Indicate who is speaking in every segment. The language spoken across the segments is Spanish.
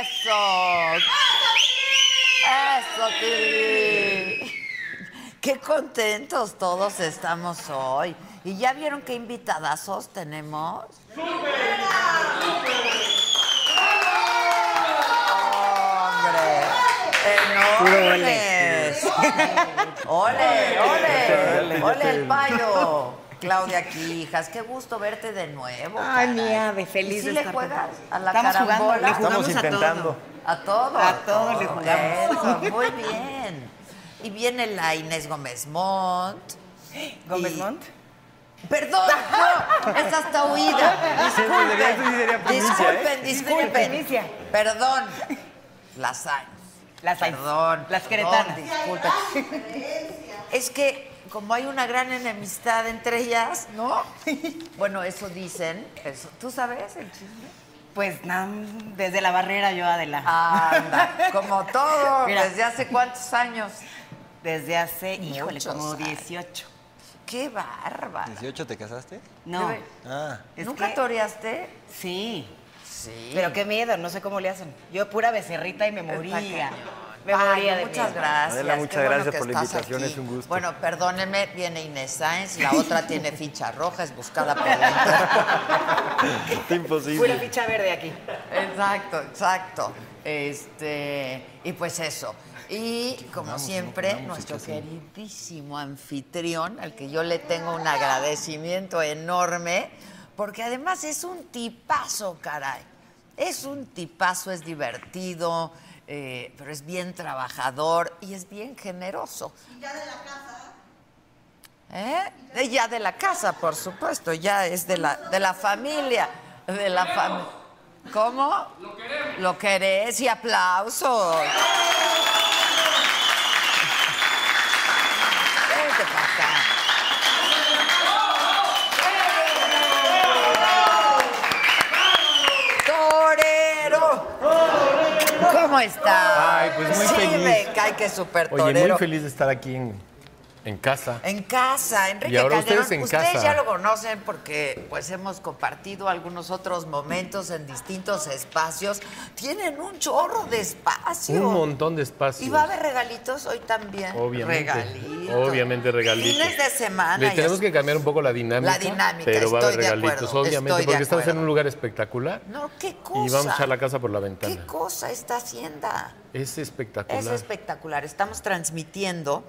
Speaker 1: ¡Eso! ¡Eso, Tili! Qué contentos todos estamos hoy. ¿Y ya vieron qué invitadazos tenemos? ¡Hombre! ¡Enormes! ¡Ole, ole! ¡Ole el payo! Claudia Quijas, qué gusto verte de nuevo.
Speaker 2: Ay, mi
Speaker 1: mía,
Speaker 2: ave, feliz
Speaker 1: ¿Y
Speaker 2: de
Speaker 1: si le
Speaker 2: estar por
Speaker 1: juegas
Speaker 2: acá.
Speaker 1: a la
Speaker 2: Estamos jugando,
Speaker 1: carambola?
Speaker 2: le jugamos
Speaker 3: Estamos
Speaker 2: a todo.
Speaker 3: intentando.
Speaker 1: A todo.
Speaker 2: A todo le jugamos.
Speaker 1: Eso, muy bien. Y viene la Inés Gómez Montt.
Speaker 2: ¿Gómez
Speaker 1: Y-
Speaker 2: Montt?
Speaker 1: Perdón, no, es hasta oída.
Speaker 3: debería- eso sí
Speaker 1: Disculpen,
Speaker 3: sería primicia, ¿eh?
Speaker 1: disculpen,
Speaker 2: Sí sería
Speaker 1: disculpen.
Speaker 2: primicia.
Speaker 1: Perdón. Las años.
Speaker 2: Las Sainz.
Speaker 1: Perdón.
Speaker 2: Las
Speaker 1: perdón,
Speaker 2: queretanas.
Speaker 1: disculpen. Es que como hay una gran enemistad entre ellas, ¿no? Bueno, eso dicen. Eso. ¿Tú sabes el chisme?
Speaker 2: Pues nada, desde la barrera yo, Adela.
Speaker 1: Ah. Anda, como todo,
Speaker 2: Mira.
Speaker 1: desde hace cuántos años.
Speaker 2: Desde hace, híjole,
Speaker 1: Muchos
Speaker 2: como
Speaker 1: años.
Speaker 2: 18.
Speaker 1: ¡Qué barba!
Speaker 3: ¿18 te casaste?
Speaker 2: No.
Speaker 1: Debe-
Speaker 3: Ah.
Speaker 2: es
Speaker 1: ¿Nunca
Speaker 2: que-
Speaker 1: toreaste?
Speaker 2: Sí.
Speaker 1: Sí.
Speaker 2: Pero qué miedo, no sé cómo le hacen. Yo pura becerrita y me moría. Me
Speaker 1: Ay,
Speaker 2: moría de
Speaker 1: muchas
Speaker 2: miedo.
Speaker 1: gracias.
Speaker 3: Adela,
Speaker 1: qué
Speaker 3: muchas
Speaker 1: bueno
Speaker 3: gracias
Speaker 1: que
Speaker 3: por la
Speaker 1: estás
Speaker 3: invitación,
Speaker 1: aquí.
Speaker 3: es un gusto.
Speaker 1: Bueno, perdónenme, viene Inés Sáenz, la otra tiene ficha roja, es buscada por la Interpol.
Speaker 3: Está imposible.
Speaker 2: Fui la ficha verde aquí.
Speaker 1: Exacto, exacto. Este, y pues eso. Y como siempre, nuestro queridísimo anfitrión, al que yo le tengo un agradecimiento enorme, porque además es un tipazo, caray. Es un tipazo, es divertido, eh, pero es bien trabajador y es bien generoso. ¿Eh? De- Ya de la casa, por supuesto, ya es de la, de la familia, de la familia. ¿Cómo? Lo queremos. Lo querés y aplausos. Vente pa' acá. ¡Torero! ¿Cómo está?
Speaker 4: Ay, pues muy
Speaker 1: sí,
Speaker 4: feliz.
Speaker 1: me cae que es súper torero.
Speaker 4: Oye, muy feliz de estar aquí en, en casa.
Speaker 1: En casa, Enrique
Speaker 4: Y ahora
Speaker 1: Calderón.
Speaker 4: ustedes en casa.
Speaker 1: ya lo conocen porque pues hemos compartido algunos otros momentos en distintos espacios. Tienen un chorro de espacio.
Speaker 4: Un montón de espacios.
Speaker 1: Y va a haber regalitos hoy también.
Speaker 4: Obviamente.
Speaker 1: Regalitos.
Speaker 4: Obviamente regalitos.
Speaker 1: Fines de semana.
Speaker 4: Le
Speaker 1: ya
Speaker 4: tenemos
Speaker 1: sabes.
Speaker 4: que cambiar un poco la dinámica.
Speaker 1: La dinámica,
Speaker 4: Pero va a haber
Speaker 1: estoy de
Speaker 4: regalitos,
Speaker 1: acuerdo,
Speaker 4: obviamente,
Speaker 1: estoy de
Speaker 4: porque estamos en
Speaker 1: acuerdo.
Speaker 4: un lugar espectacular.
Speaker 1: No, qué cosa.
Speaker 4: Y vamos a echar la casa por la
Speaker 1: Qué
Speaker 4: ventana.
Speaker 1: cosa esta hacienda.
Speaker 4: Es espectacular.
Speaker 1: Es espectacular. Estamos transmitiendo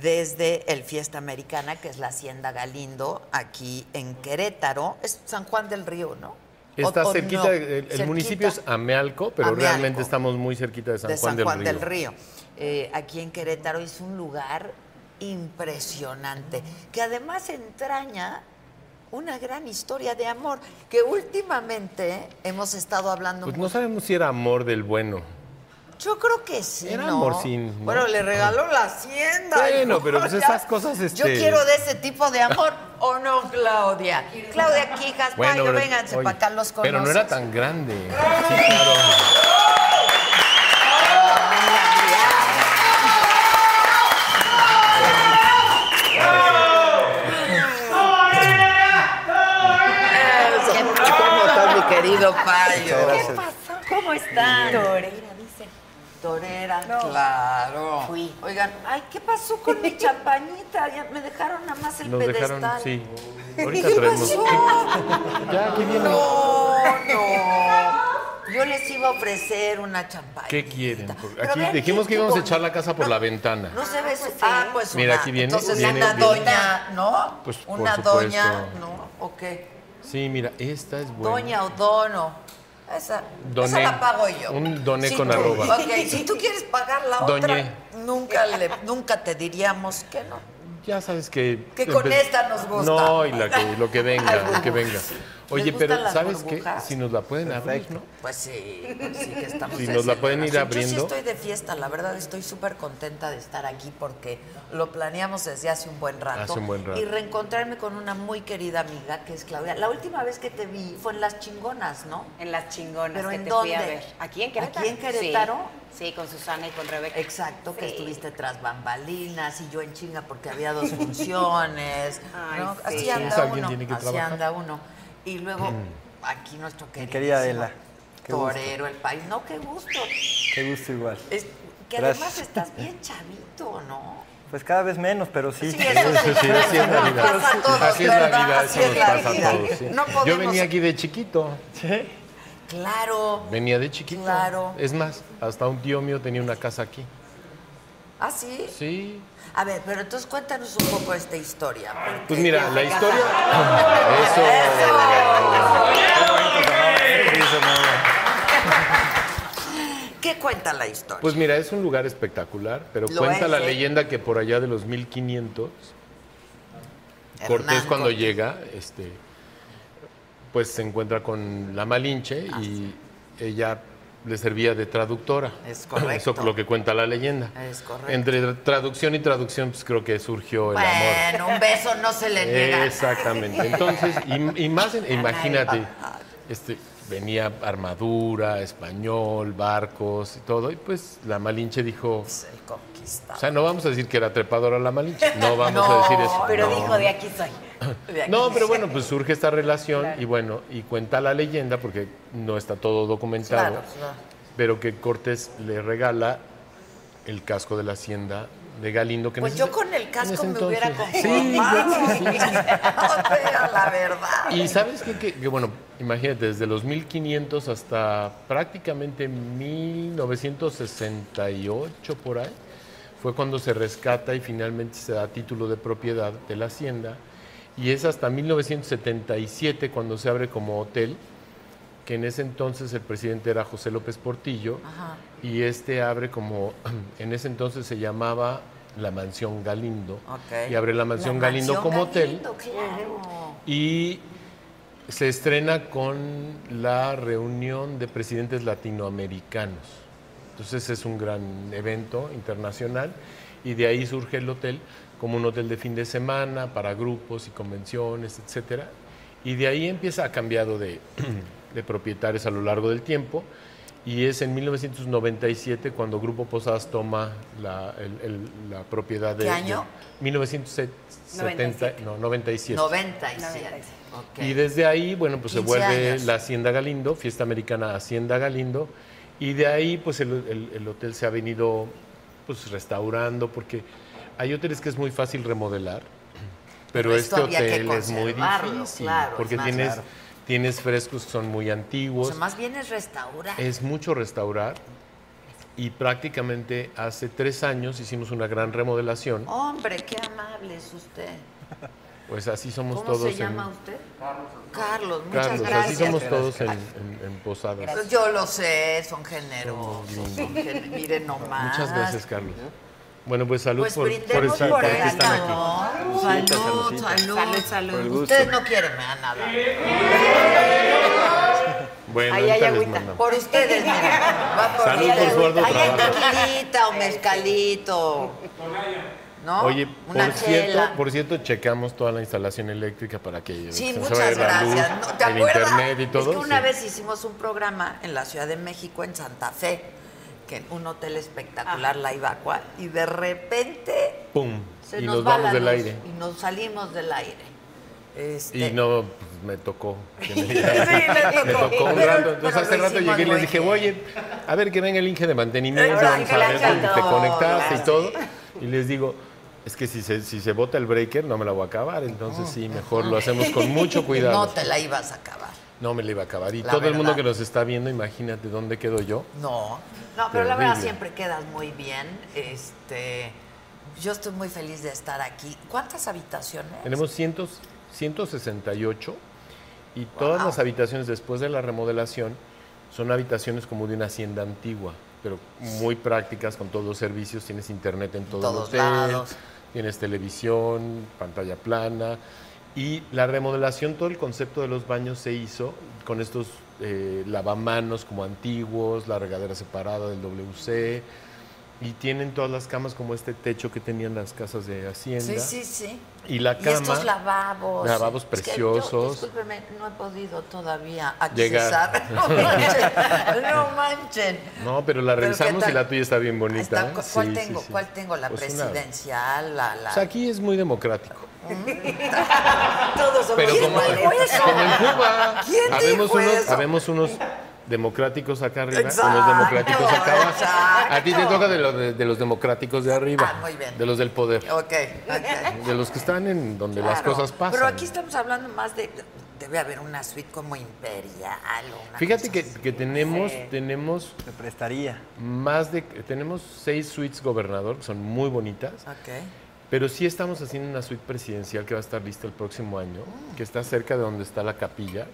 Speaker 1: desde el Fiesta Americana, que es la Hacienda Galindo, aquí en Querétaro. Es San Juan del Río, ¿no? O-
Speaker 4: Está
Speaker 1: o
Speaker 4: cerquita,
Speaker 1: no,
Speaker 4: el, el
Speaker 1: cerquita
Speaker 4: municipio es Amealco, pero
Speaker 1: Amealco.
Speaker 4: realmente estamos muy cerquita de San,
Speaker 1: de
Speaker 4: Juan,
Speaker 1: San Juan
Speaker 4: del,
Speaker 1: del Río. Eh, aquí en Querétaro es un lugar impresionante, que además entraña una gran historia de amor, que últimamente hemos estado hablando
Speaker 4: Pues
Speaker 1: mucho.
Speaker 4: no sabemos si era amor del bueno.
Speaker 1: Yo creo que sí.
Speaker 4: Era
Speaker 1: ¿no?
Speaker 4: amorcín, ¿no?
Speaker 1: Bueno, le regaló la hacienda.
Speaker 4: Bueno,
Speaker 1: ¿no?
Speaker 4: pero pues
Speaker 1: Ya.
Speaker 4: esas cosas,
Speaker 1: Yo
Speaker 4: este-
Speaker 1: quiero de ese tipo de amor, ¿o no, Claudia? Claudia Quijas, Mayo,
Speaker 4: pero-
Speaker 1: vénganse
Speaker 4: oye,
Speaker 1: para acá los conoces.
Speaker 4: Pero no era tan grande. Sí, claro.
Speaker 1: ¿Cómo está mi querido Payo?
Speaker 3: Muchas gracias.
Speaker 1: ¿Cómo están? torera.
Speaker 2: Claro.
Speaker 1: Fui. Oigan, ay, ¿qué pasó con mi champañita? Ya me dejaron nada más el
Speaker 4: Nos
Speaker 1: pedestal.
Speaker 4: dejaron, sí. Ahorita traemos. Ya, aquí viene.
Speaker 1: No, no. Yo les iba a ofrecer una champaña.
Speaker 4: ¿Qué quieren? Porque Aquí dijimos que íbamos a echar la casa por la ventana.
Speaker 1: No se ve su. Ah, pues
Speaker 4: Mira,
Speaker 1: una-
Speaker 4: aquí viene,
Speaker 1: Entonces
Speaker 4: viene,
Speaker 1: una
Speaker 4: viene.
Speaker 1: doña, ¿no?
Speaker 4: Pues, por
Speaker 1: una
Speaker 4: supuesto.
Speaker 1: doña, ¿no? ¿O qué?
Speaker 4: Sí, mira, esta es buena.
Speaker 1: Doña o dono. Esa,
Speaker 4: Doné.
Speaker 1: esa la pago yo.
Speaker 4: Un doné
Speaker 1: Si
Speaker 4: con
Speaker 1: tú-
Speaker 4: arroba.
Speaker 1: Ok, si tú quieres pagar la
Speaker 4: Doñé.
Speaker 1: otra, nunca, le, nunca te diríamos que no.
Speaker 4: Ya sabes que...
Speaker 1: Que con
Speaker 4: empe-
Speaker 1: esta nos gusta.
Speaker 4: No, y la que- lo que venga, lo que venga. Oye,
Speaker 1: gustan
Speaker 4: pero
Speaker 1: las
Speaker 4: ¿sabes qué?
Speaker 1: burbujas.
Speaker 4: Si nos la pueden abrir, ¿no?
Speaker 1: Pues sí, pues sí que estamos.
Speaker 4: Si
Speaker 1: de
Speaker 4: nos la pueden ir
Speaker 1: celebración. Yo sí
Speaker 4: abriendo.
Speaker 1: estoy de fiesta, la verdad estoy súper contenta de estar aquí porque lo planeamos desde hace un buen rato.
Speaker 4: Hace un buen rato.
Speaker 1: Y reencontrarme con una muy querida amiga que es Claudia. La última vez que te vi fue en Las Chingonas, ¿no?
Speaker 5: En las chingonas
Speaker 1: ¿Pero
Speaker 5: que
Speaker 1: en
Speaker 5: te fui a
Speaker 1: dónde?
Speaker 5: ver. Aquí en Querétaro.
Speaker 1: ¿Aquí en Querétaro?
Speaker 5: Sí, sí, con Susana y con Rebeca.
Speaker 1: Exacto, que
Speaker 5: Sí.
Speaker 1: estuviste tras bambalinas y yo en chinga porque había dos funciones.
Speaker 5: Ay,
Speaker 1: ¿no?
Speaker 5: sí.
Speaker 1: Así
Speaker 5: Pues
Speaker 1: anda
Speaker 4: alguien
Speaker 1: uno,
Speaker 4: tiene que
Speaker 1: así
Speaker 4: trabajar. Mm.
Speaker 1: anda uno. Y luego aquí nuestro querido
Speaker 3: querida Adela, qué gusto.
Speaker 1: torero, el país. No, qué gusto.
Speaker 3: Qué gusto igual.
Speaker 1: Es- que
Speaker 3: Gracias.
Speaker 1: además estás bien chavito, ¿no?
Speaker 3: Pues cada vez menos, pero sí.
Speaker 1: Sí, eso sí,
Speaker 4: Sí, sí, así es la
Speaker 1: nos
Speaker 4: vida.
Speaker 1: pasa a todos,
Speaker 4: Así es la
Speaker 1: ¿verdad?
Speaker 4: vida,
Speaker 1: Así es
Speaker 4: eso nos
Speaker 1: la
Speaker 4: pasa
Speaker 1: vida.
Speaker 4: a todos. sí.
Speaker 1: No podemos-
Speaker 4: Yo venía aquí de chiquito.
Speaker 1: Claro.
Speaker 4: Venía de chiquito.
Speaker 1: Claro.
Speaker 4: Es más, hasta un tío mío tenía una casa aquí.
Speaker 1: ¿Ah, sí?
Speaker 4: Sí.
Speaker 1: A ver, pero entonces cuéntanos un poco esta historia. porque-
Speaker 4: Pues mira, la historia. Eso.
Speaker 1: ¿Qué cuenta la historia?
Speaker 4: Pues mira, es un lugar espectacular, pero
Speaker 1: Lo
Speaker 4: cuenta
Speaker 1: es,
Speaker 4: la
Speaker 1: ¿eh?
Speaker 4: leyenda que por allá de los 1500, Cortés
Speaker 1: Hernán
Speaker 4: cuando
Speaker 1: Cortés.
Speaker 4: llega, este, pues se encuentra con la Malinche y ella le servía de traductora.
Speaker 1: Es correcto.
Speaker 4: Eso es lo que cuenta la leyenda.
Speaker 1: Es correcto.
Speaker 4: Entre traducción y traducción, pues creo que surgió el amor.
Speaker 1: Bueno, un beso no se le niega.
Speaker 4: Exactamente. Entonces, y, y más, en- imagínate, este, venía armadura, español, barcos y todo, y pues la Malinche dijo,
Speaker 1: Pues, El
Speaker 4: o
Speaker 1: conquistador.
Speaker 4: sea, no vamos a decir que era trepadora la Malinche, no vamos
Speaker 1: No,
Speaker 4: a decir eso.
Speaker 5: Pero
Speaker 4: no.
Speaker 5: dijo, de aquí soy.
Speaker 1: De aquí
Speaker 4: No,
Speaker 1: dice,
Speaker 4: pero bueno, pues surge esta relación y bueno, y cuenta la leyenda, porque no está todo documentado,
Speaker 1: Claro, claro.
Speaker 4: pero que Cortés le regala el casco de la hacienda de Galindo. Que en
Speaker 1: Pues
Speaker 4: ese-
Speaker 1: yo con el
Speaker 4: en
Speaker 1: casco
Speaker 4: ese
Speaker 1: me hubiera
Speaker 4: entonces-
Speaker 1: conformado.
Speaker 4: Sí, yo- sí.
Speaker 1: pero la verdad.
Speaker 4: Y sabes qué? que, que, bueno, imagínate, desde los 1500 hasta prácticamente 1968 por ahí, fue cuando se rescata y finalmente se da título de propiedad de la hacienda. Y es hasta 1977 cuando se abre como hotel, que en ese entonces el presidente era José López Portillo, y este abre como, en ese entonces se llamaba la Mansión Galindo,
Speaker 1: Ok.
Speaker 4: y abre la Mansión
Speaker 1: La
Speaker 4: Galindo como hotel.
Speaker 1: Galindo, claro.
Speaker 4: Y se estrena con la reunión de presidentes latinoamericanos. Entonces es un gran evento internacional y de ahí surge el hotel como un hotel de fin de semana para grupos y convenciones, etcétera. Y de ahí empieza a cambiado de, de propietarios a lo largo del tiempo. Y es en 1997 cuando Grupo Posadas toma la, el- el- la propiedad de...
Speaker 1: ¿Qué año?
Speaker 4: 1970, no, 97.
Speaker 1: 97. Ok.
Speaker 4: Y desde ahí, bueno, pues se
Speaker 1: 15
Speaker 4: vuelve
Speaker 1: años.
Speaker 4: la Hacienda Galindo, Fiesta Americana Hacienda Galindo, y de ahí, pues el, el- el hotel se ha venido pues restaurando, porque hay hoteles que es muy fácil remodelar, pero
Speaker 1: Pero esto
Speaker 4: este
Speaker 1: había que
Speaker 4: hotel es muy
Speaker 1: conservarlo,
Speaker 4: difícil,
Speaker 1: claro, es
Speaker 4: porque
Speaker 1: más-
Speaker 4: tienes,
Speaker 1: Claro.
Speaker 4: tienes frescos que son muy
Speaker 1: O
Speaker 4: antiguos,
Speaker 1: sea, más bien es restaurar.
Speaker 4: es mucho restaurar, y prácticamente hace tres años hicimos una gran remodelación,
Speaker 1: Hombre, qué amable es usted.
Speaker 4: pues así somos
Speaker 1: ¿Cómo
Speaker 4: todos
Speaker 1: se llama
Speaker 4: en...
Speaker 1: usted? Carlos. Carlos, muchas
Speaker 4: Carlos,
Speaker 1: gracias.
Speaker 4: así somos todos en, en- en Posadas.
Speaker 1: Pues Yo lo sé, son generosos. son gener- Miren nomás.
Speaker 4: Muchas gracias, Carlos. Bueno, pues salud
Speaker 1: Pues
Speaker 4: por, por,
Speaker 1: brindemos
Speaker 4: estar-
Speaker 1: por
Speaker 4: por
Speaker 1: el
Speaker 4: que están aquí.
Speaker 1: calor.
Speaker 3: Saludcita,
Speaker 1: Salud,
Speaker 3: saludcita.
Speaker 1: salud.
Speaker 5: Salud, salud. Por el
Speaker 3: gusto.
Speaker 1: Ustedes no quieren me dan nada.
Speaker 4: Bueno,
Speaker 5: Ahí hay
Speaker 4: ahorita les
Speaker 5: agüita.
Speaker 4: mandamos.
Speaker 1: Por ustedes, miren. Va por
Speaker 4: Salud por su arduo
Speaker 1: Ahí hay
Speaker 4: trabajo.
Speaker 1: tequilita o mezcalito. ¿No?
Speaker 4: Oye,
Speaker 1: Una
Speaker 4: por
Speaker 1: chela.
Speaker 4: cierto, por cierto, checamos toda la instalación eléctrica para que
Speaker 1: Sí,
Speaker 4: se
Speaker 1: muchas
Speaker 4: vaya la luz,
Speaker 1: gracias. No, ¿Te
Speaker 4: el
Speaker 1: acuerdas?
Speaker 4: internet y todo.
Speaker 1: es que una
Speaker 4: sí.
Speaker 1: vez hicimos un programa en la Ciudad de México, en Santa Fe, que en un hotel
Speaker 5: Ah.
Speaker 1: espectacular, La Ibacua, y de repente
Speaker 4: pum
Speaker 1: se
Speaker 4: y
Speaker 1: nos,
Speaker 4: nos
Speaker 1: va
Speaker 4: vamos
Speaker 1: la
Speaker 4: del
Speaker 1: luz
Speaker 4: aire
Speaker 1: y nos salimos del aire. Este,
Speaker 4: y no pues, me tocó. que
Speaker 2: Sí,
Speaker 4: me-
Speaker 2: le
Speaker 4: me
Speaker 2: tocó.
Speaker 4: tocó un
Speaker 1: Pero-
Speaker 4: rato. Entonces
Speaker 1: pero
Speaker 4: hace
Speaker 1: lo
Speaker 4: rato
Speaker 1: hicimos
Speaker 4: llegué y les
Speaker 1: muy
Speaker 4: dije,
Speaker 1: bien.
Speaker 4: oye, a ver que venga el Inge de mantenimiento,
Speaker 1: Exacto,
Speaker 4: vamos a ver,
Speaker 1: claro.
Speaker 4: te conectaste y
Speaker 1: Claro.
Speaker 4: todo. Y les digo, es que si se, si se bota el breaker no me la voy a acabar, entonces sí, mejor lo hacemos con mucho
Speaker 1: No
Speaker 4: cuidado.
Speaker 1: te la ibas a acabar.
Speaker 4: No me la iba a acabar. Y
Speaker 1: La
Speaker 4: todo el mundo
Speaker 1: verdad.
Speaker 4: que nos está viendo, imagínate dónde quedo yo.
Speaker 1: No. No, pero la verdad
Speaker 4: Terrible.
Speaker 1: siempre quedas muy bien. Este, yo estoy muy feliz de estar aquí. ¿Cuántas habitaciones?
Speaker 4: Tenemos cientos, 168 y todas las habitaciones después de la remodelación son habitaciones como de una hacienda antigua, pero muy prácticas con todos los servicios. Tienes internet en todo el
Speaker 1: todos
Speaker 4: hotel,
Speaker 1: lados.
Speaker 4: tienes televisión, pantalla plana. Y la remodelación, todo el concepto de los baños se hizo con estos eh, lavamanos como antiguos, la regadera separada del WC. Y tienen todas las camas como este techo que tenían las casas de Hacienda.
Speaker 1: Sí, sí, sí.
Speaker 4: Y la
Speaker 1: Y estos
Speaker 4: cama,
Speaker 1: lavabos.
Speaker 4: lavabos
Speaker 1: Es que yo,
Speaker 4: preciosos.
Speaker 1: discúlpeme, no he podido todavía accesar.
Speaker 4: Llegar.
Speaker 1: No manchen. No manchen.
Speaker 4: No, pero la
Speaker 1: ¿qué
Speaker 4: revisamos
Speaker 1: tal?
Speaker 4: y la tuya está bien bonita,
Speaker 1: Está-
Speaker 4: ¿eh?
Speaker 1: ¿cu- ¿Cuál
Speaker 4: Sí, sí,
Speaker 1: tengo?
Speaker 4: sí.
Speaker 1: ¿Cuál tengo? ¿La
Speaker 4: Pues una-
Speaker 1: presidencial? La, la...
Speaker 4: O sea, aquí es muy democrático.
Speaker 1: Todos somos
Speaker 4: Pero como,
Speaker 1: iguales.
Speaker 4: como en Cuba,
Speaker 1: ¿Quién
Speaker 4: habemos,
Speaker 1: dijo
Speaker 4: unos,
Speaker 1: eso?
Speaker 4: habemos unos democráticos acá arriba,
Speaker 1: Exacto,
Speaker 4: unos democráticos acá abajo.
Speaker 1: exacto.
Speaker 4: A ti te toca de, los de, de los democráticos de arriba,
Speaker 1: Ah, muy bien.
Speaker 4: de los del poder,
Speaker 1: Ok, ok.
Speaker 4: de los que están en donde las
Speaker 1: Claro,
Speaker 4: cosas pasan.
Speaker 1: Pero aquí estamos hablando más de. Debe haber una suite como imperial. o una
Speaker 4: Fíjate
Speaker 1: cosa
Speaker 4: que,
Speaker 1: así.
Speaker 4: que tenemos, tenemos
Speaker 3: Me prestaría.
Speaker 4: más de, tenemos seis suites gobernador, que son muy bonitas.
Speaker 1: Ok.
Speaker 4: Pero sí estamos haciendo una suite presidencial que va a estar lista el próximo año,
Speaker 5: Mm.
Speaker 4: que está cerca de donde está la capilla,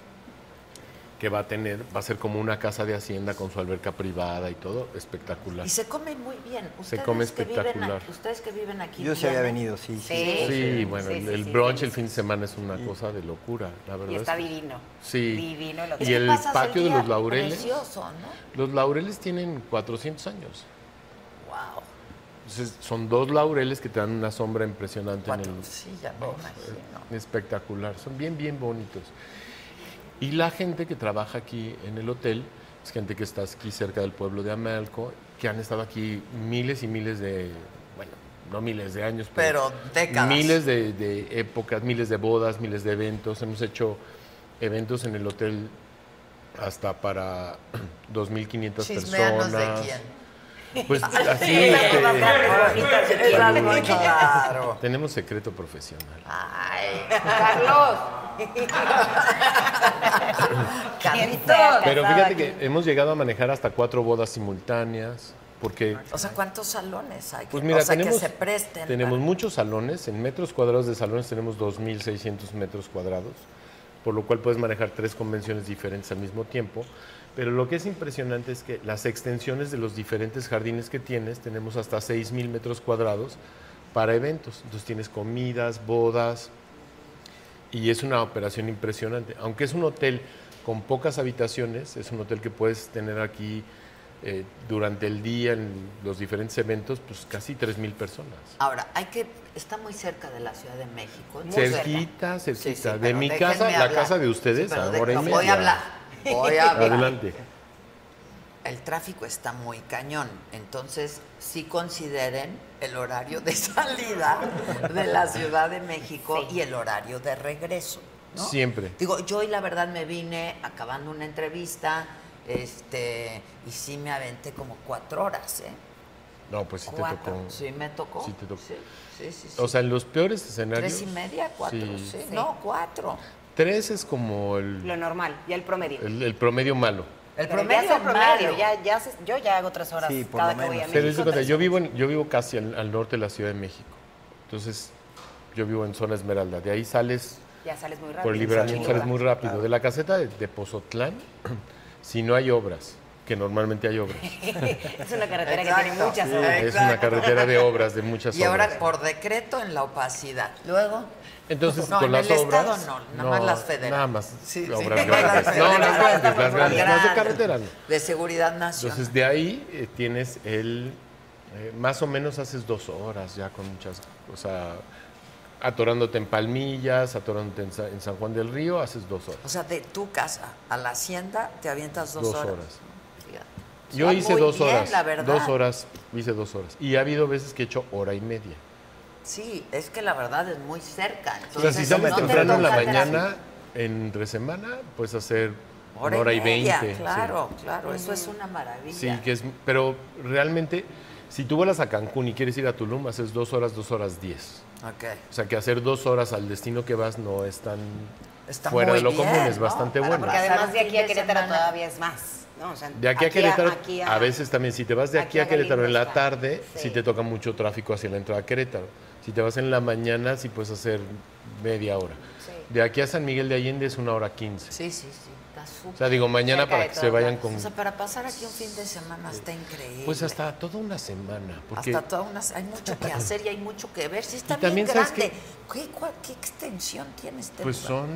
Speaker 4: que va a tener, va a ser como una casa de hacienda con su alberca privada y todo, espectacular.
Speaker 1: Y se come muy bien. Ustedes
Speaker 4: come
Speaker 1: que viven
Speaker 4: espectacular.
Speaker 1: aquí- ustedes que viven aquí.
Speaker 3: Yo sí había
Speaker 1: vienen.
Speaker 3: venido, sí.
Speaker 5: Sí.
Speaker 4: Sí, bueno,
Speaker 5: Sí,
Speaker 4: el,
Speaker 5: sí,
Speaker 4: el
Speaker 5: sí,
Speaker 4: brunch
Speaker 5: sí.
Speaker 4: el fin de semana es una cosa de locura, la verdad.
Speaker 5: Y
Speaker 4: es
Speaker 5: está
Speaker 4: que-
Speaker 5: divino.
Speaker 4: Sí.
Speaker 5: Divino el
Speaker 4: Y
Speaker 5: hotel.
Speaker 4: el
Speaker 1: Pasas
Speaker 4: patio de
Speaker 1: día
Speaker 4: los laureles.
Speaker 1: Precioso, ¿no?
Speaker 4: Los laureles tienen 400 años.
Speaker 1: Wow.
Speaker 4: Entonces, son dos laureles que te dan una sombra impresionante
Speaker 1: Cuatro.
Speaker 4: en el,
Speaker 1: Sí, ya me imagino.
Speaker 4: Espectacular, son bien, bien bonitos. Y la gente que trabaja aquí en el hotel, es gente que está aquí cerca del pueblo de Amalco, que han estado aquí miles y miles de, bueno, no miles de años, pero,
Speaker 1: Pero décadas.
Speaker 4: miles de, de épocas, miles de bodas, miles de eventos. Hemos hecho eventos en el hotel hasta para 2.500
Speaker 1: Chismeanos
Speaker 4: personas.
Speaker 1: de quién.
Speaker 4: Pues así,
Speaker 5: Esas
Speaker 4: este,
Speaker 5: son las carnes bonitas de aquí.
Speaker 1: Claro, Claro.
Speaker 4: tenemos secreto profesional.
Speaker 1: Ay,
Speaker 5: Carlos.
Speaker 1: Carlitos.
Speaker 4: Pero
Speaker 5: casada
Speaker 4: fíjate que hemos llegado a manejar hasta cuatro bodas simultáneas, porque
Speaker 1: O sea, ¿cuántos salones hay? que-
Speaker 4: pues mira,
Speaker 1: o sea,
Speaker 4: tenemos,
Speaker 1: que se presten.
Speaker 4: tenemos
Speaker 1: para-
Speaker 4: muchos salones, en metros cuadrados de salones tenemos 2.600 metros cuadrados, por lo cual puedes manejar tres convenciones diferentes al mismo tiempo, pero lo que es impresionante es que las extensiones de los diferentes jardines que tienes, tenemos hasta 6.000 metros cuadrados para eventos, entonces tienes comidas, bodas, y es una operación impresionante. Aunque es un hotel con pocas habitaciones, es un hotel que puedes tener aquí eh, durante el día en los diferentes eventos, pues casi 3.000 personas.
Speaker 1: Ahora, hay que. Está muy cerca de la Ciudad de México. muy cerca.
Speaker 4: cerquita, cerquita.
Speaker 1: Sí, sí,
Speaker 4: de
Speaker 1: pero
Speaker 4: mi
Speaker 1: déjenme
Speaker 4: casa, la
Speaker 1: hablar.
Speaker 4: casa de ustedes,
Speaker 1: Sí, pero
Speaker 4: ahora
Speaker 1: de-
Speaker 4: y
Speaker 1: no,
Speaker 4: media.
Speaker 1: Voy a hablar. Voy a hablar.
Speaker 4: Adelante.
Speaker 1: El tráfico está muy cañón, entonces sí consideren el horario de salida de la Ciudad de México y el horario de regreso. ¿no?
Speaker 4: Siempre.
Speaker 1: Digo, yo hoy la verdad me vine acabando una entrevista, este, y sí me aventé como cuatro horas, ¿eh?
Speaker 4: No, pues sí te
Speaker 1: cuatro.
Speaker 4: tocó.
Speaker 1: Sí me tocó.
Speaker 4: Sí te tocó.
Speaker 1: Sí, sí, sí, sí.
Speaker 4: O sea, en los peores escenarios.
Speaker 1: tres y media, cuatro, sí.
Speaker 4: sí.
Speaker 1: No, cuatro.
Speaker 4: Tres es como
Speaker 5: Lo
Speaker 4: el,
Speaker 5: normal, ya el promedio.
Speaker 4: el- el promedio malo.
Speaker 1: El
Speaker 5: Pero ya es
Speaker 1: promedio
Speaker 5: el promedio,
Speaker 1: malo.
Speaker 5: ya, ya se- yo ya hago tres horas
Speaker 3: Sí, por
Speaker 5: cada
Speaker 3: lo
Speaker 5: que voy a
Speaker 3: menos.
Speaker 4: Pero es
Speaker 5: México,
Speaker 4: de cuenta,
Speaker 5: tres
Speaker 4: yo vivo, en- yo vivo casi al, al norte de la Ciudad de México. Entonces, yo vivo en zona Esmeralda. De ahí sales
Speaker 5: horas. Ya sales muy rápido.
Speaker 4: por libramiento,
Speaker 5: Sin duda.
Speaker 4: sales muy rápido. De la caseta de, de Pozotlán, si no hay obras, que normalmente hay obras.
Speaker 5: Es una carretera que tiene
Speaker 1: Exacto.
Speaker 5: muchas
Speaker 1: Sí.
Speaker 5: horas.
Speaker 4: Es una
Speaker 1: Exacto.
Speaker 4: carretera de obras, de muchas
Speaker 1: Y
Speaker 4: obras.
Speaker 1: ahora por decreto en la opacidad. Luego.
Speaker 4: Entonces,
Speaker 1: No,
Speaker 4: con
Speaker 1: en
Speaker 4: las
Speaker 1: el
Speaker 4: obras.
Speaker 1: Estado no, nada más las federales.
Speaker 4: Nada más.
Speaker 1: Sí, sí.
Speaker 4: obras
Speaker 1: Las
Speaker 4: grandes. no,
Speaker 1: federales.
Speaker 4: las grandes, las grandes. Las de
Speaker 1: Grandes.
Speaker 4: carretera no.
Speaker 1: De seguridad nacional.
Speaker 4: Entonces, de ahí eh, tienes el. eh, más o menos haces dos horas ya con muchas. O sea, atorándote en Palmillas, atorándote en, Sa- en San Juan del Río, haces dos horas.
Speaker 1: o sea, de tu casa a la hacienda te avientas dos,
Speaker 4: Dos
Speaker 1: horas.
Speaker 4: horas.
Speaker 1: Fíjate.
Speaker 4: Yo
Speaker 1: Está
Speaker 4: hice
Speaker 1: muy
Speaker 4: dos
Speaker 1: bien,
Speaker 4: horas.
Speaker 1: la verdad.
Speaker 4: Dos horas, hice dos horas. Y ha habido veces que he hecho hora y media.
Speaker 1: Sí, es que la verdad es muy cerca.
Speaker 4: o sea,
Speaker 1: Entonces,
Speaker 4: si sales
Speaker 1: no te
Speaker 4: temprano en la
Speaker 1: toca tráfico.
Speaker 4: mañana, entre semana, pues hacer
Speaker 1: Hora
Speaker 4: una
Speaker 1: y
Speaker 4: hora y
Speaker 1: media,
Speaker 4: veinte. sí.
Speaker 1: Claro, claro, eso es una maravilla.
Speaker 4: Sí, que es, pero realmente, si tú vuelas a Cancún y quieres ir a Tulum, haces dos horas, dos horas diez.
Speaker 1: Ok.
Speaker 4: O sea, que hacer dos horas al destino que vas no es tan
Speaker 1: Está
Speaker 4: fuera
Speaker 1: muy
Speaker 4: de lo
Speaker 1: bien,
Speaker 4: común, es
Speaker 1: ¿no?
Speaker 4: bastante
Speaker 1: Para-
Speaker 4: bueno.
Speaker 5: Porque
Speaker 1: Pasar un
Speaker 5: además de
Speaker 1: fin
Speaker 5: aquí a
Speaker 1: de
Speaker 5: Querétaro
Speaker 1: semana.
Speaker 5: todavía es más. ¿no? O sea,
Speaker 4: De aquí a Querétaro, a, veces también, si te vas de aquí, a Querétaro en la
Speaker 5: Galindo está.
Speaker 4: tarde, si
Speaker 5: Sí.
Speaker 4: te toca mucho tráfico hacia la entrada a Querétaro. Si te vas en la mañana, sí puedes hacer media hora. De aquí a San Miguel de Allende es una hora quince.
Speaker 1: Sí, sí, sí, está súper.
Speaker 4: O sea, digo, mañana
Speaker 5: Cerca
Speaker 4: para
Speaker 5: de
Speaker 4: que se
Speaker 5: todos
Speaker 4: vayan
Speaker 5: lados.
Speaker 4: con...
Speaker 1: O sea, para pasar aquí un fin de semana está increíble.
Speaker 4: Pues hasta toda una semana. Porque
Speaker 1: Hasta toda una, hay mucho que hacer y hay mucho que ver. Sí, está
Speaker 4: Y también,
Speaker 1: bien
Speaker 4: ¿sabes
Speaker 1: grande. ¿Qué, cuál- qué extensión tiene este
Speaker 4: Pues
Speaker 1: lugar?
Speaker 4: son,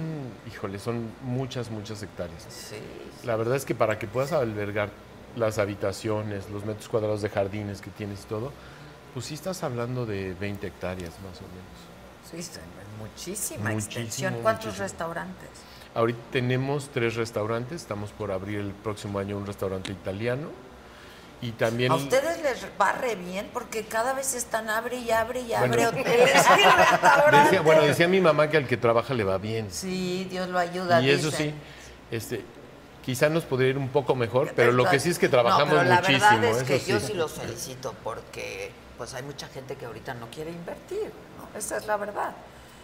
Speaker 4: híjole, son muchas, muchas hectáreas.
Speaker 1: Sí.
Speaker 4: La verdad es que para que puedas albergar las habitaciones, los metros cuadrados de jardines que tienes y todo, pues sí estás hablando de 20 hectáreas más o menos.
Speaker 1: Sí, es muchísima
Speaker 4: Muchísimo,
Speaker 1: extensión. ¿Cuántos
Speaker 4: muchísimo.
Speaker 1: restaurantes?
Speaker 4: Ahorita tenemos tres restaurantes, estamos por abrir el próximo año un restaurante italiano y también...
Speaker 1: A ustedes les va re bien porque cada vez están abre y abre y
Speaker 4: Bueno.
Speaker 1: abre hoteles y restaurantes.
Speaker 4: Decía- bueno, decía mi mamá que al que trabaja le va bien.
Speaker 1: Sí, Dios lo ayuda.
Speaker 4: y eso sí,
Speaker 1: dicen.
Speaker 4: este, quizá nos podría ir un poco mejor, pero lo que sí es que trabajamos
Speaker 1: no, pero la
Speaker 4: muchísimo.
Speaker 1: verdad es
Speaker 4: eso
Speaker 1: que
Speaker 4: sí.
Speaker 1: yo sí los felicito porque pues hay mucha gente que ahorita no quiere invertir, ¿no? Esa es la verdad.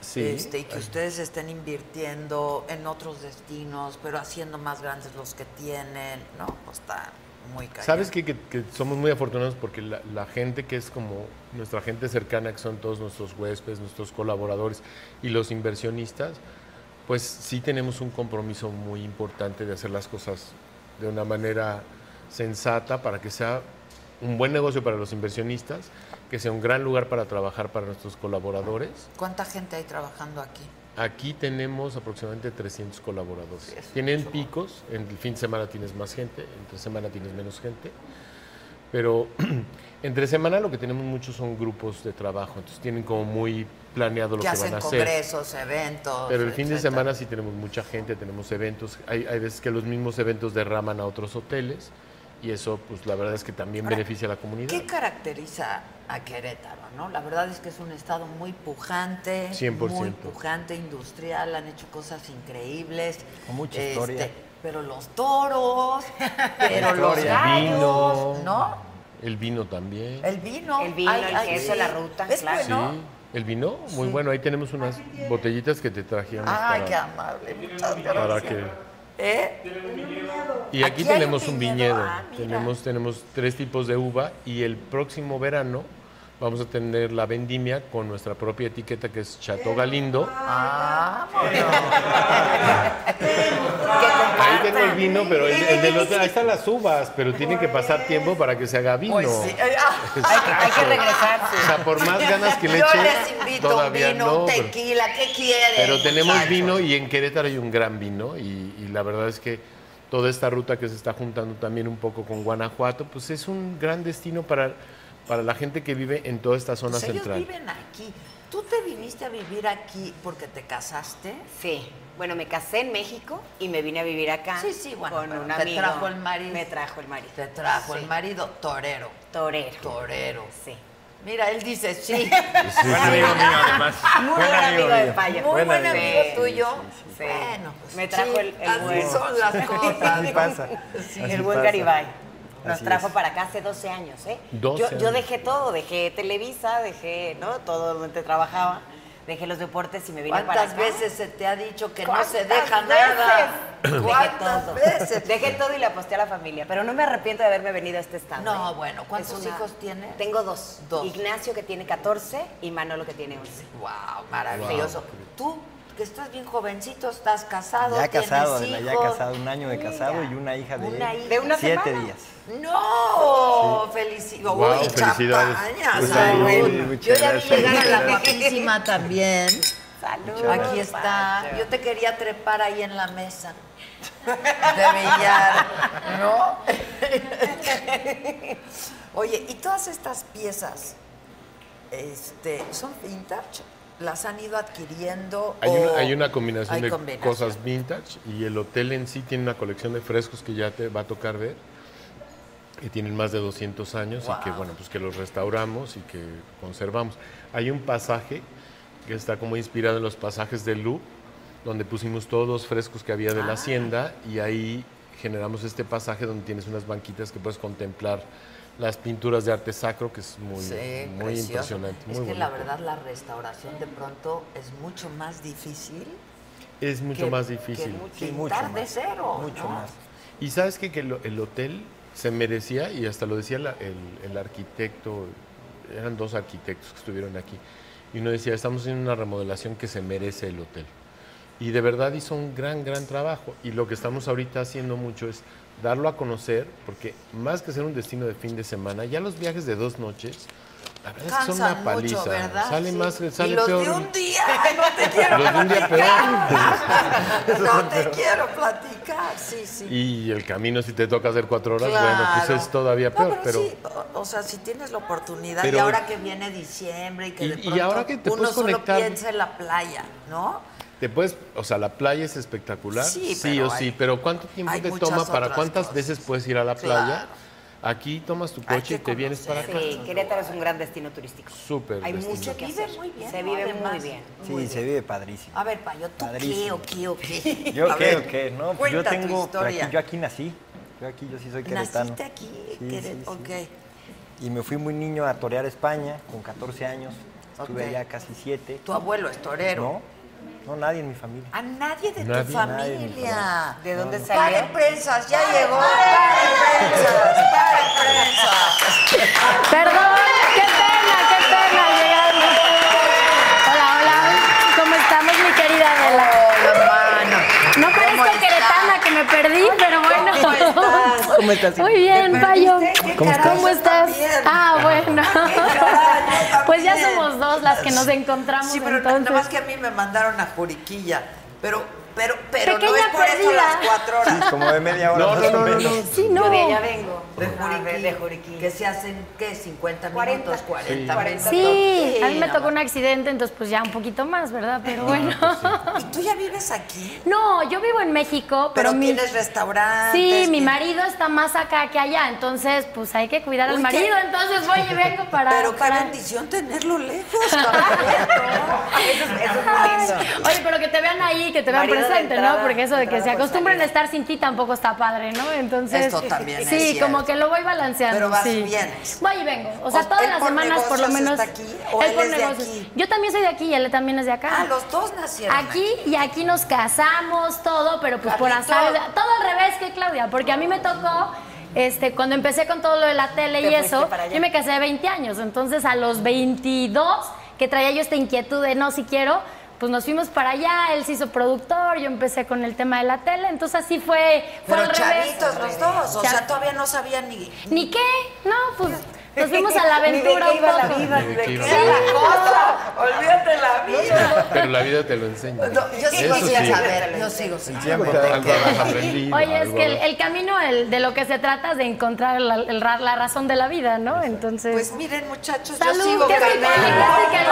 Speaker 4: Sí. eh.
Speaker 1: Este, y que ustedes estén invirtiendo en otros destinos, pero haciendo más grandes los que tienen, ¿no? Pues está muy caro.
Speaker 4: Sabes que, que- que somos muy afortunados porque la, la gente que es como nuestra gente cercana, que son todos nuestros huéspedes, nuestros colaboradores y los inversionistas, pues sí tenemos un compromiso muy importante de hacer las cosas de una manera sensata para que sea un buen negocio para los inversionistas, que sea un gran lugar para trabajar para nuestros colaboradores.
Speaker 1: ¿Cuánta gente hay trabajando aquí?
Speaker 4: Aquí tenemos aproximadamente 300 colaboradores. Tienen picos, en el fin de semana tienes más gente, entre semana tienes menos gente, pero entre semana lo que tenemos mucho son grupos de trabajo, entonces tienen como muy planeado lo
Speaker 1: que
Speaker 4: que, van
Speaker 1: hacen
Speaker 4: a hacer.
Speaker 1: congresos, eventos.
Speaker 4: Pero el fin de
Speaker 1: etcétera?
Speaker 4: semana sí tenemos mucha gente, tenemos eventos, hay, hay veces que los mismos eventos derraman a otros hoteles y eso pues la verdad es que también
Speaker 1: Ahora,
Speaker 4: beneficia a la comunidad.
Speaker 1: ¿Qué caracteriza a Querétaro? ¿no? La verdad es que es un estado muy pujante,
Speaker 4: 100%.
Speaker 1: muy pujante, industrial, han hecho cosas increíbles. este,
Speaker 3: Con mucha historia.
Speaker 1: Pero los toros, pero los
Speaker 3: historia.
Speaker 1: gallos, ¿no?
Speaker 4: El vino también.
Speaker 1: El vino.
Speaker 5: El vino, el queso,
Speaker 1: sí.
Speaker 5: la ruta,
Speaker 1: Es
Speaker 5: claro.
Speaker 1: bueno.
Speaker 4: Sí, el vino, muy bueno. Ahí tenemos unas botellitas que te trajimos
Speaker 1: Ay,
Speaker 4: para,
Speaker 1: qué amable. Muchas gracias.
Speaker 4: para que...
Speaker 1: ¿Eh?
Speaker 4: Y aquí,
Speaker 1: Aquí hay
Speaker 4: tenemos
Speaker 1: un
Speaker 4: un
Speaker 1: viñedo.
Speaker 4: viñedo.
Speaker 1: Ah, mira.
Speaker 4: tenemos, tenemos tres tipos de uva y el próximo verano vamos a tener la vendimia con nuestra propia etiqueta que es Chateau Galindo.
Speaker 1: Ah,
Speaker 4: Ahí tengo el vino, pero el, el del otro- ahí están las uvas, pero tiene que pasar tiempo para que se haga vino.
Speaker 1: pues sí. Eh, ah.
Speaker 5: Hay que, hay que
Speaker 4: O
Speaker 5: regresarse.
Speaker 4: sea, por más ganas que le
Speaker 1: Yo
Speaker 4: echen,
Speaker 1: les invito un
Speaker 4: todavía
Speaker 1: vino,
Speaker 4: no,
Speaker 1: un
Speaker 4: pero-
Speaker 1: tequila, ¿qué quieren?
Speaker 4: Pero tenemos
Speaker 1: muchachos?
Speaker 4: vino y en Querétaro hay un gran vino y, y la verdad es que toda esta ruta que se está juntando también un poco con Guanajuato, pues es un gran destino para, para la gente que vive en toda esta zona
Speaker 1: Pues ellos
Speaker 4: central.
Speaker 1: viven aquí. ¿Tú te viniste a vivir aquí porque te casaste?
Speaker 5: Sí. Bueno, me casé en México y me vine a vivir acá.
Speaker 1: Sí, sí, bueno.
Speaker 5: Ah, Con
Speaker 1: pero
Speaker 5: un
Speaker 1: te
Speaker 5: amigo.
Speaker 1: trajo el marido.
Speaker 5: Me trajo el marido.
Speaker 1: Te trajo
Speaker 5: Sí.
Speaker 1: el marido torero.
Speaker 5: Torero.
Speaker 1: Torero.
Speaker 5: Sí.
Speaker 1: Mira, él dice sí.
Speaker 3: Buen amigo mío, además.
Speaker 5: Muy buen amigo de
Speaker 3: mío.
Speaker 5: Payo.
Speaker 1: Muy
Speaker 3: Buen
Speaker 1: buen
Speaker 3: amigo.
Speaker 1: amigo
Speaker 5: Sí,
Speaker 1: tuyo.
Speaker 5: sí.
Speaker 1: Bueno, pues
Speaker 5: Me trajo
Speaker 1: sí,
Speaker 5: el- el
Speaker 1: así
Speaker 5: buen.
Speaker 1: son las cosas.
Speaker 3: Así
Speaker 1: ¿no?
Speaker 3: pasa. así
Speaker 5: el buen
Speaker 3: pasa.
Speaker 5: Garibay. Nos
Speaker 3: Así
Speaker 5: trajo
Speaker 3: es.
Speaker 5: para acá hace 12 años, ¿eh?
Speaker 4: 12
Speaker 5: yo, yo
Speaker 4: años.
Speaker 5: dejé todo, dejé Televisa, dejé, ¿no? Todo donde trabajaba, dejé los deportes y me vine para acá.
Speaker 1: ¿Cuántas veces se te ha dicho que no
Speaker 5: ¿Cuántas
Speaker 1: se deja
Speaker 5: veces?
Speaker 1: nada?
Speaker 5: Dejé
Speaker 1: ¿Cuántas
Speaker 5: todo.
Speaker 1: veces?
Speaker 5: Dejé todo y le aposté a la familia, pero no me arrepiento de haberme venido a este estado.
Speaker 1: No,
Speaker 5: ¿eh?
Speaker 1: bueno, ¿cuántos
Speaker 5: Es una-
Speaker 1: hijos tienes?
Speaker 5: Tengo dos.
Speaker 1: Dos.
Speaker 5: Ignacio que tiene 14 y Manolo que tiene 11.
Speaker 1: Wow, maravilloso. Tú, que estás bien jovencito, estás casado,
Speaker 3: Ya
Speaker 1: tienes
Speaker 3: casado,
Speaker 1: hijos.
Speaker 3: Adela, ya casado, un año de casado y una hija de,
Speaker 1: Una hija.
Speaker 5: ¿De una
Speaker 3: siete
Speaker 5: semana?
Speaker 3: días.
Speaker 1: ¡No! Felici-
Speaker 4: Guau,
Speaker 1: Uy,
Speaker 4: felicidades.
Speaker 1: champaña,
Speaker 4: Pues
Speaker 1: salud.
Speaker 4: ahí,
Speaker 3: muchas
Speaker 1: Yo ya vi
Speaker 3: gracias.
Speaker 1: llegar a la guapísima también.
Speaker 5: Salud.
Speaker 1: Aquí está. Yo te quería trepar ahí en la mesa de billar, ¿no? Oye, y todas estas piezas este, son vintage. ¿Las han ido adquiriendo?
Speaker 4: Hay una,
Speaker 1: o
Speaker 4: hay una combinación
Speaker 1: hay
Speaker 4: de cosas vintage y el hotel en sí tiene una colección de frescos que ya te va a tocar ver, que tienen más de 200 años y que,
Speaker 1: Wow.
Speaker 4: bueno, pues que los restauramos y que conservamos. Hay un pasaje que está como inspirado en los pasajes de Louvre, donde pusimos todos los frescos que había de
Speaker 1: Ah.
Speaker 4: la hacienda y ahí generamos este pasaje donde tienes unas banquitas que puedes contemplar las pinturas de arte sacro, que es muy,
Speaker 1: Sí,
Speaker 4: muy
Speaker 1: precioso.
Speaker 4: impresionante.
Speaker 1: Es
Speaker 4: muy
Speaker 1: que la
Speaker 4: bonito.
Speaker 1: verdad la restauración de pronto es mucho más difícil
Speaker 4: Es mucho
Speaker 1: que-
Speaker 4: más
Speaker 1: que
Speaker 4: difícil.
Speaker 1: mu-
Speaker 3: Sí, mucho
Speaker 1: pintar de
Speaker 3: más,
Speaker 1: cero.
Speaker 3: Mucho
Speaker 1: ¿no?
Speaker 3: más.
Speaker 4: Y sabes qué? que el, el hotel se merecía, y hasta lo decía la- el, el arquitecto, eran dos arquitectos que estuvieron aquí, y uno decía, estamos haciendo una remodelación que se merece el hotel. Y de verdad hizo un gran, gran trabajo. Y lo que estamos ahorita haciendo mucho es darlo a conocer, porque más que ser un destino de fin de semana, ya los viajes de dos noches, la verdad es que son
Speaker 1: Cansan
Speaker 4: una paliza.
Speaker 1: mucho, ¿verdad?
Speaker 4: Sale
Speaker 1: Sí.
Speaker 4: más, sale
Speaker 1: y los
Speaker 4: peor.
Speaker 1: de un día, no te quiero
Speaker 4: Los de un día
Speaker 1: platicar. no te quiero platicar, sí, sí.
Speaker 4: Y el camino, si te toca hacer cuatro horas, bueno,
Speaker 1: Claro.
Speaker 4: pues es todavía
Speaker 1: No,
Speaker 4: peor.
Speaker 1: pero,
Speaker 4: pero
Speaker 1: sí, o, o sea, si tienes la oportunidad, y
Speaker 4: Pero-
Speaker 1: ahora que viene diciembre y que de
Speaker 4: Y- y
Speaker 1: pronto
Speaker 4: ahora que te
Speaker 1: uno
Speaker 4: puedes
Speaker 1: solo
Speaker 4: conectar-
Speaker 1: piensa en la playa, ¿no?
Speaker 4: Te puedes, o sea, la playa es espectacular,
Speaker 1: Sí,
Speaker 4: sí,
Speaker 1: pero
Speaker 4: o sí,
Speaker 1: hay-
Speaker 4: pero ¿cuánto tiempo
Speaker 1: hay
Speaker 4: te
Speaker 1: muchas
Speaker 4: toma para
Speaker 1: otras
Speaker 4: cuántas
Speaker 1: cosas.
Speaker 4: veces puedes ir a la
Speaker 1: Claro.
Speaker 4: playa? Aquí tomas tu
Speaker 1: Hay
Speaker 4: coche y
Speaker 1: que
Speaker 4: te vienes para acá.
Speaker 1: conocer.
Speaker 5: Sí, Querétaro es un gran destino turístico.
Speaker 4: Súper
Speaker 5: Hay
Speaker 4: destino.
Speaker 5: mucho que
Speaker 1: Vive
Speaker 5: hacer.
Speaker 1: muy bien,
Speaker 5: Se
Speaker 1: ¿no?
Speaker 5: vive
Speaker 1: Además.
Speaker 5: muy bien.
Speaker 3: Sí, se vive padrísimo.
Speaker 1: A ver, Payo, ¿tú
Speaker 3: Padrísimo.
Speaker 1: qué o qué o qué?
Speaker 3: ¿Yo
Speaker 1: A
Speaker 3: qué
Speaker 1: ver,
Speaker 3: o qué? No, pues yo
Speaker 1: cuenta tu
Speaker 3: tengo. por
Speaker 1: historia.
Speaker 3: Aquí, yo aquí nací. Yo aquí, yo sí soy queretano.
Speaker 1: ¿Naciste aquí?
Speaker 3: Sí,
Speaker 1: Quere-
Speaker 3: sí, sí.
Speaker 1: Ok.
Speaker 3: Y me fui muy niño a torear a España con 14 años. Estuve
Speaker 1: Ok.
Speaker 3: allá casi 7.
Speaker 1: Tu abuelo es torero.
Speaker 3: ¿No? No, nadie en mi familia.
Speaker 1: A nadie de tu
Speaker 4: Nadie.
Speaker 3: Nadie de mi
Speaker 1: familia.
Speaker 5: ¿De dónde
Speaker 1: Pare
Speaker 5: salió?
Speaker 1: prensas, ya llegó. Pare prensas, pare prensas.
Speaker 6: Perdón, qué pena, qué pena llegar. Hola, hola. ¿Cómo estamos, mi querida Adela?
Speaker 1: Hola, mano.
Speaker 6: No
Speaker 1: ¿Cómo
Speaker 6: parezco
Speaker 1: estás?
Speaker 6: queretana que me perdí, pero bueno.
Speaker 1: ¿Cómo estás?
Speaker 3: ¿Cómo estás?
Speaker 6: Muy bien, Payo.
Speaker 1: ¿Qué
Speaker 3: ¿Cómo
Speaker 1: carajo?
Speaker 3: estás?
Speaker 6: ¿Cómo estás?
Speaker 1: Bien.
Speaker 6: Ah, bueno.
Speaker 1: caray,
Speaker 6: Pues ya
Speaker 1: también.
Speaker 6: somos dos las que nos encontramos
Speaker 1: Sí, pero
Speaker 6: entonces.
Speaker 1: nada más que a mí me mandaron a Juriquilla. Pero, pero, pero no es
Speaker 6: Pequeña
Speaker 1: por eso
Speaker 6: perdida.
Speaker 1: las cuatro horas.
Speaker 3: Sí, como de media hora.
Speaker 4: No,
Speaker 3: más
Speaker 4: no,
Speaker 3: o
Speaker 4: no, no,
Speaker 3: menos.
Speaker 4: no.
Speaker 6: Sí, no.
Speaker 5: Yo de allá vengo.
Speaker 1: De
Speaker 5: Ah,
Speaker 1: Juriquilla.
Speaker 5: de- de Juriquilla.
Speaker 1: Que se hacen, ¿qué? 50
Speaker 5: 40.
Speaker 1: minutos, 40
Speaker 5: Sí.
Speaker 1: minutos.
Speaker 6: Sí, a mí me
Speaker 1: no
Speaker 6: tocó un accidente, entonces pues ya un poquito más, ¿verdad? Pero bueno.
Speaker 1: pues ¿Y tú ya vives aquí?
Speaker 6: No, yo vivo en México, pero,
Speaker 1: Pero
Speaker 6: mi...
Speaker 1: tienes restaurantes.
Speaker 6: Sí, mi
Speaker 1: tienes-
Speaker 6: marido está más acá que allá, entonces pues hay que cuidar al
Speaker 1: Uy,
Speaker 6: marido,
Speaker 1: qué-
Speaker 6: entonces voy y vengo para...
Speaker 1: Pero qué
Speaker 6: para-
Speaker 1: bendición tenerlo lejos, caballero.
Speaker 5: Eso es, eso es muy lindo.
Speaker 6: Oye, pero que te vean ahí, que te vean
Speaker 5: Marido de
Speaker 6: presente, ¿no?
Speaker 5: entrada,
Speaker 6: Porque eso de que
Speaker 5: entrada
Speaker 6: se
Speaker 5: por
Speaker 6: acostumbren a
Speaker 5: salida.
Speaker 6: estar sin ti tampoco está padre, ¿no? Entonces.
Speaker 1: Esto también es
Speaker 6: Sí,
Speaker 1: cierto.
Speaker 6: como que lo voy balanceando.
Speaker 1: Pero vas
Speaker 6: sí.
Speaker 1: y vienes.
Speaker 6: Voy y vengo. O
Speaker 1: O-
Speaker 6: sea, todas
Speaker 1: ¿él
Speaker 6: las
Speaker 1: por
Speaker 6: semanas por lo
Speaker 1: negocios
Speaker 6: menos.
Speaker 1: está aquí o él es de aquí?
Speaker 6: Yo también soy de aquí y él también es de acá.
Speaker 1: Ah, los dos nacieron
Speaker 6: Aquí y aquí nos casamos, todo, pero pues por
Speaker 1: Carrito.
Speaker 6: azar. Todo al revés que Claudia, porque a mí me tocó. Este, cuando empecé con todo lo de la tele
Speaker 5: Te
Speaker 6: y
Speaker 5: fuiste
Speaker 6: eso,
Speaker 5: para allá.
Speaker 6: yo me casé de 20 años. Entonces, a los 22, que traía yo esta inquietud de no, si quiero, pues nos fuimos para allá. Él se hizo productor, yo empecé con el tema de la tele. Entonces, así fue, fue
Speaker 1: Pero
Speaker 6: al revés.
Speaker 1: chavitos los dos, o
Speaker 6: Chav-
Speaker 1: sea, todavía no sabían ni...
Speaker 6: ¿Ni qué? No, pues nos fuimos a la
Speaker 5: Ni de
Speaker 6: aventura
Speaker 5: qué
Speaker 6: un
Speaker 5: iba la
Speaker 6: poco.
Speaker 5: vida,
Speaker 4: Ni
Speaker 5: ni
Speaker 4: de
Speaker 5: de
Speaker 4: qué
Speaker 5: qué
Speaker 4: iba
Speaker 5: era
Speaker 4: la
Speaker 5: la cosa.
Speaker 1: Olvídate la vida.
Speaker 4: Pero la vida te lo enseña.
Speaker 1: No, yo sigo
Speaker 4: Eso
Speaker 1: sin
Speaker 4: sí.
Speaker 1: saber, yo sigo sin saber.
Speaker 3: El tiempo te
Speaker 4: Algo
Speaker 3: queda.
Speaker 4: habrás aprendido,
Speaker 6: Oye, es
Speaker 4: algo
Speaker 6: que el,
Speaker 4: habrás-
Speaker 6: el camino el- de lo que se trata es de encontrar la, el ra- la razón de la vida, ¿no? Entonces.
Speaker 1: Pues miren, muchachos, yo
Speaker 6: salud,
Speaker 1: sigo
Speaker 6: que es mi padre, que es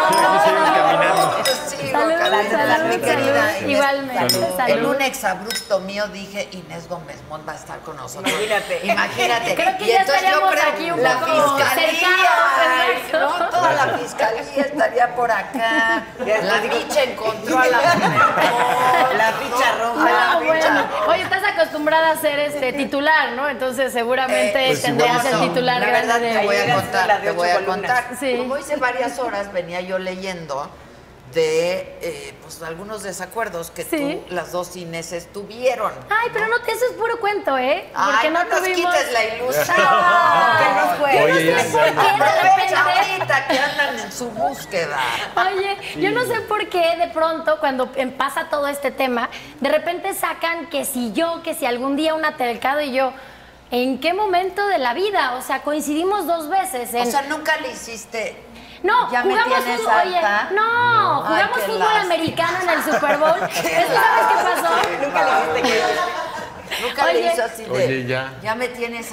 Speaker 1: caminando. Yo sigo
Speaker 6: Salud,
Speaker 1: caminando.
Speaker 6: salud,
Speaker 1: Mi querida
Speaker 6: salud.
Speaker 1: Inés.
Speaker 6: Igualmente,
Speaker 1: Salud.
Speaker 6: salud.
Speaker 1: En un exabrupto mío dije, Inés Gómez Mont va a estar con nosotros.
Speaker 5: Imagínate.
Speaker 1: Imagínate.
Speaker 6: Creo que
Speaker 1: Y
Speaker 6: ya
Speaker 1: entonces yo
Speaker 6: estaríamos
Speaker 1: creo
Speaker 6: aquí un
Speaker 1: la
Speaker 6: poco
Speaker 1: fiscalía,
Speaker 6: cercados, exacto.
Speaker 1: ¿no? Toda la fiscalía estaría por acá.
Speaker 5: Ya
Speaker 1: La
Speaker 5: digo-
Speaker 1: ficha encontró a la... No,
Speaker 5: La ficha roja.
Speaker 1: a
Speaker 6: No,
Speaker 1: la
Speaker 6: Ah, bueno.
Speaker 1: ficha.
Speaker 6: Oye, estás acostumbrada a ser este titular, ¿no? Entonces seguramente
Speaker 1: Eh, pues
Speaker 6: tendrías
Speaker 1: igual
Speaker 6: el
Speaker 1: no.
Speaker 6: titular
Speaker 1: La
Speaker 6: grande
Speaker 1: verdad,
Speaker 6: de
Speaker 1: te voy a
Speaker 5: Llegas y
Speaker 1: contar,
Speaker 5: la de
Speaker 1: te
Speaker 5: ocho
Speaker 1: voy a
Speaker 5: columnas.
Speaker 1: contar.
Speaker 6: Sí.
Speaker 1: Como hice varias horas, venía yo leyendo de eh, pues, algunos desacuerdos que
Speaker 6: Sí.
Speaker 1: tú, las dos Ineses tuvieron.
Speaker 6: Ay, pero no, te- eso es puro cuento, ¿eh?
Speaker 1: Ay, no, nos quites la ilusión. ¿Qué nos fue?
Speaker 4: Oye, ya
Speaker 6: ¿Por qué de repente?
Speaker 1: Aprovecha ahorita que andan en su búsqueda.
Speaker 6: Oye, yo no sé por qué de pronto cuando em- pasa todo este tema, de repente sacan que si yo, que si algún día un atercado y yo, ¿en qué momento de la vida? O sea, coincidimos dos veces
Speaker 1: O
Speaker 6: en...
Speaker 1: sea, nunca le hiciste.
Speaker 6: no,
Speaker 1: ya me
Speaker 6: jugamos
Speaker 1: tienes
Speaker 6: fútbol, oye,
Speaker 1: harta.
Speaker 6: no,
Speaker 1: No.
Speaker 6: jugamos
Speaker 1: Ay, qué
Speaker 6: fútbol
Speaker 1: lástima.
Speaker 6: americano en el Super Bowl. ¿Es que sabes qué pasó?
Speaker 5: Nunca le dijiste que
Speaker 1: Nunca le
Speaker 6: Oye.
Speaker 1: hizo así de.
Speaker 4: Oye, ya.
Speaker 1: Ya me tienes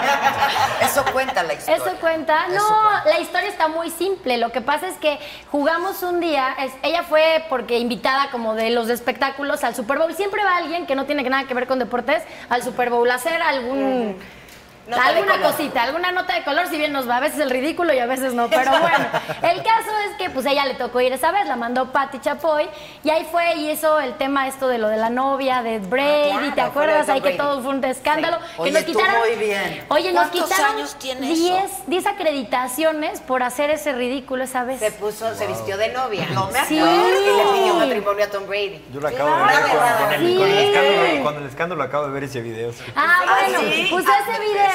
Speaker 1: harta. Eso cuenta la historia.
Speaker 6: ¿Eso cuenta? No,
Speaker 1: Eso cuenta.
Speaker 6: la historia está muy simple. Lo que pasa es que jugamos un día, es- ella fue porque invitada como de los de espectáculos al Super Bowl. Siempre va alguien que no tiene nada que ver con deportes al Super Bowl a hacer algún...
Speaker 5: Nota de
Speaker 6: alguna
Speaker 5: color.
Speaker 6: cosita, alguna nota de color, si bien nos va a veces el ridículo y a veces no, pero bueno. El caso es que pues ella le tocó ir esa vez, la mandó Patti Chapoy y ahí fue y hizo el tema esto de lo de la novia de Brady,
Speaker 5: Ah, claro, fue lo
Speaker 6: ¿te
Speaker 5: de
Speaker 6: acuerdas?
Speaker 5: Tom
Speaker 6: Ahí que
Speaker 5: Brady.
Speaker 6: todo fue un escándalo.
Speaker 1: Sí.
Speaker 6: Que
Speaker 1: Oye,
Speaker 6: nos
Speaker 1: estuvo
Speaker 6: quitaron,
Speaker 1: muy bien.
Speaker 6: Oye, nos
Speaker 1: ¿Cuántos
Speaker 6: quitaron
Speaker 1: años tiene eso?
Speaker 6: 10, 10 acreditaciones por hacer ese ridículo esa vez.
Speaker 5: Se puso, se vistió de novia. No
Speaker 1: me
Speaker 6: Sí.
Speaker 5: acuerdo. Y le pidió matrimonio a Tom Brady.
Speaker 3: Yo lo acabo de ver
Speaker 5: Claro.
Speaker 3: con, con el,
Speaker 6: Sí.
Speaker 3: con el escándalo, con el escándalo acabo de ver ese video. sí.
Speaker 6: Ah,
Speaker 5: Ah,
Speaker 6: bueno,
Speaker 5: sí.
Speaker 6: pues
Speaker 5: Ah,
Speaker 6: ese
Speaker 5: perfecto.
Speaker 6: video,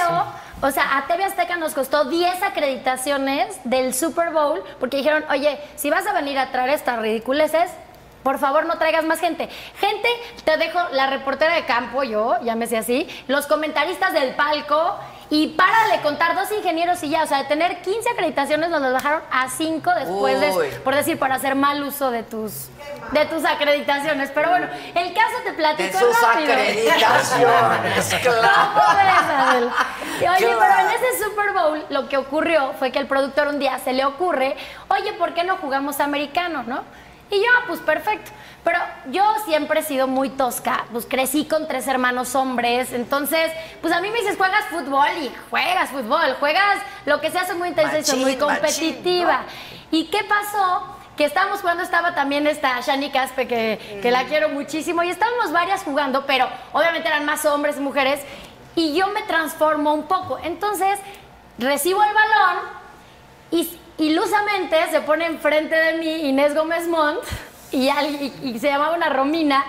Speaker 6: o sea, a TV Azteca nos costó 10 acreditaciones del Super Bowl porque dijeron, oye, si vas a venir a traer estas ridiculeces, por favor no traigas más gente. Gente, te dejo la reportera de campo, yo, llámese así, los comentaristas del palco. Y para de contar dos ingenieros y ya, o sea, de tener 15 acreditaciones nos las bajaron a 5 después, de-
Speaker 1: Uy.
Speaker 6: por decir, por hacer mal uso de tus, de tus acreditaciones. Pero bueno, el caso te
Speaker 1: De
Speaker 6: platico
Speaker 1: sus
Speaker 6: rápido.
Speaker 1: acreditaciones,
Speaker 6: ¿Cómo
Speaker 1: claro.
Speaker 6: ves, Adel? Y Oye,
Speaker 1: Claro.
Speaker 6: pero en ese Super Bowl lo que ocurrió fue que el productor un día se le ocurre, oye, ¿por qué no jugamos americano, no? Y yo, "Ah, pues perfecto. Pero yo siempre he sido muy tosca, pues crecí con tres hermanos hombres, entonces, pues a mí me dices, juegas fútbol y juegas fútbol, juegas lo que sea, soy muy intensa y soy muy
Speaker 1: Machín, machín,
Speaker 6: competitiva. ¿Y qué pasó? Que estábamos jugando, estaba también esta Shani Caspe, que, que la
Speaker 1: Mm.
Speaker 6: quiero muchísimo, y estábamos varias jugando, pero obviamente eran más hombres y mujeres, y yo me transformo un poco. Entonces, recibo el balón y ilusamente se pone enfrente de mí Inés Gómez Montt y, alguien- y- y se llamaba una Romina,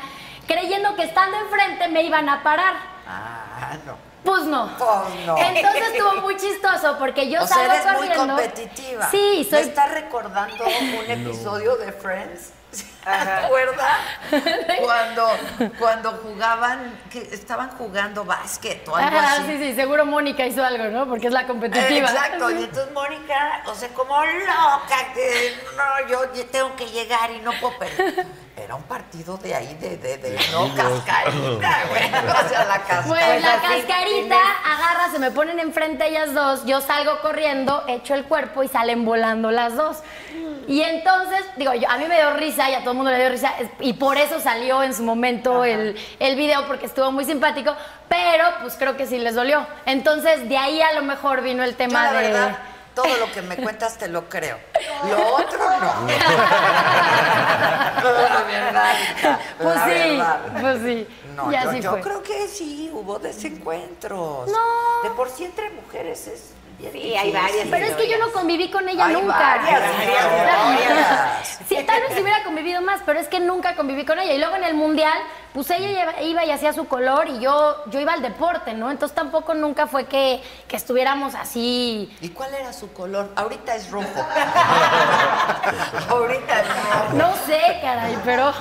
Speaker 6: creyendo que estando enfrente me iban a parar.
Speaker 1: Ah, no.
Speaker 6: Pues no.
Speaker 1: Pues no.
Speaker 6: Entonces estuvo muy chistoso porque yo
Speaker 1: o sea,
Speaker 6: salgo
Speaker 1: eres
Speaker 6: corriendo.
Speaker 1: muy competitiva.
Speaker 6: Sí,
Speaker 1: ¿Me
Speaker 6: soy
Speaker 1: estás recordando un episodio de Friends? ¿Te acuerdas? cuando, cuando jugaban, que estaban jugando básquet o algo
Speaker 6: Ajá,
Speaker 1: así.
Speaker 6: sí, sí, seguro Mónica hizo algo, ¿no? Porque es la
Speaker 1: Eh,
Speaker 6: competitiva.
Speaker 1: Exacto,
Speaker 6: Sí.
Speaker 1: y entonces Mónica, o sea, como loca, que no, yo ya tengo que llegar y no puedo perder. Era un partido de ahí, de, de, de no cascarita, güey. O sea, la cascarita.
Speaker 6: Pues la
Speaker 1: sí,
Speaker 6: cascarita agarra, se me ponen enfrente ellas dos, yo salgo corriendo, echo el cuerpo y salen volando las dos. Y entonces, digo, yo, a mí me dio risa y a todo el mundo le dio risa es- y por eso salió en su momento el, el video porque estuvo muy simpático, pero pues creo que sí les dolió. Entonces de ahí a lo mejor vino el
Speaker 1: Yo, la
Speaker 6: tema de...
Speaker 1: verdad, todo lo que me cuentas te lo creo. Lo otro no. la verdad. hija,
Speaker 6: Pues
Speaker 1: la
Speaker 6: sí,
Speaker 1: verdad.
Speaker 6: pues sí.
Speaker 1: No,
Speaker 6: y
Speaker 1: yo,
Speaker 6: así
Speaker 1: yo
Speaker 6: fue.
Speaker 1: creo que sí, hubo desencuentros.
Speaker 6: No.
Speaker 1: De por sí entre mujeres es bien
Speaker 5: Sí, hay
Speaker 1: difícil.
Speaker 5: varias
Speaker 6: Pero es que yo no conviví con ella
Speaker 1: Hay
Speaker 6: nunca.
Speaker 1: varias, varias, varias.
Speaker 6: Sí, tal vez si hubiera convivido más, pero es que nunca conviví con ella. Y luego en el mundial, pues ella lleva- iba y hacía su color y yo, yo iba al deporte, ¿no? Entonces tampoco nunca fue que, que estuviéramos así.
Speaker 1: ¿Y cuál era su color? Ahorita es rojo. Ahorita es rojo.
Speaker 6: No sé, caray, pero,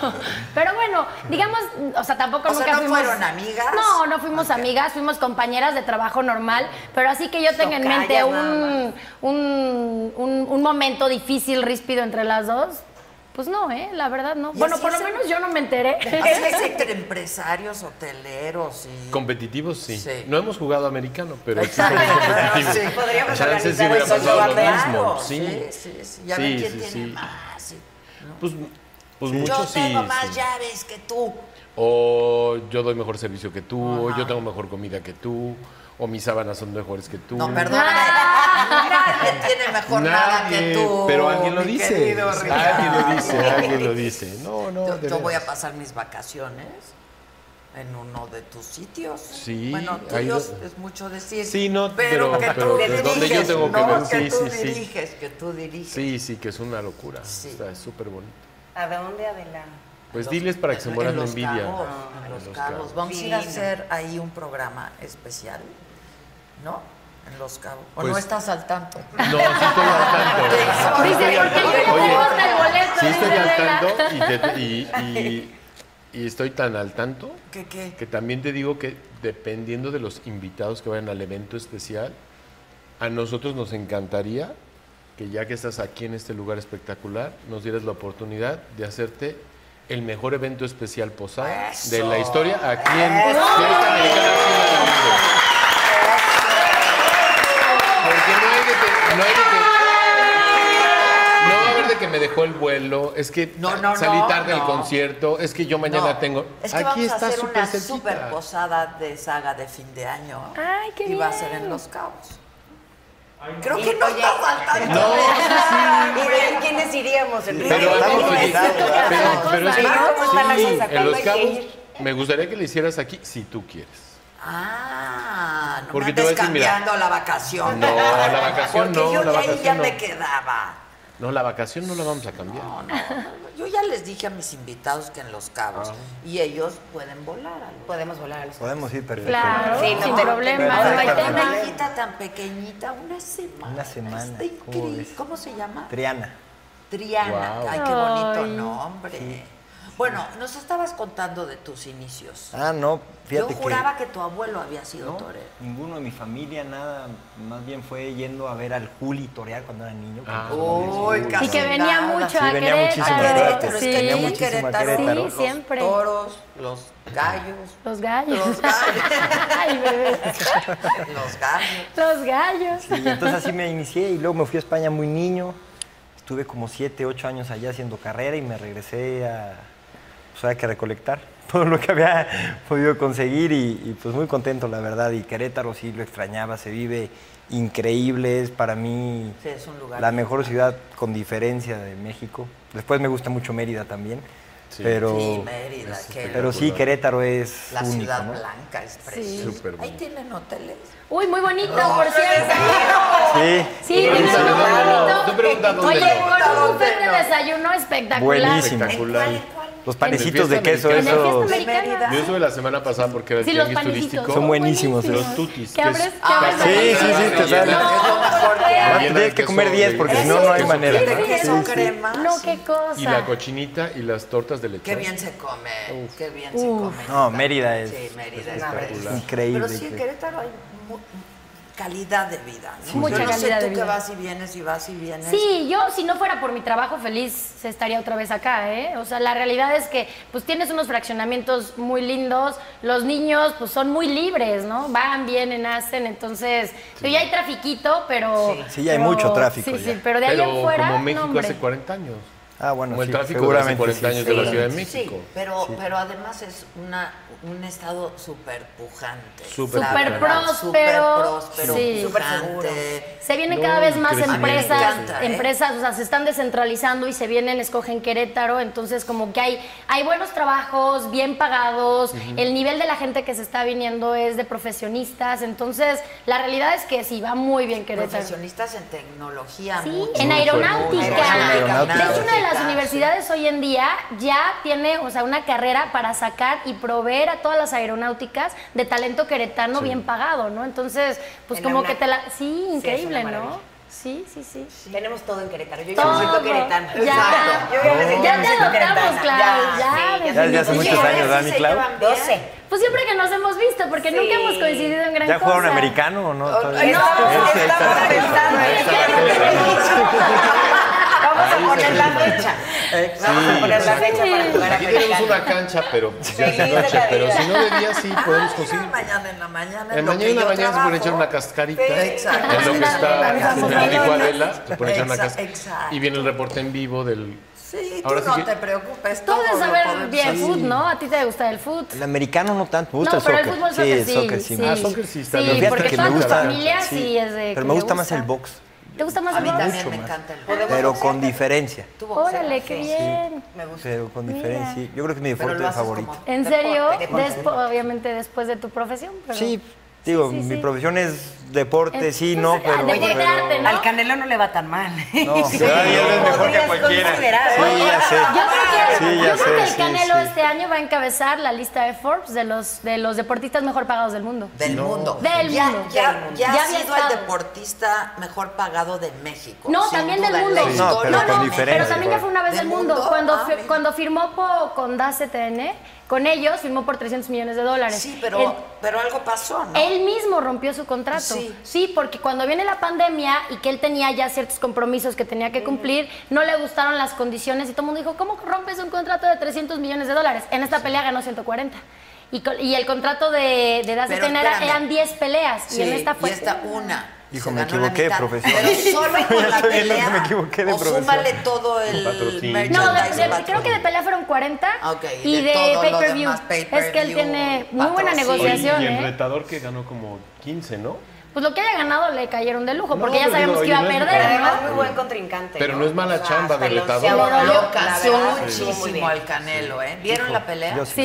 Speaker 6: pero bueno, digamos, o sea, tampoco
Speaker 1: O sea,
Speaker 6: nunca
Speaker 1: ¿no
Speaker 6: fuimos.
Speaker 1: fueron amigas?
Speaker 6: No, no fuimos amigas, fuimos compañeras de trabajo normal, pero así que yo tengo en
Speaker 5: Tocayas
Speaker 6: mente
Speaker 5: nada
Speaker 6: un, un, un- un momento difícil, ríspido entre las dos. Pues no, ¿eh? La verdad no. Bueno,
Speaker 1: así
Speaker 6: por lo
Speaker 1: se-
Speaker 6: menos yo no me enteré.
Speaker 1: Así es entre empresarios, hoteleros y...
Speaker 4: Competitivos, sí.
Speaker 1: Sí.
Speaker 4: No hemos jugado americano, pero sí somos
Speaker 1: Pero
Speaker 4: competitivos.
Speaker 1: sí,
Speaker 5: Podríamos
Speaker 4: Chances sí
Speaker 5: organizar
Speaker 4: hubiera
Speaker 5: eso,
Speaker 4: pasado lo
Speaker 5: claro.
Speaker 4: mismo.
Speaker 1: Sí,
Speaker 4: Sí,
Speaker 1: sí, sí. Ya
Speaker 4: Sí,
Speaker 1: ven quién
Speaker 4: sí,
Speaker 1: tiene
Speaker 4: sí.
Speaker 1: más. sí.
Speaker 4: Pues, pues
Speaker 1: Yo
Speaker 4: muchos sí.
Speaker 1: tengo más
Speaker 4: sí.
Speaker 1: llaves que tú.
Speaker 4: O yo doy mejor servicio que tú, o yo tengo mejor comida que tú, o mis sábanas son mejores que tú.
Speaker 1: No, perdóname. Nadie tiene mejor nada que
Speaker 4: Nadie,
Speaker 1: tú.
Speaker 4: Pero alguien lo
Speaker 1: mi
Speaker 4: dice.
Speaker 1: querido
Speaker 4: Alguien lo
Speaker 1: Ricardo.
Speaker 4: dice, alguien lo dice. No, no.
Speaker 1: Yo,
Speaker 4: de
Speaker 1: yo voy a
Speaker 4: veras.
Speaker 1: pasar mis vacaciones en uno de tus sitios.
Speaker 4: Sí,
Speaker 1: Bueno,
Speaker 4: ahí
Speaker 1: tuyos
Speaker 4: lo-
Speaker 1: es mucho decir.
Speaker 4: Sí, no,
Speaker 1: pero,
Speaker 4: pero-
Speaker 1: que
Speaker 4: pero
Speaker 1: tú
Speaker 4: de
Speaker 1: diriges,
Speaker 4: donde yo tengo que
Speaker 1: no,
Speaker 4: ver, sí,
Speaker 1: tú
Speaker 4: sí, sí.
Speaker 1: diriges, que tú diriges.
Speaker 4: Sí, sí, que es una locura.
Speaker 1: Sí.
Speaker 4: Está súper bonito.
Speaker 5: ¿A dónde, Adela?
Speaker 4: Pues
Speaker 1: Los-
Speaker 4: diles para que se
Speaker 1: en-
Speaker 4: mueran
Speaker 1: en
Speaker 4: de
Speaker 1: Los
Speaker 4: envidia.
Speaker 1: Cabos,
Speaker 4: Ah,
Speaker 1: en
Speaker 4: en
Speaker 1: los
Speaker 4: Los
Speaker 1: cabos.
Speaker 4: Cabos.
Speaker 1: Vamos a ir a
Speaker 5: Divino.
Speaker 1: hacer ahí un programa especial, ¿no? En los cabos. ¿O no
Speaker 4: Pues-
Speaker 1: estás al tanto?
Speaker 4: No, sí estoy
Speaker 1: Dice,
Speaker 4: al tanto. Estoy al
Speaker 1: ¿por qué yo
Speaker 4: tanto.
Speaker 1: no
Speaker 4: Oye,
Speaker 1: tengo
Speaker 6: hasta el boleto?
Speaker 4: Sí
Speaker 6: Dice
Speaker 4: estoy al
Speaker 6: Adela.
Speaker 4: tanto y, te- y- y- y estoy tan al tanto
Speaker 1: ¿Qué qué?
Speaker 4: que también te digo que dependiendo de los invitados que vayan al evento especial, a nosotros nos encantaría que ya que estás aquí en este lugar espectacular, nos dieras la oportunidad de hacerte el mejor evento especial posada de la historia aquí en Fiesta Americana China del Mundo. Porque no hay de que, no hay de que, no va a haber de que me dejó el vuelo, es que
Speaker 1: No, no,
Speaker 4: salí
Speaker 1: no,
Speaker 4: tarde del
Speaker 1: no.
Speaker 4: concierto, es que yo mañana
Speaker 1: No,
Speaker 4: tengo.
Speaker 1: Es que
Speaker 4: Aquí
Speaker 1: vamos a
Speaker 4: está
Speaker 1: hacer
Speaker 4: súper
Speaker 1: una
Speaker 4: cerquita.
Speaker 1: super posada de saga de fin de año.
Speaker 6: Ay, qué
Speaker 1: Y va a ser
Speaker 6: bien.
Speaker 1: en Los Cabos. Creo que no está faltando.
Speaker 4: No,
Speaker 5: ¿Y de ahí quiénes iríamos, Enrique?
Speaker 4: Pero,
Speaker 3: Estamos
Speaker 4: vamos, oye,
Speaker 3: invitados, ¿verdad?
Speaker 4: pero-
Speaker 6: Otra
Speaker 4: pero es que
Speaker 5: cosa, ¿no? ¿Cómo está la
Speaker 4: sí,
Speaker 5: cosa?
Speaker 4: en
Speaker 5: ¿Cuándo
Speaker 4: Los
Speaker 5: hay que
Speaker 4: Cabos
Speaker 5: ir?
Speaker 4: me gustaría que lo hicieras aquí si tú quieres.
Speaker 1: Ah, no
Speaker 4: Porque
Speaker 1: me
Speaker 4: te voy
Speaker 1: andes
Speaker 4: a decir, mira.
Speaker 1: cambiando la vacación.
Speaker 4: No, la vacación
Speaker 1: Porque
Speaker 4: no,
Speaker 1: yo
Speaker 4: la
Speaker 1: de ahí ya
Speaker 4: vacación no.
Speaker 1: me quedaba.
Speaker 4: No, la vacación no la vamos a cambiar.
Speaker 1: Yo ya les dije a mis invitados que en Los
Speaker 3: Ah.
Speaker 1: Cabos. Y ellos pueden volar. a Los
Speaker 5: Podemos volar a los
Speaker 3: Podemos ir perfecto.
Speaker 6: Claro,
Speaker 5: Sí, no
Speaker 6: sin
Speaker 5: te-
Speaker 6: problema, no hay
Speaker 3: Perfecto.
Speaker 1: Cabos. Una
Speaker 6: tema.
Speaker 1: hijita tan pequeñita, una semana.
Speaker 3: Una semana,
Speaker 1: Está
Speaker 3: ¿cómo
Speaker 1: increíble.
Speaker 3: ves?
Speaker 1: ¿Cómo se llama?
Speaker 3: Triana.
Speaker 1: Triana.
Speaker 4: Guau.
Speaker 1: Ay, qué bonito
Speaker 6: Ay.
Speaker 1: nombre. Bueno, nos estabas contando de tus inicios.
Speaker 3: Ah, no, fíjate
Speaker 1: Yo juraba que... tu abuelo había sido
Speaker 3: No,
Speaker 1: torero.
Speaker 3: ninguno de mi familia, nada. Más bien fue yendo a ver al Juli torear cuando era niño.
Speaker 4: Ah.
Speaker 1: Uy, casi.
Speaker 6: Y que venía
Speaker 1: Nada.
Speaker 6: mucho
Speaker 1: Sí,
Speaker 6: a
Speaker 3: venía muchísimo,
Speaker 1: A
Speaker 3: Querétaro,
Speaker 1: Querétaro,
Speaker 6: Querétaro.
Speaker 1: es
Speaker 6: Sí,
Speaker 1: que venía
Speaker 3: Venía
Speaker 1: muy
Speaker 3: muchísimo a
Speaker 1: Querétaro.
Speaker 3: Querétaro.
Speaker 1: Los
Speaker 6: Sí, siempre.
Speaker 1: toros, los gallos,
Speaker 6: los gallos.
Speaker 1: Los gallos.
Speaker 6: Ay, bebé.
Speaker 1: los gallos.
Speaker 6: Los gallos.
Speaker 3: Y entonces así me inicié y luego me fui a España muy niño. Estuve como 7, 8 años allá haciendo carrera y me regresé a, pues, a que recolectar todo lo que había podido conseguir y, y, pues muy contento la verdad. Y Querétaro sí lo extrañaba, se vive increíble, es para mí
Speaker 1: Sí, es un lugar.
Speaker 3: la mejor ciudad con diferencia de México. Después me gusta mucho Mérida también,
Speaker 4: Sí.
Speaker 3: pero,
Speaker 4: Oh,
Speaker 1: Sí, Mérida, qué
Speaker 3: pero sí, Querétaro es
Speaker 1: La
Speaker 3: único.
Speaker 1: ciudad
Speaker 3: ¿no?
Speaker 1: blanca es preciosa.
Speaker 4: Súper
Speaker 1: Ahí
Speaker 4: bonito.
Speaker 1: tienen hoteles.
Speaker 6: Uy, muy bonito, por cierto.
Speaker 3: Sí,
Speaker 6: Sí,
Speaker 4: Tú
Speaker 6: tenemos
Speaker 4: pregúntale
Speaker 6: un
Speaker 4: dónde no,
Speaker 6: bonito.
Speaker 4: tú pregunta dónde
Speaker 6: Oye,
Speaker 4: no.
Speaker 6: con un buffet
Speaker 1: ¿Dónde
Speaker 6: de
Speaker 1: no?
Speaker 6: desayuno espectacular.
Speaker 3: buenísimo.
Speaker 4: Espectacular.
Speaker 3: Los panecitos de queso,
Speaker 4: En el
Speaker 6: En el
Speaker 3: esos...
Speaker 6: fiesta
Speaker 1: Mérida.
Speaker 6: americana.
Speaker 4: Yo estuve la semana pasada porque era el
Speaker 6: Sí, los
Speaker 4: tianguis
Speaker 6: panecitos.
Speaker 4: turístico.
Speaker 3: Son buenísimos,
Speaker 4: Los tutis.
Speaker 6: ¿Qué
Speaker 4: que es Ah,
Speaker 6: abres? ¿Qué
Speaker 4: carne
Speaker 6: abres?
Speaker 3: Sí, sí, sí,
Speaker 4: rellena
Speaker 3: te sale.
Speaker 6: No,
Speaker 3: Ah, tienes que comer 10 porque si no,
Speaker 4: Eso,
Speaker 3: no hay
Speaker 4: queso
Speaker 3: manera.
Speaker 4: crema.
Speaker 1: ¿De queso crema?
Speaker 6: No, qué cosa.
Speaker 4: Y la cochinita y las tortas de leche.
Speaker 1: Qué bien se come, qué bien se come.
Speaker 3: No, Mérida es
Speaker 1: Sí, Mérida es
Speaker 3: espectacular.
Speaker 1: preciosa.
Speaker 3: Increíble.
Speaker 1: Pero sí, en Querétaro hay mu- calidad de vida. ¿no?
Speaker 6: Mucha
Speaker 1: Yo no sé
Speaker 6: calidad
Speaker 1: tú
Speaker 6: de
Speaker 1: que
Speaker 6: vida.
Speaker 1: vas y vienes y vas y vienes.
Speaker 6: Sí, yo si no fuera por mi trabajo feliz, se estaría otra vez acá, ¿eh? O sea, la realidad es que pues tienes unos fraccionamientos muy lindos, los niños pues son muy libres, ¿no? Van, vienen, hacen, entonces, digo, ya hay trafiquito, pero...
Speaker 3: Sí, ya hay
Speaker 6: pero-
Speaker 3: mucho tráfico
Speaker 6: Sí,
Speaker 3: ya.
Speaker 6: sí, pero de ahí
Speaker 4: Pero
Speaker 6: en fuera,
Speaker 4: como
Speaker 6: no,
Speaker 4: México
Speaker 6: hombre.
Speaker 4: hace 40 años.
Speaker 3: Ah, bueno,
Speaker 4: Como el
Speaker 3: sí,
Speaker 4: tráfico de hace
Speaker 3: seguramente
Speaker 4: 40
Speaker 3: sí,
Speaker 4: años de la
Speaker 6: sí.
Speaker 4: Ciudad de
Speaker 1: Sí,
Speaker 4: México.
Speaker 1: pero, pero además es una, un estado súper pujante.
Speaker 4: Súper
Speaker 1: la
Speaker 6: Súper
Speaker 1: verdad,
Speaker 6: próspero.
Speaker 1: Súper próspero,
Speaker 6: Sí.
Speaker 1: súper pujante.
Speaker 6: Se vienen
Speaker 4: No,
Speaker 6: cada vez más
Speaker 4: crecimiento.
Speaker 6: empresas,
Speaker 1: Me encanta, ¿eh?
Speaker 6: empresas, o sea, se están descentralizando y se vienen, escogen Querétaro, entonces como que hay, hay buenos trabajos, bien pagados, el nivel de la gente que se está viniendo es de profesionistas, entonces la realidad es que sí, va muy bien Querétaro.
Speaker 1: Pues, Profesionistas en tecnología.
Speaker 6: Sí,
Speaker 1: mucho.
Speaker 6: en aeronáutica.
Speaker 3: Aeronáutica.
Speaker 6: Es una de las
Speaker 1: Sí.
Speaker 6: universidades hoy en día ya tiene, o sea, una carrera para sacar y proveer a todas las aeronáuticas de talento queretano bien pagado, ¿no? Entonces, pues
Speaker 5: En la
Speaker 6: como
Speaker 5: UNAM.
Speaker 6: que te la sí, increíble,
Speaker 5: una maravilla.
Speaker 6: ¿no? Sí, sí, sí.
Speaker 5: Tenemos todo en Querétaro. Yo ya
Speaker 6: Todo.
Speaker 5: me siento queretana.
Speaker 6: Ya. Exacto.
Speaker 5: Yo ya me siento
Speaker 6: Ya te
Speaker 5: siento
Speaker 6: adoptamos,
Speaker 5: queretana.
Speaker 6: Clau, ya,
Speaker 5: sí,
Speaker 3: Ya desde hace
Speaker 6: Oye,
Speaker 3: muchos
Speaker 6: a ver
Speaker 3: años, ¿verdad, mi Clau?
Speaker 5: 12.
Speaker 6: Pues siempre que nos hemos visto, porque
Speaker 5: Sí.
Speaker 6: nunca hemos coincidido en gran
Speaker 3: ¿Ya
Speaker 6: cosa.
Speaker 3: jugaron americano o no? Todavía no.
Speaker 5: Estamos,
Speaker 3: Ese,
Speaker 5: estamos
Speaker 3: esa-
Speaker 5: pensando. Vamos a poner la fecha. Vamos a poner la fecha para jugar a
Speaker 4: Aquí tenemos
Speaker 5: americano.
Speaker 4: una cancha, pero pues, ya es de
Speaker 5: Feliz de la
Speaker 4: noche. Pero
Speaker 5: vida.
Speaker 4: si no de día, Pues sí podemos
Speaker 1: Ah, mira,
Speaker 4: conseguir.
Speaker 1: mañana en la mañana.
Speaker 4: Eh,
Speaker 1: en lo
Speaker 4: mañana
Speaker 1: que
Speaker 4: en la
Speaker 1: yo
Speaker 4: mañana se pueden
Speaker 1: trabajo.
Speaker 4: echar una cascarita.
Speaker 5: Sí.
Speaker 1: Exacto.
Speaker 4: En lo que está,
Speaker 1: Exacto.
Speaker 4: me dijo Adela, se pueden echar una
Speaker 1: Exa-
Speaker 4: cascarita.
Speaker 1: exacto.
Speaker 4: Y viene el reporte en vivo del.
Speaker 1: Sí, tú
Speaker 4: Ahora sí
Speaker 1: no
Speaker 4: que-
Speaker 1: te preocupes.
Speaker 6: Tú
Speaker 1: todo
Speaker 6: debes
Speaker 1: lo
Speaker 6: saber
Speaker 1: podemos
Speaker 6: bien
Speaker 1: hacer.
Speaker 6: food, ¿no? A ti te gusta el food.
Speaker 3: El americano no tanto, me gusta
Speaker 6: no,
Speaker 3: el soccer.
Speaker 6: pero el fútbol soccer sí,
Speaker 3: soccer
Speaker 6: sí.
Speaker 3: me
Speaker 4: Ah,
Speaker 3: gusta.
Speaker 4: soccer sí está
Speaker 6: Sí,
Speaker 4: bien.
Speaker 3: Fíjate
Speaker 6: porque
Speaker 3: que
Speaker 6: toda
Speaker 3: me
Speaker 6: tu
Speaker 3: gusta-
Speaker 6: familia sí,
Speaker 3: sí,
Speaker 6: es de
Speaker 3: Pero
Speaker 6: que
Speaker 3: me
Speaker 6: le
Speaker 3: gusta más el box,
Speaker 6: ¿Te gusta más
Speaker 1: A
Speaker 6: el
Speaker 1: mí
Speaker 6: box?
Speaker 1: también
Speaker 3: Mucho
Speaker 1: me
Speaker 3: más.
Speaker 1: encanta el box.
Speaker 5: Podemos
Speaker 3: pero
Speaker 5: hacer
Speaker 3: con
Speaker 5: también.
Speaker 3: diferencia.
Speaker 1: Tú boxeas.
Speaker 6: Órale, qué
Speaker 5: Sí.
Speaker 6: bien.
Speaker 5: Me gusta.
Speaker 3: Pero con
Speaker 6: Mira.
Speaker 3: diferencia. sí. Yo creo que es mi
Speaker 1: Pero
Speaker 3: deporte
Speaker 1: lo haces
Speaker 3: favorito.
Speaker 1: como-
Speaker 6: ¿En
Speaker 5: Deporte,
Speaker 6: serio?
Speaker 5: deporte.
Speaker 6: Despo- obviamente después de tu profesión. pero-
Speaker 3: Sí, digo,
Speaker 6: sí,
Speaker 3: mi
Speaker 6: sí.
Speaker 3: profesión es deporte, sí,
Speaker 6: Entonces,
Speaker 3: no,
Speaker 6: ah,
Speaker 3: pero...
Speaker 6: deporte,
Speaker 3: pero-
Speaker 6: arte, ¿no?
Speaker 5: Al Canelo no le va tan mal.
Speaker 3: No,
Speaker 5: Sí.
Speaker 3: todavía él es mejor que
Speaker 5: Podrías
Speaker 3: cualquiera.
Speaker 5: considerar.
Speaker 3: Sí, ya sé.
Speaker 6: Yo creo que,
Speaker 3: Sí, ya
Speaker 6: yo creo que
Speaker 3: sé,
Speaker 6: el
Speaker 3: sí,
Speaker 6: Canelo
Speaker 3: sí.
Speaker 6: este año va a encabezar la lista de Forbes de los, de los deportistas mejor pagados del mundo.
Speaker 1: Del mundo.
Speaker 6: Del
Speaker 1: ya,
Speaker 6: mundo.
Speaker 1: Ya,
Speaker 6: Del mundo.
Speaker 1: ya
Speaker 6: Ya
Speaker 1: ha
Speaker 6: había
Speaker 1: sido
Speaker 6: estado.
Speaker 1: el deportista mejor pagado de México.
Speaker 6: No,
Speaker 1: sin
Speaker 6: también del
Speaker 1: duda, en
Speaker 6: mundo.
Speaker 1: la
Speaker 3: Sí, no,
Speaker 1: historia
Speaker 3: pero
Speaker 1: de
Speaker 3: con
Speaker 1: México.
Speaker 3: diferencia.
Speaker 6: pero también ya fue una vez
Speaker 1: ¿Del
Speaker 6: del mundo.
Speaker 1: mundo?
Speaker 6: Cuando,
Speaker 1: Ah,
Speaker 6: fi-
Speaker 1: mira.
Speaker 6: cuando firmó po- con DAS CTN, con ellos firmó por 300 millones de dólares.
Speaker 1: Sí, pero,
Speaker 6: El-
Speaker 1: pero algo pasó, ¿no?
Speaker 6: Él mismo rompió su contrato.
Speaker 1: Sí.
Speaker 6: Sí. porque cuando viene la pandemia y que él tenía ya ciertos compromisos que tenía que cumplir, no le gustaron las condiciones y todo el mundo dijo, ¿cómo rompes un contrato de 300 millones de dólares? En esta pelea ganó 140. Y, co- y el contrato de, de Dazn
Speaker 1: Pero
Speaker 6: Stena era-
Speaker 1: espérame.
Speaker 6: eran 10 peleas
Speaker 1: Sí,
Speaker 6: y en esta fue...
Speaker 1: esta una.
Speaker 3: Hijo,
Speaker 1: Se
Speaker 3: me
Speaker 1: ganó la
Speaker 3: equivoqué de
Speaker 1: mitad.
Speaker 3: profesión.
Speaker 1: Pero solo por la
Speaker 3: estoy viendo
Speaker 1: pelea.
Speaker 3: que me equivoqué de
Speaker 1: o
Speaker 3: profesión.
Speaker 1: súmale todo el
Speaker 7: Patrocinio.
Speaker 1: merchandising.
Speaker 6: No, de- de-
Speaker 1: patrocinio.
Speaker 6: creo que de pelea fueron 40
Speaker 1: Ah, ok, y de
Speaker 6: y de,
Speaker 1: todo lo
Speaker 6: pay-per-view.
Speaker 1: demás, pay-per-view,
Speaker 6: Es que él tiene muy
Speaker 1: patrocinio.
Speaker 6: buena
Speaker 7: Oye,
Speaker 6: negociación,
Speaker 7: y el
Speaker 6: ¿eh?
Speaker 7: retador que ganó como 15, ¿no?
Speaker 6: Pues lo que haya ganado le cayeron de lujo,
Speaker 7: No,
Speaker 6: porque ya
Speaker 7: pero
Speaker 6: sabíamos
Speaker 7: digo,
Speaker 6: que iba a
Speaker 7: oye, no es
Speaker 5: Pero
Speaker 6: perder,
Speaker 5: además
Speaker 6: ¿no?
Speaker 5: muy buen contrincante.
Speaker 4: Pero no es mala
Speaker 5: O sea,
Speaker 4: chamba
Speaker 5: hasta
Speaker 4: de
Speaker 5: el
Speaker 4: retador.
Speaker 5: onceavo round,
Speaker 1: Lo
Speaker 5: la
Speaker 1: cazó
Speaker 5: verdad, estuvo muy
Speaker 1: muchísimo
Speaker 5: bien.
Speaker 1: al Canelo, ¿eh? ¿Vieron la pelea?
Speaker 3: yo
Speaker 6: Sí.
Speaker 5: Sí,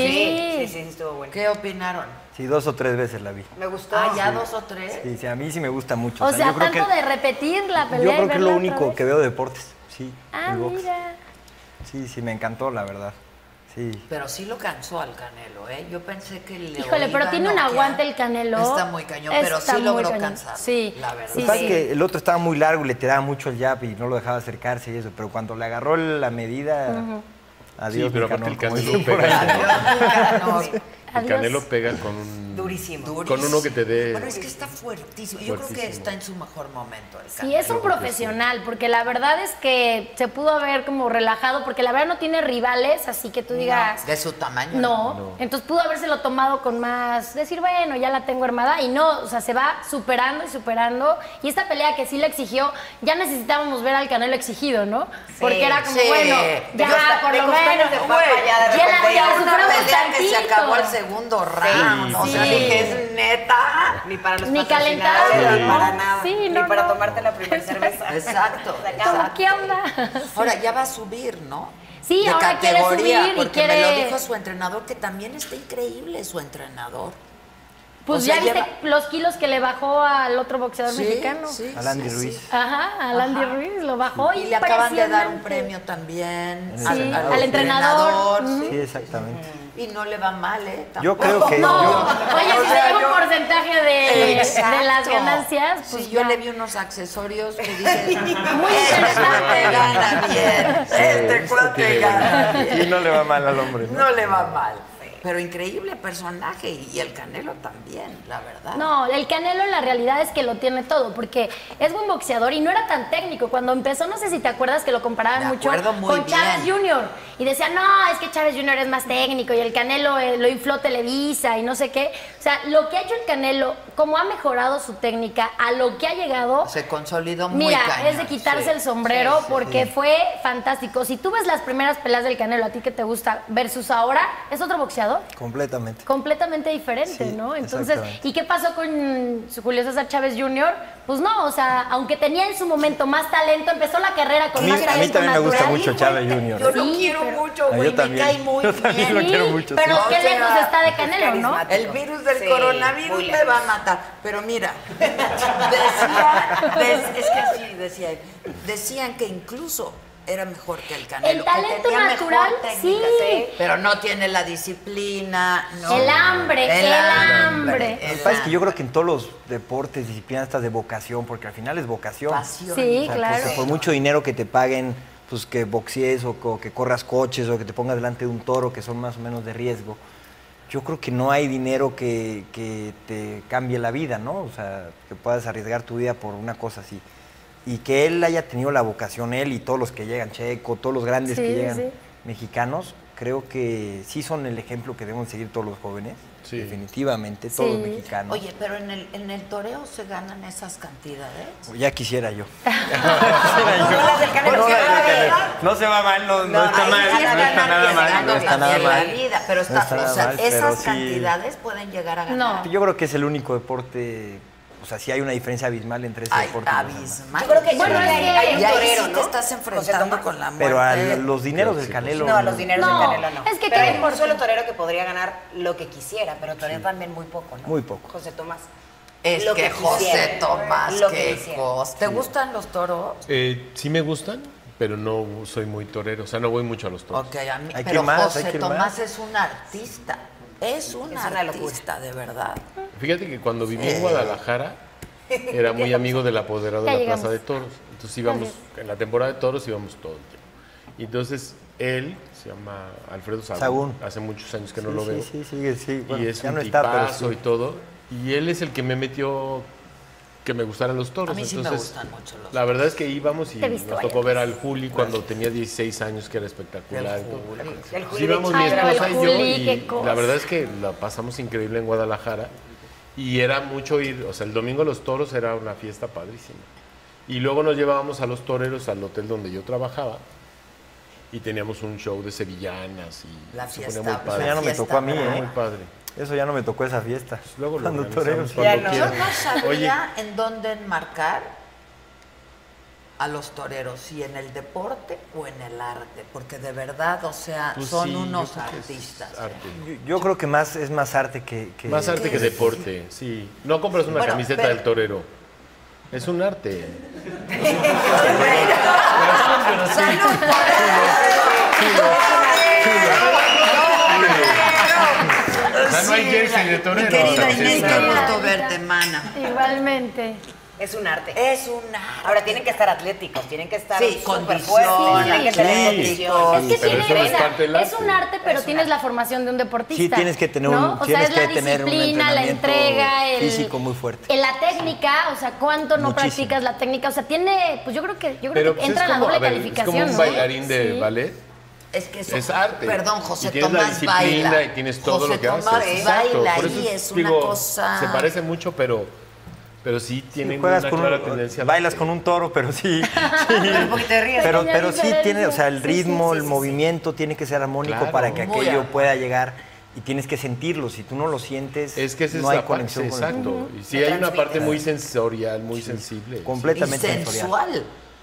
Speaker 5: sí, sí, sí, estuvo bueno.
Speaker 1: ¿Qué opinaron?
Speaker 3: Sí, dos o tres veces la vi.
Speaker 5: Me gustó.
Speaker 1: Ah, ya dos o tres.
Speaker 3: Sí, sí, a mí sí me gusta mucho.
Speaker 6: O sea,
Speaker 3: yo creo
Speaker 6: tanto
Speaker 3: que,
Speaker 6: de repetir la pelea.
Speaker 3: yo
Speaker 6: y
Speaker 3: creo que es lo
Speaker 6: verla otra
Speaker 3: único
Speaker 6: vez.
Speaker 3: que veo de deportes. Sí,
Speaker 6: Ah,
Speaker 3: el box.
Speaker 6: mira.
Speaker 3: Sí, sí, me encantó, la verdad. Sí.
Speaker 1: Pero sí lo cansó al Canelo, ¿eh? Yo pensé que le
Speaker 6: Híjole, pero
Speaker 1: iba a
Speaker 6: tiene un
Speaker 1: noquear.
Speaker 6: aguante el Canelo.
Speaker 1: Está muy cañón, pero
Speaker 6: Está
Speaker 1: sí
Speaker 6: muy
Speaker 1: logró
Speaker 6: cañón.
Speaker 1: cansar.
Speaker 6: Sí,
Speaker 1: La verdad.
Speaker 6: sí,
Speaker 3: Lo que pasa
Speaker 6: sí.
Speaker 3: es que el otro estaba muy largo y le tiraba mucho el jab y no lo dejaba acercarse y eso, pero cuando le agarró la medida, adiós,
Speaker 4: Sí, pero
Speaker 3: Nicanor,
Speaker 4: aparte el
Speaker 3: como
Speaker 4: Canelo
Speaker 3: dicen por
Speaker 4: pega.
Speaker 3: ahí.
Speaker 1: Canelo,
Speaker 4: El Canelo pega con un...
Speaker 5: Durísimo.
Speaker 1: durísimo.
Speaker 4: Con uno que te dé-
Speaker 1: Bueno, es que está fuertísimo. Yo creo que
Speaker 4: Fuertísimo.
Speaker 1: está en su mejor momento el
Speaker 6: Sí,
Speaker 1: Canelo.
Speaker 6: es un profesional, porque la verdad es que se pudo haber como relajado, porque la verdad no tiene rivales, así que tú digas,
Speaker 1: De su tamaño.
Speaker 6: no. Entonces pudo habérselo tomado con más, decir, bueno, ya la tengo armada, y no, o sea, se va superando y superando. Y esta pelea que sí le exigió, ya necesitábamos ver al Canelo exigido, ¿no? porque era como,
Speaker 1: sí.
Speaker 6: bueno, ya,
Speaker 5: De costa-
Speaker 6: por
Speaker 5: de
Speaker 6: lo
Speaker 5: costaños
Speaker 6: menos,
Speaker 5: de papa,
Speaker 6: güey,
Speaker 5: ya de
Speaker 6: ya la-
Speaker 5: repente
Speaker 6: ya
Speaker 5: ya
Speaker 6: la
Speaker 1: Una
Speaker 6: superamos
Speaker 1: pelea que se
Speaker 6: tantito.
Speaker 1: acabó el segundo round. O sea,
Speaker 6: Sí.
Speaker 1: dije, es neta.
Speaker 5: Ni para los
Speaker 6: Ni
Speaker 5: patrocinadores,
Speaker 6: calentada,
Speaker 5: ni
Speaker 6: ¿no?
Speaker 5: para nada.
Speaker 6: Sí,
Speaker 5: ni
Speaker 6: no,
Speaker 5: para
Speaker 6: no.
Speaker 5: tomarte la primera cerveza.
Speaker 1: Exacto.
Speaker 5: Se acaba.
Speaker 6: Como, ¿qué onda?
Speaker 1: Ahora ya va a subir, ¿no?
Speaker 6: Sí, ahora quiere subir y
Speaker 1: porque me
Speaker 6: quiere-
Speaker 1: lo dijo su entrenador, que también está increíble su entrenador.
Speaker 6: Pues
Speaker 1: O sea,
Speaker 6: ya viste
Speaker 1: lleva-
Speaker 6: los kilos que le bajó al otro boxeador
Speaker 1: Sí,
Speaker 6: mexicano.
Speaker 1: sí,
Speaker 3: Al Andy
Speaker 1: sí,
Speaker 3: Ruiz.
Speaker 1: sí.
Speaker 6: Ajá, al Andy Ruiz lo bajó.
Speaker 1: Y le acaban de dar un
Speaker 6: impresionante.
Speaker 1: premio también
Speaker 3: Sí,
Speaker 1: al,
Speaker 3: al
Speaker 6: entrenador.
Speaker 1: entrenador,
Speaker 3: Sí, exactamente.
Speaker 1: sí. Y no le va mal, ¿eh?
Speaker 3: Yo
Speaker 1: Tampoco.
Speaker 3: creo que-
Speaker 6: No,
Speaker 3: Yo-
Speaker 6: oye, si se lleva un porcentaje de,
Speaker 1: Exacto.
Speaker 6: de las ganancias, pues
Speaker 1: sí, yo
Speaker 6: ya.
Speaker 1: le vi unos accesorios que dicen, muy
Speaker 6: interesante.
Speaker 1: Este gana bien, este cuate
Speaker 4: tiene
Speaker 1: gana bien.
Speaker 3: Y no le va mal al hombre. ¿no?
Speaker 1: No le va mal. Pero increíble personaje y y el Canelo también, la verdad.
Speaker 6: No, el Canelo la realidad es que lo tiene todo, porque es buen boxeador y no era tan técnico. Cuando empezó, no sé si te acuerdas que lo comparaban
Speaker 1: Me
Speaker 6: mucho
Speaker 1: acuerdo muy
Speaker 6: con Chávez
Speaker 1: bien.
Speaker 6: Jr. Y decían, no, es que Chávez Jr. es más técnico y el Canelo eh, lo infló Televisa y no sé qué. O sea, lo que ha hecho el Canelo, como ha mejorado su técnica, a lo que ha llegado,
Speaker 1: Se consolidó muy
Speaker 6: Mira,
Speaker 1: cañón.
Speaker 6: es de quitarse
Speaker 1: sí.
Speaker 6: el sombrero porque fue fantástico. Si tú ves las primeras peleas del Canelo, a ti que te gusta, versus ahora, es otro boxeador
Speaker 3: Completamente.
Speaker 6: completamente diferente,
Speaker 3: Sí,
Speaker 6: ¿no? Entonces,
Speaker 3: exactamente.
Speaker 6: ¿y qué pasó con su Julio César Chávez Jr.? Pues no, o sea, aunque tenía en su momento más talento, empezó la carrera
Speaker 3: A
Speaker 6: con
Speaker 3: mí,
Speaker 6: más
Speaker 3: a
Speaker 6: talento
Speaker 3: mí también me gusta
Speaker 6: natural.
Speaker 3: mucho Chávez
Speaker 1: Yo
Speaker 3: Jr.
Speaker 1: lo
Speaker 6: Sí,
Speaker 1: quiero
Speaker 6: pero-
Speaker 1: mucho,
Speaker 3: Ah,
Speaker 1: güey, me
Speaker 3: yo
Speaker 1: cae
Speaker 3: también.
Speaker 1: muy
Speaker 3: Yo también
Speaker 1: bien.
Speaker 3: lo
Speaker 6: Sí,
Speaker 3: quiero mucho,
Speaker 6: Pero
Speaker 3: sí.
Speaker 1: O
Speaker 6: qué
Speaker 1: sea,
Speaker 6: lejos está de Canelo, ¿no?
Speaker 5: carismático.
Speaker 1: El virus del
Speaker 5: Sí,
Speaker 1: coronavirus
Speaker 5: muy
Speaker 1: me
Speaker 5: lejos.
Speaker 1: va a matar. Pero mira, decía, des- es que así decía él, decían que incluso era mejor que el Canelo. que
Speaker 6: El talento
Speaker 1: tenía mejor
Speaker 6: natural,
Speaker 1: técnica,
Speaker 6: sí.
Speaker 1: Pero no tiene la disciplina. no.
Speaker 6: El hambre, el hambre.
Speaker 1: el
Speaker 3: Lo que pasa es que yo creo que en todos los deportes, disciplinas, estas de vocación, porque al final es vocación.
Speaker 1: pasión.
Speaker 6: Sí,
Speaker 3: O sea,
Speaker 6: claro.
Speaker 3: pues, por mucho dinero que te paguen, pues que boxees o, co- que corras coches o que te pongas delante de un toro, que son más o menos de riesgo, yo creo que no hay dinero que, que te cambie la vida, ¿no? O sea, que puedas arriesgar tu vida por una cosa así. Y que él haya tenido la vocación, él y todos los que llegan, Checo, todos los grandes
Speaker 6: Sí,
Speaker 3: que llegan
Speaker 6: sí.
Speaker 3: mexicanos, creo que sí son el ejemplo que deben seguir todos los jóvenes,
Speaker 4: Sí.
Speaker 3: definitivamente, todos los
Speaker 6: Sí.
Speaker 3: mexicanos.
Speaker 1: Oye, pero en el, en el toreo se ganan esas cantidades.
Speaker 3: Ya quisiera yo.
Speaker 1: Ah,
Speaker 5: No, las del Canelo,
Speaker 3: Este No,
Speaker 5: sí,
Speaker 3: la-
Speaker 5: la verdad.
Speaker 7: No se va mal, no, no está
Speaker 1: Ahí
Speaker 7: mal,
Speaker 1: sí
Speaker 7: no está
Speaker 1: ganan
Speaker 7: nada
Speaker 1: y
Speaker 7: mal,
Speaker 1: ganan
Speaker 7: no está nada
Speaker 1: bien la
Speaker 7: mal.
Speaker 1: vida, pero
Speaker 3: No
Speaker 1: está-
Speaker 3: está nada
Speaker 1: o sea,
Speaker 3: mal, pero
Speaker 1: esas
Speaker 3: sí.
Speaker 1: cantidades pueden llegar a ganar.
Speaker 6: No.
Speaker 3: Yo creo que es el único deporte, o sea, sí hay una diferencia abismal entre ese
Speaker 1: Ay,
Speaker 3: deporte. y los demás.
Speaker 1: abismal.
Speaker 5: Yo creo que
Speaker 6: Bueno,
Speaker 5: sí,
Speaker 6: es
Speaker 5: hay,
Speaker 6: que-
Speaker 5: hay un
Speaker 1: Y ahí
Speaker 5: torero,
Speaker 1: sí te
Speaker 5: ¿no?
Speaker 1: estás enfrentando
Speaker 5: Tomás.
Speaker 1: con la muerte.
Speaker 3: Pero a los dineros del Canelo.
Speaker 5: No, los dineros
Speaker 6: No,
Speaker 5: del Canelo no.
Speaker 6: es que
Speaker 5: pero
Speaker 6: creo
Speaker 5: hay un
Speaker 6: por-
Speaker 5: solo torero que podría ganar lo que quisiera, pero torero también muy poco, ¿no?
Speaker 3: Muy poco.
Speaker 5: José Tomás.
Speaker 1: Es
Speaker 5: Lo
Speaker 1: que,
Speaker 5: que
Speaker 1: José
Speaker 5: quisiera.
Speaker 1: Tomás,
Speaker 5: Lo que
Speaker 1: que
Speaker 5: quisiera.
Speaker 1: Jos- ¿Te gustan los toros?
Speaker 4: Eh, sí me gustan, pero no soy muy torero. O sea, no voy mucho a los toros.
Speaker 1: Ok, a mí,
Speaker 3: Hay que
Speaker 1: pero
Speaker 3: ir más, hay
Speaker 1: José
Speaker 3: que ir
Speaker 1: Tomás
Speaker 3: más.
Speaker 1: es un artista. Es un
Speaker 5: Es una locura.
Speaker 1: artista, de verdad.
Speaker 4: Fíjate que cuando viví en Guadalajara, era muy amigo del apoderado
Speaker 6: Ya
Speaker 4: de la
Speaker 6: llegamos.
Speaker 4: Plaza de Toros. Entonces íbamos, en la temporada de toros íbamos todo el tiempo. Y entonces él, se llama Alfredo Sagún,
Speaker 3: Sagún.
Speaker 4: hace muchos años que no
Speaker 3: Sí,
Speaker 4: lo
Speaker 3: sí,
Speaker 4: veo.
Speaker 3: Sí, sí, sí. Bueno,
Speaker 4: y es
Speaker 3: ya
Speaker 4: un
Speaker 3: no está, pero
Speaker 4: tipazo
Speaker 3: sí.
Speaker 4: y todo. Y él es el que me metió que me gustaran los
Speaker 1: A
Speaker 4: toros.
Speaker 1: mí sí me
Speaker 4: Entonces,
Speaker 1: gustan mucho los
Speaker 4: La verdad es que íbamos y
Speaker 6: Te he visto
Speaker 4: nos
Speaker 6: varias
Speaker 4: tocó ver al Juli cuando tenía 16 años, que era espectacular.
Speaker 1: El Juli.
Speaker 5: El
Speaker 4: Pues
Speaker 5: Juli de
Speaker 4: íbamos mi
Speaker 6: Ay, no, el
Speaker 4: esposa y yo
Speaker 6: Juli,
Speaker 4: y
Speaker 6: qué cosa.
Speaker 4: la verdad es que la pasamos increíble en Guadalajara Y era mucho ir, o sea, el domingo los toros era una fiesta padrísima. Y luego nos llevábamos a los toreros al hotel donde yo trabajaba y teníamos un show de sevillanas y
Speaker 1: La
Speaker 4: se ponía
Speaker 1: fiesta,
Speaker 4: muy
Speaker 1: la
Speaker 4: padre.
Speaker 3: Ya no me
Speaker 1: fiesta
Speaker 3: tocó a mí,
Speaker 1: brava.
Speaker 3: ¿eh?
Speaker 4: Muy padre.
Speaker 3: Eso ya no me tocó esa fiesta.
Speaker 4: Pues Luego lo
Speaker 3: Cuando toreros.
Speaker 4: organizamos cuando
Speaker 5: Ya no.
Speaker 1: Yo
Speaker 4: quieran.
Speaker 1: no
Speaker 4: Oye,
Speaker 1: sabía en dónde enmarcar a los toreros, si en el deporte o en el arte, porque de verdad, o sea,
Speaker 4: pues
Speaker 1: son
Speaker 4: sí, yo
Speaker 1: unos
Speaker 4: creo que es
Speaker 1: artistas. ¿eh?
Speaker 4: arte.
Speaker 3: Yo, yo creo que más es más arte que, que-
Speaker 4: Más arte que
Speaker 1: es-
Speaker 4: deporte, sí. No compras una
Speaker 1: Bueno,
Speaker 4: camiseta
Speaker 1: pero-
Speaker 4: del torero. Es un arte.
Speaker 1: ¡Salud por
Speaker 4: O sea, no hay jersey de
Speaker 1: Mi
Speaker 4: torero.
Speaker 1: querida
Speaker 4: O sea, pues
Speaker 1: Inés,
Speaker 4: sí,
Speaker 1: qué
Speaker 4: claro.
Speaker 1: gusto verte, mana.
Speaker 6: Igualmente.
Speaker 5: Es un arte.
Speaker 1: Es una...
Speaker 5: Ahora tienen que estar atléticos, tienen que estar
Speaker 1: Sí,
Speaker 5: súper
Speaker 1: condición,
Speaker 5: fuertes, tienen que tener
Speaker 1: atléticos.
Speaker 5: condición.
Speaker 6: Es que
Speaker 4: pero
Speaker 6: tiene,
Speaker 4: eso no es
Speaker 6: o sea,
Speaker 4: parte del
Speaker 6: es
Speaker 4: arte.
Speaker 6: un arte, pero tienes la formación de un
Speaker 3: Sí,
Speaker 6: deportista.
Speaker 3: tienes que tener un,
Speaker 6: ¿no? O sea,
Speaker 3: tienes
Speaker 6: es la
Speaker 3: que tener un
Speaker 6: disciplina, la
Speaker 3: entrenamiento
Speaker 6: entrega, el
Speaker 3: físico muy fuerte.
Speaker 6: en la técnica, o sea, cuánto no
Speaker 3: Muchísimo.
Speaker 6: practicas la técnica, o sea, tiene, pues yo creo que yo creo
Speaker 4: Pero
Speaker 6: que
Speaker 4: pues, es
Speaker 6: entra la
Speaker 4: como,
Speaker 6: doble
Speaker 4: a ver, es
Speaker 6: calificación,
Speaker 4: como un
Speaker 6: ¿no?
Speaker 4: bailarín de
Speaker 6: Sí.
Speaker 4: ballet.
Speaker 1: Es que eso-
Speaker 4: Es arte.
Speaker 1: Perdón, José
Speaker 4: y tienes la
Speaker 1: Tomás
Speaker 4: disciplina
Speaker 1: baila.
Speaker 4: y tienes todo
Speaker 1: José
Speaker 4: lo que
Speaker 1: Tomás
Speaker 4: haces. Exacto,
Speaker 1: baila
Speaker 4: por eso
Speaker 1: y es
Speaker 4: digo,
Speaker 1: una cosa.
Speaker 4: Se parece mucho, pero, pero sí tienen
Speaker 3: Sí,
Speaker 4: una
Speaker 3: con
Speaker 4: clara
Speaker 3: un-
Speaker 4: tendencia. al
Speaker 3: bailas
Speaker 4: arte.
Speaker 3: con un toro, pero sí. sí.
Speaker 5: Porque te ríes.
Speaker 3: pero
Speaker 6: Pequeña
Speaker 3: pero sí
Speaker 6: diferencia.
Speaker 3: tiene, o sea, el
Speaker 6: Sí, sí,
Speaker 3: ritmo,
Speaker 6: sí,
Speaker 3: el
Speaker 6: sí,
Speaker 3: movimiento tiene que ser armónico
Speaker 4: Claro.
Speaker 3: para que
Speaker 1: Muy
Speaker 3: aquello
Speaker 1: armónico.
Speaker 3: pueda llegar y tienes que sentirlo. Si tú no lo sientes,
Speaker 4: Es que esa
Speaker 3: no
Speaker 4: es
Speaker 3: hay
Speaker 4: la parte,
Speaker 3: conexión con el
Speaker 4: exacto.
Speaker 3: público.
Speaker 4: Y sí hay una parte muy sensorial, muy sensible.
Speaker 1: y
Speaker 3: Completamente sensorial.
Speaker 1: sensual.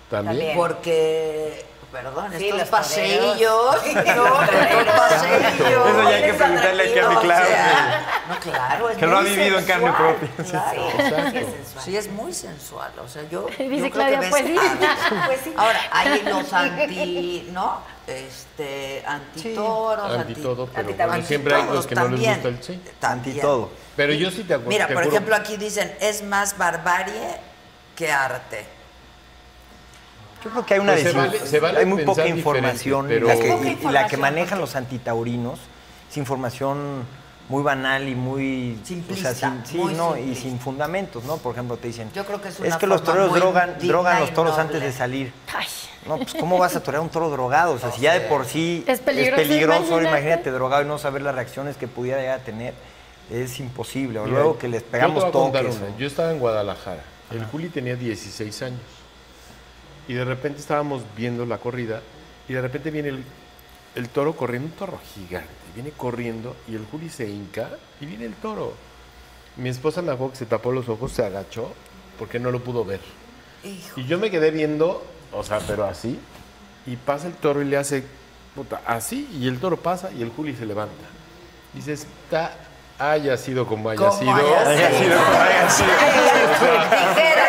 Speaker 4: También.
Speaker 1: Porque, perdón,
Speaker 5: Sí,
Speaker 1: estos
Speaker 5: los
Speaker 1: paseillos,
Speaker 5: toreros.
Speaker 1: no, estos paseillos.
Speaker 3: Eso ya hay que
Speaker 1: es
Speaker 3: preguntarle aquí a mi
Speaker 1: atractivo,
Speaker 3: claro,
Speaker 1: o sea, No, claro, es
Speaker 3: que lo ha
Speaker 1: muy
Speaker 3: vivido en carne
Speaker 1: sensual,
Speaker 3: propia.
Speaker 1: claro.
Speaker 4: Exacto.
Speaker 1: Sí, es muy sensual. O sea, yo.
Speaker 6: Dice
Speaker 1: yo creo que
Speaker 6: Claudia,
Speaker 1: ves
Speaker 6: pues sí.
Speaker 1: algo.
Speaker 5: Pues sí.
Speaker 1: Ahora, hay los anti. ¿No? Este. Antitoros.
Speaker 4: Anti todo, pero
Speaker 1: anti-
Speaker 4: bueno, siempre hay los que no les
Speaker 1: antitoros
Speaker 4: gusta el- sí.
Speaker 1: también.
Speaker 3: Anti todo.
Speaker 4: Pero yo sí te acuerdo.
Speaker 1: Mira, por ejemplo, aquí dicen: es más barbarie que arte.
Speaker 3: Yo creo que hay una
Speaker 4: Pues se
Speaker 3: desin-
Speaker 4: vale- se vale
Speaker 3: hay muy
Speaker 4: pensar
Speaker 3: poca información
Speaker 4: diferente,
Speaker 3: la
Speaker 4: pero-
Speaker 3: que,
Speaker 4: Es poca
Speaker 3: y- y la que manejan los antitaurinos es información muy banal y muy o sea,
Speaker 1: Simplista,
Speaker 3: sin- sí,
Speaker 1: muy
Speaker 3: no, y
Speaker 1: simplista.
Speaker 3: sin fundamentos, ¿no? Por ejemplo, te dicen,
Speaker 1: Yo creo que es
Speaker 3: es
Speaker 1: una
Speaker 3: que los
Speaker 1: forma
Speaker 3: toreros
Speaker 1: muy
Speaker 3: drogan,
Speaker 1: digna
Speaker 3: drogan
Speaker 1: y
Speaker 3: los toros
Speaker 1: noble".
Speaker 3: antes de salir.
Speaker 6: Ay,
Speaker 3: No, pues ¿cómo vas a torear un toro drogado? O sea, si ya de por sí
Speaker 6: Es peligroso,
Speaker 3: peligroso, ahora
Speaker 6: imagínate.
Speaker 3: imagínate drogado y no saber las reacciones que pudiera llegar a tener, es imposible. O
Speaker 4: Mira,
Speaker 3: luego que les
Speaker 4: yo
Speaker 3: pegamos
Speaker 4: te voy a contar
Speaker 3: toques.
Speaker 4: una.
Speaker 3: o-
Speaker 4: Yo estaba en Guadalajara. El Juli tenía 16 años. Y de repente estábamos viendo la corrida y de repente viene el, el toro corriendo, un toro gigante. Viene corriendo y el Juli se hinca y viene el toro. Mi esposa me acuerdo que se tapó los ojos, se agachó porque no lo pudo ver.
Speaker 1: Hijo.
Speaker 4: Y yo me quedé viendo, o sea, pero así. Y pasa el toro y le hace puta, así. Y el toro pasa y el Juli se levanta. Dice, está, haya sido como haya
Speaker 1: Como
Speaker 4: sido.
Speaker 1: haya
Speaker 3: Haya sido como haya sido.
Speaker 4: Pero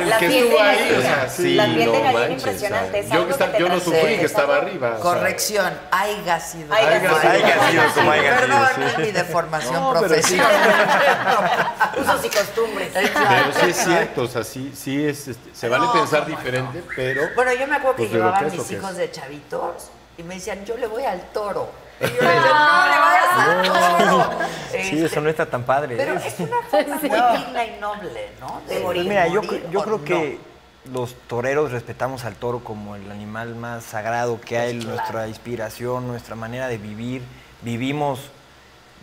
Speaker 4: el
Speaker 5: La
Speaker 4: que
Speaker 5: piel de
Speaker 4: estuvo ahí,
Speaker 5: gallina.
Speaker 4: o sea, sí,
Speaker 5: La piel
Speaker 4: no
Speaker 5: de gallina
Speaker 4: manches,
Speaker 5: impresionante,
Speaker 4: o sea,
Speaker 5: es
Speaker 4: Yo,
Speaker 5: algo
Speaker 4: que
Speaker 5: que
Speaker 4: estaba-
Speaker 5: te
Speaker 4: yo no
Speaker 5: transcende,
Speaker 4: sufrí que
Speaker 5: es
Speaker 4: estaba
Speaker 5: algo-
Speaker 4: arriba. o sea,
Speaker 1: Corrección, haiga sido.
Speaker 5: Haiga Haiga sido. sido.
Speaker 3: Haiga sido como haiga sido,
Speaker 1: Perdón,
Speaker 3: sí.
Speaker 1: es mi deformación
Speaker 3: No, pero sí.
Speaker 1: profesional.
Speaker 5: Usos y costumbres.
Speaker 4: Pero sí es cierto, o sea, sí, sí es, este, se vale
Speaker 1: No,
Speaker 4: pensar
Speaker 1: cómo no.
Speaker 4: diferente, pero...
Speaker 1: Bueno, yo me acuerdo que
Speaker 4: Pues de lo
Speaker 1: llevaban
Speaker 4: que es, lo
Speaker 1: mis
Speaker 4: que es.
Speaker 1: hijos de chavitos y me decían, yo le voy al toro. Y yo le decía, no, le vayas al toro.
Speaker 3: Sí,
Speaker 1: Este,
Speaker 3: eso no está tan padre.
Speaker 1: Pero
Speaker 3: ¿eh?
Speaker 1: es una forma muy digna y noble, ¿no? De
Speaker 3: Pues
Speaker 1: morir.
Speaker 3: mira, yo,
Speaker 1: morir
Speaker 3: yo
Speaker 1: o
Speaker 3: creo que
Speaker 1: no.
Speaker 3: los toreros respetamos al toro como el animal más sagrado que hay, nuestra inspiración, nuestra manera de vivir. Vivimos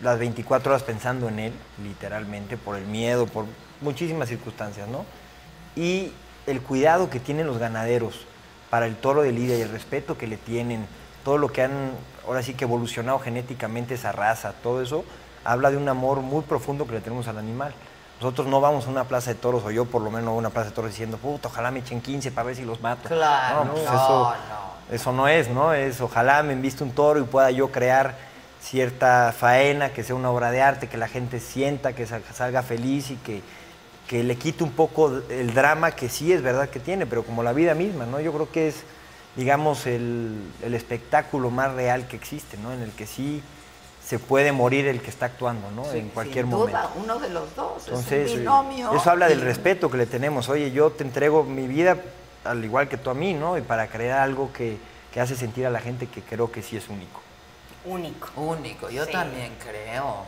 Speaker 3: las 24 horas pensando en él, literalmente, por el miedo, por muchísimas circunstancias, ¿no? Y el cuidado que tienen los ganaderos para el toro de lidia y el respeto que le tienen, todo lo que han ahora sí que evolucionado genéticamente esa raza, todo eso, habla de un amor muy profundo que le tenemos al animal. Nosotros no vamos a una plaza de toros, o yo por lo menos a una plaza de toros diciendo, puta, ojalá me echen 15 para ver si los mato.
Speaker 1: Claro,
Speaker 3: No, pues
Speaker 1: no,
Speaker 3: eso,
Speaker 1: no.
Speaker 3: eso no es, ¿no? Es ojalá me enviste un toro y pueda yo crear cierta faena, que sea una obra de arte, que la gente sienta, que sal- salga feliz y que, que le quite un poco el drama que sí es verdad que tiene, pero como la vida misma, ¿no? Yo creo que es, digamos, el, el espectáculo más real que existe, ¿no? En el que sí se puede morir el que está actuando, ¿no? en cualquier
Speaker 1: Sin
Speaker 3: momento.
Speaker 1: duda, uno de los dos.
Speaker 3: Entonces,
Speaker 1: es un binomio.
Speaker 3: eso habla del
Speaker 1: y-
Speaker 3: respeto que le tenemos. Oye, yo te entrego mi vida al igual que tú a mí, ¿no? Y para crear algo que, que hace sentir a la gente que creo que sí es único.
Speaker 5: Único.
Speaker 1: Único, yo
Speaker 5: Sí.
Speaker 1: también creo.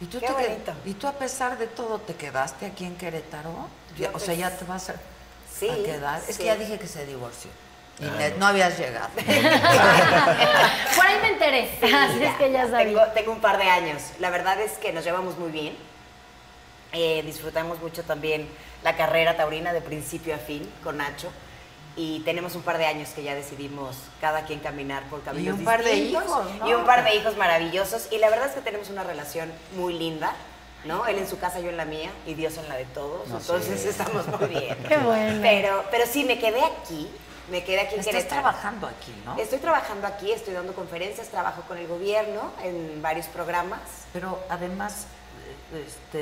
Speaker 1: ¿Y tú,
Speaker 5: Qué
Speaker 1: te qued-
Speaker 5: bonito.
Speaker 1: ¿Y tú a pesar de todo te quedaste aquí en Querétaro? Ya-
Speaker 5: Yo
Speaker 1: o sea,
Speaker 5: pues-
Speaker 1: ya te vas a,
Speaker 5: Sí,
Speaker 1: a quedar. Es
Speaker 5: sí.
Speaker 1: que ya dije que se divorció.
Speaker 3: Ah,
Speaker 1: Inés, no habías llegado.
Speaker 6: Por ahí me enteré. Así es que ya sabía.
Speaker 5: Tengo, tengo un par de años. La verdad es que nos llevamos muy bien. Eh, disfrutamos mucho también la carrera taurina de principio a fin con Nacho. Y tenemos un par de años que ya decidimos cada quien caminar por caminos
Speaker 1: Y un par de
Speaker 5: distintos.
Speaker 1: hijos, ¿no?
Speaker 5: Y un par de hijos maravillosos. Y la verdad es que tenemos una relación muy linda. ¿No? Él en su casa, yo en la mía y Dios en la de todos. Entonces estamos muy bien.
Speaker 6: Qué bueno.
Speaker 5: Pero, pero sí, me quedé aquí. Me quedé aquí en
Speaker 2: Estás
Speaker 5: Querétaro.
Speaker 2: trabajando aquí, ¿no?
Speaker 5: Estoy trabajando aquí, estoy dando conferencias, trabajo con el gobierno en varios programas.
Speaker 2: Pero además, eh, este,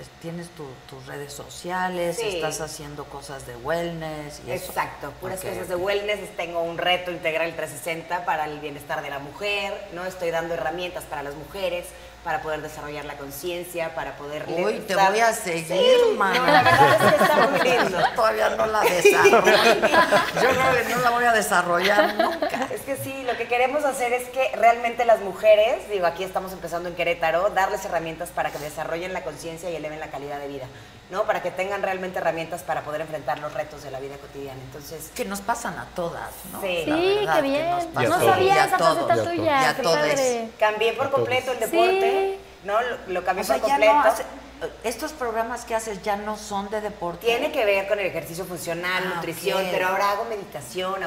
Speaker 2: es- tienes tu- tus redes sociales,
Speaker 5: Sí.
Speaker 2: estás haciendo cosas de wellness y eso.
Speaker 5: Exacto, puras
Speaker 2: Ok,
Speaker 5: cosas
Speaker 2: ok.
Speaker 5: de wellness. Tengo un reto integral 360 para el bienestar de la mujer, ¿no? Estoy dando herramientas para las mujeres para poder desarrollar la conciencia, para poder...
Speaker 1: Uy, te
Speaker 5: dar-
Speaker 1: voy a seguir,
Speaker 5: Sí,
Speaker 1: mana.
Speaker 5: no, la verdad es que está muy lindo.
Speaker 1: Todavía no la desarrollo. Yo creo que no la voy a desarrollar nunca.
Speaker 5: Es que sí, lo que queremos hacer es que realmente las mujeres, digo, aquí estamos empezando en Querétaro, darles herramientas para que desarrollen la conciencia y eleven la calidad de vida, ¿no? Para que tengan realmente herramientas para poder enfrentar los retos de la vida cotidiana. Entonces,
Speaker 1: Que nos pasan a todas, ¿no?
Speaker 5: Sí.
Speaker 1: La
Speaker 6: Sí,
Speaker 1: verdad,
Speaker 6: qué
Speaker 1: que
Speaker 6: bien.
Speaker 1: nos
Speaker 4: Y a
Speaker 1: pasan.
Speaker 6: No
Speaker 4: todos.
Speaker 1: Y
Speaker 6: sabía
Speaker 1: a
Speaker 6: esa
Speaker 1: todos.
Speaker 6: faceta
Speaker 4: todos.
Speaker 1: Y
Speaker 6: tuya.
Speaker 1: a
Speaker 6: Qué
Speaker 1: todos.
Speaker 6: padre.
Speaker 5: cambié por completo el
Speaker 6: Sí.
Speaker 5: deporte, ¿no? Lo, lo cambié
Speaker 2: O sea,
Speaker 5: por
Speaker 2: ya
Speaker 5: completo.
Speaker 2: no hace- estos programas que haces ya no son de deporte.
Speaker 5: Tiene que ver con el ejercicio funcional,
Speaker 2: Ah,
Speaker 5: nutrición,
Speaker 2: ok.
Speaker 5: pero ahora hago meditación,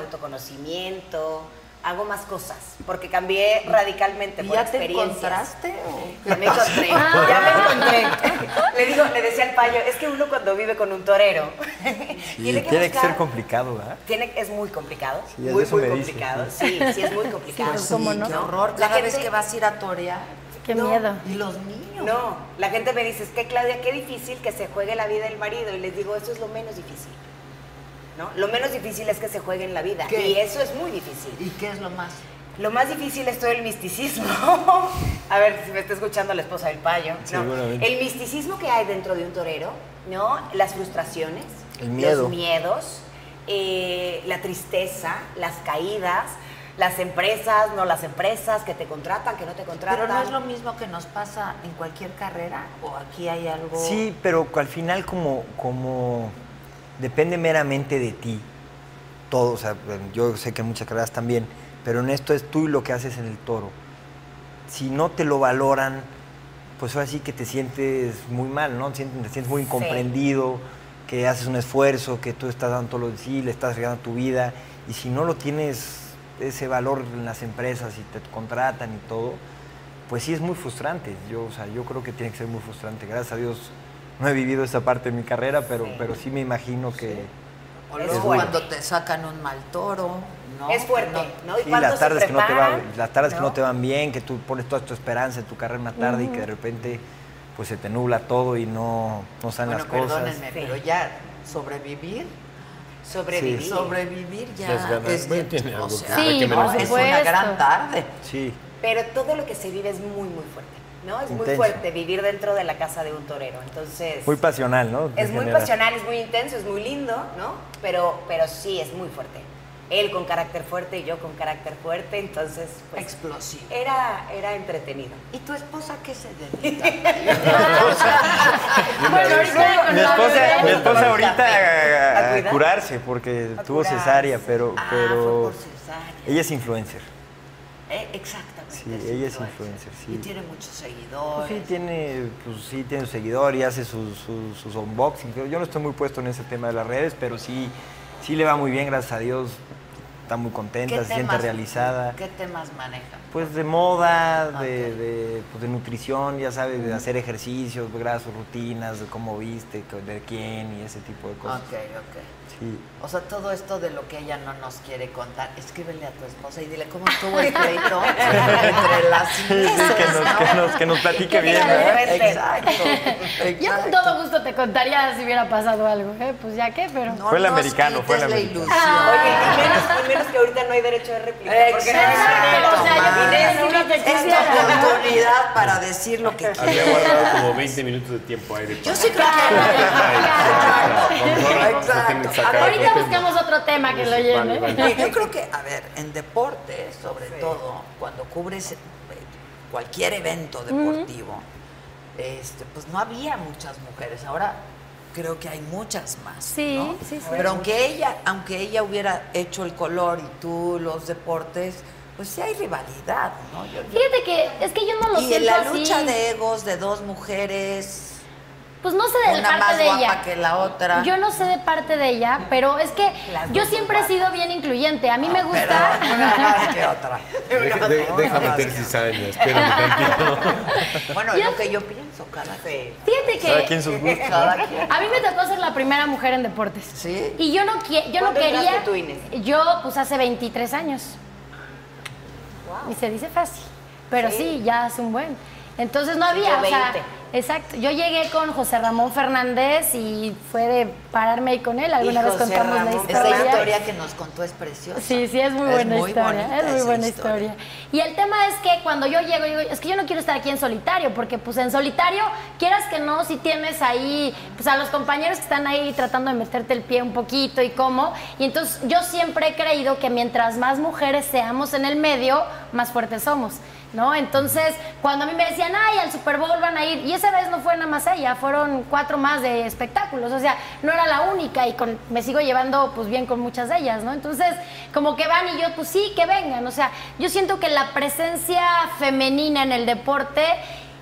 Speaker 5: autoconocimiento, hago más cosas, porque cambié radicalmente
Speaker 2: ¿Y
Speaker 5: por
Speaker 2: ya te
Speaker 5: experiencias.
Speaker 2: encontraste? o
Speaker 5: Ya me encontré, ya me encontré. Ah. Le digo, le decía al payo, es que uno cuando vive con un torero
Speaker 3: Y tiene que
Speaker 5: buscar-
Speaker 3: ser complicado, ¿verdad?
Speaker 5: tiene- es muy complicado,
Speaker 3: Sí,
Speaker 5: muy,
Speaker 3: eso
Speaker 5: muy
Speaker 3: me dice.
Speaker 5: complicado. Sí, sí, es muy complicado.
Speaker 6: pues, ¿cómo
Speaker 5: Sí,
Speaker 6: no?
Speaker 2: qué horror.
Speaker 5: La
Speaker 2: Cada
Speaker 5: gente-
Speaker 2: vez que vas a ir a torear.
Speaker 6: Qué
Speaker 5: No.
Speaker 6: miedo.
Speaker 2: Y los niños.
Speaker 5: No, la gente me dice, es que Claudia, qué difícil que se juegue la vida del marido. Y les digo, eso es lo menos difícil. ¿No? Lo menos difícil es que se juegue en la vida.
Speaker 2: ¿Qué?
Speaker 5: Y eso es muy difícil.
Speaker 2: ¿Y qué es lo más?
Speaker 5: Lo más difícil es todo el misticismo. A ver si me está escuchando la esposa del payo. No.
Speaker 3: Seguramente.
Speaker 5: El misticismo que hay dentro de un torero, ¿no? Las frustraciones,
Speaker 3: El miedo.
Speaker 5: los miedos, eh, la tristeza, las caídas, las empresas, no las empresas que te contratan, que no te contratan.
Speaker 2: Pero no es lo mismo que nos pasa en cualquier carrera o aquí hay algo.
Speaker 3: Sí, pero al final como, como depende meramente de ti. Todo, o sea, yo sé que en muchas carreras también, pero en esto es tú y lo que haces en el toro. Si no te lo valoran, pues ahora sí que te sientes muy mal, ¿no? Te sientes, te sientes muy incomprendido, que haces un esfuerzo, que tú estás dando todo lo de sí, le estás regalando tu vida. Y si no lo tienes ese valor en las empresas y te contratan y todo, pues sí es muy frustrante. Yo, o sea, yo creo que tiene que ser muy frustrante. Gracias a Dios no he vivido esa parte de mi carrera, pero sí, pero sí me imagino que
Speaker 1: O
Speaker 5: Es
Speaker 1: luego
Speaker 5: fuerte.
Speaker 1: cuando te sacan un mal toro, ¿no?
Speaker 5: Es fuerte, ¿no?
Speaker 3: sí,
Speaker 5: Y cuando
Speaker 3: las tardes
Speaker 5: se
Speaker 3: que no te va,
Speaker 5: preparan,
Speaker 3: las tardes que no te van bien, que tú pones toda tu esperanza en tu carrera en una tarde y que de repente pues se te nubla todo y no, no salen
Speaker 1: Bueno,
Speaker 3: las cosas.
Speaker 1: perdónenme, pero ya sobrevivir,
Speaker 5: Sobrevivir.
Speaker 3: Sí.
Speaker 1: sobrevivir ya
Speaker 4: Las ganas.
Speaker 1: es,
Speaker 4: Bueno, tiene
Speaker 1: o
Speaker 4: algo
Speaker 1: sea,
Speaker 6: que- Sí,
Speaker 1: no,
Speaker 6: por
Speaker 1: es una
Speaker 6: supuesto.
Speaker 1: gran tarde.
Speaker 3: Sí,
Speaker 5: Pero todo lo que se vive es muy, muy fuerte, ¿no? Es muy
Speaker 3: Intenso.
Speaker 5: fuerte vivir dentro de la casa de un torero. Entonces,
Speaker 3: muy pasional, ¿no?
Speaker 5: es muy
Speaker 3: Genera-
Speaker 5: pasional, es muy intenso, es muy lindo, ¿no? Pero, pero sí, es muy fuerte. Él con carácter fuerte y yo con carácter fuerte, entonces, pues,
Speaker 2: Explosivo.
Speaker 5: era, era entretenido.
Speaker 2: ¿Y tu esposa qué se dedica?
Speaker 6: Bueno, ahorita con
Speaker 3: Mi
Speaker 6: la
Speaker 3: esposa,
Speaker 6: bebé-
Speaker 3: mi esposa ahorita
Speaker 5: ¿A
Speaker 3: a, a
Speaker 5: cuidar?
Speaker 3: curarse porque
Speaker 5: A
Speaker 3: tuvo
Speaker 5: curarse.
Speaker 3: cesárea, pero,
Speaker 2: Ah,
Speaker 3: pero
Speaker 2: fue por cesárea.
Speaker 3: ella es influencer.
Speaker 2: Eh, exactamente.
Speaker 3: Sí, ella es influencer, sí.
Speaker 2: Y tiene
Speaker 1: Pues
Speaker 2: muchos seguidores.
Speaker 3: Sí, tiene, pues, sí, tiene su seguidor y hace sus, sus, sus unboxing. Yo no estoy muy puesto en ese tema de las redes, pero sí, sí le va muy bien, gracias a Dios. Está muy contenta, se siente realizada.
Speaker 2: ¿Qué temas maneja?
Speaker 3: Pues de moda, de, de, pues, de nutrición, ya sabes, de hacer ejercicios, gracias a sus rutinas, de cómo viste, co- de quién y ese tipo de cosas.
Speaker 1: Ok, ok.
Speaker 3: Sí.
Speaker 1: O sea, todo esto de lo que ella no nos quiere contar, escríbele a tu esposa y dile cómo estuvo el pleito entre las
Speaker 3: Sí, sí, que, nos, que, nos, que nos platique
Speaker 6: Que
Speaker 3: bien,
Speaker 6: diga,
Speaker 3: ¿verdad?
Speaker 6: "Vete".
Speaker 1: Exacto.
Speaker 6: Yo con
Speaker 1: exacto.
Speaker 6: todo gusto te contaría si hubiera pasado algo, ¿eh? Pues ya qué, pero.
Speaker 1: No
Speaker 3: Fue el
Speaker 1: nos
Speaker 3: americano, fue el
Speaker 1: quites la
Speaker 3: americano.
Speaker 1: ilusión.
Speaker 5: Oye, y menos, y menos que ahorita no hay derecho de réplica. porque no hay
Speaker 6: Exacto,
Speaker 5: dinero.
Speaker 6: o sea, yo
Speaker 5: Inés,
Speaker 6: no
Speaker 5: una-
Speaker 6: te
Speaker 1: Es tu
Speaker 6: quisiera.
Speaker 1: oportunidad para decir lo que quieres.
Speaker 7: Había guardado como 20 minutos de tiempo ahí de
Speaker 1: Yo sí creo que...
Speaker 3: pues,
Speaker 1: Exacto.
Speaker 6: Ahorita buscamos otro tema que lo llene.
Speaker 1: Oye, Yo creo que, a ver, en deporte, sobre todo, cuando cubres eh, cualquier evento deportivo, este, pues no había muchas mujeres. Ahora
Speaker 2: creo que hay muchas más.
Speaker 6: Sí,
Speaker 2: ¿no?
Speaker 6: sí, sí.
Speaker 2: Pero aunque ella, aunque ella hubiera hecho el color y tú los deportes, pues sí hay rivalidad, ¿no? Yo- yo-
Speaker 6: Fíjate que es que yo no lo
Speaker 2: y en
Speaker 6: siento
Speaker 2: la
Speaker 6: así.
Speaker 2: lucha de egos de dos mujeres,
Speaker 6: Pues no sé de
Speaker 2: una
Speaker 6: parte
Speaker 2: más
Speaker 6: de
Speaker 2: guapa
Speaker 6: ella.
Speaker 2: que la otra.
Speaker 6: Yo no sé de parte de ella, pero es que
Speaker 2: Las
Speaker 6: yo
Speaker 2: dos
Speaker 6: siempre he sido bien incluyente. A mí
Speaker 1: Ah,
Speaker 6: me
Speaker 2: Pero
Speaker 6: gusta.
Speaker 2: una más que otra.
Speaker 4: Deja- de- deja meter cizaña, espérame tantito.
Speaker 2: Bueno, es
Speaker 6: Yo-
Speaker 2: lo que yo pienso, cada vez.
Speaker 6: Fíjate
Speaker 3: Cada
Speaker 6: que
Speaker 3: quien sus gustos.
Speaker 2: Cada quien.
Speaker 6: a mí me tocó ser la primera mujer en deportes.
Speaker 2: Sí.
Speaker 6: Y yo no qui- yo no
Speaker 5: ¿Cuándo
Speaker 6: quería.
Speaker 5: entraste tú, Inés?
Speaker 6: Yo pues hace 23 años. Y se dice fácil, pero sí, ya hace un buen. Entonces no había,
Speaker 5: yo
Speaker 6: o sea,
Speaker 5: 20.
Speaker 6: exacto. Yo llegué con José Ramón Fernández y fue de pararme ahí con él. Alguna vez
Speaker 5: José
Speaker 6: contamos la
Speaker 5: Ramón,
Speaker 6: historia.
Speaker 2: Esa historia que nos contó es preciosa.
Speaker 6: Sí, sí, es muy buena historia.
Speaker 2: bonita
Speaker 6: Es muy
Speaker 2: esa
Speaker 6: buena historia. Y el tema es que cuando yo llego, digo, es que yo no quiero estar aquí en solitario, porque pues en solitario, quieras que no, si tienes ahí, pues a los compañeros que están ahí tratando de meterte el pie un poquito y cómo. Y entonces yo siempre he creído que mientras más mujeres seamos en el medio, más fuertes somos. ¿No? Entonces, cuando a mí me decían, ay, al Super Bowl van a ir, y esa vez no fue nada más ella, fueron cuatro más de espectáculos, o sea, no era la única y con, me sigo llevando pues bien con muchas de ellas, ¿no? Entonces, como que van y yo, pues sí, que vengan, o sea, yo siento que la presencia femenina en el deporte...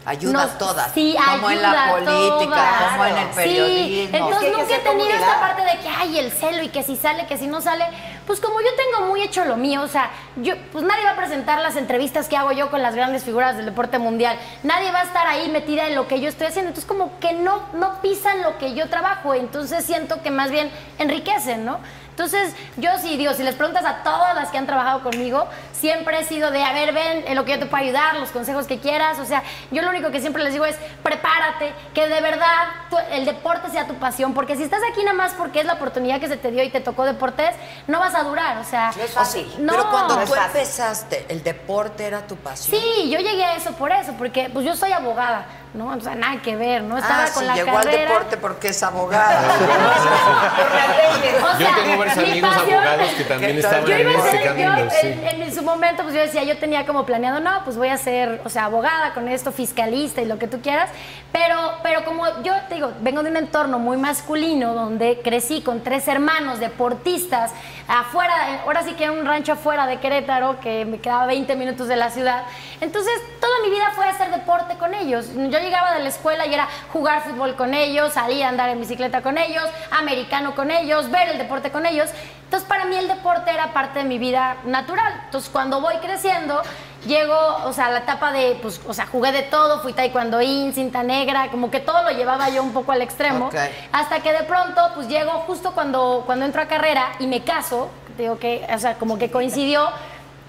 Speaker 2: Ayuda a todas,
Speaker 6: Sí,
Speaker 2: como en la
Speaker 6: ayuda a
Speaker 2: política,
Speaker 6: todas.
Speaker 2: como en el
Speaker 6: Sí,
Speaker 2: periodismo.
Speaker 5: Es que
Speaker 6: entonces
Speaker 5: hay que
Speaker 6: nunca he
Speaker 5: hacer
Speaker 6: tenido esta
Speaker 5: comunidad.
Speaker 6: parte de que hay el celo y que si sale, que si no sale, pues como yo tengo muy hecho lo mío, o sea, yo, pues nadie va a presentar las entrevistas que hago yo con las grandes figuras del deporte mundial, nadie va a estar ahí metida en lo que yo estoy haciendo, entonces como que no, no pisan lo que yo trabajo, entonces siento que más bien enriquecen, ¿no? Entonces, yo sí digo, si les preguntas a todas las que han trabajado conmigo, siempre he sido de, a ver, ven, en lo que yo te puedo ayudar, los consejos que quieras. O sea, yo lo único que siempre les digo es, prepárate, que de verdad tu- el deporte sea tu pasión. Porque si estás aquí nada más porque es la oportunidad que se te dio y te tocó deportes, no vas a durar. O sea,
Speaker 5: No es fácil.
Speaker 6: no.
Speaker 2: Pero cuando
Speaker 5: No es
Speaker 2: tú
Speaker 5: fácil.
Speaker 2: empezaste, el deporte era tu pasión.
Speaker 6: Sí, yo llegué a eso por eso, porque pues yo soy abogada, ¿no? O sea, nada que ver, ¿no? Estaba
Speaker 2: ah,
Speaker 6: con
Speaker 2: sí,
Speaker 6: la
Speaker 2: llegó al
Speaker 6: carrera.
Speaker 2: deporte porque es abogada.
Speaker 5: Por las leyes.
Speaker 4: Yo
Speaker 6: O sea,
Speaker 4: tengo varios
Speaker 6: mi
Speaker 4: amigos
Speaker 6: pasión-
Speaker 4: abogados que también
Speaker 2: que
Speaker 4: estaban
Speaker 6: Yo
Speaker 4: en
Speaker 6: iba a
Speaker 4: ese
Speaker 6: ser, yo,
Speaker 4: camino, sí.
Speaker 6: en, en su momento, pues yo decía, yo tenía como planeado, no, pues voy a ser, o sea, abogada con esto, fiscalista y lo que tú quieras, pero, pero como yo te digo, vengo de un entorno muy masculino donde crecí con tres hermanos deportistas, afuera, ahora sí que en un rancho afuera de Querétaro, que me quedaba 20 minutos de la ciudad, entonces toda mi vida fue hacer deporte con ellos, yo llegaba de la escuela y era jugar fútbol con ellos, salir a andar en bicicleta con ellos, americano con ellos, ver el deporte con ellos, entonces, para mí el deporte era parte de mi vida natural. Entonces, cuando voy creciendo, llego, o sea, a la etapa de, pues, o sea, jugué de todo, fui taekwondoín, cinta negra, como que todo lo llevaba yo un poco al extremo.
Speaker 2: Ok.
Speaker 6: Hasta que de pronto, pues, llego justo cuando, cuando entro a carrera y me caso, digo que, o sea, como que coincidió,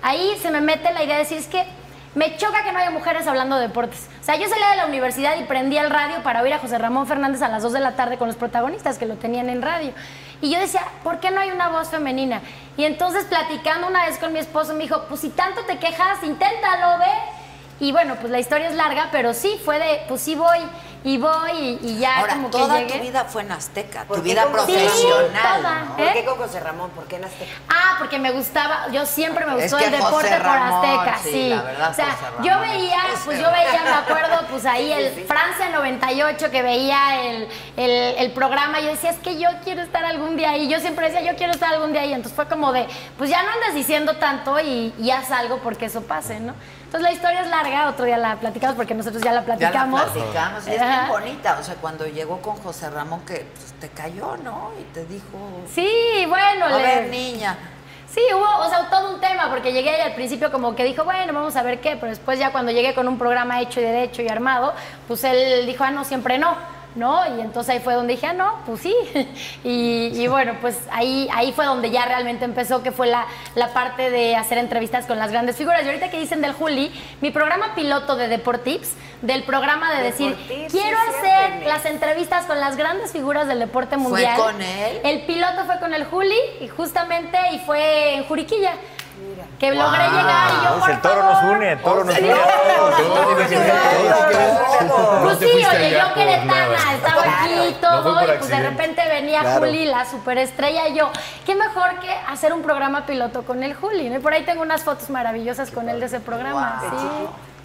Speaker 6: ahí se me mete la idea de decir, es que me choca que no haya mujeres hablando de deportes. O sea, yo salía de la universidad y prendía el radio para oír a José Ramón Fernández a las 2 de la tarde con los protagonistas que lo tenían en radio. Y yo decía, ¿por qué no hay una voz femenina? Y entonces platicando una vez con mi esposo me dijo, pues si tanto te quejas, inténtalo, ve. Y bueno, pues la historia es larga, pero sí, fue de, pues sí voy y voy y, y ya
Speaker 2: Ahora,
Speaker 6: como
Speaker 2: toda
Speaker 6: que llegué.
Speaker 2: tu vida fue en Azteca, tu
Speaker 5: Porque
Speaker 2: vida
Speaker 5: como- Sí,
Speaker 2: profesional.
Speaker 6: toda.
Speaker 2: ¿no?
Speaker 5: ¿Por
Speaker 6: ¿Eh?
Speaker 5: qué con José Ramón? ¿Por qué en Azteca?
Speaker 6: Ah, porque me gustaba, yo siempre me
Speaker 2: Es
Speaker 6: gustó
Speaker 2: que
Speaker 6: el deporte
Speaker 2: José Ramón,
Speaker 6: por Azteca,
Speaker 2: sí,
Speaker 6: sí.
Speaker 2: la verdad,
Speaker 6: o sea,
Speaker 2: José Ramón
Speaker 6: yo
Speaker 2: es
Speaker 6: veía,
Speaker 2: José
Speaker 6: pues yo
Speaker 2: Ramón.
Speaker 6: veía, me acuerdo, pues ahí el Francia 98 que veía el, el, el programa, yo decía, es que yo quiero estar algún día ahí, yo siempre decía, yo quiero estar algún día ahí, entonces fue como de, pues ya no andas diciendo tanto y, y haz algo porque eso pase, ¿no? Entonces la historia es larga, otro día la platicamos porque nosotros ya la
Speaker 2: Ya la
Speaker 6: platicamos.
Speaker 2: platicamos y es bien
Speaker 6: Ajá.
Speaker 2: bonita. O sea, cuando llegó con José Ramón, que pues, te cayó, ¿no? Y te dijo,
Speaker 6: Sí, bueno,
Speaker 2: a
Speaker 6: le-
Speaker 2: ver, niña,
Speaker 6: Sí, hubo, o sea, todo un tema, porque llegué y al principio como que dijo, bueno, vamos a ver qué, pero después ya cuando llegué con un programa hecho y derecho y armado, pues él dijo, ah, no, siempre no, ¿no? Y entonces ahí fue donde dije, ah, no, pues sí. Y, y bueno, pues ahí, ahí fue donde ya realmente empezó, que fue la, la parte de hacer entrevistas con las grandes figuras. Y ahorita que dicen del Juli, mi programa piloto de Deportips, del programa de decir,
Speaker 5: Deportips,
Speaker 6: quiero
Speaker 5: sí,
Speaker 6: hacer
Speaker 5: cierto,
Speaker 6: las entrevistas con las grandes figuras del deporte
Speaker 2: ¿Fue
Speaker 6: mundial.
Speaker 2: con él?
Speaker 6: El piloto fue con el Juli y justamente y fue en Juriquilla. Que logré llegar y yo
Speaker 3: Vamos,
Speaker 6: por
Speaker 3: Ah, pues, el toro nos
Speaker 6: favor.
Speaker 3: une, el toro nos
Speaker 6: Sí,
Speaker 3: une.
Speaker 4: Todo tiene que ver, todo tiene que ver.
Speaker 6: Pues
Speaker 4: No te
Speaker 6: sí,
Speaker 4: fuiste
Speaker 6: oye,
Speaker 4: allá
Speaker 6: yo
Speaker 4: por
Speaker 6: queretana,
Speaker 4: nada.
Speaker 6: estaba aquí todo,
Speaker 4: No fue por
Speaker 6: y pues de
Speaker 4: accidente.
Speaker 6: repente venía
Speaker 3: Claro.
Speaker 6: Juli, la superestrella, y yo, qué mejor que hacer un programa piloto con el Juli, ¿no? Y por ahí tengo unas fotos maravillosas con él de ese programa.
Speaker 5: Guau.
Speaker 6: sí,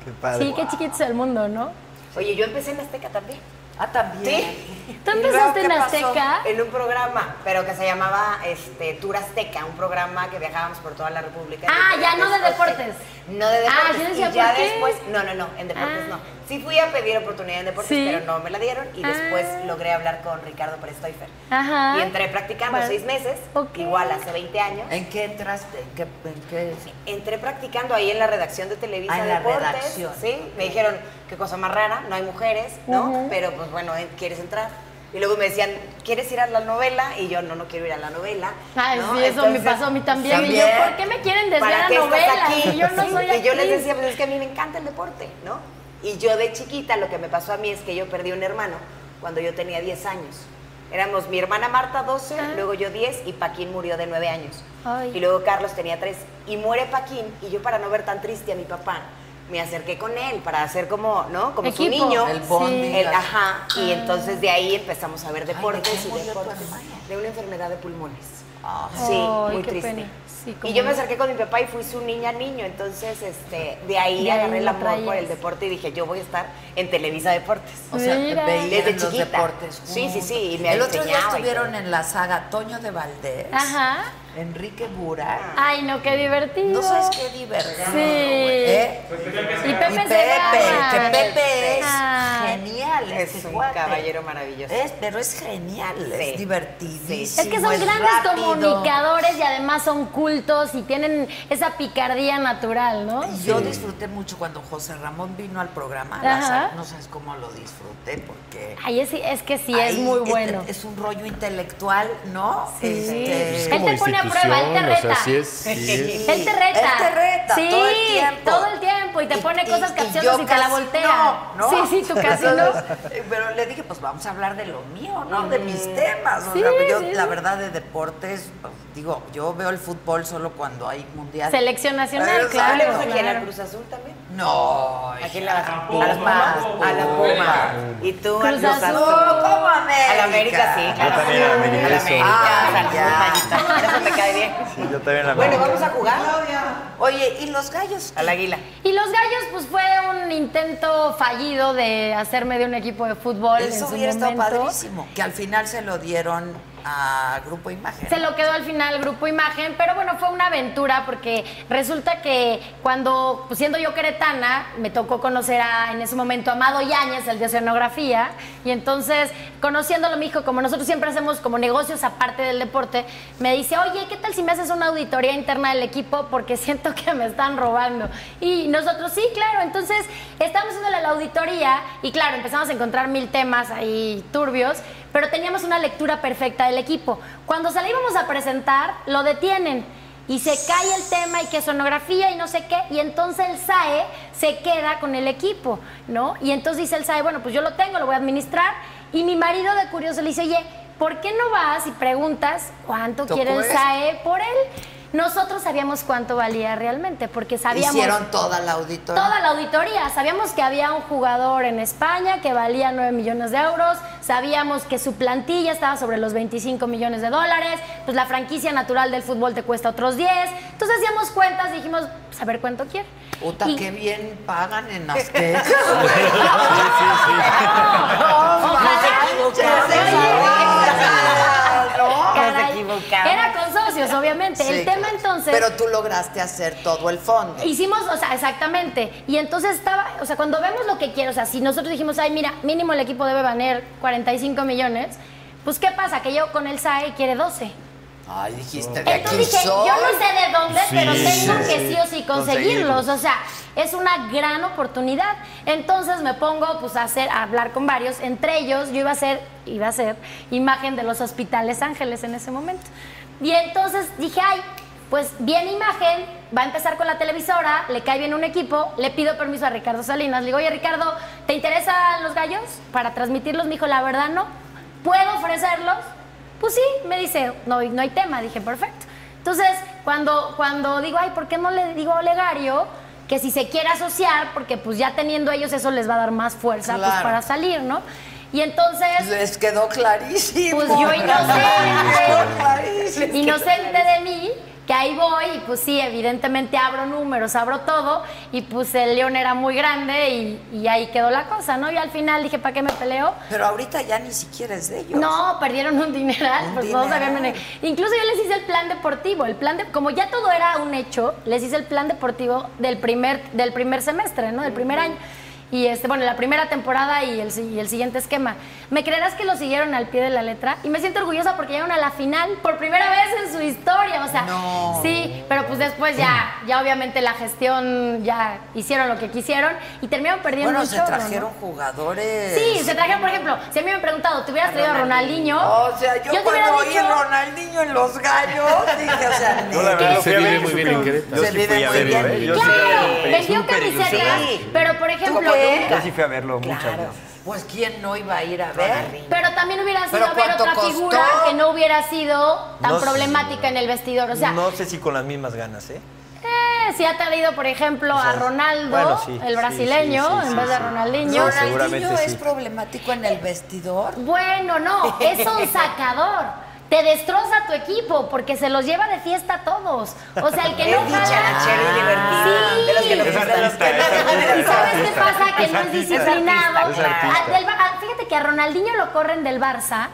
Speaker 3: Qué padre.
Speaker 6: sí, qué chiquito es el mundo, ¿no?
Speaker 5: Oye, yo empecé en Azteca también.
Speaker 2: Ah, también.
Speaker 5: ¿Sí?
Speaker 6: ¿Tú
Speaker 5: Y luego,
Speaker 6: empezaste
Speaker 5: ¿qué
Speaker 6: en
Speaker 5: pasó?
Speaker 6: Azteca?
Speaker 5: En un programa, pero que se llamaba este, Tour Azteca, un programa que viajábamos por toda la República.
Speaker 6: Ah,
Speaker 5: Y
Speaker 6: ya, no de
Speaker 5: después-
Speaker 6: deportes.
Speaker 5: No de deportes.
Speaker 6: Ah, yo decía,
Speaker 5: y ya
Speaker 6: ¿por qué?
Speaker 5: después, no, no, no, en deportes
Speaker 6: Ah.
Speaker 5: no. Sí fui a pedir oportunidad en deportes,
Speaker 6: Sí.
Speaker 5: pero no me la dieron y después
Speaker 6: Ah.
Speaker 5: logré hablar con Ricardo Prestoifer.
Speaker 6: Ajá.
Speaker 5: Y entré practicando
Speaker 6: Bueno.
Speaker 5: seis meses,
Speaker 6: Ok.
Speaker 5: igual hace 20 años.
Speaker 1: ¿En qué entraste? ¿En qué, en qué-
Speaker 5: Entré practicando ahí en la redacción de Televisa
Speaker 1: Ah, en la
Speaker 5: Deportes,
Speaker 1: redacción.
Speaker 5: Sí, me dijeron, qué cosa más rara, no hay mujeres, ¿no? Pero pues bueno, eh, ¿quieres entrar? Y luego me decían, ¿quieres ir a la novela? Y yo, no, no quiero ir a la novela.
Speaker 6: Ay,
Speaker 5: ¿no?
Speaker 6: sí, eso me
Speaker 5: Entonces,
Speaker 6: pasó a mí también. Y yo,
Speaker 5: también,
Speaker 6: ¿por qué me quieren
Speaker 5: ¿Para
Speaker 6: desviar
Speaker 5: qué
Speaker 6: a
Speaker 5: estás
Speaker 6: novelas?
Speaker 5: aquí?
Speaker 6: Y yo no
Speaker 5: Sí,
Speaker 6: soy
Speaker 5: y yo les
Speaker 6: actriz.
Speaker 5: decía, pues es que a mí me encanta el deporte, ¿no? Y yo de chiquita, lo que me pasó a mí es que yo perdí un hermano cuando yo tenía 10 años. Éramos mi hermana Marta, 12,
Speaker 6: Ah.
Speaker 5: luego yo 10 y Paquín murió de 9 años.
Speaker 6: Ay.
Speaker 5: Y luego Carlos tenía 3 y muere Paquín y yo para no ver tan triste a mi papá, me acerqué con él para hacer como, ¿no? Como su
Speaker 6: Equipo. Ah.
Speaker 5: niño.
Speaker 1: El
Speaker 6: Sí.
Speaker 1: bonding.
Speaker 5: El- ajá, y entonces de ahí empezamos a ver deportes
Speaker 1: Ay, ¿de qué
Speaker 5: y
Speaker 1: murió tu
Speaker 5: deportes.
Speaker 1: hermana?
Speaker 5: De una enfermedad de pulmones.
Speaker 2: ah,
Speaker 5: Sí,
Speaker 6: Ay,
Speaker 5: muy
Speaker 6: qué
Speaker 5: triste.
Speaker 6: pena. Sí,
Speaker 5: y
Speaker 6: cómo
Speaker 5: yo me
Speaker 6: no.
Speaker 5: acerqué con mi papá y fui su niña niño, entonces este, de ahí
Speaker 6: De ahí
Speaker 5: agarré el
Speaker 6: lo
Speaker 5: amor por
Speaker 6: traías.
Speaker 5: el deporte y dije, yo voy a estar en Televisa Deportes.
Speaker 1: O sea,
Speaker 6: Mira.
Speaker 1: veían
Speaker 5: Desde
Speaker 1: los
Speaker 5: chiquita.
Speaker 1: deportes.
Speaker 5: Sí, sí, sí, y
Speaker 1: juntos.
Speaker 5: me
Speaker 1: El otro día
Speaker 5: enseñaba y
Speaker 1: estuvieron
Speaker 5: todo.
Speaker 1: en la saga Toño de Valdés,
Speaker 6: Ajá.
Speaker 1: Enrique Burak.
Speaker 6: Ay, no, qué divertido.
Speaker 1: No sabes qué divertido.
Speaker 6: Sí.
Speaker 1: ¿eh?
Speaker 6: Y Pepe,
Speaker 1: Y
Speaker 6: se
Speaker 1: Pepe,
Speaker 6: graba.
Speaker 1: que Pepe es
Speaker 6: Ay.
Speaker 1: genial.
Speaker 5: Es
Speaker 1: este
Speaker 5: un Eh,
Speaker 1: cuate.
Speaker 5: caballero maravilloso.
Speaker 1: Es, pero es genial,
Speaker 5: Sí.
Speaker 1: es divertidísimo.
Speaker 6: Es que son
Speaker 1: es
Speaker 6: grandes
Speaker 1: rápido.
Speaker 6: comunicadores y además son cultos y tienen esa picardía natural, ¿no?
Speaker 1: Yo disfruté mucho cuando José Ramón vino al programa. la
Speaker 6: Ajá.
Speaker 1: saga. No sabes cómo lo disfruté porque.
Speaker 6: Ay, es, es que sí, es
Speaker 1: ahí
Speaker 6: muy bueno.
Speaker 1: Es, es un rollo intelectual, ¿no?
Speaker 6: Sí.
Speaker 1: Este,
Speaker 6: Él te pone a prueba, él te
Speaker 4: institución, o sea,
Speaker 6: reta.
Speaker 4: sí es- sí es-
Speaker 6: Él te reta.
Speaker 1: Él te reta
Speaker 6: Sí,
Speaker 1: todo el tiempo.
Speaker 6: todo el tiempo, y te pone cosas capciosas
Speaker 1: yo
Speaker 6: y te la
Speaker 1: casi
Speaker 6: voltea.
Speaker 1: No, ¿no?
Speaker 6: Sí, sí, tú casi no.
Speaker 1: Entonces, Pero le dije, pues vamos a hablar de lo mío, ¿no? De mis temas. O
Speaker 6: Mm. Sí,
Speaker 1: sea, yo,
Speaker 6: sí,
Speaker 1: la
Speaker 6: sí.
Speaker 1: verdad, de deportes, pues, digo, yo veo el fútbol solo cuando hay mundial.
Speaker 6: Selección nacional,
Speaker 1: Pero,
Speaker 5: ¿Sabes
Speaker 6: claro.
Speaker 5: le gusta quién?
Speaker 6: claro.
Speaker 5: ¿Al Cruz Azul también?
Speaker 1: No.
Speaker 5: ¿A quién le vas?
Speaker 1: Pumas,
Speaker 5: A la
Speaker 1: Pumas.
Speaker 5: Puma. ¿Y tú? al
Speaker 6: Cruz
Speaker 5: Cruz
Speaker 6: Azul.
Speaker 1: No,
Speaker 5: Azul.
Speaker 1: ¿cómo América?
Speaker 5: A la América, sí, claro.
Speaker 8: Yo también a la América.
Speaker 5: A la América,
Speaker 1: Ah,
Speaker 5: saludos,
Speaker 1: ya.
Speaker 5: Mayita. Por eso me cae bien.
Speaker 8: Sí, yo también la
Speaker 5: Bueno,
Speaker 8: América.
Speaker 5: vamos a jugar
Speaker 1: Oye, ¿y los gallos?
Speaker 5: al águila.
Speaker 6: Y los gallos, pues fue un intento fallido de hacerme de un equipo de fútbol en
Speaker 1: Eso
Speaker 6: su
Speaker 1: hubiera estado
Speaker 6: momento.
Speaker 1: padrísimo. Que al final se lo dieron a Grupo Imagen.
Speaker 6: Se lo quedó al final Grupo Imagen, pero bueno, fue una aventura porque resulta que cuando, pues, siendo yo queretana, me tocó conocer a, en ese momento, a Amado Yáñez, el de oceanografía, y entonces, conociéndolo, me dijo, como nosotros siempre hacemos como negocios aparte del deporte, me dice, oye, ¿qué tal si me haces una auditoría interna del equipo? Porque siento que me están robando. Y nosotros, sí, claro, entonces, estábamos haciendo la auditoría y claro, empezamos a encontrar mil temas ahí turbios, pero teníamos una lectura perfecta del equipo. Cuando salíamos a presentar, lo detienen y se cae el tema y que sonografía y no sé qué, y entonces el SAE se queda con el equipo, ¿no? Y entonces dice el SAE, bueno, pues yo lo tengo, lo voy a administrar, y mi marido de curioso le dice, oye, ¿por qué no vas y preguntas cuánto
Speaker 1: ¿Tocó
Speaker 6: quiere el
Speaker 1: esto?
Speaker 6: SAE por él? Nosotros sabíamos cuánto valía realmente, porque sabíamos...
Speaker 1: Hicieron toda la auditoría.
Speaker 6: Toda la auditoría. Sabíamos que había un jugador en España que valía 9 millones de euros. Sabíamos que su plantilla estaba sobre los 25 millones de dólares. Pues la franquicia natural del fútbol te cuesta otros 10. Entonces hacíamos cuentas y dijimos, pues a ver cuánto quiere.
Speaker 1: Puta,
Speaker 6: Y-
Speaker 1: qué bien pagan en Azteca.
Speaker 6: Ojalá. Caray.
Speaker 5: equivocamos.
Speaker 6: Era con socios, obviamente.
Speaker 1: Sí,
Speaker 6: el tema
Speaker 1: claro.
Speaker 6: entonces...
Speaker 1: Pero tú lograste hacer todo el fondo.
Speaker 6: Hicimos, o sea, exactamente. Y entonces estaba, o sea, cuando vemos lo que quiero, o sea, si nosotros dijimos, ay, mira, mínimo el equipo debe valer 45 millones, pues ¿qué pasa? Que yo con el SAE quiere 12.
Speaker 1: Ay, dijiste de aquí
Speaker 6: Entonces dije,
Speaker 1: soy.
Speaker 6: yo no sé de dónde,
Speaker 9: Sí,
Speaker 6: pero tengo
Speaker 9: sí,
Speaker 6: que
Speaker 9: sí.
Speaker 6: sí o sí conseguirlos. O sea, es una gran oportunidad. Entonces me pongo pues a hacer, a hablar con varios. Entre ellos, yo iba a hacer, iba a hacer imagen de los hospitales ángeles en ese momento. Y entonces dije, ay, pues bien imagen, va a empezar con la televisora, le cae bien un equipo, le pido permiso a Ricardo Salinas. Le digo, oye Ricardo, ¿te interesan los gallos para transmitirlos? Me dijo, la verdad no. ¿Puedo ofrecerlos? Pues sí, me dice, no, hay- no hay tema. Dije, perfecto. Entonces, cuando, cuando digo, ay, ¿por qué no le digo a Olegario que si se quiere asociar, porque pues ya teniendo ellos eso les va a dar más fuerza pues,
Speaker 1: Claro.
Speaker 6: para salir, ¿no? Y entonces,
Speaker 1: Pues Les quedó clarísimo.
Speaker 6: Pues yo inocente.
Speaker 1: Les quedó clarísimo.
Speaker 6: inocente de mí, que ahí voy y pues sí, evidentemente abro números, abro todo y pues el león era muy grande y, y ahí quedó la cosa, ¿no? Y al final dije, ¿para qué me peleo?
Speaker 2: Pero ahorita ya ni siquiera es de ellos.
Speaker 6: No, perdieron un dineral,
Speaker 2: Un
Speaker 6: pues todos
Speaker 2: dineral.
Speaker 6: habían venido. Incluso yo les hice el plan deportivo, el plan de, como ya todo era un hecho, les hice el plan deportivo del primer, del primer semestre, ¿no? Del primer año. Y este, bueno, la primera temporada y el, si- y el siguiente esquema. ¿Me creerás que lo siguieron al pie de la letra? Y me siento orgullosa porque llegaron a la final por primera vez en su historia. O sea,
Speaker 1: No.
Speaker 6: sí, pero pues después ya, ya obviamente la gestión ya hicieron lo que quisieron y terminaron perdiendo
Speaker 2: Bueno,
Speaker 6: un
Speaker 2: se
Speaker 6: chorro, ¿no?
Speaker 2: trajeron jugadores.
Speaker 6: Sí, se trajeron, por ejemplo, si a mí me han preguntado, ¿te hubieras traído a Ronaldinho?
Speaker 2: O sea, yo,
Speaker 6: te hubiera
Speaker 2: cuando oí
Speaker 6: dicho-
Speaker 2: Ronaldinho en los gallos, dije, o sea,
Speaker 3: Yo la
Speaker 2: neta.
Speaker 3: verdad lo
Speaker 4: Se
Speaker 3: fui a
Speaker 4: vive
Speaker 3: ver.
Speaker 4: muy bien en Querétaro.
Speaker 3: Yo
Speaker 2: Se
Speaker 3: sí
Speaker 2: vive
Speaker 3: fui a
Speaker 2: muy
Speaker 3: verlo,
Speaker 2: bien.
Speaker 3: ¿eh? Yo sí fui a
Speaker 6: Claro,
Speaker 3: verlo.
Speaker 6: vendió
Speaker 3: Súper
Speaker 6: camisetas,
Speaker 3: ilusionante.
Speaker 6: pero por ejemplo,
Speaker 2: qué?
Speaker 3: Yo sí fui a verlo muchas
Speaker 2: Claro.
Speaker 3: veces.
Speaker 2: Pues quién no iba a ir a ver.
Speaker 6: pero también hubiera sido
Speaker 1: ¿Pero
Speaker 6: a ver
Speaker 1: cuánto
Speaker 6: otra
Speaker 1: costó?
Speaker 6: figura que no hubiera sido tan
Speaker 3: No sé.
Speaker 6: problemática en el vestidor. O sea,
Speaker 3: no sé si con las mismas ganas, ¿eh?
Speaker 6: eh, si ha traído, por ejemplo,
Speaker 3: O sea,
Speaker 6: a Ronaldo,
Speaker 3: bueno, sí, sí,
Speaker 6: el brasileño,
Speaker 3: sí, sí,
Speaker 6: en
Speaker 3: sí,
Speaker 6: vez de
Speaker 3: sí.
Speaker 6: Ronaldinho.
Speaker 3: No, seguramente
Speaker 2: ¿Ronaldinho
Speaker 3: sí.
Speaker 2: es problemático en el vestidor?
Speaker 6: Bueno, no, es un sacador. Te destroza tu equipo porque se los lleva de fiesta a todos. O sea, el que no
Speaker 5: Es
Speaker 6: jala-
Speaker 5: dicharachero y divertido.
Speaker 6: Sí.
Speaker 5: De los que nos
Speaker 3: Es
Speaker 5: gustan los
Speaker 3: artista,
Speaker 5: que no.
Speaker 3: es artista.
Speaker 6: ¿Y sabes qué pasa? Que
Speaker 3: Es
Speaker 6: no es
Speaker 3: artista.
Speaker 6: disciplinado.
Speaker 3: Es artista.
Speaker 6: Ah, del Bar- ah, fíjate que a Ronaldinho lo corren del Barça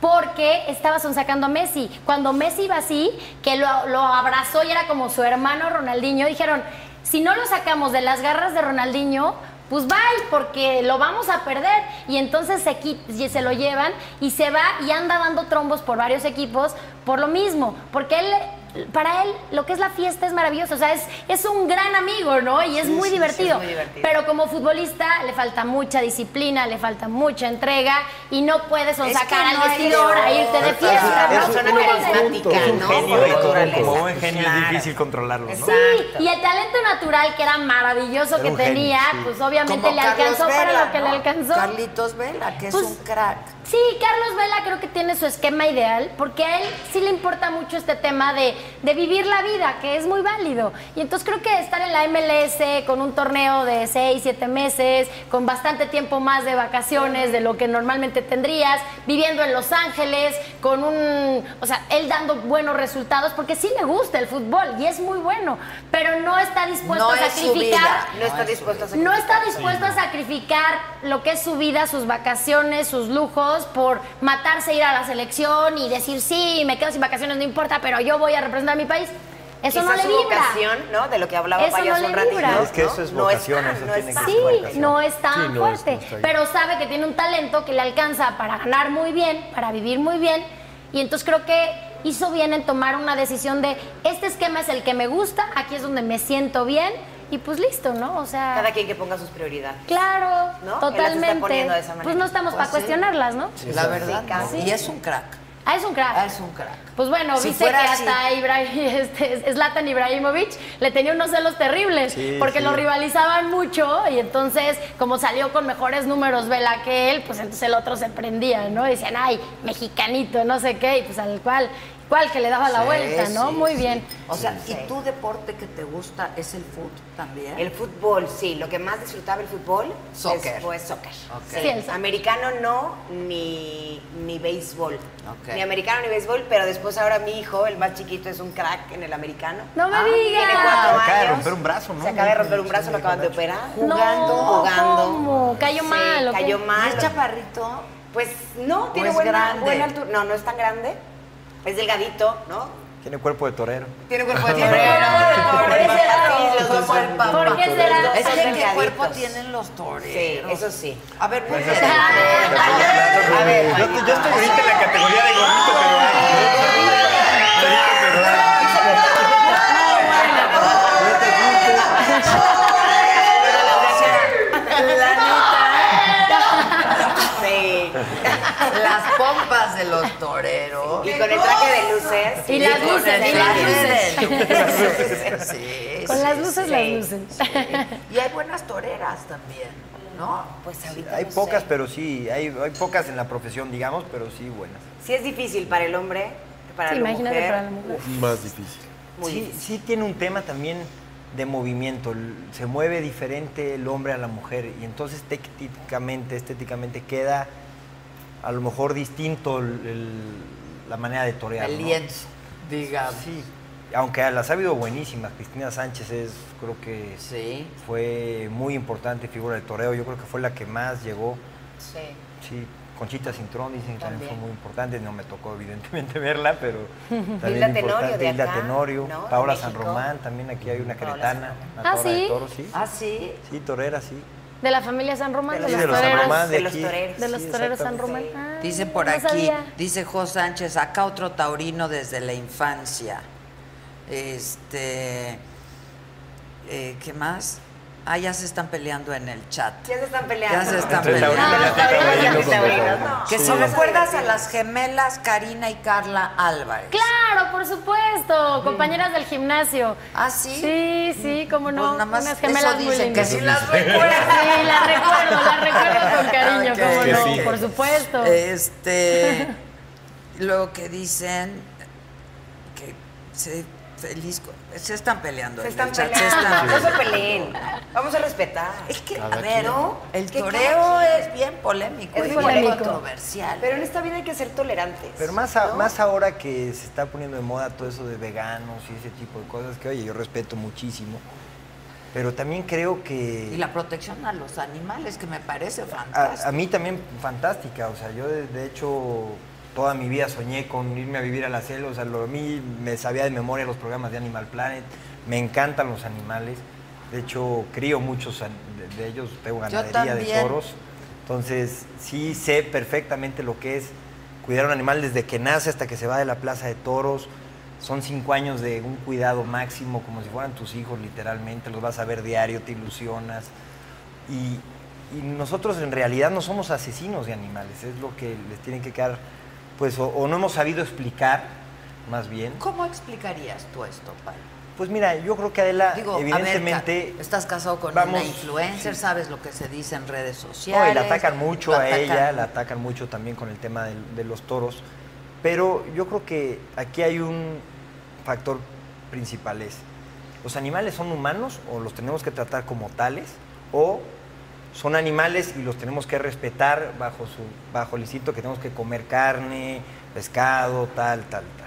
Speaker 6: porque estaba sacando a Messi. Cuando Messi iba así, que lo, lo abrazó y era como su hermano Ronaldinho, dijeron, si no lo sacamos de las garras de Ronaldinho, pues bye, porque lo vamos a perder. Y entonces se, qui- y se lo llevan y se va y anda dando trombos por varios equipos por lo mismo. Porque él, para él, lo que es la fiesta es maravilloso. O sea, es, es un gran amigo, ¿no? Y es, muy divertido.
Speaker 5: muy divertido.
Speaker 6: Pero como futbolista le falta mucha disciplina, le falta mucha entrega y no puedes
Speaker 2: que
Speaker 6: sacar al
Speaker 2: no hay
Speaker 6: vestidor
Speaker 2: de
Speaker 6: a irte de
Speaker 2: otra.
Speaker 6: fiesta.
Speaker 5: Es una
Speaker 6: ¿no?
Speaker 5: persona
Speaker 6: No,
Speaker 5: carismática,
Speaker 3: Es un
Speaker 5: ¿no?
Speaker 3: genio,
Speaker 5: Por
Speaker 3: ¿eh? Como-
Speaker 5: naturaleza.
Speaker 3: Como un genio es
Speaker 5: Claro.
Speaker 3: difícil controlarlo, ¿no?
Speaker 6: Sí, y el talento natural que era maravilloso
Speaker 3: Era
Speaker 6: que
Speaker 3: un genio,
Speaker 6: tenía,
Speaker 3: sí.
Speaker 6: pues obviamente
Speaker 2: Como
Speaker 6: le alcanzó
Speaker 2: Carlos
Speaker 6: para
Speaker 2: Vela,
Speaker 6: lo que
Speaker 2: ¿no?
Speaker 6: le alcanzó.
Speaker 2: Carlitos Vela, que es
Speaker 6: Pues-
Speaker 2: un crack.
Speaker 6: Sí, Carlos Vela creo que tiene su esquema ideal, porque a él sí le importa mucho este tema de, de vivir la vida, que es muy válido. Y entonces creo que estar en la MLS con un torneo de seis, siete meses, con bastante tiempo más de vacaciones de lo que normalmente tendrías, viviendo en Los Ángeles, con un. O sea, él dando buenos resultados, porque sí le gusta el fútbol y es muy bueno, pero no está dispuesto
Speaker 2: No
Speaker 6: a
Speaker 2: es su
Speaker 6: sacrificar.
Speaker 2: vida.
Speaker 5: No está dispuesto a
Speaker 6: No está dispuesto a sacrificar lo que es su vida, sus vacaciones, sus lujos, por matarse, ir a la selección y decir, sí, me quedo sin vacaciones, no importa, pero yo voy a representar a mi país. Eso no
Speaker 5: Quizás
Speaker 6: le
Speaker 5: su
Speaker 6: vibra.
Speaker 5: vocación, ¿no? De lo que hablaba
Speaker 6: Eso
Speaker 5: Payas
Speaker 6: no le
Speaker 5: un ratito.
Speaker 6: vibra.
Speaker 3: Es que eso es
Speaker 5: ¿no?
Speaker 3: vocación,
Speaker 5: no es,
Speaker 3: eso
Speaker 5: no
Speaker 3: tiene que
Speaker 5: es tan
Speaker 6: Sí,
Speaker 3: Bueno, sí.
Speaker 6: no es tan
Speaker 4: Sí, no es- no
Speaker 6: fuerte,
Speaker 4: está ahí.
Speaker 6: pero sabe que tiene un talento que le alcanza para ganar muy bien, para vivir muy bien, y entonces creo que hizo bien en tomar una decisión de, este esquema es el que me gusta, aquí es donde me siento bien, y pues listo, ¿no? O sea...
Speaker 5: Cada quien que ponga sus prioridades.
Speaker 6: Claro,
Speaker 5: ¿No? Él las está
Speaker 6: totalmente.
Speaker 5: poniendo de esa manera.
Speaker 6: Pues no estamos
Speaker 2: Pues
Speaker 6: para
Speaker 2: sí.
Speaker 6: cuestionarlas, ¿no?
Speaker 2: La verdad, no.
Speaker 6: casi.
Speaker 2: y es un crack.
Speaker 6: Ah, es un crack.
Speaker 2: Ah, es un crack.
Speaker 6: Pues bueno,
Speaker 2: Si
Speaker 6: viste que
Speaker 2: fuera así.
Speaker 6: hasta Ibrahim, este, Zlatan Ibrahimovic le tenía unos celos terribles
Speaker 3: Sí,
Speaker 6: porque
Speaker 3: sí.
Speaker 6: lo rivalizaban mucho y entonces como salió con mejores números Vela que él, pues entonces el otro se prendía, ¿no? Decían, ay, mexicanito, no sé qué, y pues al cual, cual que le daba la
Speaker 2: Sí,
Speaker 6: vuelta, ¿no?
Speaker 2: sí,
Speaker 6: Muy
Speaker 2: sí.
Speaker 6: bien.
Speaker 2: O sea,
Speaker 5: Sí.
Speaker 2: ¿y tu deporte que te gusta es el fútbol también?
Speaker 5: El fútbol, sí. Lo que más disfrutaba el fútbol
Speaker 2: Soccer.
Speaker 5: es- fue soccer. Sí,
Speaker 6: Sí, el soccer.
Speaker 5: Americano no, ni, ni béisbol.
Speaker 2: Ok.
Speaker 5: Ni americano ni béisbol, pero después ahora mi hijo, el más chiquito, es un crack en el americano. Ah,
Speaker 6: No me
Speaker 5: Tiene cuatro
Speaker 6: digas.
Speaker 3: acaba de
Speaker 5: años.
Speaker 3: romper un brazo, ¿no?
Speaker 5: Se acaba de romper un brazo, lo acaban de operar. Jugando,
Speaker 6: No,
Speaker 5: jugando.
Speaker 6: ¿cómo? Cayó
Speaker 5: Sí,
Speaker 6: mal, ¿o qué?
Speaker 5: Cayó mal.
Speaker 2: ¿Es chaparrito?
Speaker 5: Pues no, tiene
Speaker 2: es
Speaker 5: buena,
Speaker 2: grande?
Speaker 5: buena altura. No, no es tan grande. Es delgadito, ¿no?
Speaker 3: Tiene cuerpo de torero.
Speaker 5: Tiene cuerpo de
Speaker 2: Pobrecito,
Speaker 5: torero.
Speaker 2: como el papá.
Speaker 6: ¿Por qué será?
Speaker 5: Los dos
Speaker 2: Es
Speaker 5: son
Speaker 2: que qué
Speaker 5: delgaditos.
Speaker 2: cuerpo tienen los
Speaker 5: Sí,
Speaker 2: toreros.
Speaker 5: eso sí.
Speaker 2: A ver, pues.
Speaker 5: A ver,
Speaker 3: Yo, yo estoy ahorita en la categoría de gordito, pero...
Speaker 5: Sí.
Speaker 1: Las pompas de los toreros.
Speaker 5: Y con el traje de luces.
Speaker 6: Y las luces, y las luces.
Speaker 1: luces. Sí,
Speaker 6: Con
Speaker 1: sí,
Speaker 6: las luces,
Speaker 5: sí.
Speaker 6: las luces.
Speaker 2: Y hay buenas toreras también, ¿no?
Speaker 5: Pues ahorita
Speaker 3: Hay
Speaker 5: no
Speaker 3: pocas,
Speaker 5: sé.
Speaker 3: pero sí, hay, hay pocas en la profesión, digamos, pero sí buenas.
Speaker 5: Sí es difícil para el hombre, para
Speaker 6: Sí,
Speaker 5: la
Speaker 6: imagínate
Speaker 5: mujer.
Speaker 6: para la mujer.
Speaker 4: Más difícil.
Speaker 5: Muy
Speaker 3: sí,
Speaker 5: difícil.
Speaker 3: sí tiene un tema también de movimiento. l- Se mueve diferente el hombre a la mujer y entonces técnicamente, estéticamente queda a lo mejor distinto el- el- la manera de torear.
Speaker 1: El
Speaker 3: ¿no?
Speaker 1: lienzo, digamos.
Speaker 3: Sí. aunque las ha habido buenísimas, Cristina Sánchez es, creo que
Speaker 2: Sí.
Speaker 3: fue muy importante figura del toreo, yo creo que fue la que más llegó.
Speaker 1: Sí.
Speaker 3: Sí, Conchita Cintrón dicen que también fue
Speaker 1: También.
Speaker 3: muy importante, no me tocó evidentemente verla, pero
Speaker 5: Hilda
Speaker 3: también
Speaker 5: Tenorio
Speaker 3: importante.
Speaker 5: de
Speaker 3: Hilda
Speaker 5: acá,
Speaker 3: Tenorio,
Speaker 5: ¿no? De
Speaker 3: Paola
Speaker 5: México.
Speaker 3: San Román, también aquí hay una
Speaker 5: Paola
Speaker 3: queretana,
Speaker 5: San
Speaker 3: una
Speaker 6: Ah,
Speaker 3: tora de
Speaker 6: ¿sí?
Speaker 3: toros, sí.
Speaker 2: Ah, sí.
Speaker 3: Sí, torera, sí.
Speaker 6: De la familia San Román, de,
Speaker 3: Sí,
Speaker 6: los
Speaker 3: de los San
Speaker 6: toreros.
Speaker 3: Román de
Speaker 5: de los
Speaker 3: aquí.
Speaker 5: toreros.
Speaker 6: De los
Speaker 3: Sí,
Speaker 6: toreros San Román.
Speaker 3: exactamente.
Speaker 6: Ah,
Speaker 2: Dice por
Speaker 6: no
Speaker 2: aquí,
Speaker 6: sabía.
Speaker 2: dice Jo Sánchez, acá otro taurino desde la infancia. Este, eh, ¿qué más? Ah, ya se están peleando en el chat.
Speaker 5: Ya se están peleando. Ah,
Speaker 2: Ya se están
Speaker 5: Entre
Speaker 2: peleando.
Speaker 5: taurinos,
Speaker 6: Entre
Speaker 5: taurinos,
Speaker 4: taurinos,
Speaker 5: taurinos,
Speaker 4: contra
Speaker 5: no.
Speaker 2: Que si
Speaker 5: No,
Speaker 2: recuerdas a las gemelas Karina y Carla Álvarez.
Speaker 6: Claro, por supuesto, compañeras del gimnasio.
Speaker 2: ¿Ah, sí?
Speaker 6: Sí, sí, cómo
Speaker 2: Pues
Speaker 6: no.
Speaker 2: nada más
Speaker 6: unas gemelas
Speaker 2: eso
Speaker 6: muy
Speaker 2: dicen, que
Speaker 6: lindas.
Speaker 2: si
Speaker 6: Sí,
Speaker 2: las recuerdas.
Speaker 6: la recuerdo, la recuerdo con cariño,
Speaker 2: Ok.
Speaker 6: cómo no,
Speaker 2: Sí.
Speaker 6: por supuesto.
Speaker 2: Este, lo que dicen que se feliz co- se están peleando.
Speaker 5: Se
Speaker 2: en
Speaker 5: están
Speaker 2: el chat,
Speaker 5: peleando.
Speaker 2: se están
Speaker 5: No se
Speaker 2: peleando.
Speaker 5: peleen. Vamos a respetar.
Speaker 2: Es que,
Speaker 4: Cada
Speaker 2: a ver,
Speaker 4: quien.
Speaker 2: ¿no? el
Speaker 5: Que
Speaker 2: toreo
Speaker 5: cada
Speaker 2: es bien polémico,
Speaker 5: Es
Speaker 2: es
Speaker 5: muy
Speaker 2: bien
Speaker 5: polémico.
Speaker 2: controversial.
Speaker 5: Pero en
Speaker 6: este
Speaker 5: esta vida hay que ser tolerantes.
Speaker 3: Pero más, a- más ahora que se está poniendo de moda todo eso de veganos y ese tipo de cosas, que oye, yo respeto muchísimo, pero también creo que...
Speaker 2: y la protección a los animales, que me parece
Speaker 3: a, a
Speaker 2: fantástico.
Speaker 3: mí también fantástica, o sea, yo de, de hecho toda mi vida soñé con irme a vivir a la selva, o sea, lo, a mí me sabía de memoria los programas de Animal Planet, me encantan los animales, de hecho crío muchos an- de, de ellos, tengo ganadería de
Speaker 2: también.
Speaker 3: toros, entonces sí sé perfectamente lo que es cuidar a un animal desde que nace hasta que se va de la plaza de toros. Son cinco años de un cuidado máximo, como si fueran tus hijos, literalmente. Los vas a ver diario, te ilusionas. Y, y nosotros en realidad no somos asesinos de animales, es lo que les tienen que quedar, pues, o, o no hemos sabido explicar, más bien.
Speaker 2: ¿Cómo explicarías tú esto, Pablo?
Speaker 3: Pues mira, yo creo que Adela,
Speaker 2: Digo, a ver,
Speaker 3: evidentemente.
Speaker 2: Kat, estás casado con
Speaker 3: vamos-
Speaker 2: una influencer, sabes lo que se dice en redes
Speaker 3: No,
Speaker 2: sociales.
Speaker 3: y la atacan mucho
Speaker 2: lo
Speaker 3: a
Speaker 2: atacan
Speaker 3: ella, la atacan mucho también con el tema del- de, los toros. Pero yo creo que aquí hay un factor principal es, ¿los animales son humanos o los tenemos que tratar como tales? ¿O son animales y los tenemos que respetar bajo, su, bajo el instinto que tenemos que comer carne, pescado, tal, tal, tal?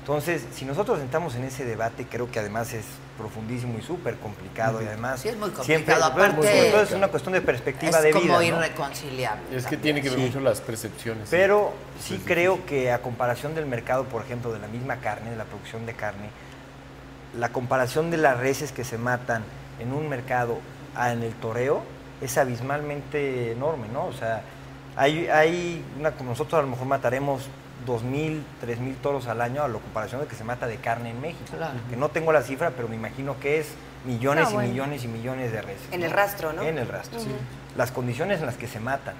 Speaker 3: Entonces, si nosotros entramos en ese debate, creo que además es profundísimo y súper complicado y además...
Speaker 2: Sí, es muy
Speaker 3: siempre-
Speaker 2: complicado,
Speaker 3: pues,
Speaker 2: aparte-
Speaker 3: sobre todo es una cuestión de perspectiva
Speaker 2: es
Speaker 3: de
Speaker 2: como
Speaker 3: vida. ¿no?
Speaker 2: irreconciliable.
Speaker 4: Es que
Speaker 2: también.
Speaker 4: tiene que ver
Speaker 3: Sí.
Speaker 4: mucho las percepciones.
Speaker 3: Pero sí
Speaker 4: Entonces,
Speaker 3: creo que a comparación del mercado, por ejemplo, de la misma carne, de la producción de carne, la comparación de las reses que se matan en un mercado a en el toreo es abismalmente enorme, ¿no? O sea, hay, hay una, como nosotros a lo mejor mataremos 2.000, 3.000 toros al año a la comparación de que se mata de carne en México. Que no tengo la cifra, pero me imagino que es millones
Speaker 6: Ah,
Speaker 3: y
Speaker 6: bueno.
Speaker 3: millones y millones de reses.
Speaker 5: En el rastro, ¿no?
Speaker 3: En el rastro. Las condiciones en las que se matan.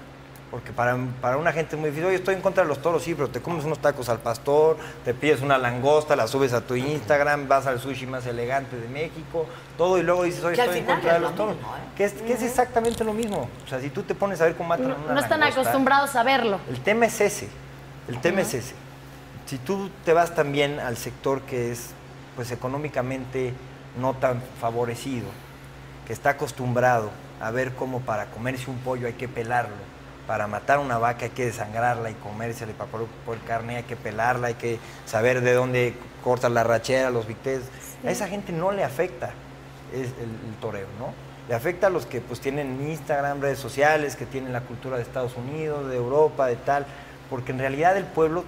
Speaker 3: Porque para, para una gente es muy difícil, oye, estoy en contra de los toros, sí, pero te comes unos tacos al pastor, te pides una langosta, la subes a tu Instagram, vas al sushi más elegante de México, todo, y luego dices, oye,
Speaker 2: Que al
Speaker 3: estoy en
Speaker 2: final
Speaker 3: contra de
Speaker 2: es lo
Speaker 3: los toros.
Speaker 2: mismo, ¿eh?
Speaker 3: que, es, que es exactamente lo mismo. O sea, si tú te pones a ver cómo matan a
Speaker 6: No,
Speaker 3: una
Speaker 6: no están
Speaker 3: langosta,
Speaker 6: acostumbrados a verlo.
Speaker 3: el tema es ese. El tema es ese. Si tú te vas también al sector que es, pues, económicamente no tan favorecido, que está acostumbrado a ver cómo para comerse un pollo hay que pelarlo, para matar una vaca hay que desangrarla y comérsela, y para poder poder carne hay que pelarla, hay que saber de dónde cortas la rachera, los biftecs. A esa gente no le afecta es el, el toreo, ¿no? Le afecta a los que pues tienen Instagram, redes sociales, que tienen la cultura de Estados Unidos, de Europa, de tal, porque en realidad el pueblo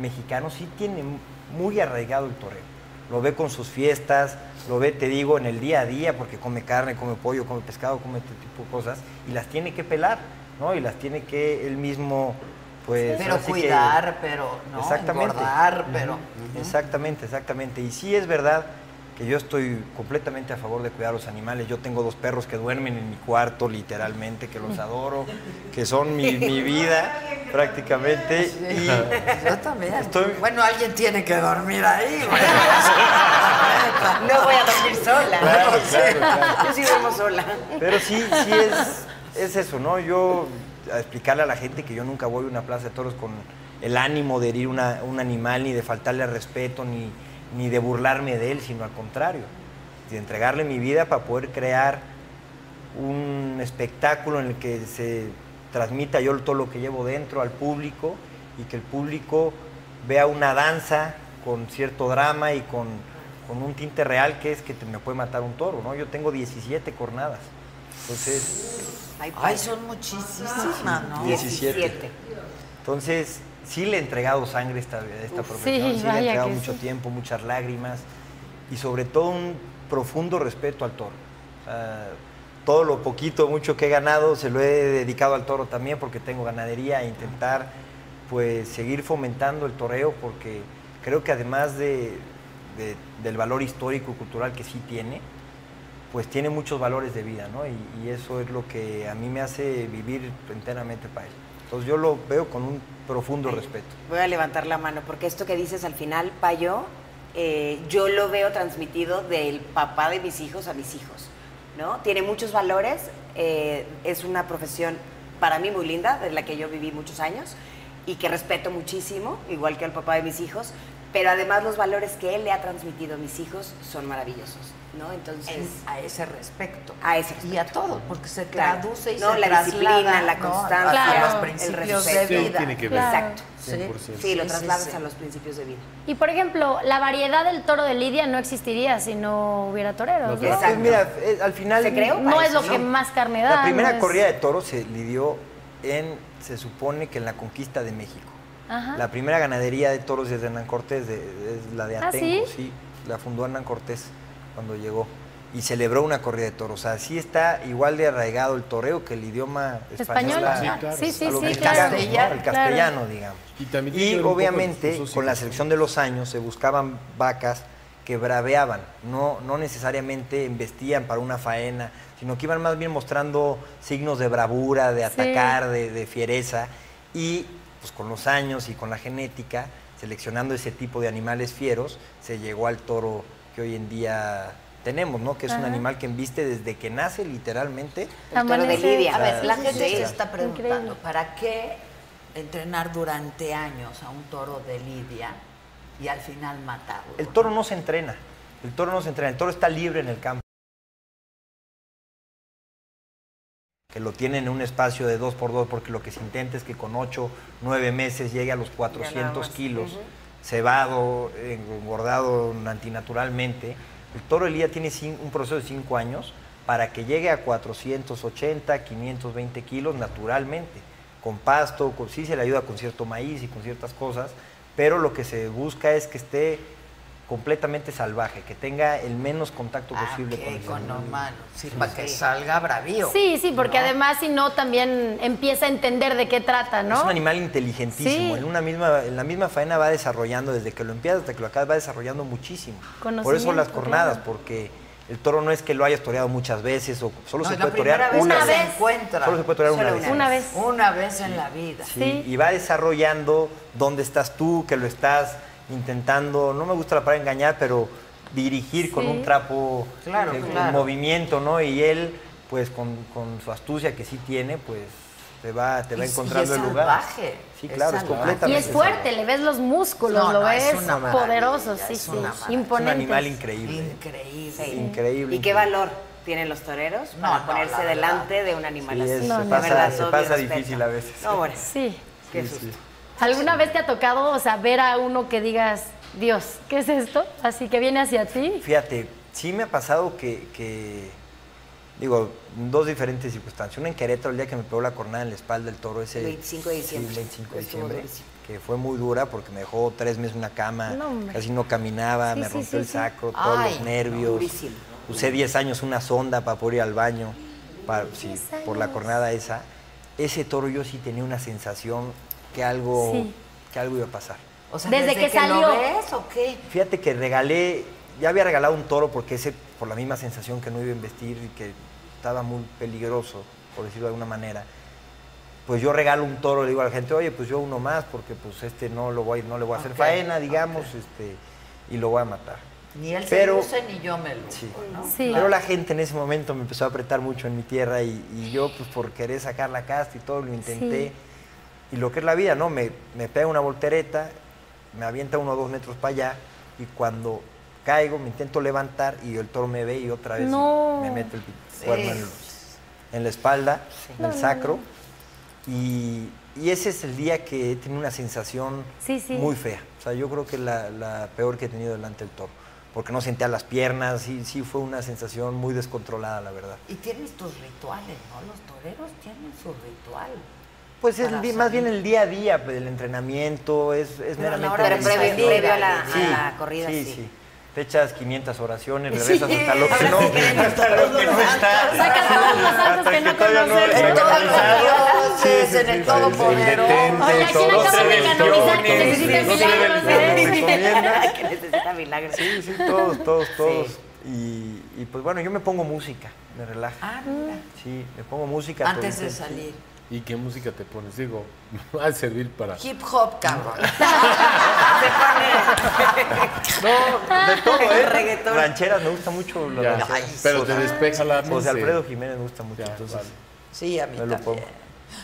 Speaker 3: mexicano sí tiene muy arraigado el toreo. Lo ve con sus fiestas, lo ve, te digo, en el día a día, porque come carne, come pollo, come pescado, come este tipo de cosas, y las tiene que pelar, ¿no? Y las tiene que él mismo, pues...
Speaker 2: Pero
Speaker 3: ahora sí que-
Speaker 2: cuidar, pero no
Speaker 3: Exactamente.
Speaker 2: engordar, pero...
Speaker 3: Exactamente, exactamente. Y sí es verdad que yo estoy completamente a favor de cuidar a los animales. Yo tengo dos perros que duermen en mi cuarto, literalmente, que los adoro, que son mi, mi vida, prácticamente. Y
Speaker 2: Yo también.
Speaker 3: Estoy-
Speaker 2: Bueno, alguien tiene que dormir ahí, güey.
Speaker 5: No voy a dormir sola.
Speaker 3: Claro,
Speaker 5: Sí.
Speaker 3: claro, claro.
Speaker 5: Yo sí duermo sola.
Speaker 3: Pero sí, sí es, es eso, ¿no? Yo a explicarle a la gente que yo nunca voy a una plaza de toros con el ánimo de herir una- un animal, ni de faltarle al respeto, ni, ni de burlarme de él, sino al contrario, de entregarle mi vida para poder crear un espectáculo en el que se transmita yo todo lo que llevo dentro al público y que el público vea una danza con cierto drama y con con un tinte real que es que te, me puede matar un toro, ¿no? Yo tengo 17 cornadas. Entonces,
Speaker 5: Ay,
Speaker 2: Ay, son muchísimas, ¿no?
Speaker 3: 17. entonces sí le he entregado sangre a esta, a esta profesión, sí, le he
Speaker 6: vaya
Speaker 3: entregado
Speaker 6: que
Speaker 3: mucho
Speaker 6: sí.
Speaker 3: tiempo, muchas lágrimas y sobre todo un profundo respeto al toro. O sea, todo lo poquito, mucho que he ganado, se lo he dedicado al toro también porque tengo ganadería e intentar pues seguir fomentando el toreo porque creo que además de- de- del valor histórico y cultural que sí tiene, pues tiene muchos valores de vida, ¿no? Y, y eso es lo que a mí me hace vivir enteramente para él. Entonces yo lo veo con un profundo respeto.
Speaker 5: Voy a levantar la mano, porque esto que dices al final, Payo, eh, yo lo veo transmitido del papá de mis hijos a mis hijos, ¿no? Tiene muchos valores, eh, es una profesión para mí muy linda, de la que yo viví muchos años y que respeto muchísimo, igual que al papá de mis hijos, pero además los valores que él le ha transmitido a mis hijos son maravillosos, ¿no? Entonces...
Speaker 2: En- a ese respecto.
Speaker 5: A ese respecto.
Speaker 2: Y a todo, porque se
Speaker 5: Claro.
Speaker 2: traduce y
Speaker 5: No,
Speaker 2: se
Speaker 5: la
Speaker 2: traslada,
Speaker 5: disciplina, la
Speaker 2: ¿no?
Speaker 5: constancia,
Speaker 2: a los
Speaker 6: el
Speaker 2: principios de
Speaker 5: respeto.
Speaker 4: Sí,
Speaker 2: vida.
Speaker 4: tiene que ver.
Speaker 6: Claro.
Speaker 5: Exacto.
Speaker 2: Sí.
Speaker 4: 100%.
Speaker 5: Sí, lo
Speaker 2: Sí, sí,
Speaker 5: trasladas
Speaker 2: sí.
Speaker 5: a los principios de vida.
Speaker 6: Y por ejemplo, la variedad del toro de Lidia no existiría si no hubiera toreros.
Speaker 5: No,
Speaker 6: ¿no?
Speaker 5: Exacto.
Speaker 3: Pues mira, eh, al final...
Speaker 5: Se creó
Speaker 6: No es lo
Speaker 5: ¿no?
Speaker 6: que más carne da.
Speaker 3: La primera
Speaker 6: no es-
Speaker 3: corrida de toros se lidió en, se supone que en la conquista de México.
Speaker 6: Ajá.
Speaker 3: La primera ganadería de toros desde Hernán Cortés de- es la de
Speaker 6: ¿Ah,
Speaker 3: Atenco,
Speaker 6: sí?
Speaker 3: La fundó Hernán Cortés cuando llegó y celebró una corrida de toros. O sea, sí está igual de arraigado el toreo que el idioma español.
Speaker 6: Español.
Speaker 3: a-
Speaker 6: ah,
Speaker 4: claro.
Speaker 6: Sí, sí,
Speaker 3: a los
Speaker 6: sí,
Speaker 3: mexicanos,
Speaker 6: claro.
Speaker 3: ¿no?
Speaker 6: Claro.
Speaker 3: al castellano, digamos.
Speaker 4: Y también
Speaker 3: Y
Speaker 4: tiene que ver un poco con
Speaker 3: obviamente
Speaker 4: los usos y
Speaker 3: con la
Speaker 4: costumbres.
Speaker 3: selección de los años se buscaban vacas que braveaban, no, no necesariamente embestían para una faena, sino que iban más bien mostrando signos de bravura, de
Speaker 6: Sí.
Speaker 3: atacar, de, de fiereza, y pues con los años y con la genética, seleccionando ese tipo de animales fieros, se llegó al toro que hoy en día tenemos, ¿no? Que es un
Speaker 6: Ajá.
Speaker 3: animal que embiste desde que nace literalmente.
Speaker 5: El toro de
Speaker 6: Amanece-
Speaker 5: Lidia.
Speaker 2: A ver, la
Speaker 3: Sí,
Speaker 2: gente
Speaker 3: sí,
Speaker 2: se
Speaker 3: sí.
Speaker 2: está preguntando,
Speaker 6: Increíble.
Speaker 2: ¿para qué entrenar durante años a un toro de lidia y al final matarlo?
Speaker 3: El toro no se entrena, el toro no se entrena, el toro está libre en el campo. Que lo tienen en un espacio de 2 por 2 porque lo que se intenta es que con 8, 9 meses llegue a los 400 kilos, cebado, engordado antinaturalmente. El toro Elía tiene cin- un proceso de 5 años para que llegue a 480, 520 kilos naturalmente, con pasto, con, sí se le ayuda con cierto maíz y con ciertas cosas, pero lo que se busca es que esté completamente salvaje, que tenga el menos contacto
Speaker 2: Ah,
Speaker 3: posible
Speaker 2: ok,
Speaker 3: con el
Speaker 2: con lo
Speaker 3: animal.
Speaker 2: malo. Sí, para que salga bravío.
Speaker 6: Sí, sí, porque además si no también empieza a entender de qué trata, ¿no?
Speaker 3: Es un animal inteligentísimo.
Speaker 6: Sí.
Speaker 3: En, una misma, en la misma faena va desarrollando, desde que lo empiezas hasta que lo acabas, va desarrollando muchísimo. Por eso las
Speaker 6: Conocimiento,
Speaker 3: cornadas,
Speaker 6: claro.
Speaker 3: porque el toro no es que lo hayas toreado muchas veces o solo
Speaker 2: No,
Speaker 3: se
Speaker 2: es la
Speaker 3: puede
Speaker 2: primera
Speaker 3: torear
Speaker 2: vez
Speaker 3: una
Speaker 6: que
Speaker 3: vez.
Speaker 6: se
Speaker 2: encuentra.
Speaker 3: Solo se puede torear
Speaker 5: Solo
Speaker 3: una vez.
Speaker 6: Una vez.
Speaker 2: Una vez en la vida.
Speaker 3: Sí,
Speaker 6: Sí.
Speaker 3: Y va desarrollando dónde estás tú, que lo estás intentando, no me gusta la palabra engañar, pero dirigir con
Speaker 6: Sí.
Speaker 3: un trapo
Speaker 2: Claro,
Speaker 3: el, el
Speaker 2: claro.
Speaker 3: movimiento, ¿no? Y él, pues con, con su astucia que sí tiene, pues te va, te va
Speaker 2: Y- y
Speaker 3: encontrando
Speaker 2: es
Speaker 3: el lugar.
Speaker 2: salvaje,
Speaker 3: Sí,
Speaker 2: es
Speaker 3: claro, es,
Speaker 2: salvaje.
Speaker 6: Y
Speaker 3: completamente.
Speaker 6: es fuerte, le ves los músculos,
Speaker 2: No,
Speaker 6: lo
Speaker 2: no, es
Speaker 6: ves
Speaker 2: una maravilla,
Speaker 6: poderoso, sí,
Speaker 2: es
Speaker 6: sí,
Speaker 2: una maravilla.
Speaker 3: salvaje. Es un
Speaker 6: imponente.
Speaker 3: animal increíble.
Speaker 2: Increíble.
Speaker 3: Increíble.
Speaker 5: ¿Y qué
Speaker 3: increíble.
Speaker 5: valor tienen los toreros
Speaker 2: No,
Speaker 5: para
Speaker 2: no,
Speaker 5: ponerse
Speaker 2: la verdad.
Speaker 5: delante de un animal
Speaker 3: Sí,
Speaker 5: así?
Speaker 3: es-
Speaker 6: No, se
Speaker 5: De
Speaker 6: pasa-
Speaker 3: se
Speaker 5: todo mi
Speaker 3: pasa
Speaker 5: respeto.
Speaker 3: difícil a veces.
Speaker 5: No, bueno,
Speaker 6: Sí.
Speaker 5: qué susto.
Speaker 6: ¿Alguna vez te ha tocado, o sea, ver a uno que digas, Dios, ¿qué es esto? Así que viene hacia ti.
Speaker 3: Fíjate, sí me ha pasado que, que, digo, en dos diferentes circunstancias. Una en Querétaro, el día que me pegó la cornada en la espalda del toro ese.
Speaker 5: 25 de diciembre.
Speaker 3: Sí, 25 de
Speaker 5: Estuvo
Speaker 3: diciembre.
Speaker 5: durísimo.
Speaker 3: Que fue muy dura porque me dejó tres meses en una cama,
Speaker 6: No, hombre.
Speaker 3: casi no caminaba,
Speaker 6: Sí,
Speaker 3: me
Speaker 6: sí,
Speaker 3: rompió
Speaker 6: sí,
Speaker 3: el
Speaker 6: sí.
Speaker 3: sacro, todos
Speaker 2: Ay,
Speaker 3: los nervios.
Speaker 5: durísimo.
Speaker 3: Usé 10 años una sonda para poder ir al baño, para- sí, por la cornada esa. Ese toro yo sí tenía una sensación que algo,
Speaker 6: Sí.
Speaker 3: que algo iba a pasar.
Speaker 2: O sea,
Speaker 6: Desde que salió.
Speaker 2: ¿Lo ves o qué?
Speaker 3: Fíjate que regalé, ya había regalado un toro porque ese, por la misma sensación que no iba a investir y que estaba muy peligroso, por decirlo de alguna manera. Pues yo regalo un toro, le digo a la gente, oye, pues yo uno más porque pues este no lo voy, no le voy a hacer
Speaker 2: Ok,
Speaker 3: faena, digamos, este, y lo voy a matar.
Speaker 2: Ni él
Speaker 3: Pero-
Speaker 2: se luce ni yo me luce,
Speaker 3: Sí.
Speaker 2: ¿no?
Speaker 6: Sí.
Speaker 3: Pero la gente en ese momento me empezó a apretar mucho en mi tierra y, y yo, pues por querer sacar la casta y todo, lo intenté.
Speaker 6: Sí.
Speaker 3: Y lo que es la vida, ¿no? Me, me pega una voltereta, me avienta uno o dos metros para allá y cuando caigo me intento levantar y el toro me ve y otra vez
Speaker 6: No.
Speaker 3: me mete el cuerno en, en la espalda, en el sacro. Y, y ese es el día que he tenido una sensación
Speaker 6: Sí, sí.
Speaker 3: muy fea. O sea, yo creo que la, la peor que he tenido delante del toro. porque no sentía las piernas, sí, sí fue una sensación muy descontrolada, la verdad.
Speaker 1: Y tienes tus rituales, ¿no? Los toreros tienen su ritual.
Speaker 3: Pues es
Speaker 1: Para
Speaker 3: di- más
Speaker 1: salir.
Speaker 3: bien el día a día pues, del entrenamiento, es, es
Speaker 1: Pero a la
Speaker 3: meramente
Speaker 1: hora de
Speaker 3: organización.
Speaker 1: previo- previo a la-
Speaker 5: a la corrida, sí.
Speaker 3: Te echas 500 oraciones, regresas hasta lo que
Speaker 1: ahora
Speaker 3: no,
Speaker 1: sí queremos
Speaker 3: hasta lo que no está.
Speaker 6: Sacas todos los santos que no
Speaker 3: todavía
Speaker 6: conoces.
Speaker 3: está
Speaker 1: En todo
Speaker 3: canonizado.
Speaker 1: Dios, en el Todopoderoso.
Speaker 6: Oye, aquí no acaban de canonizar que
Speaker 3: Dios,
Speaker 6: necesiten
Speaker 3: no se debe
Speaker 6: milagros,
Speaker 3: de-
Speaker 6: ¿eh?
Speaker 3: recomienda.
Speaker 5: que necesita milagros.
Speaker 3: Sí, sí, todos, todos, todos. Y, y, pues bueno, yo me pongo música, me relajo.
Speaker 1: Ah, mira.
Speaker 3: Sí, me pongo música. todo
Speaker 1: Antes de
Speaker 3: el tiempo.
Speaker 1: salir.
Speaker 4: ¿Y qué música te pones? Digo, va a servir para...
Speaker 1: Hip hop, cabrón.
Speaker 3: No, de todo, ¿eh?
Speaker 1: Ah, Reggaetón.
Speaker 3: Rancheras, me gusta mucho las
Speaker 4: Ya,
Speaker 3: rancheras.
Speaker 4: pero
Speaker 3: José-
Speaker 4: te despeja la
Speaker 3: José
Speaker 4: mente.
Speaker 3: Alfredo Jiménez me gusta mucho,
Speaker 4: Ya,
Speaker 3: entonces
Speaker 4: vale.
Speaker 1: Sí, a mí
Speaker 3: me lo
Speaker 1: también.
Speaker 3: pongo.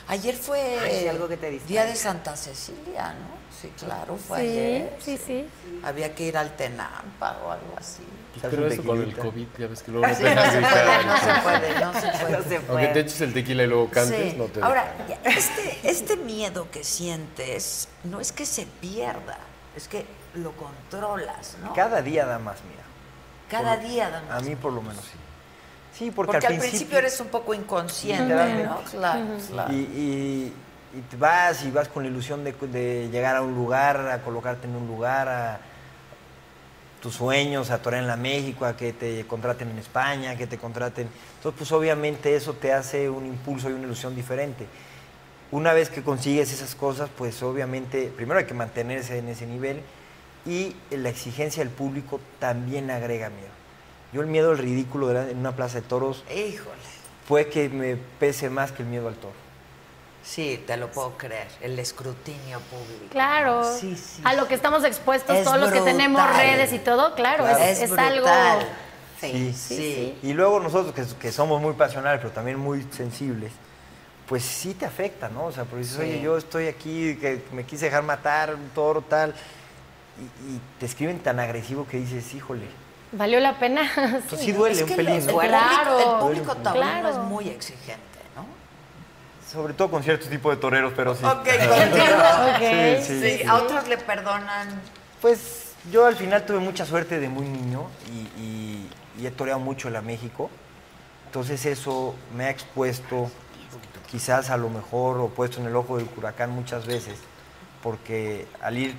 Speaker 1: Ayer fue
Speaker 5: Ay, sí, algo que te distrae.
Speaker 1: Día de Santa Cecilia, ¿no? Sí, claro, fue
Speaker 6: Sí,
Speaker 1: ayer.
Speaker 6: sí, sí.
Speaker 1: Había que ir al Tenampa o algo así.
Speaker 4: Pues
Speaker 3: Haz
Speaker 4: creo
Speaker 3: un
Speaker 4: eso con el
Speaker 3: tequilita.
Speaker 4: COVID, ya ves que luego no te
Speaker 1: Ah, No
Speaker 4: dejan
Speaker 1: se puede, no se
Speaker 4: gritar.
Speaker 1: puede, no se puede.
Speaker 5: No se
Speaker 4: Aunque te
Speaker 5: puede.
Speaker 4: eches el tequila y luego cantes,
Speaker 1: Sí.
Speaker 4: no te
Speaker 1: Ahora, ya, este, este miedo que sientes no es que se pierda, es que lo controlas, ¿no? Cada,
Speaker 3: Cada día da más miedo. Por-
Speaker 1: día, da más.
Speaker 3: A mí por lo menos sí. Sí, porque,
Speaker 1: Porque, al principio, eres un poco inconsciente,
Speaker 3: Literalmente.
Speaker 1: ¿no? Claro, claro.
Speaker 3: Y, y- y te vas y vas con la ilusión de, de llegar a un lugar, a colocarte en un lugar, a tus sueños, a torear en la México, a que te contraten en España, que te contraten. Entonces, pues obviamente eso te hace un impulso y una ilusión diferente. Una vez que consigues esas cosas, pues obviamente primero hay que mantenerse en ese nivel y la exigencia del público también agrega miedo. Yo el miedo al ridículo de la- en una plaza de toros
Speaker 1: Híjole,
Speaker 3: puede que me pese más que el miedo al toro.
Speaker 1: sí, te lo puedo creer, el escrutinio público.
Speaker 6: Claro.
Speaker 1: Sí, sí.
Speaker 6: A lo que estamos expuestos
Speaker 1: Es
Speaker 6: todos los que tenemos
Speaker 1: brutal.
Speaker 6: redes y todo, claro,
Speaker 3: Claro.
Speaker 6: es, es algo.
Speaker 1: brutal.
Speaker 3: Sí,
Speaker 1: sí.
Speaker 6: sí.
Speaker 3: Y luego nosotros, que, que somos muy pasionales, pero también muy sensibles, pues sí te afecta, ¿no? O sea, porque dices, oye, yo estoy aquí, que me quise dejar matar, un toro, tal. Y, y te escriben tan agresivo que dices, híjole.
Speaker 6: ¿Valió la pena?
Speaker 3: Entonces sí duele
Speaker 1: Es
Speaker 3: un
Speaker 1: que
Speaker 3: pelín,
Speaker 1: los-
Speaker 3: ¿no?
Speaker 1: el
Speaker 6: Claro.
Speaker 1: público, el público taurino
Speaker 6: Claro.
Speaker 1: es muy exigente, ¿no?
Speaker 3: Sobre todo con cierto tipo de toreros, pero sí.
Speaker 10: Ok,
Speaker 6: Ok.
Speaker 3: Sí, sí.
Speaker 10: Sí, a otros le perdonan.
Speaker 3: Pues yo al final tuve mucha suerte de muy niño y, y- y he toreado mucho en la México. Entonces eso me ha expuesto quizás a lo mejor o puesto en el ojo del huracán muchas veces. Porque al ir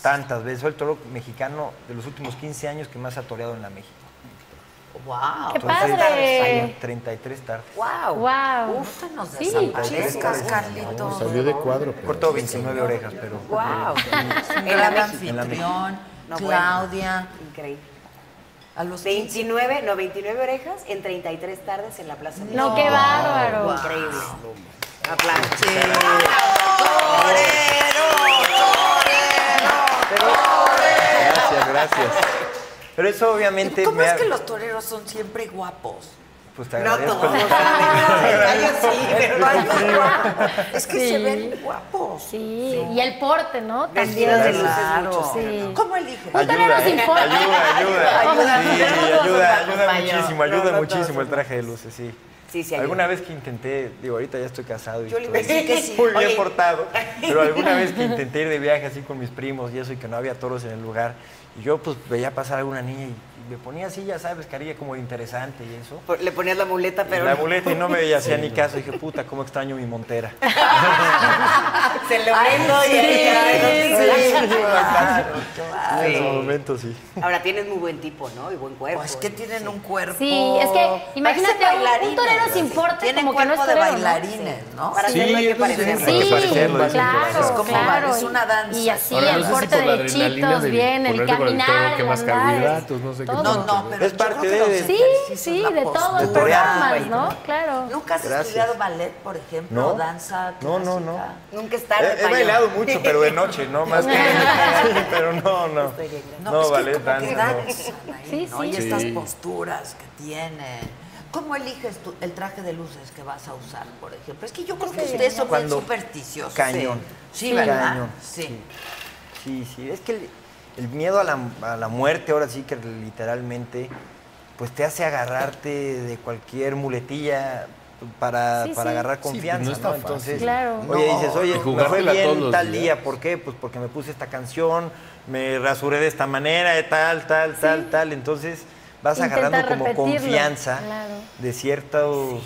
Speaker 3: tantas veces, soy el toro mexicano de los últimos 15 años que más ha toreado en la México.
Speaker 1: ¡Wow!
Speaker 6: ¡Qué padre!
Speaker 3: hay 33 tardes.
Speaker 1: ¡Wow!
Speaker 6: Wow.
Speaker 1: No te nos
Speaker 6: Sí.
Speaker 1: desaparezcas,
Speaker 4: Nos
Speaker 1: Carlitos.
Speaker 4: salió de cuadro.
Speaker 3: He
Speaker 4: pero-
Speaker 3: cortado 29 orejas, pero...
Speaker 1: ¡Wow!
Speaker 5: En la
Speaker 1: Gran
Speaker 5: México.
Speaker 3: En la
Speaker 1: anfitrión,
Speaker 5: No, bueno.
Speaker 1: Claudia,
Speaker 5: Increíble.
Speaker 1: a los 15.
Speaker 5: 29, no, 29 orejas en 33 tardes en la Plaza de
Speaker 6: No, qué bárbaro.
Speaker 5: Increíble. Aplausos.
Speaker 3: Gracias, gracias. Pero eso obviamente
Speaker 1: ¿Cómo
Speaker 3: me
Speaker 1: es
Speaker 3: ha-
Speaker 1: que los toreros son siempre guapos?
Speaker 3: Pues te
Speaker 5: No
Speaker 3: agradezco.
Speaker 5: todos.
Speaker 1: Es que se ven guapos.
Speaker 6: Sí. Y el porte, ¿no?
Speaker 5: Vestidos
Speaker 6: También.
Speaker 5: de
Speaker 3: Gracias.
Speaker 5: luces mucho.
Speaker 1: Claro.
Speaker 6: Sí.
Speaker 1: ¿Cómo eliges?
Speaker 6: Un torero
Speaker 3: Ayuda,
Speaker 6: sin
Speaker 3: ¿eh?
Speaker 6: porte.
Speaker 3: Ayuda, ayuda.
Speaker 1: Ayuda. Todos
Speaker 3: Sí, ayuda,
Speaker 1: nos
Speaker 3: ayuda
Speaker 1: acompañó.
Speaker 3: muchísimo,
Speaker 5: No,
Speaker 3: ayuda
Speaker 5: no
Speaker 3: muchísimo
Speaker 5: todos.
Speaker 3: el traje de luces, sí.
Speaker 5: Sí, sí, ayuda.
Speaker 3: Alguna vez que intenté, digo, ahorita ya estoy casado y
Speaker 5: Yo le iba a
Speaker 3: estoy
Speaker 5: decir que sí.
Speaker 3: muy bien
Speaker 5: Oye.
Speaker 3: portado, pero alguna vez que intenté ir de viaje así con mis primos y eso y que no había toros en el lugar, y yo pues veía pasar a alguna niña y, y me ponía así, ya sabes, carilla como de interesante y eso.
Speaker 5: Por- Le ponías la muleta,
Speaker 3: Y
Speaker 5: pero
Speaker 3: la muleta y no me veía hacía ni caso, dije, puta, cómo extraño mi montera.
Speaker 5: se le prendo y
Speaker 3: Sí, claro, En ese
Speaker 5: Sí.
Speaker 3: momento sí.
Speaker 5: Ahora tienes muy buen tipo, ¿no? Y buen cuerpo.
Speaker 1: Pues que tienen un cuerpo.
Speaker 6: Sí, es que imagínate,
Speaker 1: Parecen
Speaker 6: un- un
Speaker 1: bailarines,
Speaker 6: torero sin
Speaker 1: sí.
Speaker 6: porte
Speaker 1: Tienen
Speaker 6: como que no es
Speaker 1: cuerpo de
Speaker 6: torero, ¿no?
Speaker 1: bailarines, ¿no?
Speaker 5: Para
Speaker 4: Sí,
Speaker 5: hacerlo hay que
Speaker 4: entonces
Speaker 5: parecer.
Speaker 4: es-
Speaker 3: Hay
Speaker 6: Sí,
Speaker 3: que parecerlo, dicen por ahí.
Speaker 6: claro,
Speaker 3: Es
Speaker 1: como
Speaker 6: claro.
Speaker 1: bailar, es una danza.
Speaker 6: Y así
Speaker 4: Ahora,
Speaker 6: el
Speaker 4: no sé si
Speaker 6: corte
Speaker 4: por la
Speaker 6: de
Speaker 4: adrenalina
Speaker 6: chitos,
Speaker 4: de
Speaker 6: bien, el
Speaker 4: ponerte con el
Speaker 6: caminar,
Speaker 4: toro, que
Speaker 6: el
Speaker 4: más
Speaker 6: andar,
Speaker 4: carbohidratos, no sé qué
Speaker 6: todo.
Speaker 1: No, no, pero
Speaker 3: Es
Speaker 1: yo
Speaker 3: parte
Speaker 1: creo que los
Speaker 3: de-
Speaker 6: Sí,
Speaker 1: ejercicios,
Speaker 6: sí,
Speaker 1: la
Speaker 6: de todo, el
Speaker 1: postura,
Speaker 6: performance,
Speaker 1: güey,
Speaker 6: ¿no? Claro.
Speaker 1: ¿Nunca has
Speaker 3: Gracias.
Speaker 1: estudiado ballet, por ejemplo?
Speaker 3: No.
Speaker 1: o danza
Speaker 3: No, no, no.
Speaker 1: clásica?
Speaker 5: Nunca es
Speaker 3: He,
Speaker 5: tarde.
Speaker 3: he
Speaker 5: paño.
Speaker 3: bailado mucho, pero de noche, no más que. Sí, pero no,
Speaker 1: No,
Speaker 3: no. No,
Speaker 1: es
Speaker 6: pues,
Speaker 1: que
Speaker 3: vale,
Speaker 1: como que
Speaker 3: tanto.
Speaker 1: danzan ahí,
Speaker 6: Sí,
Speaker 1: ¿no? Y
Speaker 6: sí.
Speaker 1: estas
Speaker 4: Sí.
Speaker 1: posturas que tienen. ¿Cómo eliges tú el traje de luces que vas a usar, por ejemplo? Es que yo creo que ustedes son bien
Speaker 3: Cuando-
Speaker 1: supersticiosos.
Speaker 3: Cañón.
Speaker 1: Sí, Sí, ¿verdad?
Speaker 3: Cañón.
Speaker 1: Sí.
Speaker 3: Sí, sí. Es que el, el miedo a la, a la muerte, ahora sí que literalmente, pues te hace agarrarte de cualquier muletilla para,
Speaker 6: Sí,
Speaker 3: para
Speaker 6: sí.
Speaker 3: agarrar
Speaker 4: Sí,
Speaker 3: confianza,
Speaker 4: pues
Speaker 3: ¿no?
Speaker 4: no está fácil.
Speaker 3: Entonces,
Speaker 6: Claro.
Speaker 3: oye, dices, oye,
Speaker 4: Y
Speaker 3: me fue
Speaker 4: jugártela todos
Speaker 3: bien
Speaker 4: los
Speaker 3: tal
Speaker 4: días.
Speaker 3: día, ¿por qué? Pues porque me puse esta canción, me rasuré de esta manera, de tal, tal, tal, tal. Entonces vas
Speaker 6: Intenta
Speaker 3: agarrando como
Speaker 6: repetirlo,
Speaker 3: confianza
Speaker 6: claro.
Speaker 3: de ciertos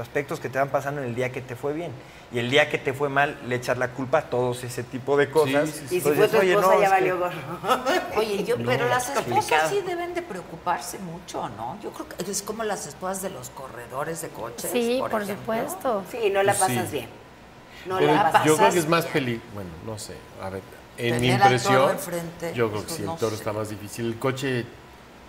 Speaker 3: aspectos que te van pasando en el día que te fue bien. Y el día que te fue mal, le echas la culpa a todos ese tipo de cosas.
Speaker 4: sí, sí.
Speaker 5: Y si
Speaker 3: Entonces,
Speaker 5: fue tu
Speaker 3: Pues oye, no,
Speaker 5: esposa, ya
Speaker 3: es que-
Speaker 5: valió gorro.
Speaker 1: Oye, yo, pero las esposas
Speaker 5: complicado.
Speaker 1: sí deben de preocuparse mucho, ¿no? Yo creo que es como las esposas de los corredores de coches.
Speaker 6: Sí, por,
Speaker 1: pues ejemplo.
Speaker 6: supuesto.
Speaker 5: Sí, no la
Speaker 4: Pues sí.
Speaker 5: pasas bien. No
Speaker 3: Pues
Speaker 4: Pero
Speaker 5: la pasas
Speaker 4: yo creo que es
Speaker 5: bien.
Speaker 4: más peli. Bueno, no sé. A ver, en mi
Speaker 1: Tener al toro
Speaker 4: impresión.
Speaker 1: enfrente,
Speaker 4: Yo creo que
Speaker 1: pues,
Speaker 4: sí, el
Speaker 1: no
Speaker 4: toro
Speaker 1: sé.
Speaker 4: está más difícil. El coche,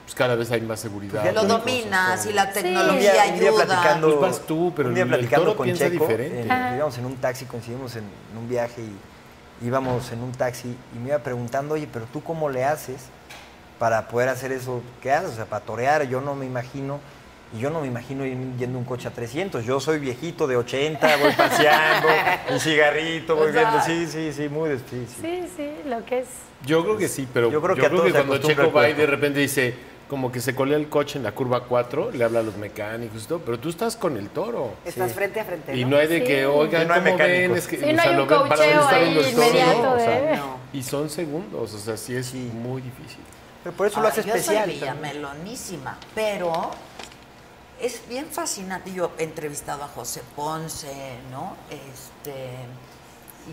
Speaker 4: pues cada vez hay más seguridad.
Speaker 3: Ya
Speaker 1: Lo
Speaker 4: hay cosas,
Speaker 1: dominas
Speaker 4: todo.
Speaker 1: y la
Speaker 3: Un
Speaker 1: tecnología
Speaker 3: día, un día
Speaker 1: ayuda.
Speaker 3: platicando,
Speaker 4: Pues vas tú, pero
Speaker 3: un día
Speaker 4: el- el
Speaker 3: platicando
Speaker 4: toro
Speaker 3: con
Speaker 4: piensa
Speaker 3: Checo,
Speaker 4: diferente.
Speaker 3: eh,
Speaker 6: Ajá.
Speaker 3: íbamos en un taxi, coincidimos en, en un viaje y íbamos en un taxi y me iba preguntando, oye, pero tú cómo le haces para poder hacer eso que haces, o sea, para torear, yo no me imagino, y yo no me imagino ir- yendo un coche a 300, yo soy viejito de 80, voy paseando, un cigarrito, voy viendo, sí, sí, sí, muy des- sí, sí.
Speaker 6: Sí, sí, lo que es.
Speaker 4: Yo creo que sí, pero
Speaker 3: Yo
Speaker 4: yo
Speaker 3: creo
Speaker 4: creo
Speaker 3: que
Speaker 4: que,
Speaker 3: a todos se
Speaker 4: cuando
Speaker 3: acostumbra
Speaker 4: Checo
Speaker 3: el
Speaker 4: va y
Speaker 3: cuerpo.
Speaker 4: de repente dice, como que se colea el coche en la curva 4, le habla a los mecánicos y todo, pero tú estás con el toro.
Speaker 5: Estás frente a frente.
Speaker 4: Y no hay de
Speaker 6: Sí.
Speaker 4: que, oigan,
Speaker 3: Y no hay
Speaker 4: ¿cómo
Speaker 3: mecánicos.
Speaker 4: ven? Es que,
Speaker 6: Sí, no hay un
Speaker 4: ¿para dónde
Speaker 6: coacheo
Speaker 4: está
Speaker 6: ahí
Speaker 4: viendo el toro?
Speaker 6: inmediato ¿eh?
Speaker 4: No, o sea,
Speaker 6: de-
Speaker 5: No.
Speaker 4: Y son segundos, o sea, sí es muy difícil.
Speaker 3: Pero por eso lo
Speaker 1: Ahora,
Speaker 3: hace
Speaker 1: Ah, yo soy
Speaker 3: especial. también.
Speaker 1: villamelonísima, pero es bien fascinante. Yo he entrevistado a José Ponce, ¿no? Este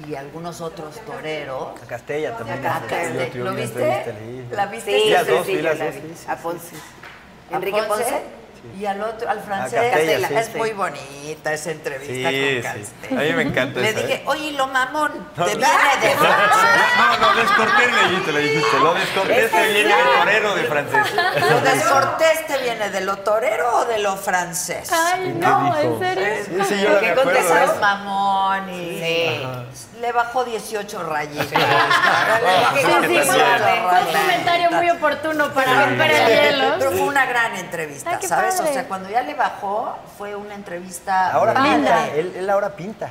Speaker 1: y algunos otros toreros.
Speaker 3: A Castella también.
Speaker 1: A Castella.
Speaker 3: Yo- yo
Speaker 1: ¿Lo
Speaker 3: vi
Speaker 1: viste?
Speaker 3: entrevista, leí.
Speaker 1: ¿La
Speaker 5: Sí,
Speaker 1: viste?
Speaker 5: sí,
Speaker 3: las dos,
Speaker 5: sí,
Speaker 3: vi
Speaker 5: yo
Speaker 3: las
Speaker 5: la
Speaker 3: dos,
Speaker 5: vi.
Speaker 3: sí, sí,
Speaker 5: A Ponce. Enrique Ponce.
Speaker 1: y al otro, al francés.
Speaker 3: A Castella,
Speaker 1: Castella.
Speaker 3: sí.
Speaker 1: Es muy bonita esa entrevista
Speaker 3: Sí,
Speaker 1: con
Speaker 3: sí.
Speaker 1: Castella.
Speaker 3: A mí me encanta
Speaker 1: Le
Speaker 3: esa,
Speaker 1: dije,
Speaker 3: ¿eh?
Speaker 1: oye, ¿y lo mamón, te viene de Francia.
Speaker 3: No, lo descorté, Leyito, le dijiste. Lo descorté, este viene el torero de francés.
Speaker 1: ¿Lo de Cortés te viene de lo torero o de lo francés?
Speaker 6: Ay, no, en serio.
Speaker 3: Sí, sí, yo no me
Speaker 1: que
Speaker 3: acuerdo de
Speaker 1: contestaron
Speaker 3: eso.
Speaker 1: mamón y le bajó 18 rayitas. Le
Speaker 6: Sí,
Speaker 1: bajó
Speaker 6: sí, fue-
Speaker 1: 18
Speaker 6: fue un
Speaker 1: rayitas.
Speaker 6: comentario muy oportuno para romper el
Speaker 1: Pero
Speaker 6: hielo.
Speaker 1: fue una gran entrevista,
Speaker 6: Ay, qué
Speaker 1: ¿sabes? O
Speaker 6: padre.
Speaker 1: sea, cuando ya le bajó, fue una entrevista.
Speaker 3: Ahora
Speaker 1: padre.
Speaker 3: pinta, él, él ahora pinta.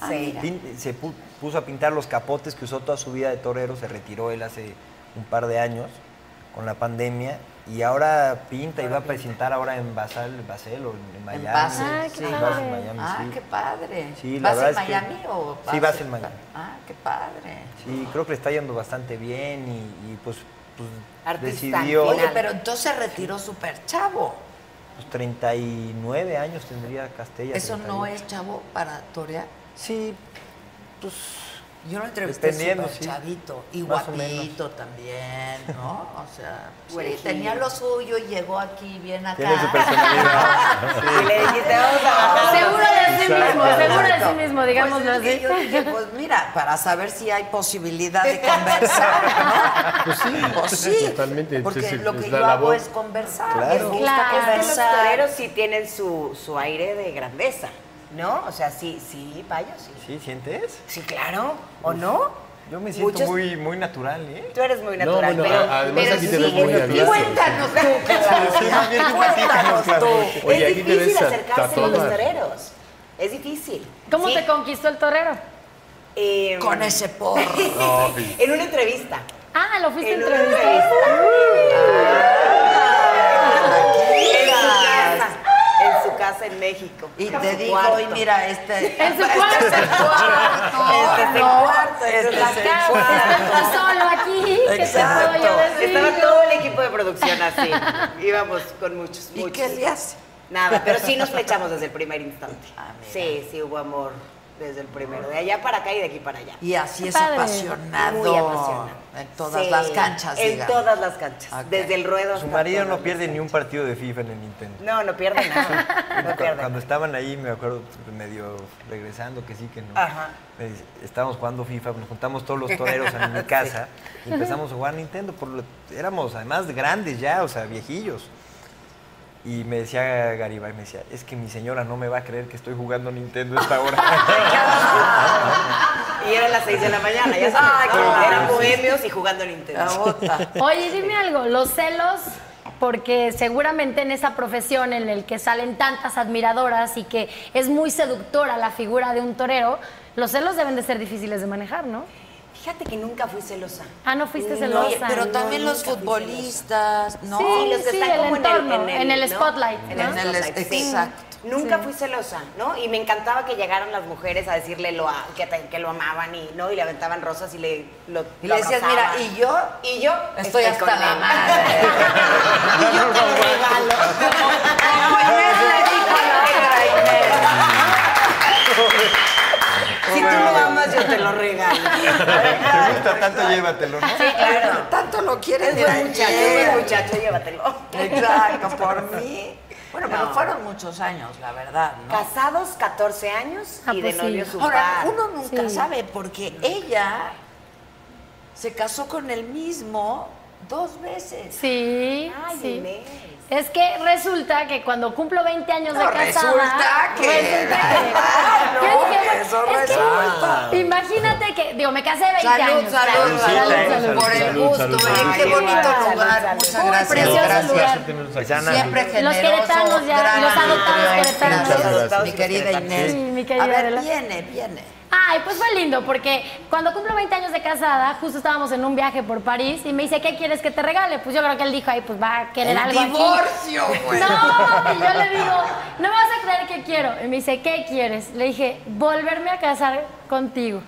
Speaker 1: Ah, mira.
Speaker 3: Pin- se pu- puso a pintar los capotes que usó toda su vida de torero, se retiró él hace un par de años con la pandemia y ahora pinta y va a presentar ahora en Basel, Basel o en Miami.
Speaker 1: En Basel,
Speaker 6: Ah, qué
Speaker 3: Sí, Basel,
Speaker 6: padre.
Speaker 3: Miami,
Speaker 1: Ah,
Speaker 3: sí.
Speaker 1: qué padre.
Speaker 3: Sí, la
Speaker 1: ¿Vas
Speaker 3: verdad
Speaker 1: en
Speaker 3: es que-
Speaker 1: Miami o
Speaker 3: Sí, vas en Miami.
Speaker 1: Ah, qué padre.
Speaker 3: Sí, creo que le está yendo bastante bien y, y, pues, pues,
Speaker 5: Artista,
Speaker 3: decidió...
Speaker 1: Oye,
Speaker 5: Final.
Speaker 1: pero entonces retiró súper chavo.
Speaker 3: Pues 39 años tendría Castella.
Speaker 1: Eso no
Speaker 3: 38.
Speaker 1: es chavo para torear.
Speaker 3: Sí, pues.
Speaker 1: Yo lo entrevisté
Speaker 3: Dependiendo,
Speaker 1: súper
Speaker 3: sí.
Speaker 1: chavito y
Speaker 3: Más o
Speaker 1: guapito también, ¿no? O sea, sí,
Speaker 5: Güerejillo.
Speaker 1: tenía lo suyo y llegó aquí bien acá.
Speaker 3: Tiene su personalidad.
Speaker 5: Y le dijiste, vamos
Speaker 1: Ah,
Speaker 5: a bajar.
Speaker 6: Seguro de sí mismo, seguro de sí
Speaker 1: Exacto.
Speaker 6: mismo,
Speaker 1: Pues,
Speaker 6: digámoslo
Speaker 1: es
Speaker 6: así.
Speaker 1: que yo dije, pues mira, para saber si hay posibilidad de conversar, ¿no?
Speaker 4: Pues sí,
Speaker 1: Pues sí,
Speaker 4: totalmente.
Speaker 1: porque
Speaker 4: es- es
Speaker 1: lo que
Speaker 4: la
Speaker 1: yo hago
Speaker 4: labor.
Speaker 1: es conversar, me
Speaker 3: Claro.
Speaker 1: gusta
Speaker 5: Es
Speaker 6: Claro.
Speaker 5: que los
Speaker 1: conversar.
Speaker 5: toreros sí tienen su, su aire de grandeza, ¿no? O sea, sí, sí, payo, sí.
Speaker 3: ¿Sí sientes?
Speaker 5: Sí, claro, ¿o no?
Speaker 3: Yo me siento
Speaker 5: Muchos-
Speaker 3: muy, muy natural, ¿eh?
Speaker 5: Tú eres muy
Speaker 4: No,
Speaker 5: natural,
Speaker 4: bueno,
Speaker 5: pero,
Speaker 4: a- además
Speaker 5: pero
Speaker 4: aquí te ves
Speaker 5: sigues-
Speaker 4: muy abierto.
Speaker 5: Cuéntanos tú, Claudia,
Speaker 3: bien, tú
Speaker 5: cuéntanos
Speaker 3: platícanos, Claudia.
Speaker 5: tú.
Speaker 4: Oye,
Speaker 5: es
Speaker 4: aquí te
Speaker 5: difícil
Speaker 4: ves a-
Speaker 5: acercarse a los
Speaker 4: tatuada.
Speaker 5: toreros. Es difícil.
Speaker 6: ¿Cómo
Speaker 5: Sí,
Speaker 6: te conquistó el torero?
Speaker 5: eh,
Speaker 1: Con ese porro.
Speaker 5: En una entrevista.
Speaker 6: Ah, lo fuiste a
Speaker 5: En una
Speaker 6: entrevistar.
Speaker 5: En su
Speaker 1: Mira,
Speaker 5: casa. En su casa en México.
Speaker 1: Y
Speaker 5: En
Speaker 1: te
Speaker 5: su
Speaker 1: digo,
Speaker 5: cuarto.
Speaker 1: y mira, este...
Speaker 6: En su cuarto.
Speaker 1: Este es el cuarto.
Speaker 5: Este es el
Speaker 1: no,
Speaker 5: cuarto,
Speaker 1: Este es
Speaker 5: este es
Speaker 1: el
Speaker 5: el
Speaker 6: Acá,
Speaker 1: cuarto.
Speaker 6: estás tú solo aquí, ¿qué te puedo yo
Speaker 1: Exacto.
Speaker 6: decir?
Speaker 5: Estaba todo el equipo de producción así. Íbamos con muchos,
Speaker 1: ¿Y
Speaker 5: muchos.
Speaker 1: qué le hace?
Speaker 5: Nada, pero sí nos flechamos desde el primer instante.
Speaker 1: Ah, mira.
Speaker 5: sí, sí hubo amor desde el primero. De allá para acá y de aquí para allá.
Speaker 1: Y así es
Speaker 6: Padre.
Speaker 1: apasionado.
Speaker 5: Muy apasionado.
Speaker 1: En todas
Speaker 5: Sí,
Speaker 1: las canchas,
Speaker 5: En
Speaker 1: digan.
Speaker 5: todas las canchas.
Speaker 1: Ok.
Speaker 5: Desde el ruedo
Speaker 3: Su
Speaker 5: hasta
Speaker 3: marido
Speaker 5: todas
Speaker 3: no
Speaker 5: las
Speaker 3: pierde ni
Speaker 5: canchas.
Speaker 3: un partido de FIFA en el Nintendo.
Speaker 5: No, no pierde nada. No
Speaker 3: Cu-
Speaker 5: pierde.
Speaker 3: Cuando estaban ahí, me acuerdo pues, medio regresando, que sí, que no.
Speaker 5: Ajá.
Speaker 3: Me dice, Estábamos jugando FIFA, nos juntamos todos los toreros en mi casa y empezamos a jugar Nintendo. Por lo- éramos además grandes ya, o sea, viejillos. Y me decía Garibay, me decía, es que mi señora no me va a creer que estoy jugando Nintendo a esta hora.
Speaker 5: Y eran las 6 de la mañana, ya sabes.
Speaker 1: Ay,
Speaker 5: ¿no?
Speaker 1: qué padre.
Speaker 5: eran bohemios y jugando
Speaker 1: La
Speaker 5: Nintendo.
Speaker 1: bota.
Speaker 6: Oye, dime algo, los celos, porque seguramente en esa profesión en el que salen tantas admiradoras y que es muy seductora la figura de un torero, los celos deben de ser difíciles de manejar, ¿no?
Speaker 5: Fíjate que nunca fui celosa.
Speaker 6: Ah, no fuiste
Speaker 5: No,
Speaker 6: celosa.
Speaker 5: oye,
Speaker 1: Pero
Speaker 5: No,
Speaker 1: también los
Speaker 5: nunca fui
Speaker 1: futbolistas, ¿no?
Speaker 6: Sí,
Speaker 5: los que
Speaker 6: sí,
Speaker 5: están
Speaker 6: el
Speaker 5: como
Speaker 6: entorno, en el
Speaker 5: ¿no?
Speaker 6: spotlight,
Speaker 5: En
Speaker 6: ¿no?
Speaker 5: el spotlight, sí.
Speaker 1: exacto.
Speaker 5: Nunca
Speaker 6: Sí.
Speaker 5: fui celosa, ¿no? Y me encantaba que llegaran las mujeres a decirle lo a- que, te- que lo amaban y no y le aventaban rosas y le lo
Speaker 1: Y
Speaker 5: lo
Speaker 1: le decías,
Speaker 5: abrazaban.
Speaker 1: mira, y yo
Speaker 5: y yo
Speaker 1: estoy
Speaker 5: con
Speaker 1: hasta la
Speaker 5: él.
Speaker 1: madre.
Speaker 5: y yo te lo regalo.
Speaker 1: Como Inés le dijo la otra Inés.
Speaker 5: Si tú lo amas, yo te lo regalo.
Speaker 3: Te gusta tanto, llévatelo, ¿no?
Speaker 5: Sí, claro.
Speaker 1: Tanto lo quieres,
Speaker 5: Es buen muchacho, es buen
Speaker 1: muchacho.
Speaker 5: muchacho, llévatelo.
Speaker 1: Exacto, por mí. Bueno, pero
Speaker 5: No.
Speaker 1: fueron muchos años, la verdad, ¿no?
Speaker 5: Casados 14 años
Speaker 6: Ah,
Speaker 5: y de
Speaker 6: pues sí.
Speaker 5: novios un
Speaker 1: Ahora,
Speaker 5: par.
Speaker 1: uno nunca
Speaker 6: Sí.
Speaker 1: sabe porque ella se casó con el mismo dos veces.
Speaker 6: Sí,
Speaker 5: Ay,
Speaker 6: sí.
Speaker 5: Inés.
Speaker 6: Es que resulta que cuando cumplo 20 años de
Speaker 1: No,
Speaker 6: casada.
Speaker 1: resulta que- Ah, no,
Speaker 6: ¿Qué dije?
Speaker 1: eso
Speaker 6: Es que
Speaker 1: resulta.
Speaker 6: imagínate que, digo, me casé 20
Speaker 7: Salud,
Speaker 6: años.
Speaker 7: salud,
Speaker 3: Salud,
Speaker 7: salud,
Speaker 3: salud,
Speaker 7: por el
Speaker 4: salud,
Speaker 7: gusto.
Speaker 4: salud,
Speaker 1: eh,
Speaker 7: Miren, Qué
Speaker 5: salud.
Speaker 7: bonito
Speaker 5: Salud,
Speaker 7: lugar,
Speaker 5: salud.
Speaker 7: muchas
Speaker 6: Uy,
Speaker 7: gracias.
Speaker 6: precioso
Speaker 7: Gracias.
Speaker 6: lugar.
Speaker 3: Sana.
Speaker 7: Siempre
Speaker 6: Los
Speaker 7: generoso,
Speaker 6: queretanos ya,
Speaker 7: gran
Speaker 6: los adoptados
Speaker 7: anfitrión.
Speaker 6: queretanos.
Speaker 7: Gracias,
Speaker 3: Muchas gracias.
Speaker 7: Mi querida Inés.
Speaker 6: Sí, mi querida
Speaker 1: A ver,
Speaker 6: Adela.
Speaker 1: viene, viene.
Speaker 6: Ay, pues fue lindo, porque cuando cumplo 20 años de casada, justo estábamos en un viaje por París y me dice, ¿qué quieres que te regale? Pues yo creo que él dijo, ay, pues va a querer
Speaker 1: El
Speaker 6: algo aquí".
Speaker 1: divorcio, güey.
Speaker 6: No, y yo le digo, no me vas a creer que quiero. Y me dice, ¿qué quieres? Le dije, volverme a casar contigo.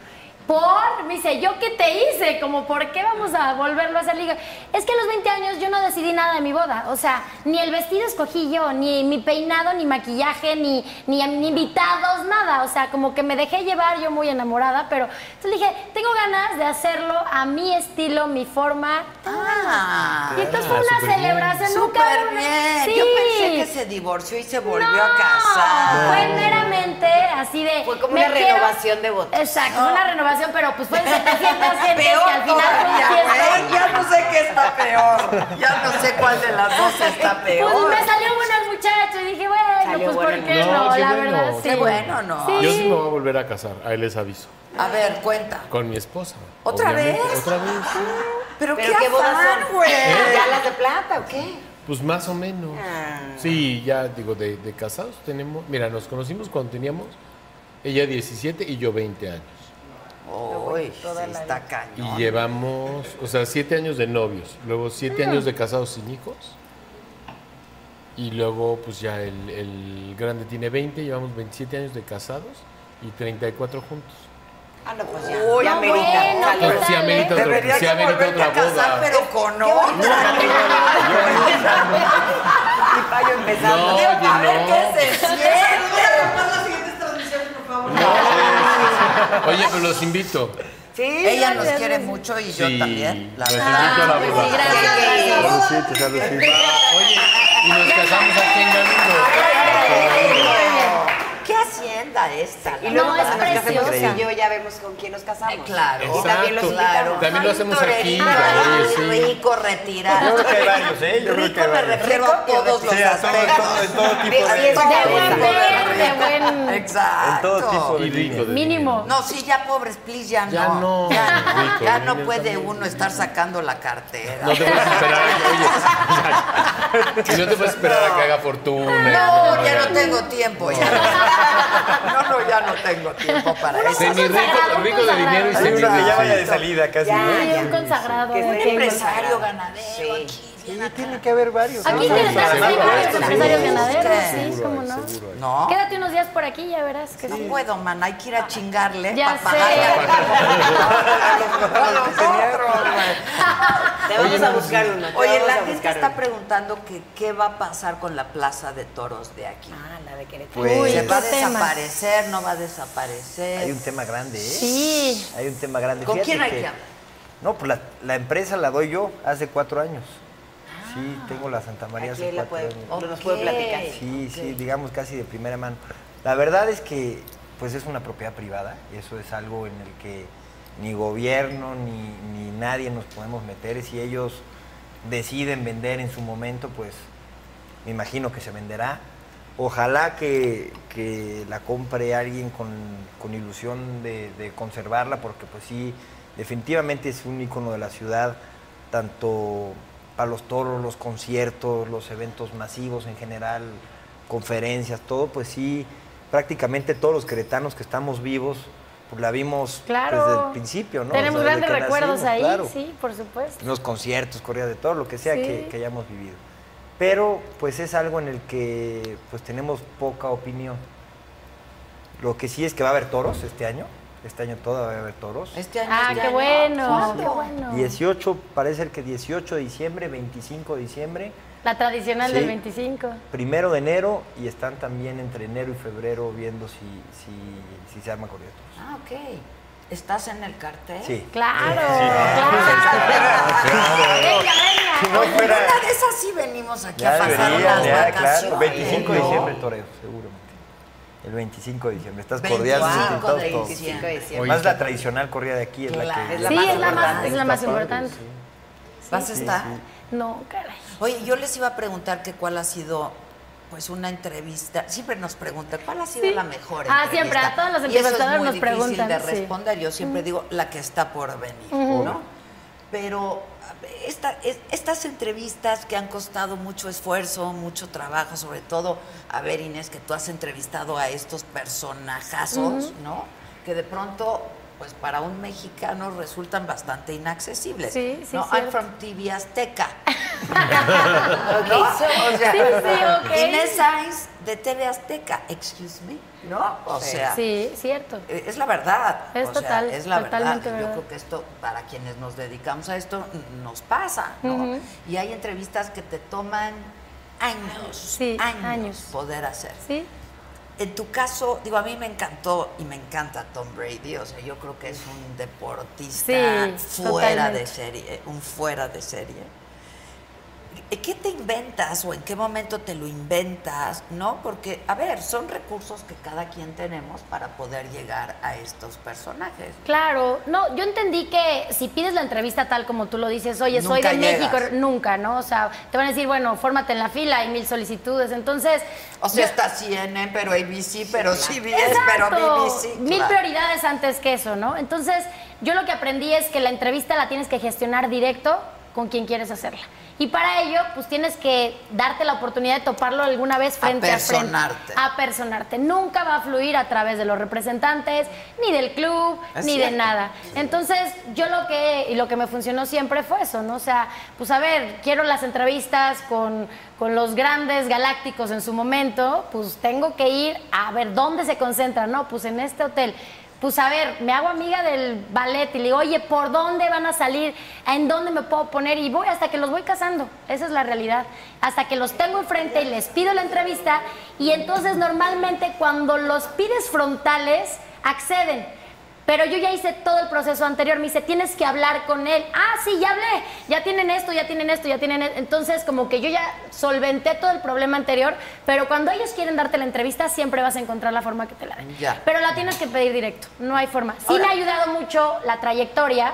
Speaker 6: ¿Por? Me dice, ¿yo qué te hice? Como, ¿por qué vamos a volverlo a hacer? Le digo, es que a los 20 años yo no decidí nada de mi boda. O sea, ni el vestido escogí yo, ni mi peinado, ni maquillaje, ni, ni, ni invitados, nada. O sea, como que me dejé llevar yo muy enamorada, pero... Entonces le dije, tengo ganas de hacerlo a mi estilo, mi forma.
Speaker 1: Ah,
Speaker 6: y entonces fue una celebración. nunca
Speaker 1: súper
Speaker 6: era una-
Speaker 1: bien. Yo
Speaker 6: Sí.
Speaker 1: pensé que se divorció y se volvió
Speaker 6: No,
Speaker 1: a casar.
Speaker 6: Fue meramente así de.
Speaker 5: Fue como
Speaker 6: me
Speaker 5: una
Speaker 6: quiero-
Speaker 5: renovación de votos.
Speaker 6: Exacto, fue una renovación, pero pues fue en 700 gentes que
Speaker 1: Peor
Speaker 6: al final fue un
Speaker 1: todavía,
Speaker 6: fiestón.
Speaker 1: güey. Ya no sé qué está peor. Ya no sé cuál de las dos está peor.
Speaker 6: Pues me salió bueno el muchacho y dije, bueno,
Speaker 5: Salió
Speaker 6: pues
Speaker 5: bueno
Speaker 6: ¿por
Speaker 5: el
Speaker 6: qué
Speaker 4: muchacho.
Speaker 6: no?
Speaker 4: No, sí,
Speaker 6: la
Speaker 4: bueno,
Speaker 6: verdad, sí.
Speaker 1: Qué bueno, ¿no?
Speaker 6: Sí.
Speaker 4: Yo sí me voy a volver a casar, ahí les aviso.
Speaker 1: A ver, cuenta.
Speaker 4: Con mi esposa.
Speaker 1: ¿Otra
Speaker 4: obviamente.
Speaker 1: vez?
Speaker 4: Otra vez.
Speaker 1: Pero,
Speaker 5: Pero
Speaker 1: qué,
Speaker 5: qué bodas
Speaker 1: afán,
Speaker 5: son.
Speaker 1: güey.
Speaker 4: ¿Eh?
Speaker 5: ¿Ya las de plata o qué?
Speaker 4: Pues más o menos.
Speaker 5: Ah.
Speaker 4: Sí, ya digo, de, de casados tenemos. Mira, nos conocimos cuando teníamos ella 17 y yo 20 años.
Speaker 1: Uy, sí está
Speaker 4: Y
Speaker 1: cañón.
Speaker 4: llevamos, o sea, 7 años de novios, luego 7 años de casados sin hijos. Y luego, pues ya el, el grande tiene 20, llevamos 27 años de casados y 34 juntos.
Speaker 5: Ah, no, pues ya.
Speaker 1: Uy,
Speaker 5: ya
Speaker 1: no,
Speaker 5: amerita.
Speaker 6: bueno,
Speaker 5: Salud.
Speaker 6: ¿qué
Speaker 4: Pero sí
Speaker 6: tal,
Speaker 4: amerita
Speaker 6: eh?
Speaker 4: otra,
Speaker 1: Deberías
Speaker 4: sí
Speaker 1: de
Speaker 4: amerita
Speaker 1: volverte
Speaker 4: otra
Speaker 1: a casar,
Speaker 4: boda.
Speaker 1: pero con otra.
Speaker 5: Y Payo empezando.
Speaker 4: No,
Speaker 1: Digo, a
Speaker 4: oye,
Speaker 1: ver
Speaker 4: no.
Speaker 1: qué se siente.
Speaker 4: Oye, pero los invito.
Speaker 1: Ah,
Speaker 5: Sí,
Speaker 7: Ella nos
Speaker 5: gracias.
Speaker 7: quiere mucho y yo
Speaker 4: Sí,
Speaker 7: también. La
Speaker 4: los
Speaker 7: verdad.
Speaker 4: invito a la boda.
Speaker 3: Saludcita, saludcita.
Speaker 4: Oye, y nos casamos aquí en Galindo.
Speaker 1: ¿Qué hacienda esta? la
Speaker 5: Y luego
Speaker 6: No,
Speaker 1: verdad?
Speaker 5: cuando
Speaker 6: es
Speaker 5: nos casemos
Speaker 3: preciosa.
Speaker 5: y yo ya vemos con quién nos casamos.
Speaker 1: Eh, Claro.
Speaker 5: Y también los
Speaker 4: Exacto.
Speaker 5: invitamos.
Speaker 4: También lo hacemos aquí.
Speaker 1: Ay,
Speaker 4: sí.
Speaker 1: rico,
Speaker 3: Yo
Speaker 1: retirado.
Speaker 3: creo que hay varios, ¿eh? Yo creo que
Speaker 1: Rico,
Speaker 3: hay
Speaker 1: me
Speaker 3: varios.
Speaker 1: refiero a todos los
Speaker 3: Sí, a todo, en
Speaker 1: aspectos.
Speaker 3: todo, en todo tipo
Speaker 5: Así
Speaker 3: de...
Speaker 5: es,
Speaker 6: De
Speaker 5: ya
Speaker 6: buen
Speaker 5: ves.
Speaker 6: ver, de buen.
Speaker 3: En todo tipo
Speaker 1: Exacto.
Speaker 3: de...
Speaker 4: Y rico. de
Speaker 6: Mínimo.
Speaker 1: No, sí, ya pobres, please, ya no.
Speaker 4: Ya no,
Speaker 1: Ya,
Speaker 4: rico,
Speaker 1: ya no
Speaker 4: bien,
Speaker 1: puede
Speaker 4: también.
Speaker 1: uno estar sacando la cartera.
Speaker 4: No te puedes esperar, oye. Y no te puedes esperar a que haga fortuna.
Speaker 1: No, ya no tengo tiempo. Ya. No, no, ya no tengo tiempo para eso.
Speaker 4: Semi rico,
Speaker 6: consagrado,
Speaker 4: rico de dinero y
Speaker 3: Hay
Speaker 4: semi
Speaker 3: uno que ya vaya de
Speaker 4: rico.
Speaker 3: salida casi,
Speaker 5: Ya,
Speaker 6: Sí,
Speaker 3: ¿no?
Speaker 5: ya.
Speaker 6: un consagrado.
Speaker 5: Que
Speaker 6: ¿eh?
Speaker 5: es un
Speaker 6: Sí.
Speaker 5: empresario
Speaker 6: ¿eh?
Speaker 1: ganadero
Speaker 5: ganadero
Speaker 3: Sí, tiene que haber varios.
Speaker 6: Aquí en Querétaro sí hay
Speaker 4: Seguro,
Speaker 6: varios
Speaker 4: seguro,
Speaker 6: empresarios
Speaker 1: seguro.
Speaker 6: ganaderos, sí,
Speaker 4: Seguro
Speaker 6: cómo
Speaker 4: hay,
Speaker 6: no.
Speaker 4: seguro hay.
Speaker 1: No,
Speaker 6: Quédate unos días por aquí, ya verás que
Speaker 1: no
Speaker 6: sí.
Speaker 1: puedo, man. Hay que ir a chingarle
Speaker 6: Ya
Speaker 1: para pagar a los otros, güey.
Speaker 5: Te vamos a buscar uno. te
Speaker 1: Oye,
Speaker 5: vamos
Speaker 1: la
Speaker 5: a
Speaker 1: gente
Speaker 5: buscar
Speaker 1: está
Speaker 5: uno.
Speaker 1: preguntando que qué va a pasar con la plaza de toros de aquí.
Speaker 5: Ah, la de Querétaro.
Speaker 3: Pues,
Speaker 6: Uy,
Speaker 1: ¿Se va a
Speaker 6: qué tema.
Speaker 1: desaparecer? ¿No va a
Speaker 3: Hay
Speaker 1: desaparecer?
Speaker 3: un tema grande, ¿eh?
Speaker 6: Sí.
Speaker 3: Hay un tema grande.
Speaker 1: ¿Con
Speaker 3: Fíjate
Speaker 1: quién hay
Speaker 3: que-
Speaker 1: que hablar?
Speaker 3: No, pues la, la empresa la doy yo hace cuatro años. Sí, tengo la Santa María
Speaker 5: Aquí
Speaker 3: hace
Speaker 5: la
Speaker 3: cuatro
Speaker 5: puede,
Speaker 3: años.
Speaker 5: nos puede platicar.
Speaker 3: Sí, sí, digamos casi de primera mano. La verdad es que pues es una propiedad privada, eso es algo en el que ni gobierno ni, ni nadie nos podemos meter. Si ellos deciden vender en su momento, pues me imagino que se venderá. Ojalá que, que la compre alguien con, con ilusión de, de conservarla, porque pues sí, definitivamente es un icono de la ciudad, tanto para los toros, los conciertos, los eventos masivos en general, conferencias, todo, pues sí, prácticamente todos los queretanos que estamos vivos, pues la vimos
Speaker 6: Claro.
Speaker 3: desde el principio, ¿no?
Speaker 6: Tenemos
Speaker 3: O sea, desde
Speaker 6: grandes
Speaker 3: que
Speaker 6: recuerdos
Speaker 3: nacimos,
Speaker 6: ahí,
Speaker 3: claro
Speaker 6: sí, por supuesto.
Speaker 3: los conciertos, corridas de todo, lo que sea
Speaker 6: Sí.
Speaker 3: que, que hayamos vivido. Pero pues es algo en el que pues tenemos poca opinión. Lo que sí es que va a haber toros este año. Este año todo va a haber toros.
Speaker 1: Este año,
Speaker 6: Ah,
Speaker 1: este
Speaker 6: qué
Speaker 1: año.
Speaker 6: bueno,
Speaker 1: Sí.
Speaker 6: qué bueno.
Speaker 3: 18, parece ser que 18 de diciembre, 25 de diciembre,
Speaker 6: La tradicional del
Speaker 3: Sí.
Speaker 6: 25.
Speaker 3: primero de enero y están también entre enero y febrero viendo si, si, si se arma corriendo.
Speaker 1: Ah, ok. ¿Estás en el cartel?
Speaker 3: Sí.
Speaker 6: Ah,
Speaker 3: Ah, pues,
Speaker 6: Claro,
Speaker 4: Claro.
Speaker 6: claro. Venga, venga.
Speaker 3: No
Speaker 1: Pero
Speaker 3: fuera-
Speaker 1: una de esas sí venimos aquí a
Speaker 3: Ya
Speaker 1: pasar
Speaker 3: deberían,
Speaker 1: unas
Speaker 3: ya,
Speaker 1: vacaciones.
Speaker 3: claro. 25 de
Speaker 1: ¿no?
Speaker 3: diciembre, toreo, seguramente. El 25 de diciembre. Estás
Speaker 1: 25
Speaker 3: cordialmente invitados
Speaker 1: de
Speaker 3: todos.
Speaker 1: diciembre.
Speaker 4: Oye,
Speaker 3: Más
Speaker 4: está-
Speaker 3: la tradicional corrida de aquí es la
Speaker 1: Claro,
Speaker 3: que...
Speaker 1: es la
Speaker 6: Sí,
Speaker 1: más
Speaker 6: es la más,
Speaker 1: importante.
Speaker 6: es la más
Speaker 3: Está padre,
Speaker 6: importante.
Speaker 3: sí.
Speaker 1: ¿Vas a estar?
Speaker 6: No, caray.
Speaker 1: Oye, yo les iba a preguntar que cuál ha sido, pues, una entrevista. Siempre nos preguntan, ¿cuál ha sido
Speaker 6: Sí.
Speaker 1: la mejor
Speaker 6: Ah,
Speaker 1: entrevista?
Speaker 6: siempre, a todos los
Speaker 1: Y eso es
Speaker 6: entrevistadores
Speaker 1: muy
Speaker 6: nos
Speaker 1: difícil
Speaker 6: preguntan,
Speaker 1: de
Speaker 6: sí.
Speaker 1: responder. Yo siempre digo, la que está por venir, ¿no? Pero a ver, esta- es- estas entrevistas que han costado mucho esfuerzo, mucho trabajo, sobre todo, a ver, Inés, que tú has entrevistado a estos personajazos, ¿no? Que de pronto, pues para un mexicano resultan bastante inaccesibles.
Speaker 6: Sí, sí,
Speaker 1: ¿no? I'm
Speaker 6: cierto.
Speaker 1: from TV Azteca.
Speaker 11: Ok,
Speaker 1: ¿no? O sea,
Speaker 6: Sí, sí, ok.
Speaker 1: Inés Sainz de TV Azteca, excuse me, ¿no? O sea,
Speaker 6: Sí, cierto.
Speaker 1: eh, es la verdad.
Speaker 6: Es
Speaker 1: o sea,
Speaker 6: total,
Speaker 1: es la verdad.
Speaker 6: totalmente
Speaker 1: Yo
Speaker 6: verdad.
Speaker 1: creo que esto, para quienes nos dedicamos a esto, n- nos pasa, ¿no?
Speaker 6: Ujú.
Speaker 1: Y hay entrevistas que te toman años,
Speaker 6: Sí,
Speaker 1: años,
Speaker 6: años.
Speaker 1: poder hacer.
Speaker 6: Sí,
Speaker 1: En tu caso, digo, a mí me encantó y me encanta Tom Brady. O sea, yo creo que es un deportista
Speaker 6: Sí,
Speaker 1: fuera
Speaker 6: totalmente.
Speaker 1: de serie, eh, un fuera de serie. ¿Eh, ¿Qué te inventas o en qué momento te lo inventas? ¿No? Porque, a ver, son recursos que cada quien tenemos para poder llegar a estos personajes.
Speaker 6: claro. No, yo entendí que si pides la entrevista tal como tú lo dices, oye, soy
Speaker 1: Nunca
Speaker 6: de
Speaker 1: llegas.
Speaker 6: México, nunca, ¿no? O sea, te van a decir, bueno, fórmate en la fila, hay mil solicitudes. Entonces.
Speaker 1: O sea,
Speaker 6: yo-
Speaker 1: está CNN, pero ABC, pero CBS,
Speaker 6: Exacto.
Speaker 1: pero BBC.
Speaker 6: Mil
Speaker 1: claro.
Speaker 6: prioridades antes que eso, ¿no? Entonces, yo lo que aprendí es que la entrevista la tienes que gestionar directo con quien quieres hacerla. Y para ello, pues tienes que darte la oportunidad de toparlo alguna vez frente a frente.
Speaker 1: Apersonarte.
Speaker 6: Apersonarte. Nunca va a fluir a través de los representantes, ni del club,
Speaker 1: Es
Speaker 6: ni
Speaker 1: cierto.
Speaker 6: de nada. Entonces, yo lo que, y lo que me funcionó siempre fue eso, ¿no? O sea, pues a ver, quiero las entrevistas con, con los grandes galácticos en su momento, pues tengo que ir a ver dónde se concentran, ¿no? Pues en este hotel. Pues a ver, me hago amiga del ballet y le digo, oye, ¿por dónde van a salir? ¿En dónde me puedo poner? Y voy hasta que los voy cazando. Esa es la realidad. Hasta que los tengo enfrente y les pido la entrevista. Y entonces normalmente cuando los pides frontales, acceden. Pero yo ya hice todo el proceso anterior. Me dice, tienes que hablar con él. Ah, sí, ya hablé. Ya tienen esto, ya tienen esto, ya tienen. e-". Entonces, como que yo ya solventé todo el problema anterior. Pero cuando ellos quieren darte la entrevista, siempre vas a encontrar la forma que te la den.
Speaker 1: Ya.
Speaker 6: Pero la tienes que pedir directo. No hay forma. Sí
Speaker 1: Ahora-
Speaker 6: me ha ayudado mucho la trayectoria.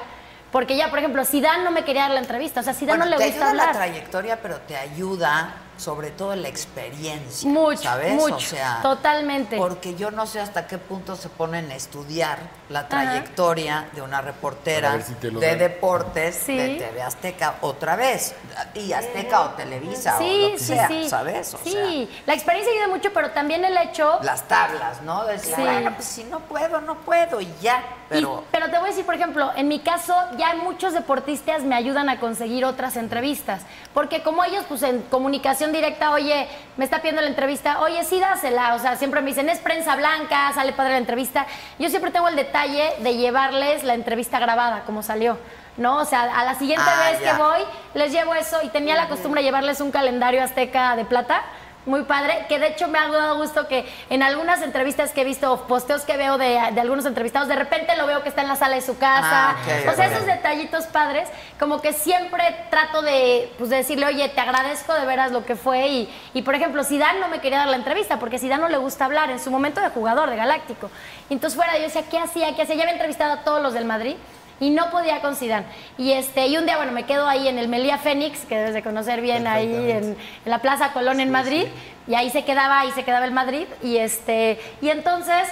Speaker 6: Porque ya, por ejemplo, Zidane no me quería dar la entrevista. O sea, Zidane
Speaker 1: Bueno,
Speaker 6: no le
Speaker 1: te
Speaker 6: gusta
Speaker 1: ayuda la
Speaker 6: hablar.
Speaker 1: trayectoria, pero te ayuda sobre todo la experiencia.
Speaker 6: Mucho,
Speaker 1: ¿sabes?
Speaker 6: mucho,
Speaker 1: O sea,
Speaker 6: totalmente.
Speaker 1: Porque yo no sé hasta qué punto se ponen a estudiar la trayectoria de una reportera
Speaker 4: A ver si te lo
Speaker 1: de
Speaker 4: dan.
Speaker 1: deportes
Speaker 6: Sí.
Speaker 1: de TV Azteca otra vez. Y Azteca o Televisa o lo
Speaker 6: Sí,
Speaker 1: que
Speaker 6: sí,
Speaker 1: sea,
Speaker 6: sí.
Speaker 1: ¿sabes? O
Speaker 6: sí, la experiencia ayuda mucho, pero también el hecho.
Speaker 1: sea, las tablas, ¿no? Decir,
Speaker 6: Sí.
Speaker 1: bueno, pues si no puedo, no puedo y ya.
Speaker 6: Y-
Speaker 1: Pero
Speaker 6: te voy a decir, por ejemplo, en mi caso ya muchos deportistas me ayudan a conseguir otras entrevistas, porque como ellos, pues en comunicación directa, oye, me está pidiendo la entrevista, oye, sí, dásela, o sea, siempre me dicen, es prensa blanca, sale padre la entrevista. Yo siempre tengo el detalle de llevarles la entrevista grabada, como salió. No, o sea, a la siguiente
Speaker 1: Ah,
Speaker 6: vez
Speaker 1: ya.
Speaker 6: que voy, les llevo eso y tenía la costumbre de llevarles un calendario azteca de plata. Muy padre, que de hecho me ha dado gusto que en algunas entrevistas que he visto, o posteos que veo de, de algunos entrevistados, de repente lo veo que está en la sala de su casa.
Speaker 1: Ah, ok,
Speaker 6: o sea,
Speaker 1: ok.
Speaker 6: esos detallitos padres, como que siempre trato de, pues, de decirle, oye, te agradezco de veras lo que fue. Y, y, por ejemplo, Zidane no me quería dar la entrevista, porque Zidane no le gusta hablar en su momento de jugador, de galáctico. Y entonces fuera, yo decía, ¿qué hacía? ¿Qué hacía? Ya había entrevistado a todos los del Madrid y no podía con Zidane. Y este, y un día, bueno, me quedo ahí en el Melía Fénix, que debes de conocer bien ahí en, en la Plaza Colón en Madrid, y ahí se quedaba, ahí se quedaba el Madrid, y este, y entonces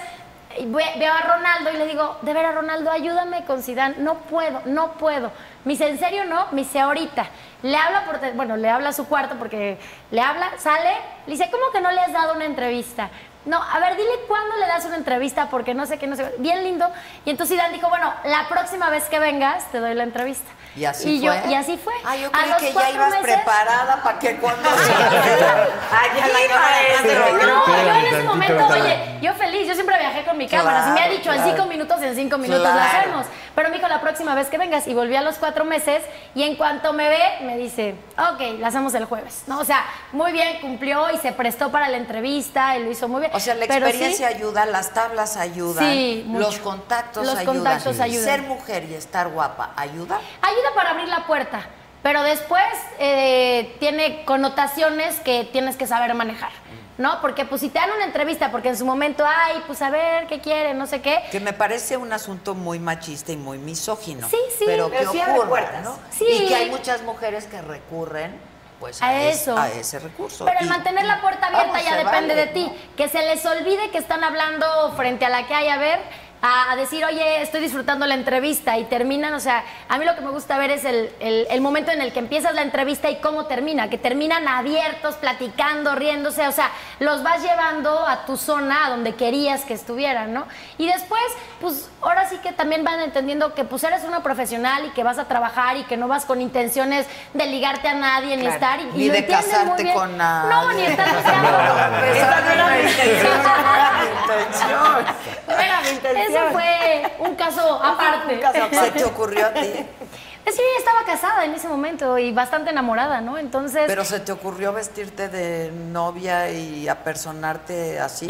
Speaker 6: y ve- veo a Ronaldo y le digo, de veras Ronaldo, ayúdame con Zidane, no puedo, no puedo. Me dice, ¿en serio no? Me dice, ahorita. Le habla por, tel- bueno, le habla a su cuarto porque le habla, sale, le dice, ¿cómo que no le has dado una entrevista? No, a ver, dile cuándo le das una entrevista porque no sé qué, no sé. qué. Bien lindo. Y entonces Irán dijo, bueno, la próxima vez que vengas te doy la entrevista.
Speaker 12: Y así
Speaker 6: yo-
Speaker 12: fue.
Speaker 6: y así fue.
Speaker 1: Ah, yo
Speaker 6: A
Speaker 1: creí
Speaker 6: los
Speaker 1: que ya
Speaker 6: cuatro
Speaker 1: ibas
Speaker 6: meses-
Speaker 1: preparada para que cuando... ah,
Speaker 5: Ay, ya la
Speaker 1: Iba
Speaker 5: cámara
Speaker 1: este.
Speaker 5: atrás de-
Speaker 6: No, yo en ese
Speaker 4: tantito,
Speaker 6: momento,
Speaker 4: tantito.
Speaker 6: oye, yo feliz, yo siempre viajé con mi cámara. Si me ha
Speaker 1: Claro,
Speaker 6: dicho en cinco minutos, en cinco minutos
Speaker 1: Claro.
Speaker 6: la hacemos. Pero me dijo la próxima vez que vengas y volví a los cuatro meses y en cuanto me ve, me dice, ok, la hacemos el jueves. ¿No? O sea, muy bien, cumplió y se prestó para la entrevista y lo hizo muy bien.
Speaker 1: O sea, la
Speaker 6: Pero sí,
Speaker 1: experiencia ayuda, las tablas ayudan,
Speaker 6: Sí, mucho.
Speaker 1: los contactos
Speaker 6: Los
Speaker 1: ayudan.
Speaker 6: contactos ayudan.
Speaker 1: Ser mujer y estar guapa ayuda.
Speaker 6: ayuda para abrir la puerta, pero después eh, tiene connotaciones que tienes que saber manejar. ¿No? Porque pues si te dan una entrevista, porque en su momento, ay, pues a ver, ¿qué quiere? No sé qué.
Speaker 1: Que me parece un asunto muy machista y muy misógino.
Speaker 6: Sí, sí.
Speaker 1: Pero,
Speaker 5: Pero
Speaker 1: que
Speaker 5: sí abre
Speaker 1: ocurra,
Speaker 5: puertas.
Speaker 1: ¿no?
Speaker 6: Sí.
Speaker 1: Y que hay muchas mujeres que recurren pues, a,
Speaker 6: A
Speaker 1: es-
Speaker 6: eso.
Speaker 1: a ese recurso.
Speaker 6: Pero
Speaker 1: Y-
Speaker 6: el mantener la puerta abierta
Speaker 1: vamos,
Speaker 6: ya
Speaker 1: se vale,
Speaker 6: depende de ti.
Speaker 1: ¿no?
Speaker 6: Que se les olvide que están hablando frente a la que hay a ver, a, a decir, oye, estoy disfrutando la entrevista y terminan. O sea, a mí lo que me gusta ver es el, el- el momento en el que empiezas la entrevista y cómo termina. Que terminan abiertos, platicando, riéndose. O sea, los vas llevando a tu zona, a donde querías que estuvieran, ¿no? Y después, pues ahora sí que también van entendiendo que pues eres una profesional y que vas a trabajar y que no vas con intenciones de ligarte a nadie ni
Speaker 1: Claro.
Speaker 6: estar y, y
Speaker 12: Ni
Speaker 6: lo
Speaker 12: de
Speaker 6: entienden muy
Speaker 12: casarte
Speaker 6: bien.
Speaker 12: con
Speaker 6: No,
Speaker 12: nadie.
Speaker 6: ni estar buscando.
Speaker 1: Esa no era mi intención, no era mi
Speaker 6: Era mi Eso fue un caso aparte.
Speaker 1: intención. Se te ocurrió a ti,
Speaker 6: Es que yo ya estaba casada en ese momento y bastante enamorada, ¿no? Entonces,
Speaker 1: pero se te ocurrió vestirte de novia y apersonarte así.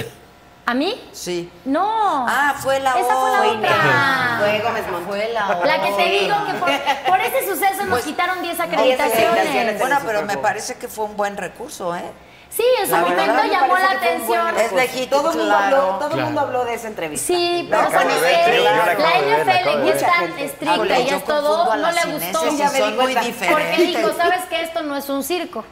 Speaker 6: ¿a mí?
Speaker 1: Sí.
Speaker 6: No.
Speaker 1: Ah, fue la
Speaker 6: Esa fue la
Speaker 1: otra.
Speaker 6: otra.
Speaker 5: Fue Gómez Montt.
Speaker 6: La que te digo que por, por ese suceso nos
Speaker 1: Pues,
Speaker 6: quitaron 10
Speaker 5: acreditaciones.
Speaker 6: acreditaciones.
Speaker 1: Bueno, pero me parece que fue un buen recurso, ¿eh?
Speaker 6: Sí, en su
Speaker 1: La verdad,
Speaker 6: momento
Speaker 1: me
Speaker 6: llamó la
Speaker 5: parece que fue un buen
Speaker 6: atención.
Speaker 1: Es legítimo,
Speaker 5: Todo el mundo
Speaker 1: claro.
Speaker 5: habló, todo el
Speaker 4: Claro.
Speaker 5: mundo habló de esa entrevista.
Speaker 6: Sí,
Speaker 1: La
Speaker 6: pero
Speaker 1: acabo
Speaker 6: ¿sabes
Speaker 1: de ver,
Speaker 6: qué?
Speaker 1: sí, yo la
Speaker 6: La,
Speaker 3: acabo de ver, la acabo
Speaker 6: NFL,
Speaker 3: de
Speaker 6: que
Speaker 3: ver.
Speaker 6: es tan
Speaker 5: Mucha
Speaker 6: estricta
Speaker 1: Híjole,
Speaker 6: y
Speaker 1: yo
Speaker 6: es todo,
Speaker 1: confundo a
Speaker 6: no
Speaker 1: las
Speaker 6: le gustó.
Speaker 1: chineses y
Speaker 5: Ya me di
Speaker 1: son muy
Speaker 5: cuenta.
Speaker 1: diferentes.
Speaker 6: Porque dijo, sabes que esto no es un circo.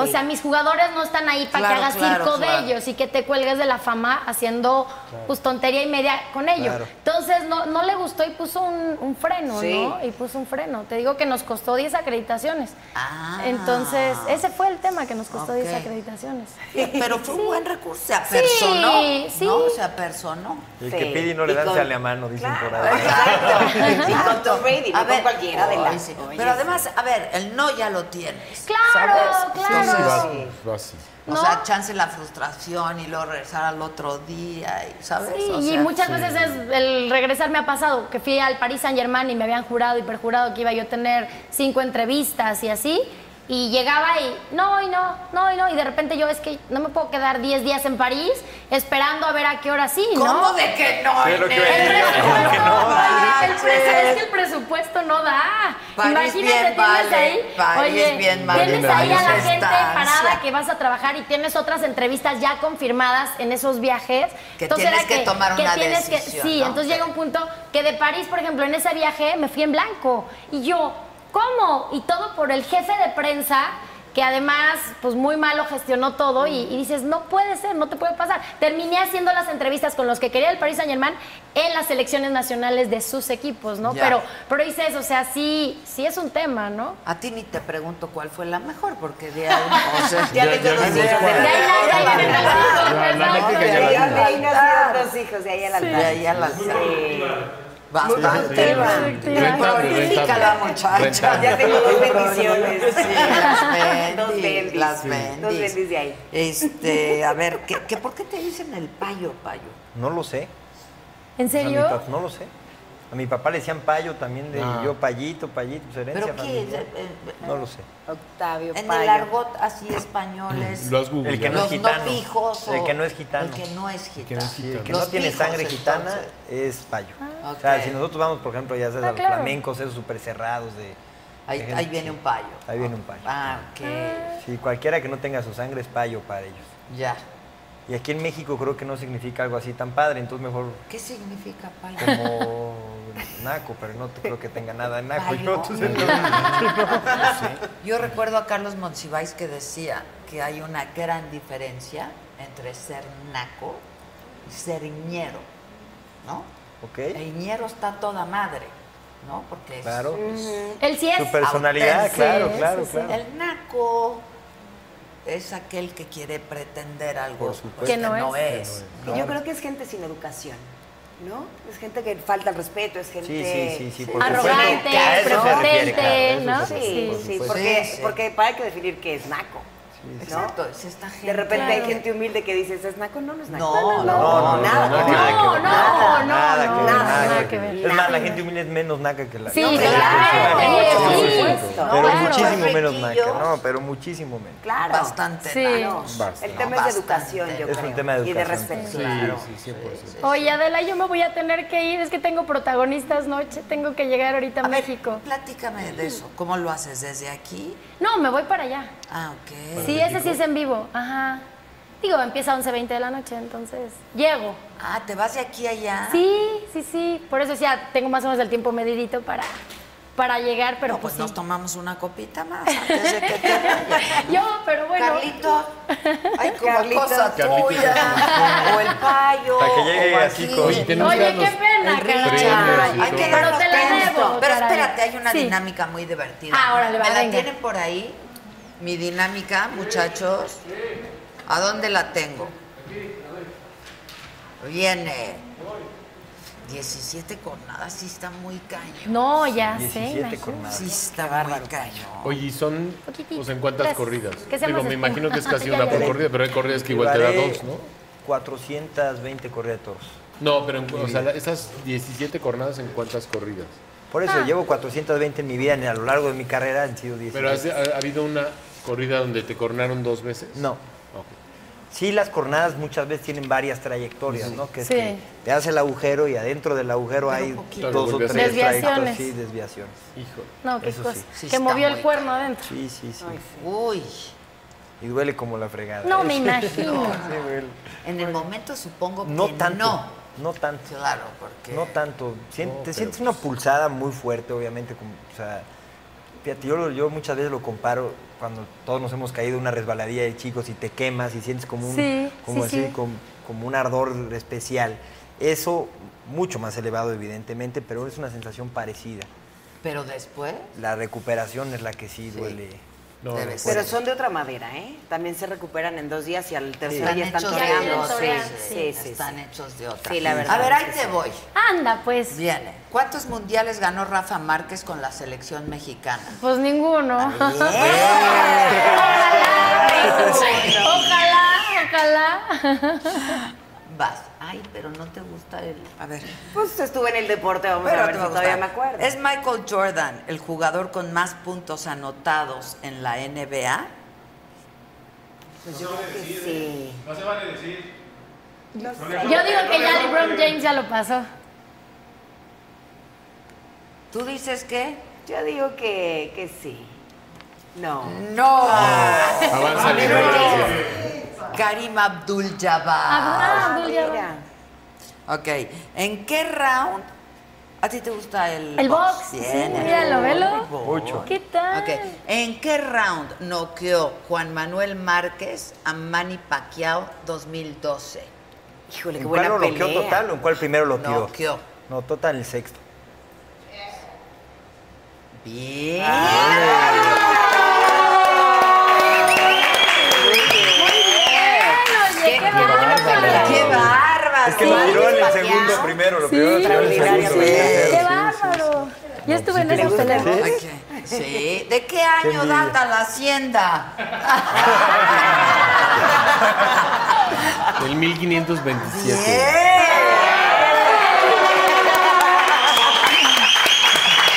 Speaker 6: O
Speaker 5: Sí.
Speaker 6: sea, mis jugadores no están ahí para
Speaker 1: Claro,
Speaker 6: que hagas
Speaker 1: claro,
Speaker 6: circo
Speaker 1: claro.
Speaker 6: de ellos y que te cuelgues de la fama haciendo pues tontería y media con ellos.
Speaker 3: Claro.
Speaker 6: Entonces no, no le gustó y puso un, un freno,
Speaker 5: Sí.
Speaker 6: ¿no? Y puso un freno. Te digo que nos costó 10 acreditaciones.
Speaker 1: Ah.
Speaker 6: Entonces, ese fue el tema que nos costó 10
Speaker 1: Ok.
Speaker 6: acreditaciones.
Speaker 1: Pero fue un buen recurso, se apersonó,
Speaker 6: sí.
Speaker 1: ¿no? Se apersonó.
Speaker 3: El
Speaker 5: Sí.
Speaker 3: que pide y no le
Speaker 5: Y
Speaker 3: dan,
Speaker 5: con-
Speaker 3: sale a mano, dicen
Speaker 5: Claro.
Speaker 3: por ahí.
Speaker 5: Exacto. Y con
Speaker 1: Exacto.
Speaker 5: Tom Brady, no
Speaker 1: A
Speaker 5: con
Speaker 1: ver,
Speaker 5: cualquiera de la.
Speaker 1: ay, sí. Pero además, a ver, el no ya lo tienes.
Speaker 6: Claro,
Speaker 1: Ah,
Speaker 4: Sí, va-
Speaker 6: claro.
Speaker 4: va así.
Speaker 1: O
Speaker 6: ¿No?
Speaker 1: sea, chance la frustración y luego regresar al otro día, y, ¿sabes?
Speaker 6: Sí,
Speaker 1: O
Speaker 6: y
Speaker 1: sea,
Speaker 6: muchas veces es- el regresar me ha pasado, que fui al Paris Saint Germain y me habían jurado y perjurado que iba yo a tener cinco entrevistas y así, y llegaba y no, y no, no, y no, y de repente yo es que no me puedo quedar 10 días en París esperando a ver a qué hora sí, ¿no?
Speaker 1: ¿Cómo de que no?
Speaker 3: Sí, es lo que
Speaker 1: Inés?
Speaker 3: venía yo,
Speaker 6: El
Speaker 3: ¿cómo
Speaker 6: presupuesto
Speaker 3: que
Speaker 6: no
Speaker 3: no?
Speaker 6: da, el
Speaker 1: manches.
Speaker 6: presu- es que el presupuesto no da.
Speaker 1: París
Speaker 6: Imagínate,
Speaker 1: bien
Speaker 6: tienes
Speaker 1: vale,
Speaker 6: ahí,
Speaker 1: París
Speaker 6: oye,
Speaker 1: bien vale,
Speaker 6: tienes ahí a la
Speaker 1: París
Speaker 6: gente
Speaker 1: estancia.
Speaker 6: parada que vas a trabajar y tienes otras entrevistas ya confirmadas en esos viajes.
Speaker 1: Que
Speaker 6: Entonces
Speaker 1: tienes
Speaker 6: era
Speaker 1: que tomar una
Speaker 6: tienes que-
Speaker 1: decisión,
Speaker 6: sí,
Speaker 1: ¿no?
Speaker 6: entonces llega un punto que de París, por ejemplo, en ese viaje me fui en blanco y yo, ¿cómo? Y todo por el jefe de prensa que además, pues muy malo gestionó todo y, y dices, no puede ser, no te puede pasar. Terminé haciendo las entrevistas con los que quería el Paris Saint Germain en las selecciones nacionales de sus equipos, ¿no?
Speaker 1: Ya.
Speaker 6: Pero, pero dices, o sea, sí, sí es un tema, ¿no?
Speaker 1: A ti ni te pregunto cuál fue la mejor, porque de ahí, o sea,
Speaker 5: Ya le
Speaker 4: Ya- ya
Speaker 5: conozco.
Speaker 4: vimos
Speaker 5: Ya
Speaker 6: De ahí, la- de ahí vienen los
Speaker 4: Ya,
Speaker 6: hijos,
Speaker 4: la
Speaker 6: ¿verdad?
Speaker 4: gente que
Speaker 5: De
Speaker 4: ya la vimos.
Speaker 5: ahí nacieron dos hijos, de ahí al
Speaker 1: de
Speaker 5: altar.
Speaker 1: ahí a la
Speaker 4: Sí,
Speaker 1: Bastante.
Speaker 4: Rentable,
Speaker 1: Prolífica
Speaker 4: rentable.
Speaker 1: la muchacha.
Speaker 4: Rentable.
Speaker 5: Ya tengo dos bendiciones.
Speaker 1: Sí, las
Speaker 5: Dos
Speaker 1: bendis,
Speaker 5: bendis.
Speaker 1: las
Speaker 5: Sí.
Speaker 1: bendis.
Speaker 5: Dos bendis de ahí.
Speaker 1: Este, a ver, ¿qué, qué, por qué te dicen el payo, payo?
Speaker 3: No lo sé.
Speaker 6: ¿En
Speaker 3: O sea, mi
Speaker 6: serio?
Speaker 3: pap- no lo sé. A mi papá le decían payo también, de
Speaker 4: Ah.
Speaker 3: yo payito, payito, pues, herencia
Speaker 1: ¿Pero qué?
Speaker 3: familiar.
Speaker 1: Eh,
Speaker 3: No lo sé.
Speaker 5: Octavio
Speaker 1: En el
Speaker 5: Payo.
Speaker 1: argot así español es
Speaker 4: Mm. Lo has googleado.
Speaker 3: El que no
Speaker 1: los
Speaker 3: es gitano.
Speaker 1: no fijos. o-
Speaker 3: El que no es gitano.
Speaker 1: El que no es gitano.
Speaker 4: que no es
Speaker 3: Sí, el que
Speaker 1: Los
Speaker 3: no tiene
Speaker 1: fijos,
Speaker 3: sangre gitana
Speaker 1: entonces.
Speaker 3: es payo.
Speaker 1: Ah.
Speaker 3: O sea,
Speaker 1: Ok.
Speaker 3: si nosotros vamos, por ejemplo, ya sabes,
Speaker 6: Ah,
Speaker 3: a los
Speaker 6: claro.
Speaker 3: flamencos, esos súper cerrados de...
Speaker 1: Ahí,
Speaker 3: de
Speaker 1: ahí
Speaker 3: gente,
Speaker 1: viene
Speaker 3: sí.
Speaker 1: un payo.
Speaker 3: Ahí viene un payo.
Speaker 1: Ah, ok.
Speaker 3: Sí, cualquiera que no tenga su sangre es payo para ellos.
Speaker 1: Ya.
Speaker 3: Y aquí en México creo que no significa algo así tan padre, entonces mejor
Speaker 1: ¿Qué significa payo?
Speaker 3: como naco, pero no te- creo que tenga nada de naco.
Speaker 1: Payo.
Speaker 3: Ah, pues ¿no? Entonces, no.
Speaker 1: Yo recuerdo a Carlos Monsiváis que decía que hay una gran diferencia entre ser naco y ser ñero, ¿no?
Speaker 3: ¿Ok?
Speaker 1: El ñero está toda madre, ¿no? Porque es-
Speaker 3: Claro.
Speaker 6: Él sí es.
Speaker 3: Su personalidad,
Speaker 1: auténtico.
Speaker 3: claro,
Speaker 6: Sí,
Speaker 3: claro,
Speaker 6: sí, sí.
Speaker 3: claro.
Speaker 1: el naco es aquel que quiere pretender algo
Speaker 3: Por
Speaker 1: pues,
Speaker 3: supuesto.
Speaker 6: Que no
Speaker 1: es.
Speaker 5: Que Yo creo que es gente sin educación, ¿no? Es gente que falta el respeto, es gente...
Speaker 3: Sí, sí, sí, sí. por supuesto.
Speaker 6: Arrogante,
Speaker 3: Que a eso se refiere, claro, a
Speaker 6: prepotente,
Speaker 3: eso se
Speaker 6: ¿no?
Speaker 5: Sí,
Speaker 3: refiere,
Speaker 5: sí,
Speaker 3: por supuesto.
Speaker 5: porque,
Speaker 1: Sí, sí.
Speaker 5: porque para hay que definir qué es naco. ¿no?
Speaker 1: Exacto, es esta gente.
Speaker 5: De repente hay
Speaker 6: Claro.
Speaker 5: gente humilde que dice, ¿es naco? No, no es naco.
Speaker 1: No, no,
Speaker 3: No, no, no,
Speaker 5: nada.
Speaker 6: nada que ver.
Speaker 3: nada,
Speaker 6: No, no,
Speaker 3: nada
Speaker 6: no,
Speaker 3: que ver,
Speaker 5: nada,
Speaker 6: nada
Speaker 3: nada
Speaker 6: que
Speaker 3: que
Speaker 6: ver.
Speaker 3: ver. Es más, la gente humilde es menos naca que la
Speaker 6: Sí,
Speaker 3: No, pero-
Speaker 6: claramente,
Speaker 5: por
Speaker 6: sí.
Speaker 5: supuesto.
Speaker 6: No,
Speaker 3: Pero
Speaker 6: claro.
Speaker 3: muchísimo menos
Speaker 5: Riquillos.
Speaker 3: naca, no, pero muchísimo menos.
Speaker 5: Claro.
Speaker 1: Bastante.
Speaker 6: Sí.
Speaker 1: nano.
Speaker 5: Bastante. El tema es de
Speaker 1: Bastante.
Speaker 5: educación, yo
Speaker 3: Es
Speaker 5: creo.
Speaker 3: un tema de
Speaker 5: Y de
Speaker 3: educación.
Speaker 5: respeto.
Speaker 4: Sí,
Speaker 5: Claro.
Speaker 4: sí, 100%.
Speaker 6: Oye, Adela, yo me voy a tener que ir, es que tengo protagonistas noche, tengo que llegar ahorita a,
Speaker 1: A ver,
Speaker 6: México.
Speaker 1: platícame de eso. ¿Cómo lo haces? ¿Desde aquí?
Speaker 6: No, me voy para allá.
Speaker 1: Ah, ok.
Speaker 6: Sí, ese sí es en vivo. Ajá. Digo, empieza a 11.20 de la noche, entonces llego.
Speaker 1: Ah, ¿te vas de aquí a allá?
Speaker 6: Sí, sí, sí. Por eso decía, tengo más o menos el tiempo medidito para, para llegar, pero
Speaker 1: No, pues
Speaker 6: pues,
Speaker 1: nos
Speaker 6: sí.
Speaker 1: tomamos una copita más antes de que te vayas.
Speaker 6: Yo, pero bueno.
Speaker 1: Carlito, hay como
Speaker 5: Carlito.
Speaker 1: cosa
Speaker 4: Carlito.
Speaker 1: tuya, o el payo,
Speaker 3: Hasta que llegue
Speaker 1: o
Speaker 3: aquí con-
Speaker 4: Oye,
Speaker 1: el
Speaker 4: tenemos
Speaker 6: Oye,
Speaker 4: que darnos-
Speaker 6: qué pena,
Speaker 4: Richard.
Speaker 6: Carlito.
Speaker 4: Ay,
Speaker 1: Hay que
Speaker 4: Pero
Speaker 1: darnos
Speaker 6: te la
Speaker 1: tiempo.
Speaker 6: debo,
Speaker 1: Pero
Speaker 6: caray.
Speaker 1: espérate, hay una
Speaker 6: Sí.
Speaker 1: dinámica muy divertida.
Speaker 6: Ah, órale, va,
Speaker 1: ¿Me la
Speaker 6: venga.
Speaker 1: tienen por ahí? Mi dinámica, muchachos. ¿A dónde la tengo? Viene. 17 cornadas, sí está muy caño.
Speaker 6: No, ya sé.
Speaker 3: 17
Speaker 6: imagínate.
Speaker 3: con nada.
Speaker 1: Sí está muy caño.
Speaker 4: Oye, ¿y son
Speaker 6: Poquitito.
Speaker 4: pues, en cuántas
Speaker 6: Tres.
Speaker 4: corridas?
Speaker 6: Que sea
Speaker 4: Digo,
Speaker 6: más
Speaker 4: me
Speaker 6: espuma.
Speaker 4: imagino que es casi
Speaker 6: Ya,
Speaker 4: una
Speaker 6: ya,
Speaker 4: por
Speaker 6: ya.
Speaker 4: corrida, pero hay corridas que igual te da
Speaker 3: Llevaré
Speaker 4: dos, ¿no?
Speaker 3: 420 corridas de toros.
Speaker 4: No, pero en- o sea, la- esas 17 cornadas en cuántas corridas.
Speaker 3: Por eso llevo 420 en mi vida, en- a lo largo de mi carrera han sido 17.
Speaker 4: Pero has- ha, ha habido una corrida donde te cornaron dos veces.
Speaker 3: No. Sí, las cornadas muchas veces tienen varias trayectorias, ¿no? Que es
Speaker 6: Sí.
Speaker 3: que te hace el agujero y adentro del agujero hay
Speaker 4: poquito.
Speaker 3: dos o tres
Speaker 4: Desviaciones.
Speaker 3: trayectorias. Sí, desviaciones.
Speaker 4: Hijo.
Speaker 6: No, qué
Speaker 3: Eso
Speaker 6: cosa.
Speaker 3: sí.
Speaker 1: Sí
Speaker 6: que
Speaker 1: está
Speaker 6: movió el
Speaker 1: muy
Speaker 6: cuerno
Speaker 1: cañón.
Speaker 6: adentro.
Speaker 3: Sí, sí, sí.
Speaker 1: Uy,
Speaker 3: Y duele como la fregada.
Speaker 6: No me
Speaker 3: Sí,
Speaker 6: imagino.
Speaker 3: duele.
Speaker 1: en el momento supongo que
Speaker 3: No tanto.
Speaker 1: no.
Speaker 3: No tanto.
Speaker 1: Claro, porque
Speaker 3: No tanto. Sien- te sientes
Speaker 6: pues
Speaker 3: una pulsada muy fuerte, obviamente. como- o sea, fíjate, yo, lo- yo muchas veces lo comparo cuando todos nos hemos caído una resbaladilla de chicos y te quemas y sientes como un,
Speaker 6: Sí,
Speaker 3: como
Speaker 6: sí,
Speaker 3: así,
Speaker 6: sí.
Speaker 3: com- como un ardor especial. Eso, mucho más elevado, evidentemente, pero es una sensación parecida.
Speaker 1: pero después
Speaker 3: La recuperación es la que sí duele.
Speaker 4: No,
Speaker 1: Debe
Speaker 4: no
Speaker 1: ser.
Speaker 5: Pero son de otra madera, ¿eh? También se recuperan en dos días y al tercer
Speaker 1: están
Speaker 5: día están
Speaker 1: hechos
Speaker 6: Ya
Speaker 1: de
Speaker 5: toreando.
Speaker 6: vienen
Speaker 1: otro,
Speaker 6: toreando,
Speaker 1: sí,
Speaker 5: sí, sí,
Speaker 1: están
Speaker 5: sí.
Speaker 1: hechos de otra.
Speaker 5: Sí, la verdad
Speaker 1: A ver,
Speaker 5: es
Speaker 1: ahí
Speaker 5: que
Speaker 1: te
Speaker 5: sí.
Speaker 1: voy.
Speaker 6: Anda, pues.
Speaker 1: Viene. ¿Cuántos mundiales ganó Rafa Márquez con la selección mexicana?
Speaker 6: Pues ninguno. Ojalá, ojalá.
Speaker 1: Vas. Ay, pero no te gusta el. A ver.
Speaker 5: Pues estuve en el deporte, vamos a ver
Speaker 1: te
Speaker 5: si
Speaker 1: va a
Speaker 5: todavía
Speaker 1: gustar.
Speaker 5: me acuerdo.
Speaker 1: ¿Es Michael Jordan el jugador con más puntos anotados en la NBA?
Speaker 5: Pues yo creo que
Speaker 1: ¿eh?
Speaker 5: sí.
Speaker 6: Yo digo que ya LeBron James ya lo pasó.
Speaker 1: ¿Tú dices qué?
Speaker 5: Yo digo que, que sí. No.
Speaker 1: No.
Speaker 4: Avanza la ignorancia.
Speaker 1: Karim Abdul-Jabbar.
Speaker 6: Ajá,
Speaker 5: Ah,
Speaker 6: Abdul
Speaker 5: mira.
Speaker 6: Jabbar.
Speaker 1: Ok. ¿En qué round? ¿A ti te gusta el,
Speaker 6: El box. Sí,
Speaker 1: Bien, el
Speaker 6: míralo,
Speaker 1: box.
Speaker 6: velo.
Speaker 3: Ocho.
Speaker 6: ¿Qué tal?
Speaker 1: Ok, ¿En qué round noqueó Juan Manuel Márquez a Manny Pacquiao 2012?
Speaker 5: Híjole, qué
Speaker 3: ¿En cuál
Speaker 5: buena
Speaker 3: lo bloqueó
Speaker 5: pelea.
Speaker 3: total o en cuál primero lo tiró?
Speaker 1: Noqueó.
Speaker 3: No, total en el sexto.
Speaker 1: Bien.
Speaker 6: Ah, Bueno, oye, qué bárbaro.
Speaker 1: ¡Qué bárbaro!
Speaker 6: Ah,
Speaker 3: Es que lo tiró en el segundo primero, lo primero tiró en el segundo.
Speaker 5: Sí.
Speaker 3: primero.
Speaker 6: Qué bárbaro. Yo estuve en esas peleas.
Speaker 1: Ok, Sí. ¿De qué año
Speaker 3: envidia.
Speaker 1: data la hacienda?
Speaker 4: Del 1527.
Speaker 1: Bien.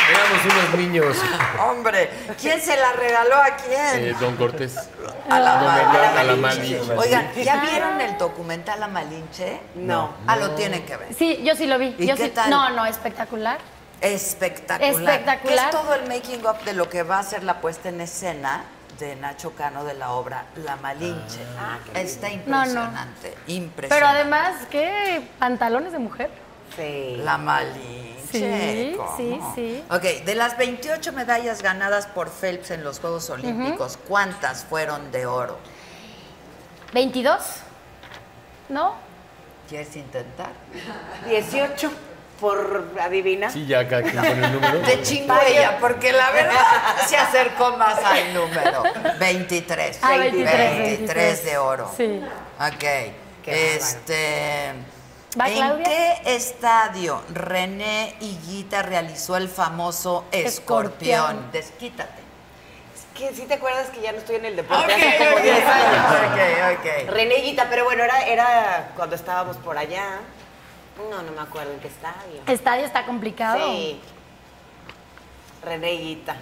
Speaker 4: Éramos unos niños.
Speaker 1: Hombre, ¿quién se la regaló a quién?
Speaker 4: eh, don Cortés.
Speaker 1: a la,
Speaker 4: don
Speaker 1: ma-
Speaker 4: Hernán,
Speaker 1: a la
Speaker 4: a la
Speaker 1: Malinche.
Speaker 4: Malinche.
Speaker 1: Oigan, ¿ya vieron el documental A Malinche?
Speaker 5: No.
Speaker 1: Ah, lo tienen que ver.
Speaker 6: Sí, yo sí lo vi.
Speaker 1: ¿Y
Speaker 6: Yo
Speaker 1: qué
Speaker 6: sí-
Speaker 1: tal?
Speaker 6: No, no, espectacular.
Speaker 1: Espectacular.
Speaker 6: Espectacular.
Speaker 1: Que es todo el making of de lo que va a ser la puesta en escena de Nacho Cano de la obra La Malinche.
Speaker 6: Ah,
Speaker 1: Está impresionante, impresionante.
Speaker 6: Pero además, ¿qué pantalones de mujer?
Speaker 5: Sí.
Speaker 1: La Malinche.
Speaker 6: Sí,
Speaker 1: ¿cómo?
Speaker 6: sí, sí.
Speaker 1: Ok, de las 28 medallas ganadas por Phelps en los Juegos Olímpicos, ¿cuántas fueron de oro?
Speaker 6: ¿22? ¿No?
Speaker 1: ¿Quieres intentar?
Speaker 5: 18. por adivina.
Speaker 7: Sí, ya cada quien pone un número.
Speaker 1: Te chingo ella, porque la verdad se acercó más al número. 23.
Speaker 6: Ah, 23,
Speaker 1: 23 de oro.
Speaker 6: Sí.
Speaker 1: Ok.
Speaker 5: Qué
Speaker 1: este.
Speaker 6: ¿Va,
Speaker 1: ¿En
Speaker 6: Claudia?
Speaker 1: qué estadio René Higuita realizó el famoso escorpión?
Speaker 6: Escorpión.
Speaker 1: Desquítate.
Speaker 5: Es que si te acuerdas que ya no estoy en el
Speaker 1: Ok,
Speaker 5: deporte hace como 10 años.
Speaker 1: ok, ok, ok.
Speaker 5: René Higuita, pero bueno, era, era cuando estábamos por allá. No, no me acuerdo en qué estadio.
Speaker 6: Estadio está complicado.
Speaker 5: Sí. René Higuita.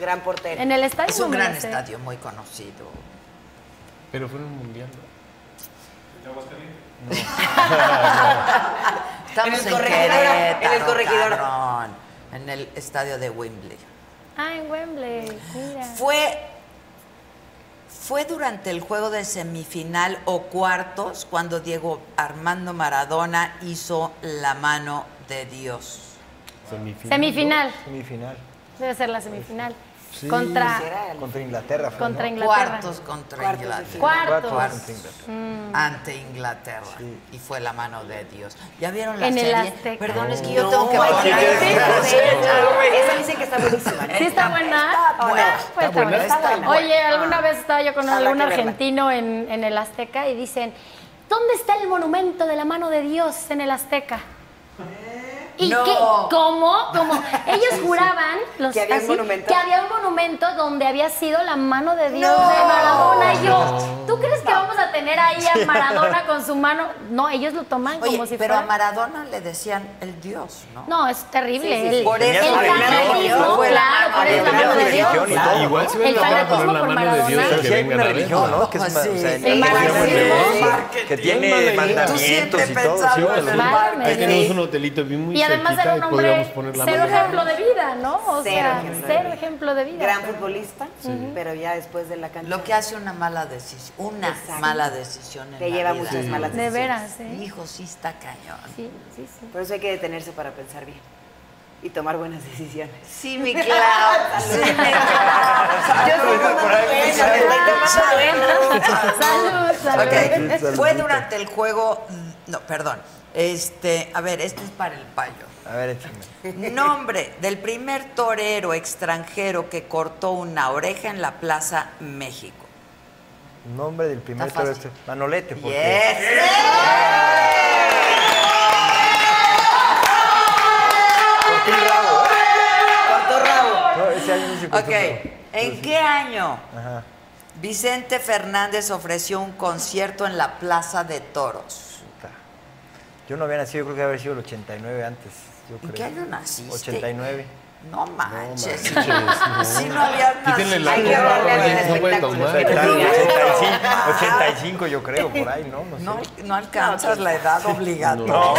Speaker 5: Gran portero.
Speaker 6: En el estadio.
Speaker 1: Es un
Speaker 6: no me
Speaker 1: gran
Speaker 6: lo sé.
Speaker 1: estadio, muy conocido.
Speaker 7: Pero fue en un mundial, ¿no?
Speaker 1: Estamos
Speaker 5: En
Speaker 1: en,
Speaker 5: el Corregidora, en el
Speaker 1: Querétaro,
Speaker 5: Corregidora.
Speaker 1: cabrón, en el estadio de Wembley.
Speaker 6: Ah, en Wembley. Mira.
Speaker 1: Fue, fue durante el juego de semifinal o cuartos cuando Diego Armando Maradona hizo la mano de Dios.
Speaker 7: Semifinal.
Speaker 6: Semifinal.
Speaker 3: Semifinal.
Speaker 6: Debe ser la semifinal.
Speaker 7: Sí.
Speaker 6: Contra,
Speaker 5: Era el-
Speaker 3: Contra Inglaterra. fue,
Speaker 6: contra
Speaker 3: ¿no?
Speaker 6: Inglaterra.
Speaker 1: Cuartos contra
Speaker 5: Cuartos de
Speaker 1: Inglaterra.
Speaker 5: final.
Speaker 6: Cuartos.
Speaker 3: Cuartos contra Inglaterra.
Speaker 1: Ante Inglaterra.
Speaker 3: Sí.
Speaker 1: Y fue la mano de Dios. ¿Ya vieron la
Speaker 6: En el
Speaker 1: serie?
Speaker 6: Azteca.
Speaker 1: Perdón, es que
Speaker 5: Yo tengo que
Speaker 1: poner-
Speaker 5: Esa dicen que está buenísima.
Speaker 6: ¿Sí está buena?
Speaker 1: Está
Speaker 6: ¿O no?
Speaker 1: buena.
Speaker 6: Pues
Speaker 1: Está buena, está buena.
Speaker 6: Oye, alguna vez estaba yo con
Speaker 5: Habrá
Speaker 6: algún
Speaker 5: que verla.
Speaker 6: argentino en, en el Azteca y dicen, ¿dónde está el monumento de la mano de Dios en el Azteca? ¿Y
Speaker 1: No.
Speaker 6: qué? ¿Cómo? ¿Cómo? Ellos juraban los,
Speaker 5: Que había un monumento.
Speaker 6: que había un monumento donde había sido la mano de Dios de Maradona. Y yo, ¿tú crees que vamos a tener ahí a Maradona con su mano? No, ellos lo toman
Speaker 1: Oye,
Speaker 6: como si
Speaker 1: pero a
Speaker 6: fuera...
Speaker 1: Maradona le decían el Dios, ¿no?
Speaker 6: No, es terrible.
Speaker 5: Sí, sí, sí.
Speaker 6: El,
Speaker 1: Por
Speaker 6: el
Speaker 1: eso
Speaker 3: su religión y
Speaker 6: fanatismo,
Speaker 3: todo.
Speaker 6: claro, por eso la
Speaker 3: Tenía
Speaker 6: mano
Speaker 3: su
Speaker 6: de Dios.
Speaker 3: religión y
Speaker 1: Claro.
Speaker 3: todo.
Speaker 7: Igual se ven
Speaker 6: El
Speaker 7: la hora a poner
Speaker 6: fanatismo
Speaker 7: la
Speaker 6: por
Speaker 7: mano de Dios
Speaker 6: Maradona.
Speaker 7: y
Speaker 3: Pero
Speaker 7: que
Speaker 3: sí hay
Speaker 7: vengan
Speaker 3: una
Speaker 7: a ver.
Speaker 3: religión, ¿no? Que, es
Speaker 1: Pues
Speaker 3: ma-
Speaker 1: sí.
Speaker 3: o sea,
Speaker 1: El
Speaker 3: que-
Speaker 1: marxismo.
Speaker 3: que tiene
Speaker 1: Tú
Speaker 3: mandamientos
Speaker 1: siempre
Speaker 3: y todo.
Speaker 1: pensando en el
Speaker 6: Válgame
Speaker 7: Ahí
Speaker 1: marketing.
Speaker 6: Dios.
Speaker 7: tenemos un hotelito bien muy
Speaker 6: Y además era
Speaker 7: cerquita y
Speaker 6: un
Speaker 7: podríamos
Speaker 6: hombre
Speaker 7: poner la
Speaker 6: cero
Speaker 7: mano.
Speaker 6: ejemplo de vida, ¿no?
Speaker 5: Cero
Speaker 6: O sea,
Speaker 5: ejemplo de
Speaker 6: cero
Speaker 5: vida.
Speaker 6: ejemplo de vida.
Speaker 5: Gran futbolista, pero ya después de la cancha.
Speaker 1: Lo que hace una mala decisión, una
Speaker 5: Exacto.
Speaker 1: mala decisión en
Speaker 5: Te
Speaker 1: la
Speaker 5: lleva
Speaker 1: vida.
Speaker 5: muchas malas
Speaker 6: De
Speaker 5: decisiones.
Speaker 6: veras, ¿eh?
Speaker 1: Hijo, sí está cañón.
Speaker 6: Sí, sí, sí.
Speaker 5: Por eso hay que detenerse para pensar bien y tomar buenas decisiones.
Speaker 1: Sí, mi Clau. sí, mi Clau.
Speaker 5: Yo soy
Speaker 1: Salud.
Speaker 5: por ahí, salud.
Speaker 1: Salud.
Speaker 6: Salud, salud.
Speaker 1: Ok, Fue durante el juego. mm, No, perdón. Este, a ver, este es para el payo.
Speaker 3: A ver, échame.
Speaker 1: Nombre del primer torero extranjero que cortó una oreja en la Plaza México.
Speaker 3: Nombre del primer
Speaker 1: Está
Speaker 3: toro
Speaker 1: fácil.
Speaker 3: este- Manolete, porque
Speaker 1: Yes.
Speaker 3: cortó el rabo.
Speaker 1: Cortó rabo.
Speaker 3: No, ese año no se cortó
Speaker 1: Ok,
Speaker 3: el rabo.
Speaker 1: ¿en qué año
Speaker 3: Ajá.
Speaker 1: Vicente Fernández ofreció un concierto en la Plaza de Toros?
Speaker 3: Puta. Yo no había nacido, yo creo que había sido el 89 antes. Yo
Speaker 1: ¿En
Speaker 3: creo.
Speaker 1: qué año naciste?
Speaker 3: 89.
Speaker 1: No manches.
Speaker 7: No manches,
Speaker 1: Si no habías
Speaker 7: Quítenle la
Speaker 5: Hay que
Speaker 1: nacido.
Speaker 7: copa,
Speaker 5: darle
Speaker 7: porque
Speaker 5: al
Speaker 7: no pueden
Speaker 5: espectáculo.
Speaker 7: tomar.
Speaker 3: Claro,
Speaker 1: no.
Speaker 3: 85, 85 yo creo, por ahí, ¿no? No sé.
Speaker 1: No, no alcanzas la edad obligatoria.
Speaker 7: No.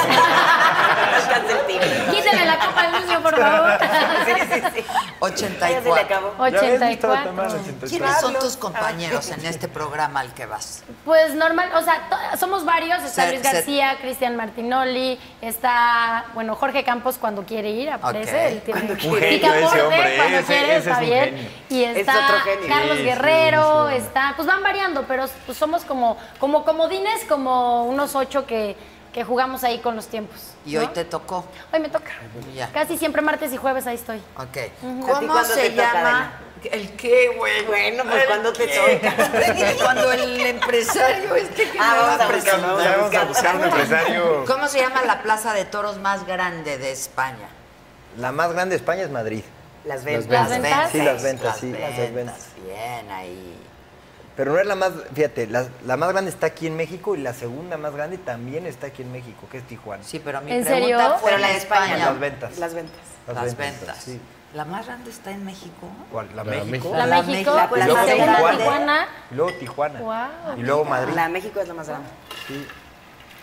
Speaker 6: Quítenle la copa al niño, por favor.
Speaker 5: Ya se le
Speaker 1: 84.
Speaker 5: acabó. Ah.
Speaker 3: Ya ves, no estaba tan mal,
Speaker 6: 84.
Speaker 3: 84.
Speaker 1: ¿Quiénes son tus compañeros en este programa al que vas?
Speaker 6: Pues normal, o sea, to- somos varios, está
Speaker 1: Se-
Speaker 6: Luis
Speaker 1: se-
Speaker 6: García, Cristian Martinoli, está, bueno, Jorge Campos cuando quiere ir, aparece,
Speaker 1: Ok.
Speaker 6: él tiene
Speaker 3: Un genio
Speaker 6: picaporte,
Speaker 3: ese hombre,
Speaker 6: cuando
Speaker 3: ese-
Speaker 6: quiere,
Speaker 3: ese es
Speaker 6: está
Speaker 3: un
Speaker 6: bien.
Speaker 3: genio.
Speaker 6: Y
Speaker 5: Es
Speaker 6: está
Speaker 5: otro genio.
Speaker 6: Carlos
Speaker 3: Sí, sí,
Speaker 6: Guerrero,
Speaker 3: sí.
Speaker 6: está, pues van variando, pero pues, somos como, como comodines, como unos ocho que, que jugamos ahí con los tiempos.
Speaker 1: Y hoy
Speaker 6: ¿no?
Speaker 1: te tocó.
Speaker 6: Hoy me toca.
Speaker 1: Ya.
Speaker 6: Casi siempre martes y jueves ahí estoy.
Speaker 1: Ok.
Speaker 5: ¿A ti
Speaker 1: ¿Cómo
Speaker 5: cuándo te
Speaker 1: se
Speaker 5: toca,
Speaker 1: llama? ¿El qué, güey?
Speaker 5: Bueno, pues cuando te toca.
Speaker 1: Cuando el empresario este que
Speaker 5: Ah,
Speaker 1: me
Speaker 5: vamos
Speaker 1: va
Speaker 5: a
Speaker 1: a
Speaker 5: buscarlo,
Speaker 1: presentar.
Speaker 5: vamos a
Speaker 3: Vamos a buscar un empresario.
Speaker 1: ¿Cómo se llama la plaza de toros más grande de España?
Speaker 3: La más grande de España es Madrid.
Speaker 5: Las ventas.
Speaker 6: Las ventas.
Speaker 3: Sí, las ventas, sí, las
Speaker 1: Las
Speaker 3: ventas.
Speaker 1: ventas. Bien ahí.
Speaker 3: Pero no es la más, fíjate, la, la más grande está aquí en México y la segunda más grande también está aquí en México, que es Tijuana.
Speaker 1: Sí, pero mi
Speaker 6: ¿En
Speaker 1: pregunta
Speaker 6: serio?
Speaker 1: fue
Speaker 5: Pero la de
Speaker 1: en
Speaker 5: España,
Speaker 1: España.
Speaker 3: Las ventas.
Speaker 5: Las ventas.
Speaker 1: Las ventas.
Speaker 3: Sí.
Speaker 1: La más grande está en México.
Speaker 3: ¿Cuál? ¿La,
Speaker 7: La
Speaker 3: México?
Speaker 7: México.
Speaker 6: La,
Speaker 1: La
Speaker 6: México,
Speaker 1: Mex-
Speaker 6: la,
Speaker 1: la
Speaker 6: segunda
Speaker 1: Mex-
Speaker 6: Tijuana.
Speaker 1: Tijuana.
Speaker 3: Y luego Tijuana.
Speaker 6: Wow.
Speaker 3: Y luego Madrid.
Speaker 5: La de México es la más grande.
Speaker 3: Sí.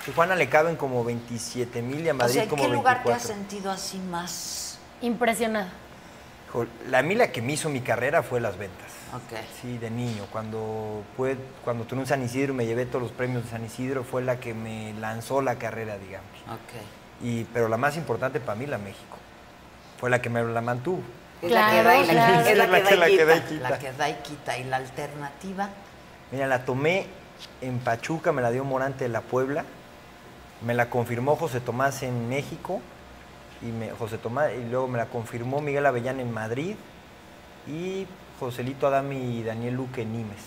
Speaker 3: Tijuana le caben como 27 mil y a Madrid
Speaker 1: o sea, ¿en
Speaker 3: como
Speaker 1: qué lugar te has
Speaker 3: 24.
Speaker 1: sentido así más?
Speaker 6: Impresionada.
Speaker 3: Híjole, La a mí la que me hizo mi carrera fue las ventas.
Speaker 1: Ok.
Speaker 3: Sí, de niño. Cuando fue, cuando tuve un San Isidro y me llevé todos los premios de San Isidro, fue la que me lanzó la carrera, digamos.
Speaker 1: Ok.
Speaker 3: Y, pero la más importante para mí, la México. Fue la que me la mantuvo.
Speaker 5: Es
Speaker 6: Claro,
Speaker 5: la que da
Speaker 6: claro.
Speaker 5: y- es la que da y quita.
Speaker 3: quedé
Speaker 1: La que da y quita. ¿Y la alternativa?
Speaker 3: Mira, la tomé en Pachuca, me la dio Morante de la Puebla, me la confirmó José Tomás en México y me, José Tomás, y luego me la confirmó Miguel Avellán en Madrid y Joselito Adami y Daniel Luque en Nimes.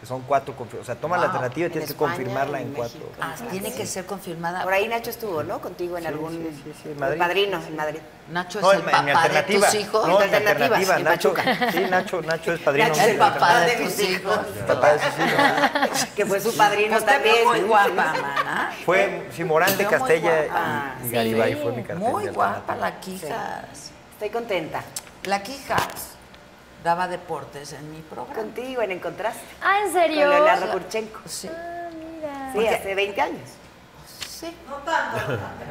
Speaker 3: Que son cuatro confir- O sea, toma
Speaker 1: Wow.
Speaker 3: la alternativa y
Speaker 5: En
Speaker 3: tienes que
Speaker 5: España,
Speaker 3: confirmarla
Speaker 5: en
Speaker 3: en cuatro.
Speaker 5: México.
Speaker 1: Ah, tiene que ser confirmada.
Speaker 5: Por ahí Nacho estuvo, ¿no? Contigo en
Speaker 3: Sí,
Speaker 5: algún...
Speaker 3: sí, sí, sí, en
Speaker 5: el
Speaker 3: Madrid.
Speaker 5: padrino en Madrid.
Speaker 1: Nacho es
Speaker 3: No,
Speaker 1: el
Speaker 3: en, en mi
Speaker 1: papá de
Speaker 3: alternativa.
Speaker 1: tus hijos. Pues
Speaker 3: No, en mi
Speaker 5: Alternativas,
Speaker 3: alternativa.
Speaker 5: en
Speaker 3: Nacho,
Speaker 5: Pachuca.
Speaker 3: sí, Nacho, Nacho es padrino.
Speaker 5: Nacho
Speaker 3: mío.
Speaker 5: es el papá de
Speaker 1: tus
Speaker 5: tus hijos.
Speaker 1: hijos.
Speaker 3: El papá de sus hijos.
Speaker 5: Que fue su padrino
Speaker 1: Pues te veo
Speaker 5: también.
Speaker 1: muy guapa, mana.
Speaker 3: Fue sí, Morán de
Speaker 1: Muy
Speaker 3: Castella
Speaker 1: guapa.
Speaker 3: y, y Garibay
Speaker 6: Sí.
Speaker 3: fue mi cartel.
Speaker 1: Muy
Speaker 3: de
Speaker 1: guapa
Speaker 3: alternativa.
Speaker 1: la Quijas.
Speaker 5: Estoy contenta.
Speaker 1: La Quijas daba deportes en mi programa.
Speaker 5: Contigo en Encontraste.
Speaker 6: Ah, ¿en
Speaker 5: Con
Speaker 6: serio?
Speaker 5: Leonardo Kurchenko.
Speaker 1: Sí.
Speaker 6: Ah, mira.
Speaker 5: Sí, hace 20 años.
Speaker 1: Sí.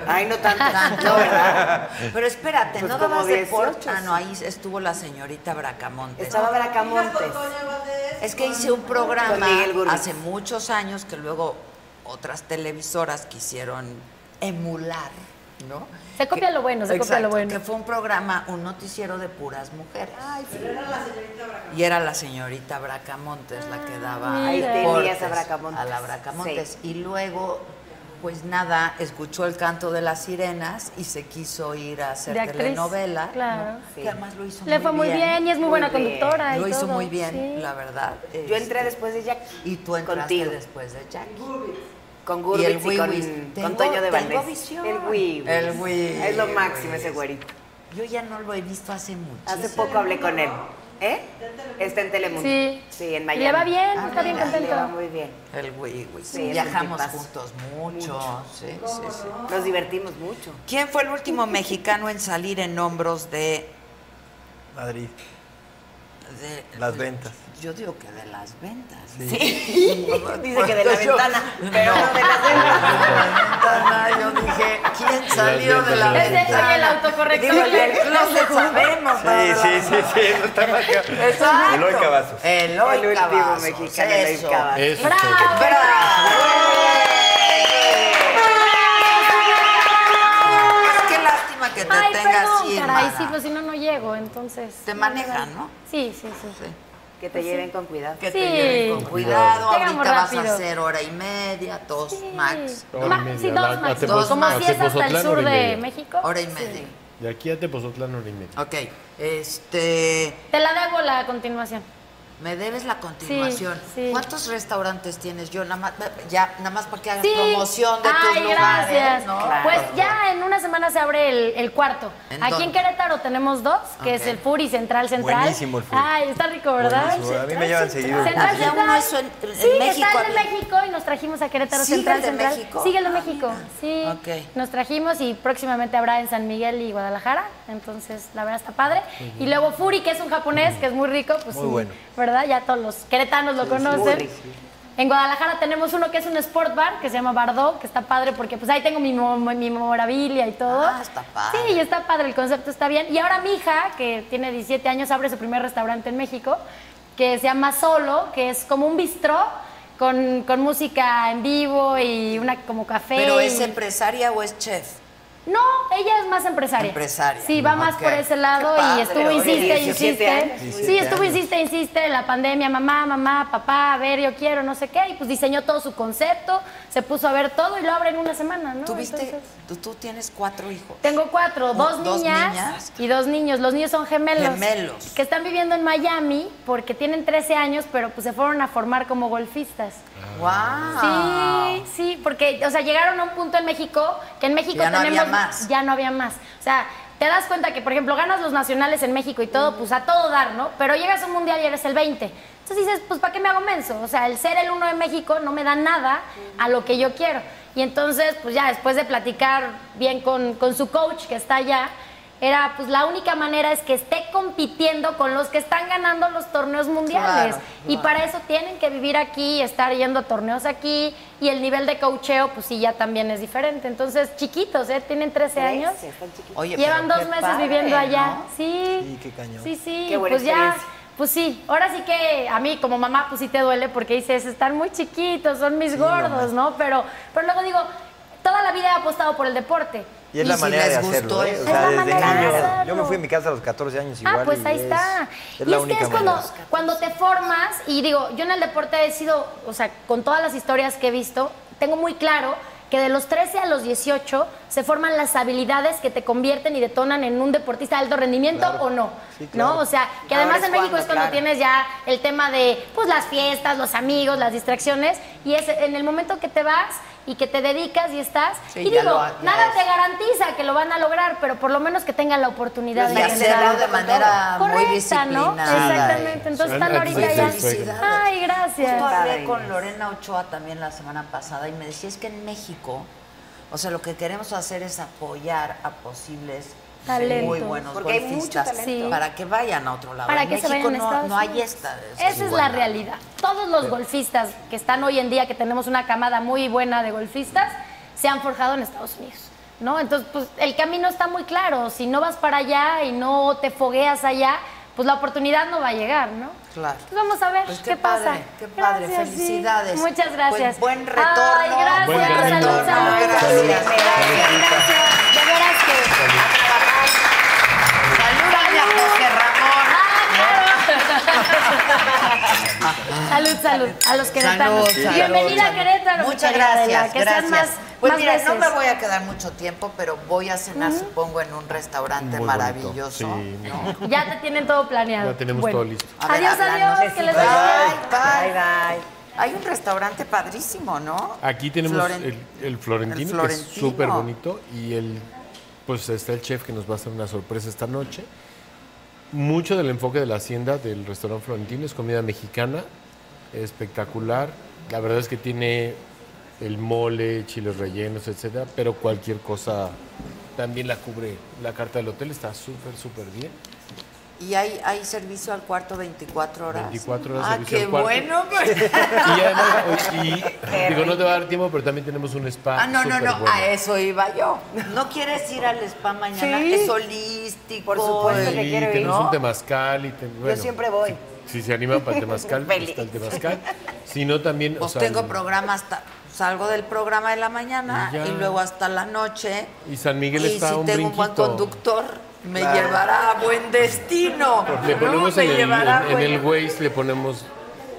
Speaker 5: Ay, no tanto.
Speaker 1: Tanto, ¿verdad? Pero espérate,
Speaker 5: Pues
Speaker 1: ¿no
Speaker 5: como
Speaker 1: dabas
Speaker 5: 18,
Speaker 1: deportes? Ah,
Speaker 5: sí.
Speaker 1: no, ahí estuvo la señorita Bracamonte.
Speaker 5: Estaba Bracamontes.
Speaker 1: Es que hice un programa
Speaker 5: Con Miguel Gurwitz.
Speaker 1: hace muchos años que luego otras televisoras quisieron emular, ¿no?
Speaker 6: Se copia
Speaker 1: Que-
Speaker 6: lo bueno, se copia
Speaker 1: Exacto,
Speaker 6: lo bueno.
Speaker 1: Que fue un programa, un noticiero de puras mujeres. Y era la señorita Bracamontes la que daba
Speaker 5: Ahí
Speaker 6: Ah, Mira.
Speaker 5: tenías a
Speaker 1: deportes
Speaker 5: Bracamontes.
Speaker 1: a la Bracamontes. Y luego, pues nada, escuchó el canto de las sirenas y se quiso ir a hacer
Speaker 6: De actriz,
Speaker 1: telenovela. ¿no?
Speaker 6: claro.
Speaker 5: Sí.
Speaker 1: Que además lo hizo
Speaker 6: Le
Speaker 1: muy
Speaker 6: fue muy bien y es muy,
Speaker 5: muy
Speaker 6: buena
Speaker 5: bien.
Speaker 6: conductora. y
Speaker 1: Lo hizo
Speaker 6: todo,
Speaker 1: muy bien,
Speaker 6: sí.
Speaker 1: la verdad.
Speaker 5: Yo entré
Speaker 1: Este,
Speaker 5: después de Jack.
Speaker 1: Y tú entraste
Speaker 5: Contigo.
Speaker 1: después de Jackie.
Speaker 5: Con
Speaker 1: Y el
Speaker 5: Gurbitz y,
Speaker 1: Wiwis.
Speaker 5: con,
Speaker 1: Tengo-
Speaker 5: con Toño
Speaker 1: tengo
Speaker 5: de Valdés.
Speaker 1: visión.
Speaker 5: El Wiwis.
Speaker 1: El Wiwis.
Speaker 5: Es lo máximo ese güerito.
Speaker 1: Yo ya no lo he visto hace mucho.
Speaker 5: Hace poco hablé con él. ¿Eh? Está en Telemundo.
Speaker 6: Sí.
Speaker 5: Sí, en
Speaker 6: Y
Speaker 5: Miami.
Speaker 6: Le va bien,
Speaker 1: Ah,
Speaker 6: está bien
Speaker 1: mira,
Speaker 5: Le va
Speaker 6: contento.
Speaker 5: muy bien.
Speaker 1: El güey, güey.
Speaker 5: Sí, es
Speaker 1: Viajamos
Speaker 5: un tipazo.
Speaker 1: juntos mucho. Sí, sí, sí.
Speaker 5: Nos divertimos mucho.
Speaker 1: ¿Quién fue el último mexicano en salir en hombros de,
Speaker 3: Madrid.
Speaker 1: de-
Speaker 3: Las ventas.
Speaker 1: Yo digo que de las ventas.
Speaker 5: Dice que de la ventana, pero
Speaker 3: Pues
Speaker 5: no de la ventana.
Speaker 1: Ventana, yo dije, ¿quién salió de la ventana?
Speaker 6: ventas, las ventas. Ese, oye, el autocorrector.
Speaker 1: Digo, del closet sabemos.
Speaker 3: Sí,
Speaker 1: para
Speaker 3: sí,
Speaker 1: la-
Speaker 3: sí, sí, eso está más que-
Speaker 1: Exacto.
Speaker 3: Eloy Cavazos.
Speaker 1: Eloy
Speaker 5: El último
Speaker 1: Cavazos,
Speaker 5: mexicano, Eloy
Speaker 1: eso. Eh,
Speaker 5: Cavazos.
Speaker 4: Eso es todo.
Speaker 6: ¡Bravo!
Speaker 1: Qué lástima que te
Speaker 6: Ay,
Speaker 1: tengas
Speaker 6: perdón,
Speaker 1: ir,
Speaker 6: caray,
Speaker 1: mana.
Speaker 6: sí, pues si no, no llego, entonces.
Speaker 1: Te
Speaker 6: la
Speaker 1: manejan,
Speaker 6: verdad.
Speaker 1: ¿no?
Speaker 6: Sí, sí, sí.
Speaker 1: Sí.
Speaker 5: Que te lleven con cuidado.
Speaker 1: Que
Speaker 6: Sí.
Speaker 1: te lleven con cuidado.
Speaker 6: Llegamos
Speaker 1: Ahorita vas a
Speaker 6: rápido.
Speaker 1: hacer hora y media, dos
Speaker 6: Sí.
Speaker 1: max.
Speaker 4: Hora y
Speaker 6: Ma-
Speaker 4: media,
Speaker 6: sí,
Speaker 4: la-
Speaker 6: dos
Speaker 4: a
Speaker 6: más.
Speaker 4: Tepoztlán-
Speaker 6: Como
Speaker 4: a
Speaker 6: si es hasta el
Speaker 4: Tepoztlán,
Speaker 6: sur
Speaker 4: hora y
Speaker 6: de
Speaker 4: media.
Speaker 6: México.
Speaker 1: Hora y
Speaker 6: Sí.
Speaker 1: media.
Speaker 4: De aquí a Tepoztlán, hora y media.
Speaker 1: Ok. Este.
Speaker 6: Te la debo la continuación.
Speaker 1: Me debes la continuación.
Speaker 6: sí.
Speaker 1: ¿Cuántos restaurantes tienes yo? Nada más, ya, nada más para que hagas
Speaker 6: Sí.
Speaker 1: promoción de tus
Speaker 6: Ay,
Speaker 1: lugares.
Speaker 6: gracias.
Speaker 1: ¿no?
Speaker 6: Pues ya en una semana se abre el, el cuarto.
Speaker 1: ¿En
Speaker 6: Aquí
Speaker 1: dónde?
Speaker 6: en Querétaro tenemos dos, que es
Speaker 1: Ok.
Speaker 6: el Furi Central Central.
Speaker 3: Buenísimo el Fury.
Speaker 6: Ay, está rico, ¿verdad?
Speaker 3: Buenísimo. A mí me llevan seguido.
Speaker 6: Central
Speaker 1: Había
Speaker 6: Central.
Speaker 1: uno eso en- en
Speaker 6: sí,
Speaker 1: México.
Speaker 6: está el de México y nos trajimos a Querétaro
Speaker 1: ¿Sigue
Speaker 6: Central
Speaker 1: el de
Speaker 6: Central.
Speaker 1: México?
Speaker 6: Sigue el de
Speaker 1: Ah,
Speaker 6: México,
Speaker 1: mira.
Speaker 6: sí.
Speaker 1: Ok.
Speaker 6: Nos trajimos y próximamente habrá en San Miguel y Guadalajara. Entonces, la verdad está padre. Y luego Furi, que es un japonés, que es muy rico, pues
Speaker 3: Muy
Speaker 6: sí,
Speaker 3: bueno.
Speaker 6: ¿verdad? Ya todos los queretanos lo
Speaker 5: muy
Speaker 6: conocen.
Speaker 5: rico.
Speaker 6: En Guadalajara tenemos uno que es un sport bar que se llama Bardó, que está padre porque pues ahí tengo mi, mo- mi memorabilia y todo.
Speaker 1: Ah, está padre.
Speaker 6: Sí, y está padre, el concepto está bien. Y ahora mi hija, que tiene 17 años, abre su primer restaurante en México, que se llama Solo, que es como un bistró con, con música en vivo y una como café.
Speaker 1: ¿Pero
Speaker 6: y-
Speaker 1: es em- empresaria o es chef?
Speaker 6: No, ella es más empresaria.
Speaker 1: Empresaria.
Speaker 6: Sí, va
Speaker 1: Mm,
Speaker 6: más
Speaker 1: ok.
Speaker 6: por ese lado
Speaker 1: Qué padre,
Speaker 6: y estuvo,
Speaker 1: oye,
Speaker 6: insiste,
Speaker 5: 17
Speaker 6: insiste.
Speaker 5: años.
Speaker 6: Sí, estuvo, insiste, insiste en la pandemia, mamá, mamá, papá, a ver, yo quiero, no sé qué. Y pues diseñó todo su concepto, se puso a ver todo y lo abre en una semana, ¿no?
Speaker 1: ¿Tuviste,
Speaker 6: Entonces,
Speaker 1: tú, tú tienes cuatro hijos.
Speaker 6: tengo cuatro, dos,
Speaker 1: Dos
Speaker 6: niñas,
Speaker 1: niñas.
Speaker 6: y dos niños. Los niños son gemelos.
Speaker 1: Gemelos.
Speaker 6: Que están viviendo en Miami porque tienen 13 años, pero pues se fueron a formar como golfistas.
Speaker 1: ¡Wow!
Speaker 6: Sí, sí, porque, o sea, llegaron a un punto en México que en México
Speaker 1: Ya no
Speaker 6: tenemos.
Speaker 1: había más.
Speaker 6: Ya no había más. O sea, te das cuenta que, por ejemplo, ganas los nacionales en México y
Speaker 1: Mm.
Speaker 6: todo, pues a todo dar, ¿no? Pero llegas a un mundial y eres el 20. Entonces dices, pues ¿para qué me hago menso? O sea, el ser el uno de México no me da nada a lo que yo quiero. Y entonces, pues ya después de platicar bien con, con su coach que está allá, era pues la única manera es que esté compitiendo con los que están ganando los torneos mundiales.
Speaker 1: Claro.
Speaker 6: Y para eso tienen que vivir aquí, estar yendo a torneos aquí y el nivel de coacheo pues sí ya también es diferente. Entonces, chiquitos, ¿eh? Tienen 13 años.
Speaker 5: Trece, están chiquitos.
Speaker 1: Pues, Oye,
Speaker 6: Llevan
Speaker 1: pero
Speaker 6: dos
Speaker 1: qué
Speaker 6: meses
Speaker 1: padre,
Speaker 6: viviendo allá.
Speaker 1: ¿no?
Speaker 6: Sí.
Speaker 3: Sí, qué cañón.
Speaker 6: Sí, sí,
Speaker 5: Qué buena
Speaker 6: pues ya
Speaker 5: experiencia.
Speaker 6: pues sí, ahora sí que a mí como mamá pues sí te duele porque dices, están muy chiquitos, son mis gordos, ¿no? Pero pero luego digo, toda la vida he apostado por el deporte.
Speaker 3: Y es la
Speaker 1: Y si
Speaker 3: manera de
Speaker 1: les
Speaker 3: hacerlo.
Speaker 1: gustó,
Speaker 3: ¿eh?
Speaker 1: es
Speaker 3: O
Speaker 6: la
Speaker 3: sea, desde
Speaker 6: manera de
Speaker 3: niño.
Speaker 6: hacerlo.
Speaker 3: Yo me fui a mi casa a los 14 años igual.
Speaker 6: Ah, pues
Speaker 3: y
Speaker 6: ahí
Speaker 3: es-
Speaker 6: está.
Speaker 3: Es
Speaker 6: y
Speaker 3: la
Speaker 6: es que
Speaker 3: única
Speaker 6: es cuando,
Speaker 3: manera.
Speaker 6: cuando te formas, y digo, yo en el deporte he sido, o sea, con todas las historias que he visto, tengo muy claro que de los 13 a los 18 se forman las habilidades que te convierten y detonan en un deportista de alto rendimiento o no.
Speaker 3: Sí, claro.
Speaker 6: ¿No? O sea, que
Speaker 1: Ahora
Speaker 6: además
Speaker 1: es
Speaker 6: en México
Speaker 1: cuando,
Speaker 6: es cuando
Speaker 1: claro.
Speaker 6: tienes ya el tema de pues las fiestas, los amigos, las distracciones y es en el momento que te vas y que te dedicas y estás
Speaker 13: Sí,
Speaker 6: y
Speaker 13: ya
Speaker 6: digo,
Speaker 13: lo ha- ya
Speaker 6: nada
Speaker 13: es.
Speaker 6: te garantiza que lo van a lograr, pero por lo menos que tengan la oportunidad
Speaker 13: Y
Speaker 6: de
Speaker 13: hacerlo
Speaker 6: generar-
Speaker 13: de manera muy
Speaker 6: Correcta, ¿no?
Speaker 13: disciplinada,
Speaker 6: Exactamente. Entonces
Speaker 4: Son
Speaker 6: están ahorita
Speaker 4: antes
Speaker 6: ya.
Speaker 4: del suegro.
Speaker 6: Ay, gracias.
Speaker 1: Justo hablé
Speaker 5: Padre.
Speaker 1: con Lorena Ochoa también la semana pasada y me decía es que en México, o sea, lo que queremos hacer es apoyar a posibles
Speaker 6: Talentos.
Speaker 1: muy buenos
Speaker 5: Porque hay mucho
Speaker 1: golfistas
Speaker 6: talento. Sí.
Speaker 1: para que vayan a otro lado.
Speaker 6: Para
Speaker 1: en
Speaker 6: que se
Speaker 1: México
Speaker 6: vayan a
Speaker 1: no,
Speaker 6: Estados
Speaker 1: no hay
Speaker 6: Unidos.
Speaker 1: esta.
Speaker 6: Esa es la realidad. Todos los golfistas que están hoy en día, que tenemos una camada muy buena de golfistas, se han forjado en Estados Unidos. ¿No? Entonces, pues el camino está muy claro. Si no vas para allá y no te fogueas allá, pues la oportunidad no va a llegar, ¿no?
Speaker 1: Claro.
Speaker 6: Pues vamos a ver
Speaker 1: Pues
Speaker 6: qué,
Speaker 1: qué
Speaker 6: pasa.
Speaker 1: padre, qué padre.
Speaker 6: sí.
Speaker 1: Felicidades.
Speaker 6: Muchas gracias.
Speaker 1: Pues buen
Speaker 6: Ay,
Speaker 1: retorno,
Speaker 6: gracias,
Speaker 4: buen retorno.
Speaker 6: Salud, salud.
Speaker 1: Gracias.
Speaker 6: Salud. Gracias. De veras que.
Speaker 13: Salúdame a José Ramón.
Speaker 6: Salud, salud. A los
Speaker 13: Salud,
Speaker 6: queretanos.
Speaker 13: salud,
Speaker 6: Bienvenida a
Speaker 13: salud.
Speaker 6: Querétaro. mi
Speaker 13: Muchas
Speaker 6: querida
Speaker 13: gracias,
Speaker 6: Adela. Que
Speaker 13: gracias.
Speaker 6: sean más.
Speaker 1: Pues
Speaker 6: más
Speaker 1: mira, no me
Speaker 6: veces.
Speaker 1: voy a quedar mucho tiempo, pero voy a cenar, supongo, en un restaurante
Speaker 4: Muy bonito.
Speaker 1: maravilloso.
Speaker 4: Sí, muy
Speaker 6: Ya te tienen todo planeado.
Speaker 4: Ya tenemos todo listo.
Speaker 1: A ver,
Speaker 6: adiós,
Speaker 1: háblanos.
Speaker 3: Oh,
Speaker 6: adiós. Que les
Speaker 1: Bye,
Speaker 6: vaya bien.
Speaker 1: bye.
Speaker 5: Bye, bye.
Speaker 1: Hay un restaurante padrísimo, ¿no?
Speaker 4: Aquí tenemos
Speaker 1: Floren-
Speaker 4: el, el florentino,
Speaker 1: el
Speaker 4: que es
Speaker 1: florentino.
Speaker 4: súper bonito. Y el, pues está el chef que nos va a hacer una sorpresa esta noche. Mucho del enfoque de la hacienda del restaurante florentino es comida mexicana, espectacular. La verdad es que tiene el mole, chiles rellenos, etcétera, pero cualquier cosa también la cubre. La carta del hotel está súper, súper bien.
Speaker 1: Y hay, hay servicio al cuarto 24 horas.
Speaker 4: 24 horas
Speaker 1: Ah,
Speaker 4: servicio
Speaker 1: qué
Speaker 4: al cuarto. Ah,
Speaker 1: bueno. pues.
Speaker 4: Y además, y- digo, no te va a dar tiempo, pero también tenemos un spa.
Speaker 13: Ah, no, no, no,
Speaker 4: superbueno.
Speaker 13: a eso iba yo.
Speaker 1: ¿No quieres ir al spa mañana?
Speaker 13: Sí.
Speaker 1: Es holístico.
Speaker 5: Por supuesto
Speaker 1: es-
Speaker 5: que
Speaker 4: Y
Speaker 5: quiero ir,
Speaker 4: tenemos
Speaker 5: ¿no?
Speaker 4: un temazcal y te- bueno,
Speaker 5: siempre voy.
Speaker 4: Si, si se animan para el temazcal, pues, está el temazcal. Si no también, o
Speaker 1: Pues
Speaker 4: sea,
Speaker 1: tengo
Speaker 4: el-
Speaker 1: programa hasta... Salgo del programa de la mañana
Speaker 4: Y ya.
Speaker 1: y luego hasta la noche.
Speaker 4: Y San Miguel
Speaker 1: Y
Speaker 4: está
Speaker 1: si
Speaker 4: un
Speaker 1: tengo un buen
Speaker 4: brinquito.
Speaker 1: conductor, me llevará a buen destino.
Speaker 4: le
Speaker 1: No,
Speaker 4: ponemos
Speaker 1: me
Speaker 4: en, el,
Speaker 1: llevará a
Speaker 4: en- en
Speaker 1: buen-
Speaker 4: el Waze, le ponemos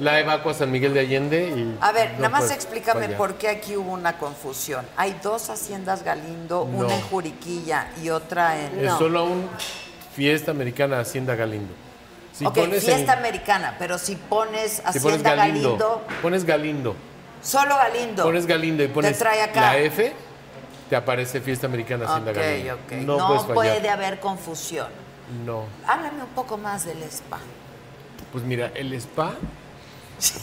Speaker 4: la evacua a San Miguel de Allende y
Speaker 1: A ver,
Speaker 4: no,
Speaker 1: nada más
Speaker 4: pues,
Speaker 1: explícame
Speaker 4: vaya.
Speaker 1: por qué aquí hubo una confusión. Hay dos haciendas Galindo,
Speaker 4: No.
Speaker 1: una en Juriquilla y otra en...
Speaker 4: Es solo un fiesta americana Hacienda Galindo. Si
Speaker 1: ok,
Speaker 4: pones en-
Speaker 1: fiesta americana, pero si pones
Speaker 4: si
Speaker 1: Hacienda
Speaker 4: pones
Speaker 1: Galindo,
Speaker 4: Galindo, pones Galindo,
Speaker 1: solo Galindo.
Speaker 4: pones Galindo y pones
Speaker 1: Te trae acá.
Speaker 4: la F, te aparece fiesta americana Hacienda
Speaker 1: ok,
Speaker 4: Galindo.
Speaker 1: ok.
Speaker 4: No,
Speaker 1: No,
Speaker 4: puedes fallar.
Speaker 1: puede haber confusión.
Speaker 4: No.
Speaker 1: Háblame un poco más del spa.
Speaker 4: Pues mira, el spa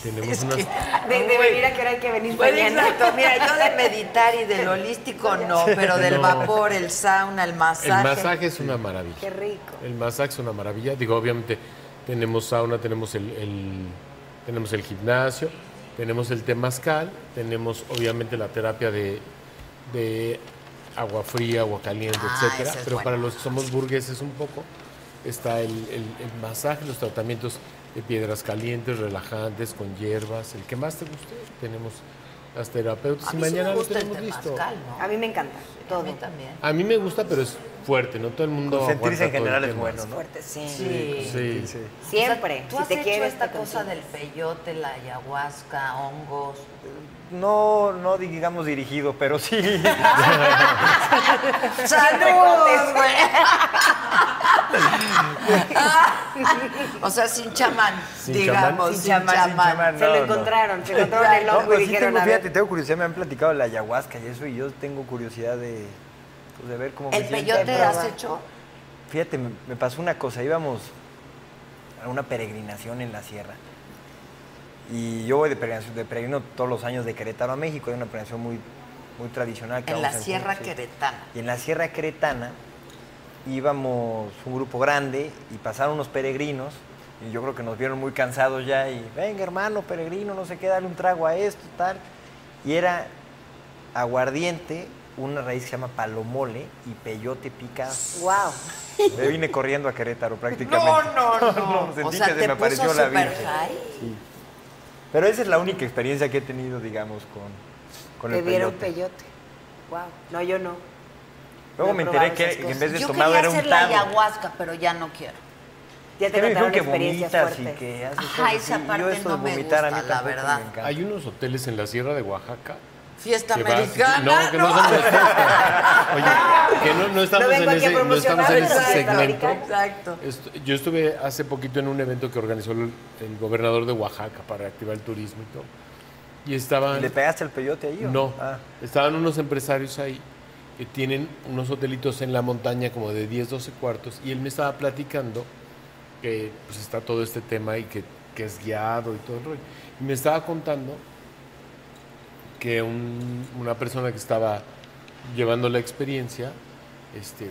Speaker 4: tenemos unas
Speaker 3: Ah,
Speaker 5: De, de venir a qué hora hay que venir mañana.
Speaker 1: exacto. Mira, yo de meditar y del holístico no, pero del
Speaker 4: No.
Speaker 1: vapor, el sauna, el masaje.
Speaker 4: El masaje es una maravilla.
Speaker 5: Qué rico.
Speaker 4: El masaje es una maravilla. Digo, obviamente tenemos sauna, tenemos el, el- tenemos el gimnasio, tenemos el temazcal, tenemos obviamente la terapia de, de agua fría, agua caliente,
Speaker 1: Ah,
Speaker 4: etcétera.
Speaker 1: esa es
Speaker 4: Pero
Speaker 1: buena.
Speaker 4: para los que somos burgueses un poco está el, el- el masaje, los tratamientos de piedras calientes, relajantes, con hierbas, el que más te guste. Tenemos las terapeutas
Speaker 1: A
Speaker 4: y
Speaker 1: mí sí
Speaker 4: mañana
Speaker 1: me
Speaker 4: lo
Speaker 1: gusta el
Speaker 4: tenemos listo.
Speaker 1: temazcal, ¿no?
Speaker 5: A mí me encanta. Todo.
Speaker 1: A mí también.
Speaker 4: A mí me gusta, pero es fuerte, ¿no? Todo el mundo.
Speaker 3: Consentirse
Speaker 4: aguanta
Speaker 3: en
Speaker 4: todo el
Speaker 3: general es
Speaker 4: tema.
Speaker 3: bueno, ¿no?
Speaker 5: Fuerte, sí.
Speaker 4: Sí.
Speaker 5: Siempre.
Speaker 1: ¿Tú
Speaker 5: si
Speaker 1: has
Speaker 5: te
Speaker 1: hecho
Speaker 5: quieres,
Speaker 1: esta
Speaker 5: te
Speaker 1: cosa
Speaker 5: consigues.
Speaker 1: del peyote, la ayahuasca, hongos?
Speaker 3: No, no digamos dirigido, pero sí.
Speaker 1: ¡Salud, güey! o sea, sin chamán,
Speaker 4: Sin
Speaker 1: digamos,
Speaker 4: chamán.
Speaker 1: sin chamán.
Speaker 3: Sin chamán,
Speaker 5: Se
Speaker 3: no,
Speaker 5: lo
Speaker 3: no.
Speaker 5: encontraron, se encontraron el
Speaker 1: No,
Speaker 5: hongo
Speaker 3: No, pero
Speaker 5: y
Speaker 3: sí
Speaker 5: dijeron,
Speaker 3: tengo,
Speaker 5: a ver,
Speaker 3: fíjate, tengo curiosidad, me han platicado de la ayahuasca y eso, y yo tengo curiosidad de, pues, de ver cómo me
Speaker 1: ¿El
Speaker 3: siento.
Speaker 1: peyote has hecho?
Speaker 3: Fíjate, me, me pasó una cosa, íbamos a una peregrinación en la sierra. Y yo voy de peregrinación, de peregrino todos los años de Querétaro a México, es una peregrinación muy, muy tradicional. que
Speaker 1: En la
Speaker 3: vamos junio,
Speaker 1: Sierra
Speaker 3: sí.
Speaker 1: Queretana.
Speaker 3: Y en la Sierra Queretana íbamos un grupo grande y pasaron unos peregrinos y yo creo que nos vieron muy cansados ya y venga hermano peregrino, no sé qué, dale un trago a esto, tal. Y era aguardiente, una raíz que se llama palomole y peyote pica.
Speaker 5: wow.
Speaker 3: Me vine corriendo a Querétaro prácticamente.
Speaker 1: No, no, no.
Speaker 3: sentí
Speaker 1: O sea,
Speaker 3: que se
Speaker 1: te
Speaker 3: me apareció
Speaker 1: puso
Speaker 3: la
Speaker 1: super
Speaker 3: Virgen.
Speaker 1: high.
Speaker 3: Sí. Pero esa es la única experiencia que he tenido, digamos, con, con
Speaker 5: Te
Speaker 3: el
Speaker 5: dieron
Speaker 3: peyote.
Speaker 5: peyote. Wow. No, yo no.
Speaker 3: Luego
Speaker 5: No
Speaker 3: me
Speaker 5: he
Speaker 3: enteré
Speaker 5: probado
Speaker 3: que,
Speaker 5: esas
Speaker 3: que
Speaker 5: cosas.
Speaker 3: en vez de
Speaker 1: Yo
Speaker 3: tomado
Speaker 1: quería
Speaker 3: era
Speaker 1: hacer
Speaker 3: un
Speaker 1: la
Speaker 3: trago.
Speaker 1: ayahuasca, pero ya no quiero.
Speaker 5: Ya
Speaker 3: Es que
Speaker 5: te
Speaker 3: me dijeron
Speaker 5: contaron
Speaker 3: que
Speaker 5: experiencias
Speaker 3: vomitas y
Speaker 5: fuertes.
Speaker 3: que haces
Speaker 1: Ajá,
Speaker 3: cosas
Speaker 1: esa
Speaker 3: así. Y
Speaker 1: parte
Speaker 3: yo eso de
Speaker 1: no me
Speaker 3: vomitar a mí
Speaker 1: gusta, la
Speaker 3: tampoco me
Speaker 1: verdad.
Speaker 3: encanta.
Speaker 4: Hay unos hoteles en la Sierra de Oaxaca
Speaker 1: Fiesta
Speaker 4: que vas-
Speaker 1: americana.
Speaker 4: no, que no somos- Oye, que no, no estamos,
Speaker 5: vengo
Speaker 4: en
Speaker 5: aquí a
Speaker 4: ese, no estamos
Speaker 5: promocionar,
Speaker 4: en ese
Speaker 5: exacto,
Speaker 4: segmento.
Speaker 1: Exacto.
Speaker 4: Estu- Yo estuve hace poquito en un evento que organizó el, el gobernador de Oaxaca para activar el turismo y todo. Y estaban...
Speaker 3: ¿Le pegaste el peyote ahí? o
Speaker 4: No,
Speaker 3: Ah.
Speaker 4: estaban unos empresarios ahí que tienen unos hotelitos en la montaña como de 10, 12 cuartos y él me estaba platicando que pues está todo este tema y que, que es guiado y todo el rollo. Y me estaba contando que un- una persona que estaba llevando la experiencia, este,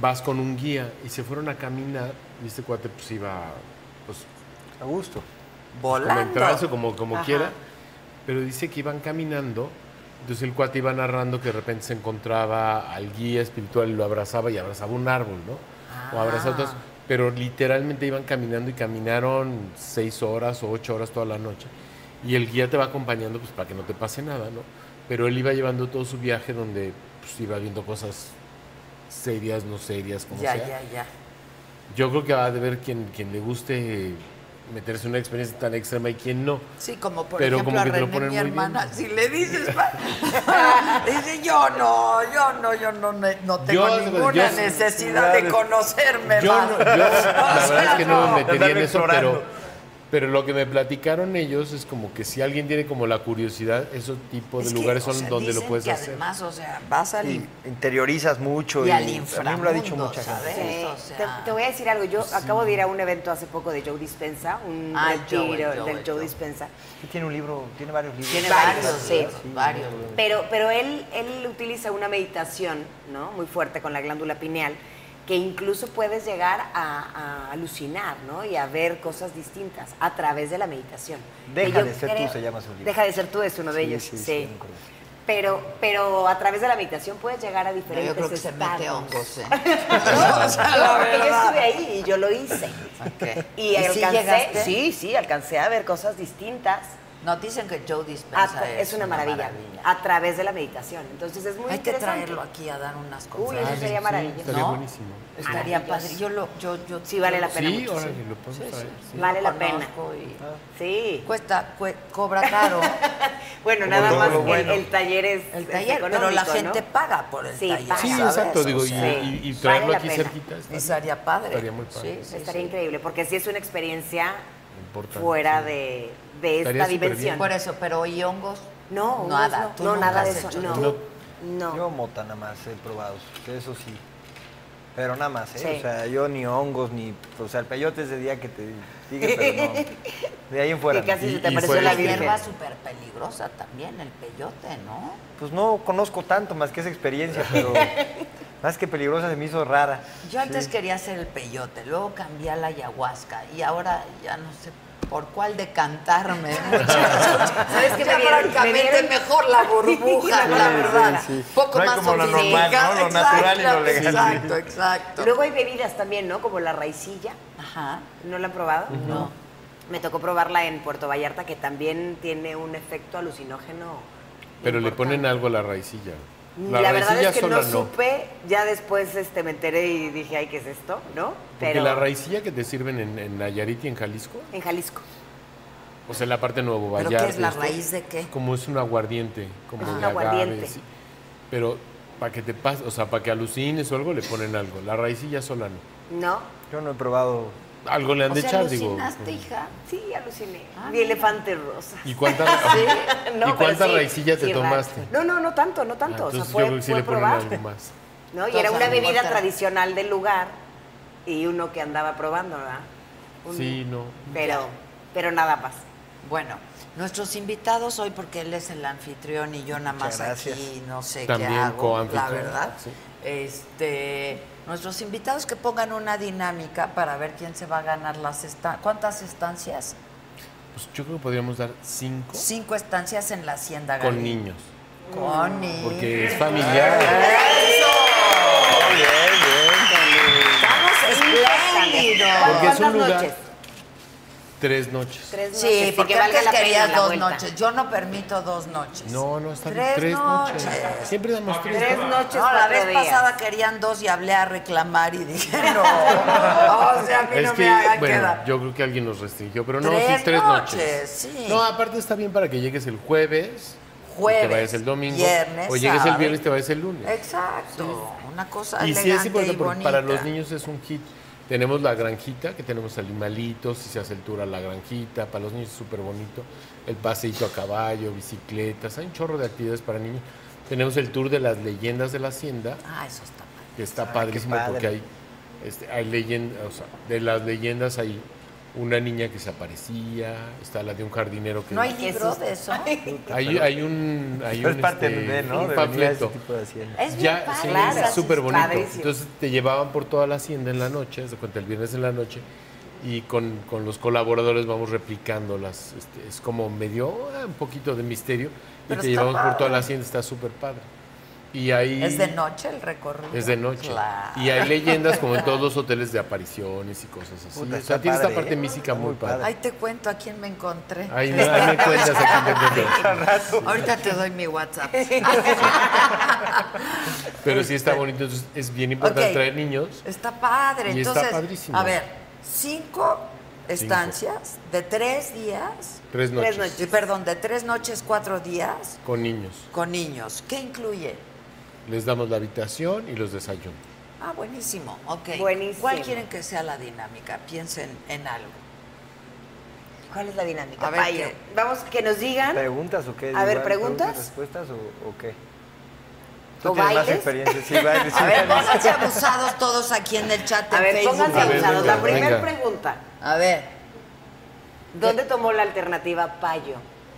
Speaker 4: vas con un guía y se fueron a caminar y este cuate pues iba pues
Speaker 3: A gusto.
Speaker 4: como en trance,
Speaker 2: Volando.
Speaker 4: como, como
Speaker 5: Ajá.
Speaker 4: quiera. Pero dice que iban caminando. Entonces el cuate iba narrando que de repente se encontraba al guía espiritual y lo abrazaba y abrazaba un árbol, ¿no?
Speaker 2: Ah.
Speaker 4: O abrazaba otros. Pero literalmente iban caminando y caminaron seis horas o ocho horas toda la noche. Y el guía te va acompañando pues para que no te pase nada, ¿no? Pero él iba llevando todo su viaje donde pues, iba viendo cosas serias, no serias, como
Speaker 2: Ya,
Speaker 4: sea.
Speaker 2: ya, ya.
Speaker 4: Yo creo que va a haber quien, quien le guste meterse en una experiencia tan extrema y quien no.
Speaker 2: Sí, como por
Speaker 4: Pero
Speaker 2: ejemplo
Speaker 4: como
Speaker 2: a
Speaker 4: que te lo
Speaker 2: René,
Speaker 4: ponen
Speaker 2: mi
Speaker 4: muy bien.
Speaker 2: hermana, si le dices, pa- dice yo no, yo no, yo no, ne- no tengo
Speaker 4: Yo-
Speaker 2: ninguna
Speaker 4: yo-
Speaker 2: necesidad de conocerme
Speaker 4: Yo,
Speaker 2: más.
Speaker 4: no- yo la
Speaker 2: O sea,
Speaker 4: verdad es que no
Speaker 2: no.
Speaker 4: me metería en
Speaker 3: Andarme
Speaker 4: eso,
Speaker 3: explorando.
Speaker 4: pero, pero lo que me platicaron ellos es como que si alguien tiene como la curiosidad, esos tipos
Speaker 2: Es
Speaker 4: de
Speaker 2: que,
Speaker 4: lugares
Speaker 2: o
Speaker 4: son
Speaker 2: sea,
Speaker 4: donde lo
Speaker 2: dicen
Speaker 4: puedes
Speaker 2: que
Speaker 4: hacer.
Speaker 2: Además, o sea, vas al,
Speaker 3: Y
Speaker 2: in-
Speaker 3: interiorizas mucho.
Speaker 2: y al
Speaker 3: A mí me
Speaker 2: inframundo,
Speaker 3: lo ha dicho mucha gente.
Speaker 2: ¿sabes?
Speaker 5: Sí,
Speaker 2: O
Speaker 5: te,
Speaker 2: sea,
Speaker 5: te voy a decir algo. Yo acabo de ir a un evento hace poco de Joe Dispensa, un
Speaker 2: Ah,
Speaker 5: retiro
Speaker 2: Joe, el Joe, el
Speaker 5: del Joe
Speaker 2: Joe.
Speaker 5: Dispensa.
Speaker 3: Sí, Tiene un libro, tiene varios libros.
Speaker 2: tiene
Speaker 5: varios,
Speaker 2: varios,
Speaker 5: sí.
Speaker 2: libros, varios.
Speaker 5: Pero, pero él, él utiliza una meditación ¿no? muy fuerte con la glándula pineal que incluso puedes llegar a, a alucinar ¿no? y a ver cosas distintas a través de la meditación.
Speaker 3: Deja
Speaker 5: Que yo
Speaker 3: de ser tú, se llama su libro.
Speaker 5: Deja de ser tú es uno de
Speaker 3: Sí,
Speaker 5: ellos,
Speaker 3: sí,
Speaker 5: sí.
Speaker 3: sí, me acuerdo.
Speaker 5: Pero, pero a través de la meditación puedes llegar a
Speaker 1: Pero
Speaker 5: diferentes
Speaker 1: yo creo que se
Speaker 5: estados.
Speaker 1: mete hongos, ¿eh?
Speaker 5: No,
Speaker 1: O sea, la
Speaker 5: porque yo
Speaker 1: verdad.
Speaker 5: estuve ahí y yo lo hice.
Speaker 1: Ok.
Speaker 5: Y,
Speaker 1: sí
Speaker 5: alcancé,
Speaker 1: llegaste?
Speaker 5: sí, sí, alcancé a ver cosas distintas.
Speaker 1: No, dicen que Joe
Speaker 5: A-
Speaker 1: Dispenza
Speaker 5: Ah, es, una maravilla, a través de la meditación. Entonces es muy
Speaker 1: Hay que
Speaker 5: interesante.
Speaker 1: traerlo aquí a dar unas
Speaker 5: Uy,
Speaker 1: conferencias.
Speaker 5: pues, eso sería
Speaker 4: Ah, sí,
Speaker 5: maravilloso.
Speaker 4: estaría
Speaker 5: ¿No?
Speaker 4: buenísimo.
Speaker 1: Estaría
Speaker 5: Maravilloso.
Speaker 1: padre. Yo lo, yo, yo,
Speaker 5: Sí, vale
Speaker 1: yo
Speaker 5: la
Speaker 1: lo-
Speaker 5: pena
Speaker 4: Sí,
Speaker 5: muchísimo.
Speaker 4: órale, lo podemos traer. sí.
Speaker 5: Vale la pena.
Speaker 1: conozco y-
Speaker 5: Sí.
Speaker 1: Cuesta, cue- cobra caro
Speaker 5: Bueno,
Speaker 3: Como
Speaker 5: nada
Speaker 3: todo
Speaker 5: más
Speaker 3: lo
Speaker 5: el-
Speaker 3: bueno.
Speaker 5: el, taller es
Speaker 1: el
Speaker 5: es
Speaker 1: taller, pero la
Speaker 5: económico, ¿no?
Speaker 1: gente paga por el
Speaker 5: Sí,
Speaker 1: taller.
Speaker 5: paga.
Speaker 4: Sí,
Speaker 5: ¿sabes?
Speaker 4: exacto, digo,
Speaker 1: O
Speaker 4: y-
Speaker 1: sea,
Speaker 5: sí.
Speaker 4: y, y traerlo
Speaker 5: Vale la
Speaker 4: aquí
Speaker 5: pena.
Speaker 4: cerquita está
Speaker 1: y sería padre.
Speaker 4: Estaría muy padre.
Speaker 1: Sí, sí,
Speaker 5: Estaría
Speaker 1: sí.
Speaker 5: increíble, porque sí es una experiencia
Speaker 4: importante.
Speaker 5: fuera de, de
Speaker 4: Estaría
Speaker 5: esta
Speaker 4: súper
Speaker 5: dimensión.
Speaker 1: Por eso, pero ¿y hongos?
Speaker 5: No,
Speaker 1: nada.
Speaker 5: nada,
Speaker 1: tú
Speaker 5: no,
Speaker 1: nunca
Speaker 5: nada de
Speaker 1: has
Speaker 5: eso,
Speaker 1: hecho,
Speaker 5: no.
Speaker 1: tú.
Speaker 4: No.
Speaker 5: No.
Speaker 3: Yo mota nada más he probado, que eso sí. Pero nada más, ¿eh?
Speaker 5: Sí.
Speaker 3: O sea, yo ni hongos, ni... O sea, el peyote es de día que te sigue, pero no. De ahí en fuera.
Speaker 5: Que casi
Speaker 3: no.
Speaker 5: se
Speaker 4: Y-
Speaker 5: te
Speaker 4: y
Speaker 5: apareció
Speaker 4: fue-
Speaker 5: la
Speaker 1: La
Speaker 5: Virgen.
Speaker 1: hierba súper peligrosa también, el peyote, ¿no?
Speaker 3: Pues no conozco tanto más que esa experiencia, pero más que peligrosa se me hizo rara.
Speaker 1: Yo antes
Speaker 3: Sí.
Speaker 1: quería hacer el peyote, luego cambié a la ayahuasca y ahora ya no sé por cuál decantarme. ¿Sabes
Speaker 5: qué?
Speaker 1: Ya
Speaker 5: Me dieron- me
Speaker 1: francamente
Speaker 5: dieron-
Speaker 1: mejor la burbuja,
Speaker 5: Sí,
Speaker 1: la
Speaker 5: sí,
Speaker 1: verdad.
Speaker 3: sí.
Speaker 1: Poco
Speaker 3: No hay
Speaker 1: más
Speaker 3: como lo normal,
Speaker 1: sofisticada.
Speaker 3: ¿no? Lo natural y lo
Speaker 1: Exacto,
Speaker 3: legal.
Speaker 1: Exacto, exacto.
Speaker 5: Luego hay bebidas también, ¿no? Como la raicilla.
Speaker 1: Ajá.
Speaker 5: ¿No la han probado? No. Me tocó probarla en Puerto Vallarta, que también tiene un efecto alucinógeno.
Speaker 4: Pero le
Speaker 5: importante. Mm,
Speaker 4: ponen algo a la raicilla.
Speaker 5: La, verdad
Speaker 4: raicilla
Speaker 5: es que
Speaker 4: sola
Speaker 5: no supe, ya después este, me enteré y dije, ay, ¿qué es esto? ¿No?
Speaker 4: Porque la raicilla que te sirven en, en Nayarit y en Jalisco,
Speaker 5: En Jalisco.
Speaker 4: o sea, en la parte de Nuevo
Speaker 1: ¿Pero
Speaker 4: Vallarta.
Speaker 1: qué es la
Speaker 4: esto,
Speaker 1: raíz de qué?
Speaker 4: Como es un aguardiente, como
Speaker 5: Es
Speaker 4: de
Speaker 5: un
Speaker 4: agave,
Speaker 5: aguardiente.
Speaker 4: sí. Pero para que te pase, o sea, para que alucines o algo, le ponen algo. La raicilla sola no.
Speaker 5: ¿No?
Speaker 3: Yo no he probado...
Speaker 4: Algo le han
Speaker 1: O
Speaker 4: de
Speaker 1: sea,
Speaker 4: echar, digo.
Speaker 1: alucinaste, hija.
Speaker 5: Sí, aluciné.
Speaker 1: Ah,
Speaker 5: Vi
Speaker 1: mira.
Speaker 5: elefante rosa.
Speaker 4: ¿Y cuántas ¿y
Speaker 5: pero
Speaker 4: cuántas
Speaker 5: sí,
Speaker 4: raicillas
Speaker 5: sí,
Speaker 4: te
Speaker 5: raro.
Speaker 4: tomaste?
Speaker 5: No, no, no tanto, no tanto.
Speaker 4: Ah, entonces
Speaker 5: o sea,
Speaker 4: yo
Speaker 5: fue,
Speaker 4: creo que sí
Speaker 5: fue
Speaker 4: le ponen
Speaker 5: probar.
Speaker 4: algo más.
Speaker 5: ¿no? Y
Speaker 1: Entonces,
Speaker 5: era
Speaker 1: a
Speaker 5: una
Speaker 1: lo mejor
Speaker 5: bebida
Speaker 1: te-
Speaker 5: tradicional del lugar y uno que andaba probando, ¿verdad? Un-
Speaker 4: Sí, no.
Speaker 5: Pero, pero nada más.
Speaker 1: Bueno, nuestros invitados hoy, porque él es el anfitrión y yo nada
Speaker 3: Muchas
Speaker 1: más
Speaker 3: gracias.
Speaker 1: aquí no sé
Speaker 4: También
Speaker 1: qué hago, la
Speaker 4: coanfitrión,
Speaker 1: verdad.
Speaker 4: sí.
Speaker 1: Este, nuestros invitados que pongan una dinámica para ver quién se va a ganar las estancias. ¿Cuántas estancias?
Speaker 4: Pues yo creo que podríamos dar cinco
Speaker 1: Cinco estancias en la hacienda.
Speaker 4: con
Speaker 1: Galín.
Speaker 4: niños.
Speaker 1: Con niños.
Speaker 4: Porque es
Speaker 5: Ah.
Speaker 4: familiar.
Speaker 1: Estamos
Speaker 4: Porque
Speaker 1: espléndidos.
Speaker 4: es un
Speaker 5: ¿Cuántas
Speaker 4: lugar.
Speaker 5: noches?
Speaker 4: Tres noches.
Speaker 5: Tres noches.
Speaker 1: Sí,
Speaker 5: y
Speaker 1: porque
Speaker 5: que valga
Speaker 1: antes
Speaker 5: la pena
Speaker 1: querías
Speaker 5: la
Speaker 1: dos
Speaker 5: vuelta.
Speaker 1: noches. Yo no permito dos noches.
Speaker 4: No, no, está bien.
Speaker 1: Tres,
Speaker 4: Tres noches.
Speaker 1: noches.
Speaker 4: Siempre damos tres.
Speaker 5: Tres
Speaker 4: ¿no?
Speaker 5: noches.
Speaker 1: No, la
Speaker 5: cuatro
Speaker 1: vez
Speaker 5: días.
Speaker 1: pasada querían dos y hablé a reclamar y dije no. o sea, a mí no
Speaker 4: Es
Speaker 1: me
Speaker 4: que,
Speaker 1: hagan
Speaker 4: bueno,
Speaker 1: quedar.
Speaker 4: yo creo que alguien nos restringió, pero no,
Speaker 1: Tres
Speaker 4: sí, tres noches.
Speaker 1: noches, sí.
Speaker 4: No, aparte está bien para que llegues el jueves,
Speaker 1: Jueves,
Speaker 4: te vayas el domingo.
Speaker 1: viernes,
Speaker 4: o llegues
Speaker 1: sábado.
Speaker 4: el viernes y te vayas el lunes.
Speaker 1: Exacto. Una cosa
Speaker 4: Y
Speaker 1: elegante
Speaker 4: sí es importante
Speaker 1: y
Speaker 4: porque
Speaker 1: bonita.
Speaker 4: para los niños es un hit. Tenemos la granjita, que tenemos animalitos, si se hace el tour a la granjita, para los niños es súper bonito. El paseíto a caballo, bicicletas, hay un chorro de actividades para niños. Tenemos el tour de las leyendas de la hacienda,
Speaker 1: Ah, eso está mal.
Speaker 4: que está padrísimo
Speaker 3: Ah, padre.
Speaker 4: porque hay, este, hay leyendas, o sea, de las leyendas hay una niña que se aparecía, está la de un jardinero que...
Speaker 1: ¿No hay
Speaker 5: Qué
Speaker 1: libro
Speaker 5: susto.
Speaker 1: de eso?
Speaker 4: hay, hay un... Hay
Speaker 3: Pero es
Speaker 4: un,
Speaker 3: parte
Speaker 4: este,
Speaker 3: de, ¿no?
Speaker 4: un
Speaker 3: De venir a ese
Speaker 4: panfleto
Speaker 3: tipo de hacienda.
Speaker 5: Es bien
Speaker 4: ya,
Speaker 5: padre.
Speaker 4: sí,
Speaker 5: Claro,
Speaker 4: es súper bonito.
Speaker 5: padrísimo.
Speaker 4: Entonces te llevaban por toda la hacienda en la noche, se cuenta el viernes en la noche, y con, con los colaboradores vamos replicando las. este, es como medio ah, un poquito de misterio,
Speaker 1: Pero
Speaker 4: y te
Speaker 1: está
Speaker 4: llevamos por toda
Speaker 1: padre.
Speaker 4: la hacienda, está súper padre. Y ahí.
Speaker 1: ¿Es de noche el recorrido?
Speaker 4: Es de noche.
Speaker 1: Claro.
Speaker 4: Y hay leyendas como en todos los hoteles de apariciones y cosas así.
Speaker 3: Puta,
Speaker 4: o
Speaker 3: está
Speaker 4: sea, tiene esta
Speaker 3: padre,
Speaker 4: parte
Speaker 3: ¿eh?
Speaker 4: mística muy,
Speaker 3: Muy
Speaker 4: padre.
Speaker 1: Ahí te cuento a quién me encontré. Este,
Speaker 4: Ahí, me- ahí me cuentas aquí te cuento.
Speaker 1: Ahorita te doy mi WhatsApp.
Speaker 4: Pero sí está bonito, entonces es bien importante
Speaker 1: Ok.
Speaker 4: traer niños.
Speaker 1: Está padre.
Speaker 4: Y está
Speaker 1: Entonces,
Speaker 4: padrísimo.
Speaker 1: a ver, cinco estancias de tres días,
Speaker 4: Tres noches.
Speaker 1: eh, perdón, de tres noches, cuatro días
Speaker 4: Con niños.
Speaker 1: con niños. ¿Qué incluye?
Speaker 4: Les damos la habitación y los desayunos.
Speaker 1: Ah, buenísimo. Ok.
Speaker 5: Buenísimo.
Speaker 1: ¿Cuál quieren que sea la dinámica? Piensen en algo.
Speaker 5: ¿Cuál es la dinámica?
Speaker 1: A ver,
Speaker 5: Payo?
Speaker 1: ¿qué?
Speaker 5: Vamos, que nos digan.
Speaker 3: ¿Preguntas o qué?
Speaker 5: ¿eh? A ver,
Speaker 3: Igual,
Speaker 5: ¿preguntas?
Speaker 3: ¿Respuestas o, o qué?
Speaker 5: ¿O
Speaker 3: Tú tienes más
Speaker 5: bailes?
Speaker 3: experiencia, sí, bailes. sí,
Speaker 1: A ver,
Speaker 3: bailes.
Speaker 1: pónganse abusados todos aquí en el chat de
Speaker 5: A ver,
Speaker 1: Facebook.
Speaker 5: pónganse
Speaker 4: A ver,
Speaker 5: abusados.
Speaker 4: venga,
Speaker 5: La primera
Speaker 4: venga.
Speaker 5: pregunta.
Speaker 1: A ver,
Speaker 5: ¿Dónde tomó la alternativa Payo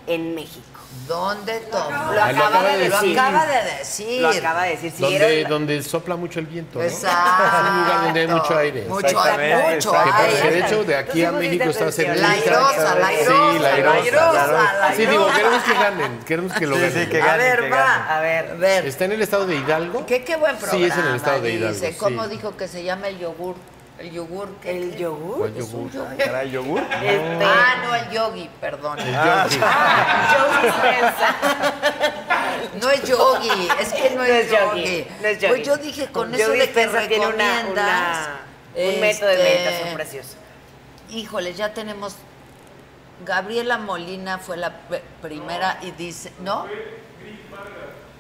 Speaker 5: en México?
Speaker 1: ¿dónde tomó?
Speaker 5: Lo
Speaker 4: Ah, lo
Speaker 5: acaba
Speaker 4: acaba
Speaker 5: de
Speaker 4: de
Speaker 1: Lo
Speaker 5: decir.
Speaker 1: acaba de decir.
Speaker 5: Lo acaba de decir. Sí,
Speaker 4: donde,
Speaker 5: era la-
Speaker 4: donde sopla mucho el viento. ¿no?
Speaker 1: Exacto.
Speaker 4: Es un lugar donde hay mucho aire.
Speaker 1: Mucho aire.
Speaker 3: Exactamente,
Speaker 1: Mucho
Speaker 4: Que por
Speaker 1: aire.
Speaker 4: derecho de aquí
Speaker 5: Entonces,
Speaker 4: a
Speaker 5: hemos
Speaker 4: México está
Speaker 5: intencionado.
Speaker 4: cerca.
Speaker 1: La airosa, la airosa, la
Speaker 4: Sí, la
Speaker 1: airosa, la
Speaker 4: airosa. Sí, digo,
Speaker 1: airosa.
Speaker 4: queremos que ganen, queremos que lo
Speaker 3: Sí,
Speaker 4: ganen.
Speaker 3: sí, que
Speaker 1: A
Speaker 3: ganen,
Speaker 1: ver,
Speaker 3: que
Speaker 1: va.
Speaker 3: ganen.
Speaker 1: A ver, a ver.
Speaker 4: Está en el estado de Hidalgo.
Speaker 1: Qué, qué buen programa.
Speaker 4: Sí, es en el estado de Hidalgo.
Speaker 1: Dice,
Speaker 4: sí.
Speaker 1: ¿cómo dijo que se llama el yogur? El yogur. ¿qué-
Speaker 5: ¿El
Speaker 1: qué?
Speaker 5: yogur?
Speaker 4: ¿Cuál
Speaker 1: Es un
Speaker 4: yogur?
Speaker 1: yogur.
Speaker 3: Caray, yogur.
Speaker 5: Este,
Speaker 1: Ah, no, el yogi, perdón.
Speaker 4: El
Speaker 1: Ah,
Speaker 4: yogur.
Speaker 5: Joe Dispenza.
Speaker 1: No es yogi, es que no,
Speaker 5: No
Speaker 1: es,
Speaker 5: es yogui,
Speaker 1: yogi.
Speaker 5: no es yogui.
Speaker 1: Pues yo dije, con
Speaker 5: Joe
Speaker 1: eso de que
Speaker 5: Dispenza tiene una-
Speaker 1: recomiendas...
Speaker 5: una- un método de
Speaker 1: este,
Speaker 5: meditación precioso.
Speaker 1: Híjole, ya tenemos... Gabriela Molina fue la pr- primera y dice... ¿No?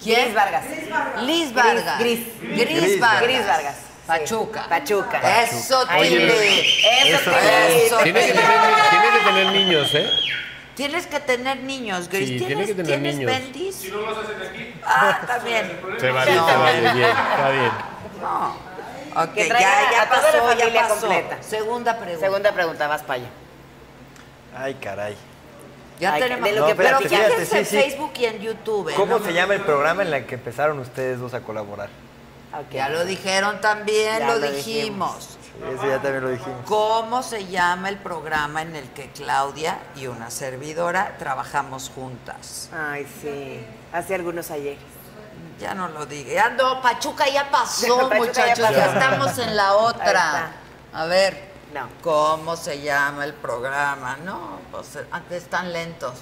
Speaker 1: ¿Quién?
Speaker 5: Gris Vargas.
Speaker 1: Liz Vargas.
Speaker 5: Gris,
Speaker 1: Gris,
Speaker 3: Gris
Speaker 1: Vargas.
Speaker 5: Gris Vargas. sí.
Speaker 1: Pachuca.
Speaker 5: Pachuca.
Speaker 1: Eso,
Speaker 5: Ahí
Speaker 1: Tilly.
Speaker 5: viene. Eso, Tilly.
Speaker 1: Eso,
Speaker 4: Ah, Tiene que
Speaker 1: Tilly.
Speaker 4: tener, tiene que tener niños, ¿eh?
Speaker 1: Tienes que tener niños, Gris.
Speaker 4: Sí,
Speaker 1: ¿Tienes,
Speaker 4: tiene que tener
Speaker 1: ¿tienes
Speaker 4: niños.
Speaker 1: bendis? Si no los hacen aquí. Ah, también.
Speaker 4: Se vale,
Speaker 1: No.
Speaker 4: se vale, bien, está bien.
Speaker 1: No. Ok,
Speaker 5: Que
Speaker 1: ya,
Speaker 5: traigan a-
Speaker 1: ya
Speaker 5: a toda la
Speaker 1: pasó, ya
Speaker 5: familia
Speaker 1: pasó.
Speaker 5: completa.
Speaker 1: Segunda pregunta.
Speaker 5: Segunda pregunta, vas Payo.
Speaker 3: Ay, caray.
Speaker 1: Ya
Speaker 5: Ay,
Speaker 1: tenemos.
Speaker 5: de lo que
Speaker 1: pero
Speaker 5: platicamos.
Speaker 1: fíjense en
Speaker 3: Fíjate, sí, sí.
Speaker 1: Facebook y en YouTube. ¿eh?
Speaker 3: ¿Cómo
Speaker 1: ¿no?
Speaker 3: se llama el programa en el que empezaron ustedes dos a colaborar?
Speaker 5: Ok.
Speaker 1: Ya lo dijeron también,
Speaker 5: Ya
Speaker 1: lo,
Speaker 5: lo
Speaker 1: dijimos.
Speaker 5: dijimos.
Speaker 3: Sí, ese ya también lo dijimos.
Speaker 1: ¿Cómo se llama el programa en el que Claudia y una servidora trabajamos juntas?
Speaker 5: Ay, sí. Hace algunos ayer.
Speaker 1: Ya no lo diga. Ya no, Pachuca ya pasó,
Speaker 5: Pachuca ya
Speaker 1: muchachos. Ya,
Speaker 5: pasó.
Speaker 1: estamos en la
Speaker 5: Ahí
Speaker 1: otra. A ver.
Speaker 5: No.
Speaker 1: ¿Cómo se llama el programa? No, pues eh, antes están lentos.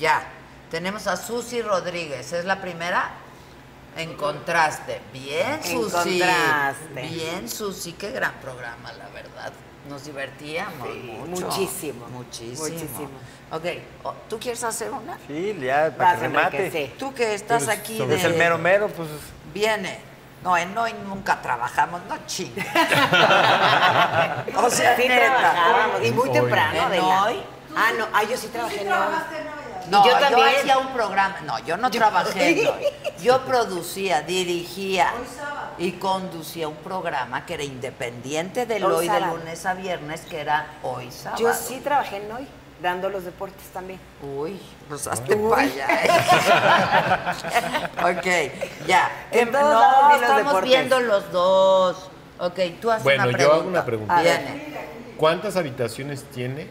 Speaker 1: Ya. Tenemos a Susi Rodríguez. ¿Es la primera? En contraste. Bien,
Speaker 5: En
Speaker 1: Susi.
Speaker 5: contraste.
Speaker 1: Bien, Susi. Qué gran programa, la verdad. Nos divertíamos
Speaker 5: Sí,
Speaker 1: mucho.
Speaker 5: muchísimo,
Speaker 1: Muchísimo.
Speaker 5: muchísimo.
Speaker 1: Ok. o- ¿Tú quieres hacer una?
Speaker 3: Sí, ya, para
Speaker 5: Vas,
Speaker 3: que
Speaker 5: Enrique,
Speaker 3: remate.
Speaker 5: sí.
Speaker 1: Tú que estás aquí de...
Speaker 3: Es el mero mero, pues.
Speaker 1: Viene. No, en no en nunca trabajamos, no chingues. o sea,
Speaker 5: sí
Speaker 1: neta.
Speaker 5: trabajábamos. Y
Speaker 4: En
Speaker 5: muy
Speaker 4: hoy.
Speaker 5: temprano,
Speaker 1: ¿En
Speaker 5: de la-
Speaker 1: hoy?
Speaker 5: Ah, no. Ah, yo sí trabajé en hoy.
Speaker 1: No,
Speaker 5: Y
Speaker 1: yo
Speaker 5: yo también.
Speaker 1: hacía un programa. No, yo no trabajé. en hoy. Yo producía, dirigía y conducía un programa que era independiente del
Speaker 5: Hoy
Speaker 1: hoy, de
Speaker 5: sábado.
Speaker 1: lunes a viernes, que era hoy sábado.
Speaker 5: Yo sí trabajé en hoy, dando los deportes también.
Speaker 1: Uy, pues hazte para allá. ¿eh? ok, ya.
Speaker 5: Que en todos
Speaker 1: no,
Speaker 5: lados vi los
Speaker 1: estamos
Speaker 5: deportes.
Speaker 1: viendo los dos. Ok, tú haces
Speaker 4: Bueno,
Speaker 1: una pregunta.
Speaker 4: yo hago una pregunta.
Speaker 5: A ver.
Speaker 1: Viene.
Speaker 4: ¿Cuántas habitaciones tiene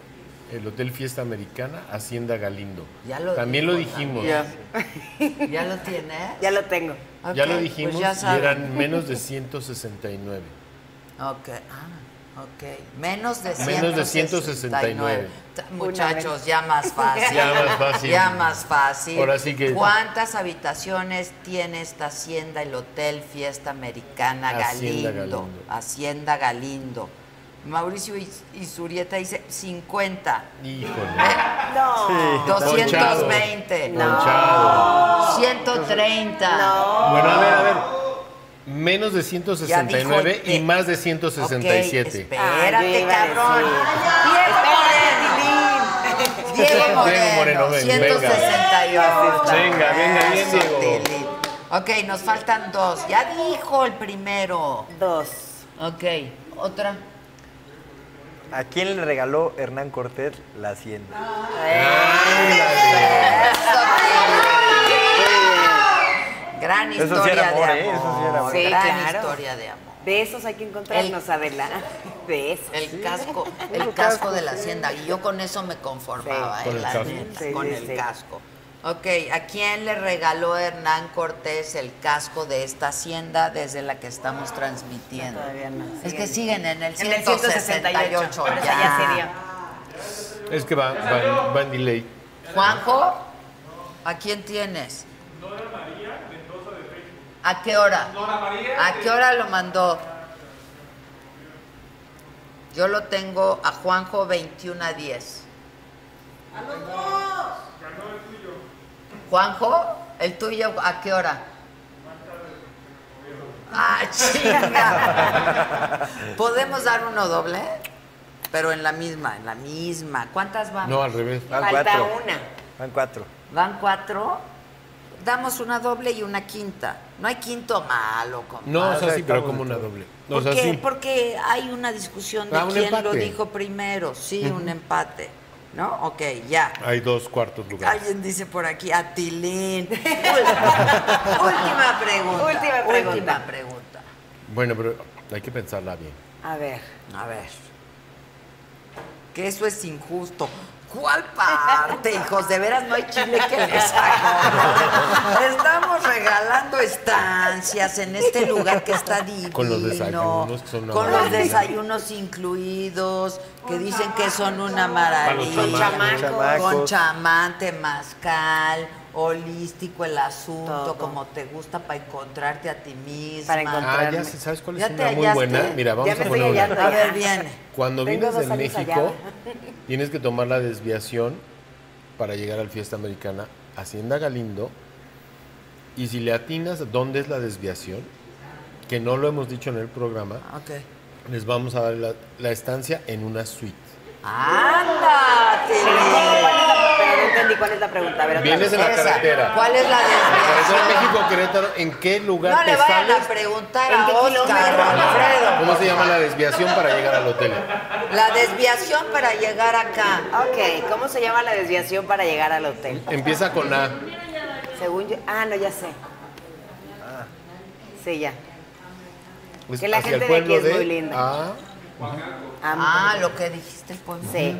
Speaker 4: el Hotel Fiesta Americana Hacienda Galindo?
Speaker 1: Ya lo
Speaker 4: También lo
Speaker 1: dijimos,
Speaker 4: dijimos.
Speaker 1: ¿Ya lo tiene?
Speaker 5: Ya lo tengo.
Speaker 4: Ya
Speaker 1: Ok,
Speaker 4: lo
Speaker 1: pues
Speaker 4: dijimos
Speaker 1: ya
Speaker 4: y
Speaker 1: saben.
Speaker 4: eran menos de 169.
Speaker 1: Ok, ah, ok. Menos de 169.
Speaker 4: Menos de 169.
Speaker 1: Ta- Muchachos, ya más fácil.
Speaker 4: Ya más fácil.
Speaker 1: Ya más fácil.
Speaker 4: Ahora sí que-
Speaker 1: ¿Cuántas habitaciones tiene esta hacienda, el Hotel Fiesta Americana
Speaker 4: Hacienda
Speaker 1: Galindo?
Speaker 4: Galindo.
Speaker 1: Hacienda Galindo. Mauricio Is- Isurieta dice 50.
Speaker 4: Híjole.
Speaker 5: No.
Speaker 4: Ponchado.
Speaker 1: 220.
Speaker 4: Ponchado.
Speaker 1: 130. No.
Speaker 4: Bueno, a ver, a ver. Menos de
Speaker 1: Ah. Ya dijo
Speaker 4: 169 y
Speaker 1: de-
Speaker 4: más de 167.
Speaker 5: Ay, yo
Speaker 1: espérate,
Speaker 5: iba a
Speaker 1: cabrón. Diego Moreno. Diego
Speaker 4: Diego
Speaker 1: Moreno.
Speaker 4: Moreno, ven, venga.
Speaker 1: 168.
Speaker 4: Venga, venga, bien,
Speaker 1: Eso,
Speaker 4: Diego.
Speaker 1: Tili. Ok, nos faltan dos. Ya dijo el primero.
Speaker 5: Dos.
Speaker 1: Ok, otra.
Speaker 3: ¿A quién le regaló Hernán Cortés la hacienda?
Speaker 1: Gran
Speaker 3: Eso sí
Speaker 1: historia
Speaker 3: era amor,
Speaker 1: de
Speaker 3: ¿eh?
Speaker 1: amor.
Speaker 3: Eso sí era amor.
Speaker 5: Sí,
Speaker 1: Gran
Speaker 5: claro.
Speaker 1: historia de amor.
Speaker 5: De esos hay que encontrarnos, Adela. De esos.
Speaker 1: El casco, el casco de la hacienda. Y yo con eso me conformaba,
Speaker 4: Sí,
Speaker 1: eh,
Speaker 4: con el
Speaker 1: la
Speaker 4: casco.
Speaker 1: neta,
Speaker 5: Sí,
Speaker 1: con
Speaker 5: sí,
Speaker 1: el
Speaker 5: sí.
Speaker 1: casco. Ok, ¿a quién le regaló Hernán Cortés el casco de esta hacienda desde la que estamos transmitiendo?
Speaker 5: Todavía no.
Speaker 1: Es que siguen en el
Speaker 5: En el 168.
Speaker 1: 168.
Speaker 5: Pero esa ya se
Speaker 1: ya.
Speaker 5: dio.
Speaker 4: Es que va, va, va en delay.
Speaker 1: Juanjo, ¿a quién tienes? ¿A qué hora? ¿A qué hora lo mandó? Yo lo tengo a Juanjo 21 a 10. Juanjo, ¿el tuyo a qué hora? Ah, chinga. ¿Podemos dar uno doble? Pero en la misma, en la misma. ¿Cuántas vamos?
Speaker 4: No, al revés.
Speaker 3: Van
Speaker 5: Falta
Speaker 3: cuatro.
Speaker 5: una.
Speaker 3: Van cuatro.
Speaker 1: Van cuatro, damos una doble y una quinta. No hay quinto malo, compadre.
Speaker 4: No, o sea,
Speaker 3: o sea,
Speaker 4: sí, pero
Speaker 3: estamos
Speaker 4: como
Speaker 3: en
Speaker 4: una
Speaker 3: todo.
Speaker 4: doble.
Speaker 1: Ah,
Speaker 4: O
Speaker 1: ¿Por
Speaker 4: sea,
Speaker 1: qué?
Speaker 4: sí.
Speaker 1: Porque hay una discusión de
Speaker 4: Ah, un
Speaker 1: quién lo
Speaker 4: empate.
Speaker 1: dijo primero. Sí, un empate. ¿No? Ok, ya.
Speaker 4: Hay dos cuartos lugares.
Speaker 1: Alguien dice por aquí, a Tilín. Última pregunta.
Speaker 5: Última pregunta.
Speaker 1: Última pregunta.
Speaker 4: Bueno, pero hay que pensarla bien.
Speaker 5: A ver.
Speaker 1: A ver. Que eso es injusto. ¿Cuál parte, hijos? De veras no hay chile que les haga. Estamos regalando estancias en este lugar que está divino.
Speaker 4: Con los desayunos, que son una
Speaker 1: Con los
Speaker 4: maravilla.
Speaker 1: desayunos incluidos, que dicen que son una maravilla.
Speaker 4: Con chamacos.
Speaker 3: chamacos.
Speaker 1: Con chamante, mascal, holístico el asunto,
Speaker 5: Todo.
Speaker 1: como te gusta para encontrarte a ti misma.
Speaker 5: Para encontrar-
Speaker 4: Ah, ya
Speaker 5: Encontrarme.
Speaker 4: sé, ¿sabes cuál es
Speaker 1: ¿Ya te
Speaker 4: una muy
Speaker 1: hallaste?
Speaker 4: buena? Mira,
Speaker 5: Ya
Speaker 4: vamos
Speaker 5: me
Speaker 4: a
Speaker 5: estoy
Speaker 4: poner una.
Speaker 5: hallando.
Speaker 1: A ver, viene.
Speaker 4: Cuando
Speaker 5: Tengo
Speaker 4: vienes
Speaker 5: dos
Speaker 4: de
Speaker 5: años
Speaker 4: México, tienes que tomar la desviación para llegar al Fiesta Americana, Hacienda Galindo. Y si le atinas dónde es la desviación, que no lo hemos dicho en el programa,
Speaker 1: Ok.
Speaker 4: les vamos a dar la, la estancia en una suite.
Speaker 1: ¡Anda,
Speaker 5: Pero, ¿cómo?
Speaker 1: Tilín!
Speaker 5: ¿Cuál es la- pero no entendí cuál es la pregunta. A ver, otra
Speaker 4: Vienes
Speaker 5: vez.
Speaker 4: de la
Speaker 1: Esa.
Speaker 4: carretera.
Speaker 1: ¿Cuál es la
Speaker 4: Carretera
Speaker 1: desviación?
Speaker 4: México-Querétaro, ¿en qué lugar
Speaker 1: No
Speaker 4: te
Speaker 1: le vayan
Speaker 4: sales?
Speaker 1: a preguntar
Speaker 5: ¿En
Speaker 1: a
Speaker 5: qué
Speaker 1: Oscar
Speaker 5: kilómetro?
Speaker 1: Alfredo.
Speaker 4: ¿Cómo se llama la desviación para llegar al hotel?
Speaker 1: La desviación para llegar acá.
Speaker 5: Ok, ¿cómo se llama la desviación para llegar al hotel?
Speaker 4: Empieza con A.
Speaker 5: Según yo. Ah, no, ya sé.
Speaker 3: Ah.
Speaker 5: Sí, ya.
Speaker 4: pues,
Speaker 5: Que la
Speaker 4: hacia
Speaker 5: gente
Speaker 4: el
Speaker 5: de aquí
Speaker 4: pueblo
Speaker 5: es
Speaker 4: de
Speaker 5: muy linda.
Speaker 4: A.
Speaker 5: Ah,
Speaker 1: Ah, lo que dijiste el poema.
Speaker 5: sí.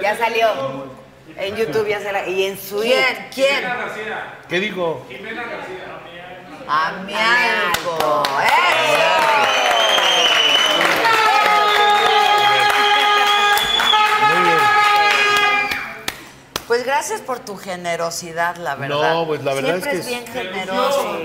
Speaker 5: Ya salió. En YouTube ya se la. Y en su
Speaker 1: ¿Quién? ¿Quién?
Speaker 4: ¿Qué digo?
Speaker 1: A mi algo.
Speaker 4: Muy bien.
Speaker 1: Pues gracias por tu generosidad, la verdad.
Speaker 4: No, pues la verdad
Speaker 1: Siempre
Speaker 4: es que
Speaker 1: es
Speaker 4: es-
Speaker 1: bien generoso.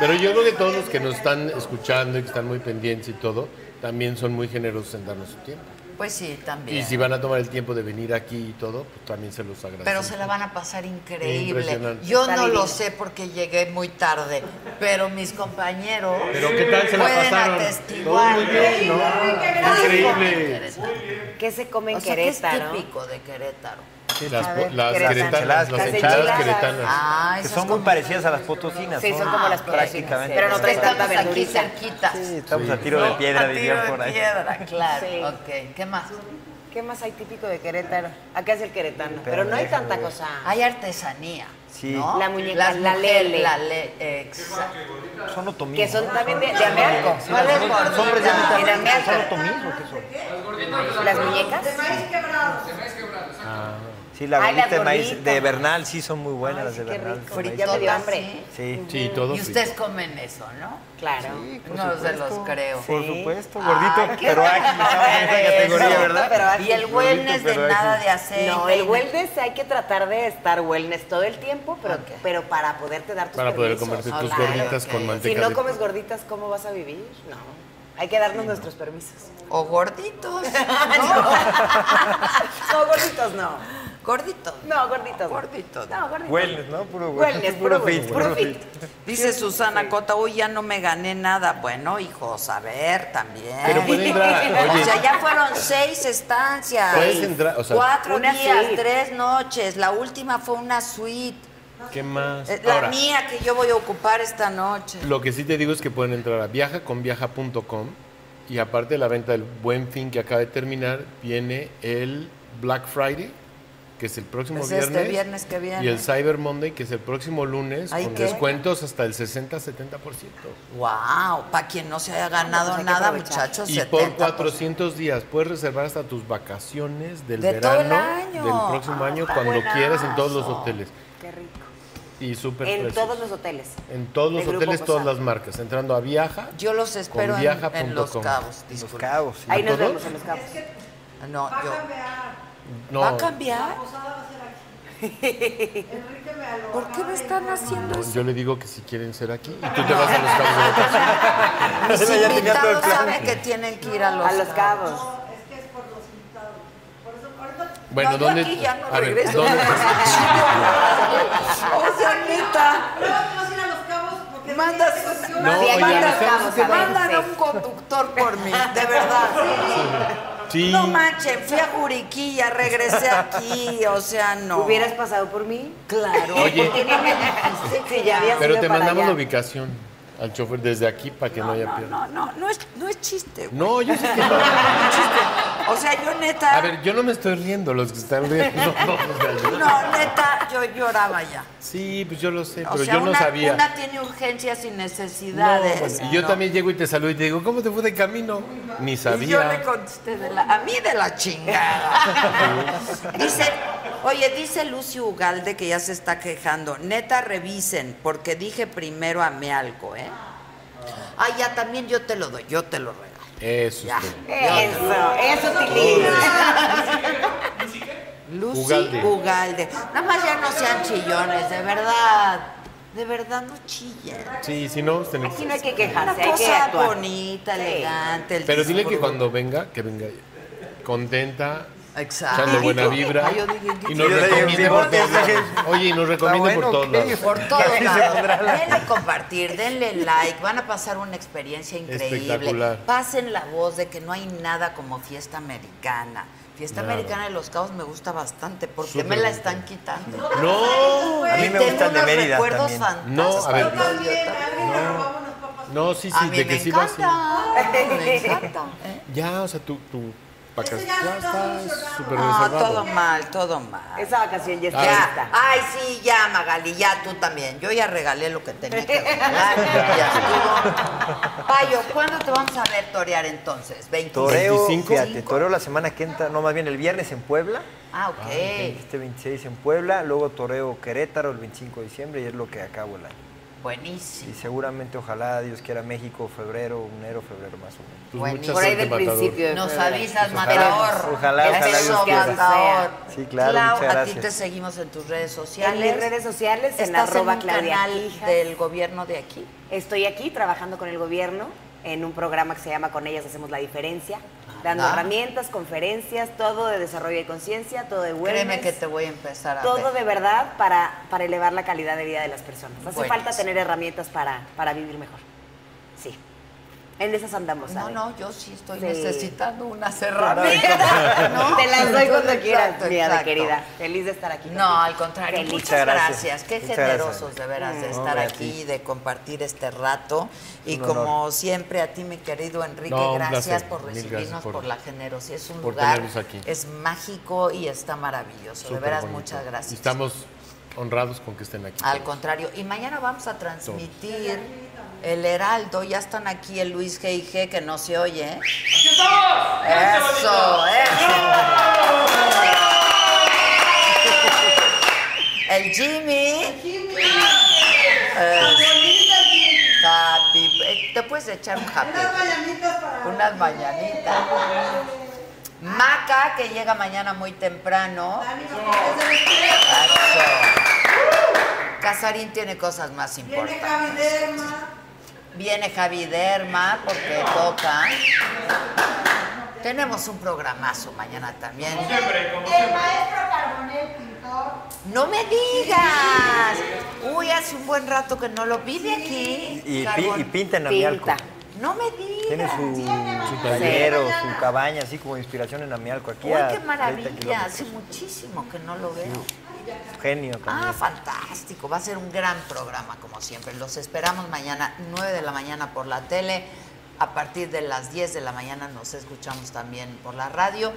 Speaker 4: Pero yo creo que todos los que nos están escuchando y que están muy pendientes y todo, también son muy generosos en darnos su tiempo.
Speaker 1: Pues sí,
Speaker 4: Y
Speaker 1: también.
Speaker 4: si van a tomar el tiempo de venir aquí y todo, pues también se los agradezco.
Speaker 1: Pero se la van a pasar increíble.
Speaker 4: Impresionante.
Speaker 1: Yo
Speaker 5: Está
Speaker 1: no lo
Speaker 5: divino.
Speaker 1: sé porque llegué muy tarde, pero mis compañeros
Speaker 4: Pero ¿qué tal se la
Speaker 1: pueden
Speaker 4: pasaron?
Speaker 1: atestiguar.
Speaker 4: Todo muy bien, ¿no?
Speaker 1: Muy
Speaker 4: Increíble.
Speaker 1: rico en Querétaro.
Speaker 5: ¿Qué se come en
Speaker 1: O sea, que es
Speaker 5: Querétaro?
Speaker 1: típico de Querétaro.
Speaker 4: Las,
Speaker 5: A
Speaker 4: po-
Speaker 1: ¿eh?
Speaker 5: ver,
Speaker 4: las
Speaker 5: Querétaro.
Speaker 4: queretanas, las
Speaker 5: Las
Speaker 4: enchiladas
Speaker 5: enchiladas.
Speaker 4: queretanas.
Speaker 1: Ah,
Speaker 3: Que
Speaker 1: esas
Speaker 3: son muy
Speaker 1: comidas.
Speaker 3: parecidas a las potosinas.
Speaker 5: Sí,
Speaker 3: ¿no?
Speaker 5: son como las potosinas.
Speaker 3: prácticamente.
Speaker 5: Pero no
Speaker 1: Es que
Speaker 5: traen tanta
Speaker 1: estamos aquí
Speaker 5: verdurita.
Speaker 1: cerquitas.
Speaker 3: Sí, estamos a tiro de piedra,
Speaker 1: A
Speaker 3: dirían
Speaker 1: tiro de
Speaker 3: por ahí.
Speaker 1: piedra, claro.
Speaker 5: Sí.
Speaker 1: Ok, ¿qué más?
Speaker 5: ¿Qué más hay típico de Querétaro? Acá es el queretano, pero no hay
Speaker 3: déjame
Speaker 5: tanta
Speaker 3: ver.
Speaker 5: cosa.
Speaker 1: Hay artesanía.
Speaker 3: Sí.
Speaker 1: ¿no?
Speaker 5: La muñeca,
Speaker 1: Las
Speaker 5: la
Speaker 1: mujeres,
Speaker 5: lele.
Speaker 1: La lele, exacto.
Speaker 3: Son otomíes.
Speaker 5: Que son
Speaker 3: ¿no?
Speaker 5: también de, de Amealco.
Speaker 3: Sí,
Speaker 5: ¿Cuál es
Speaker 3: son- Son precisamente
Speaker 5: De
Speaker 3: otomíes, son
Speaker 5: Amealco.
Speaker 3: otomíes o qué son.
Speaker 5: ¿Las muñecas?
Speaker 3: Sí, la
Speaker 5: Ay, las
Speaker 3: bolita de maíz
Speaker 5: gorditas.
Speaker 3: de Bernal, sí son muy buenas
Speaker 5: Ay,
Speaker 3: las de
Speaker 5: sí, qué
Speaker 3: Bernal.
Speaker 5: rico.
Speaker 3: con maíz.
Speaker 5: Ya me dio
Speaker 1: Todas,
Speaker 5: hambre.
Speaker 3: Sí.
Speaker 4: Sí, todo
Speaker 1: Y
Speaker 4: frito.
Speaker 1: ustedes comen eso, ¿no?
Speaker 5: Claro.
Speaker 1: No se los creo.
Speaker 3: Por
Speaker 5: Sí.
Speaker 3: supuesto, gordito,
Speaker 1: Ay, qué
Speaker 3: pero ágil,
Speaker 1: bueno.
Speaker 3: estamos en esa categoría,
Speaker 5: Eso.
Speaker 3: ¿verdad?
Speaker 5: Pero ágil.
Speaker 1: Y el wellness de
Speaker 3: pero ágil.
Speaker 1: nada de aceite.
Speaker 5: No, el wellness hay que tratar de estar wellness todo el tiempo, pero, pero para poderte dar tus
Speaker 4: Para poder
Speaker 5: permisos.
Speaker 4: comerte
Speaker 1: Ah,
Speaker 4: tus
Speaker 1: claro,
Speaker 4: gorditas este
Speaker 1: ok.
Speaker 4: con
Speaker 5: Si
Speaker 4: manteca.
Speaker 5: no
Speaker 4: de-
Speaker 5: comes gorditas, ¿cómo vas a vivir? No. Hay que darnos nuestros permisos.
Speaker 1: O gorditos.
Speaker 5: Ah, No, gorditos no.
Speaker 1: Gorditos.
Speaker 5: No, gorditos.
Speaker 1: Gorditos.
Speaker 5: No, gorditos.
Speaker 3: Wellness, ¿no? Puro
Speaker 5: Wellness, puro
Speaker 3: fit,
Speaker 5: wellness, puro fit.
Speaker 1: Dice Susana Cota, hoy ya no me gané nada. Bueno, hijos, a ver, también.
Speaker 4: Pero puede entrar, oye.
Speaker 1: o sea, ya fueron seis estancias.
Speaker 4: Puedes entrar, o sea-
Speaker 1: cuatro
Speaker 5: Una
Speaker 1: días,
Speaker 5: suite.
Speaker 1: tres noches. La última fue una suite.
Speaker 4: ¿Qué más?
Speaker 1: Eh, La
Speaker 4: Ahora,
Speaker 1: mía que yo voy a ocupar esta noche.
Speaker 4: Lo que sí te digo es que pueden entrar a viajaconviaja.com y aparte de la venta del Buen Fin que acaba de terminar, viene el Black Friday, que es el próximo
Speaker 1: Es
Speaker 4: viernes.
Speaker 1: este viernes que viene.
Speaker 4: Y el Cyber Monday, que es el próximo lunes,
Speaker 1: Ay,
Speaker 4: con
Speaker 1: qué
Speaker 4: descuentos hasta el 60-70%.
Speaker 1: Wow, para quien no se haya ganado
Speaker 5: pues hay que
Speaker 1: nada,
Speaker 5: aprovechar.
Speaker 1: muchachos,
Speaker 4: Y por
Speaker 1: 70%.
Speaker 4: 400 días puedes reservar hasta tus vacaciones del
Speaker 1: De todo
Speaker 4: verano
Speaker 1: el año.
Speaker 4: del próximo
Speaker 1: Ah,
Speaker 4: año
Speaker 1: está
Speaker 4: cuando quieras en todos los
Speaker 1: buenazo.
Speaker 4: hoteles.
Speaker 5: Qué rico.
Speaker 4: Y súper
Speaker 5: En
Speaker 4: precios.
Speaker 5: todos los hoteles.
Speaker 4: En todos los
Speaker 5: del Grupo
Speaker 4: hoteles, todas
Speaker 5: Posada.
Speaker 4: las marcas. Entrando a Viaja.
Speaker 1: Yo los espero en- en,
Speaker 4: Conviaja.com.
Speaker 1: Los Cabos,
Speaker 3: Los
Speaker 1: disculpa.
Speaker 3: cabos. sí.
Speaker 5: Ahí nos
Speaker 4: todos?
Speaker 5: vemos en los cabos.
Speaker 1: No, yo.
Speaker 4: No,
Speaker 1: ¿Va a cambiar? ¿Por qué me están haciendo eso?
Speaker 4: yo le digo que si quieren ser aquí. Y tú te vas a los cabos de vacaciones.
Speaker 1: Mis
Speaker 3: Ya tenía todo el
Speaker 1: invitados
Speaker 3: plan.
Speaker 1: saben que tienen que ir a Los,
Speaker 5: A los cabos.
Speaker 4: Bueno,
Speaker 1: No, yo
Speaker 4: ¿dónde?
Speaker 1: aquí ya no
Speaker 4: a ver,
Speaker 1: regreso.
Speaker 4: ¿dónde?
Speaker 1: O sea, neta, mandas,
Speaker 4: No, oye,
Speaker 1: mandas-
Speaker 4: Alejandro,
Speaker 5: sí.
Speaker 1: mandan a un conductor por mí, de verdad.
Speaker 4: Sí.
Speaker 1: No manchen, fui a Juriquilla, regresé aquí, o sea, no.
Speaker 5: ¿Hubieras pasado por mí?
Speaker 1: Claro.
Speaker 4: Oye,
Speaker 5: Sí, ya habías
Speaker 4: pero
Speaker 5: ido
Speaker 4: te
Speaker 5: para
Speaker 4: mandamos la
Speaker 5: allá.
Speaker 4: ubicación al chofer desde aquí para que no, haya
Speaker 1: No,
Speaker 4: pierde.
Speaker 1: no, no, no es, no es chiste. güey.
Speaker 4: No, yo sé que no.
Speaker 1: O sea, yo neta,
Speaker 4: A ver, yo no me estoy riendo, los que están riendo. no, o sea, yo-
Speaker 1: no, neta, yo lloraba ya.
Speaker 4: Sí, pues yo lo sé,
Speaker 1: O
Speaker 4: pero
Speaker 1: sea,
Speaker 4: yo no
Speaker 1: una,
Speaker 4: sabía.
Speaker 1: una tiene urgencias y
Speaker 4: No,
Speaker 1: necesidades.
Speaker 4: bueno, y yo
Speaker 1: ¿no?
Speaker 4: también llego y te saludo y te digo, ¿cómo te fue de camino? Ni sabía.
Speaker 1: Y yo le contesté de la, a mí de la chingada. dice, oye, dice Lucio Ugalde que ya se está quejando. Neta, revisen, porque dije primero a me algo, ¿eh? Ah, ya también yo te lo doy, yo te lo regalo.
Speaker 4: Eso
Speaker 1: Ya.
Speaker 4: es todo.
Speaker 5: Eso, eso, Tilín.
Speaker 1: Lucy Ugalde.
Speaker 4: Ugalde.
Speaker 1: Nada más ya no sean chillones, de verdad. De verdad no chillen.
Speaker 4: Sí, si no, tenemos.
Speaker 5: Aquí no hay que
Speaker 1: Una
Speaker 5: quejarse, hay que
Speaker 1: cosa
Speaker 5: actuar.
Speaker 1: bonita, elegante. el
Speaker 4: Pero dile que
Speaker 1: disfrute.
Speaker 4: cuando venga, que venga contenta,
Speaker 1: Exacto.
Speaker 4: echando buena vibra.
Speaker 1: Ah, yo dije, ¿qué chingada?
Speaker 4: Y nos
Speaker 3: Yo le digo,
Speaker 4: recomiende
Speaker 3: sí,
Speaker 4: por
Speaker 3: porque
Speaker 4: todos
Speaker 3: esa
Speaker 4: lados.
Speaker 3: gente-
Speaker 4: Oye, y nos recomiende
Speaker 3: Ah, bueno,
Speaker 4: por todos
Speaker 3: ok.
Speaker 4: lados.
Speaker 1: Por todo
Speaker 3: Así se
Speaker 1: lado.
Speaker 3: pondrá la-
Speaker 1: Denle compartir, denle like, van a pasar una experiencia increíble.
Speaker 4: Espectacular.
Speaker 1: Pasen la voz de que no hay nada como fiesta americana. Fiesta americana de los cabos me gusta bastante porque me la están quitando.
Speaker 4: No,
Speaker 3: A mí me
Speaker 1: Tengo
Speaker 3: gusta el de
Speaker 1: unos
Speaker 3: Mérida
Speaker 1: recuerdos
Speaker 3: también.
Speaker 1: fantásticos.
Speaker 4: No, a ver. Yo no, sí,
Speaker 1: A
Speaker 4: sí,
Speaker 1: mí
Speaker 4: de
Speaker 1: me
Speaker 4: que sí vas.
Speaker 1: encanta. Me encanta. ¿eh?
Speaker 4: Ya, o sea, tú, tú, pa' que- ya estás súper
Speaker 1: No,
Speaker 4: reservado.
Speaker 1: Ah, todo mal, todo mal.
Speaker 5: Esa vacación ya está
Speaker 1: Ya.
Speaker 5: lista.
Speaker 3: Ah,
Speaker 1: Ay, sí, ya, Magali, ya tú también. Yo ya regalé lo que tenía que regalar. ya estuvo. Payo, ¿cuándo te vamos a ver torear entonces? ¿25?
Speaker 3: Toreo,
Speaker 4: 25.
Speaker 3: fíjate, toreo la semana que entra, no, más bien el viernes en Puebla.
Speaker 1: Ah, ok.
Speaker 3: Este 26 en Puebla, luego toreo Querétaro el 25 de diciembre y es lo que acabo el año. Y
Speaker 1: Buenísimo.
Speaker 3: seguramente, ojalá, Dios quiera, México, febrero, enero, febrero más o menos.
Speaker 4: Pues
Speaker 1: Buenísimo.
Speaker 4: mucha
Speaker 5: Por ahí
Speaker 4: suerte,
Speaker 5: del
Speaker 4: Matador.
Speaker 5: principio.
Speaker 1: Nos
Speaker 5: Pero-
Speaker 1: avisas,
Speaker 3: Ojalá,
Speaker 1: Matador.
Speaker 3: ojalá, ojalá
Speaker 1: Eso,
Speaker 5: Dios quiera.
Speaker 1: Matador.
Speaker 3: Sí, claro,
Speaker 1: Clau,
Speaker 3: muchas
Speaker 1: a ti
Speaker 3: gracias.
Speaker 1: te seguimos en tus redes sociales.
Speaker 5: En mis redes sociales, en
Speaker 1: Estás
Speaker 5: arroba
Speaker 1: en un
Speaker 5: Claudia
Speaker 1: canal
Speaker 5: Quijas.
Speaker 1: del gobierno de aquí.
Speaker 5: Estoy aquí trabajando con el gobierno en un programa que se llama Con ellas hacemos la diferencia, dando
Speaker 1: Ah.
Speaker 5: herramientas, conferencias, todo de desarrollo de conciencia, todo de wellness.
Speaker 1: Créeme que te voy a empezar a
Speaker 5: todo
Speaker 1: ver.
Speaker 5: de verdad para, para elevar la calidad de vida de las personas. Hace
Speaker 1: Buenísimo.
Speaker 5: falta tener herramientas para, para vivir mejor. Sí. En esas andamos.
Speaker 1: No,
Speaker 5: Ale.
Speaker 1: no, yo sí estoy
Speaker 5: Sí.
Speaker 1: necesitando unas herramientas. ¿no?
Speaker 5: Te las doy cuando
Speaker 1: Exacto,
Speaker 5: quieras, mi Ada
Speaker 1: exacto.
Speaker 5: querida. Feliz de estar aquí.
Speaker 1: No, al contrario,
Speaker 5: Feliz.
Speaker 1: muchas gracias.
Speaker 3: gracias.
Speaker 1: Qué
Speaker 3: Muchas
Speaker 1: generosos
Speaker 3: gracias.
Speaker 1: de veras de
Speaker 3: Mm.
Speaker 1: estar
Speaker 3: Hombre, a
Speaker 1: aquí,
Speaker 3: ti.
Speaker 1: de compartir este rato. Y
Speaker 3: un
Speaker 1: como siempre, a ti, mi querido Enrique,
Speaker 4: No, un
Speaker 1: gracias
Speaker 4: placer.
Speaker 1: por
Speaker 4: Mil
Speaker 1: recibirnos,
Speaker 4: gracias
Speaker 1: por,
Speaker 4: por-
Speaker 1: la generosidad. Es un
Speaker 4: por
Speaker 1: lugar,
Speaker 4: tenernos aquí.
Speaker 1: es mágico y está maravilloso. de
Speaker 4: Súper
Speaker 1: veras,
Speaker 4: bonito.
Speaker 1: muchas gracias.
Speaker 4: Y Estamos honrados con que estén aquí.
Speaker 1: Al contrario, y mañana vamos a transmitir el Heraldo. Ya están aquí el Luis G. y G, que no se oye. ¿eh? ¡Eso! ¡Eso! El Jimmy. Happy. eh, Te puedes echar un happy. Unas mañanitas Ah. Unas mañanitas. Maca, que llega mañana muy temprano. Eso. Casarín tiene cosas más importantes. Viene Javi Derma porque toca. Tenemos un programazo mañana también.
Speaker 14: El maestro Carbonel pintor.
Speaker 1: ¡No me digas! Uy, hace un buen rato que no lo vive aquí.
Speaker 3: Y, pi-
Speaker 1: Carbón.
Speaker 3: y pinta en Amialco.
Speaker 5: Pinta.
Speaker 1: ¡No me
Speaker 3: Tiene
Speaker 1: digas!
Speaker 3: su, su taller o su cabaña, así como inspiración en Amialco. Aquí
Speaker 1: ¡Uy,
Speaker 3: a
Speaker 1: qué
Speaker 3: 30
Speaker 1: maravilla!
Speaker 3: kilómetros.
Speaker 1: Hace muchísimo que no lo veo.
Speaker 3: Genio
Speaker 1: Ah,
Speaker 14: este.
Speaker 3: también.
Speaker 1: fantástico. Va a ser un gran programa, como siempre. Los esperamos mañana, 9 de la mañana por la tele. A partir de las 10 de la mañana nos escuchamos también por la radio.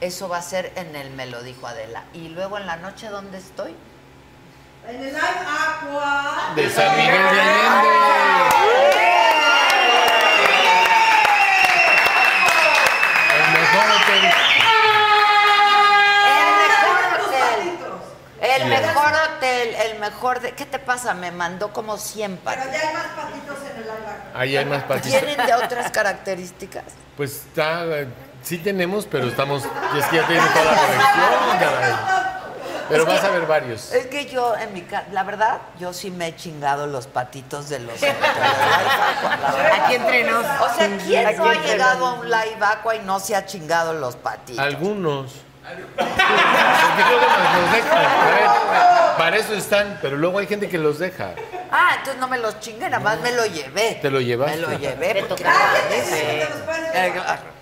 Speaker 1: Eso va a ser en el Me lo dijo Adela. Y luego en la noche, ¿dónde estoy?
Speaker 14: En el Live ah, Aqua.
Speaker 4: De San Miguel de Allende. El mejor hotel.
Speaker 1: El mejor
Speaker 14: Tus
Speaker 1: hotel.
Speaker 14: patitos.
Speaker 1: El mejor hotel, el mejor de... ¿Qué te pasa? Me mandó como 100
Speaker 14: Pero
Speaker 1: patitas.
Speaker 14: ya hay más patitos en el Live Aqua.
Speaker 4: Ahí hay más patitas.
Speaker 1: ¿Tienen de otras características?
Speaker 4: Pues está, eh, sí tenemos, pero estamos, es que ya tiene toda la colección, caray. Pero vas a ver varios.
Speaker 1: Es que yo, en mi casa, la verdad, yo sí me he chingado los patitos de los. Aquí entre nos. O sea, ¿quién no ha llegado a un live aqua y no se ha chingado los patitos?
Speaker 4: Algunos. Porque luego nos los dejan, ¿eh? Para eso están, pero luego hay gente que los deja.
Speaker 1: Ah, entonces no me los chingué, nada más me lo llevé.
Speaker 4: Te lo llevaste.
Speaker 1: Me lo llevé. porque
Speaker 14: te los puedes llevar.
Speaker 1: Eh,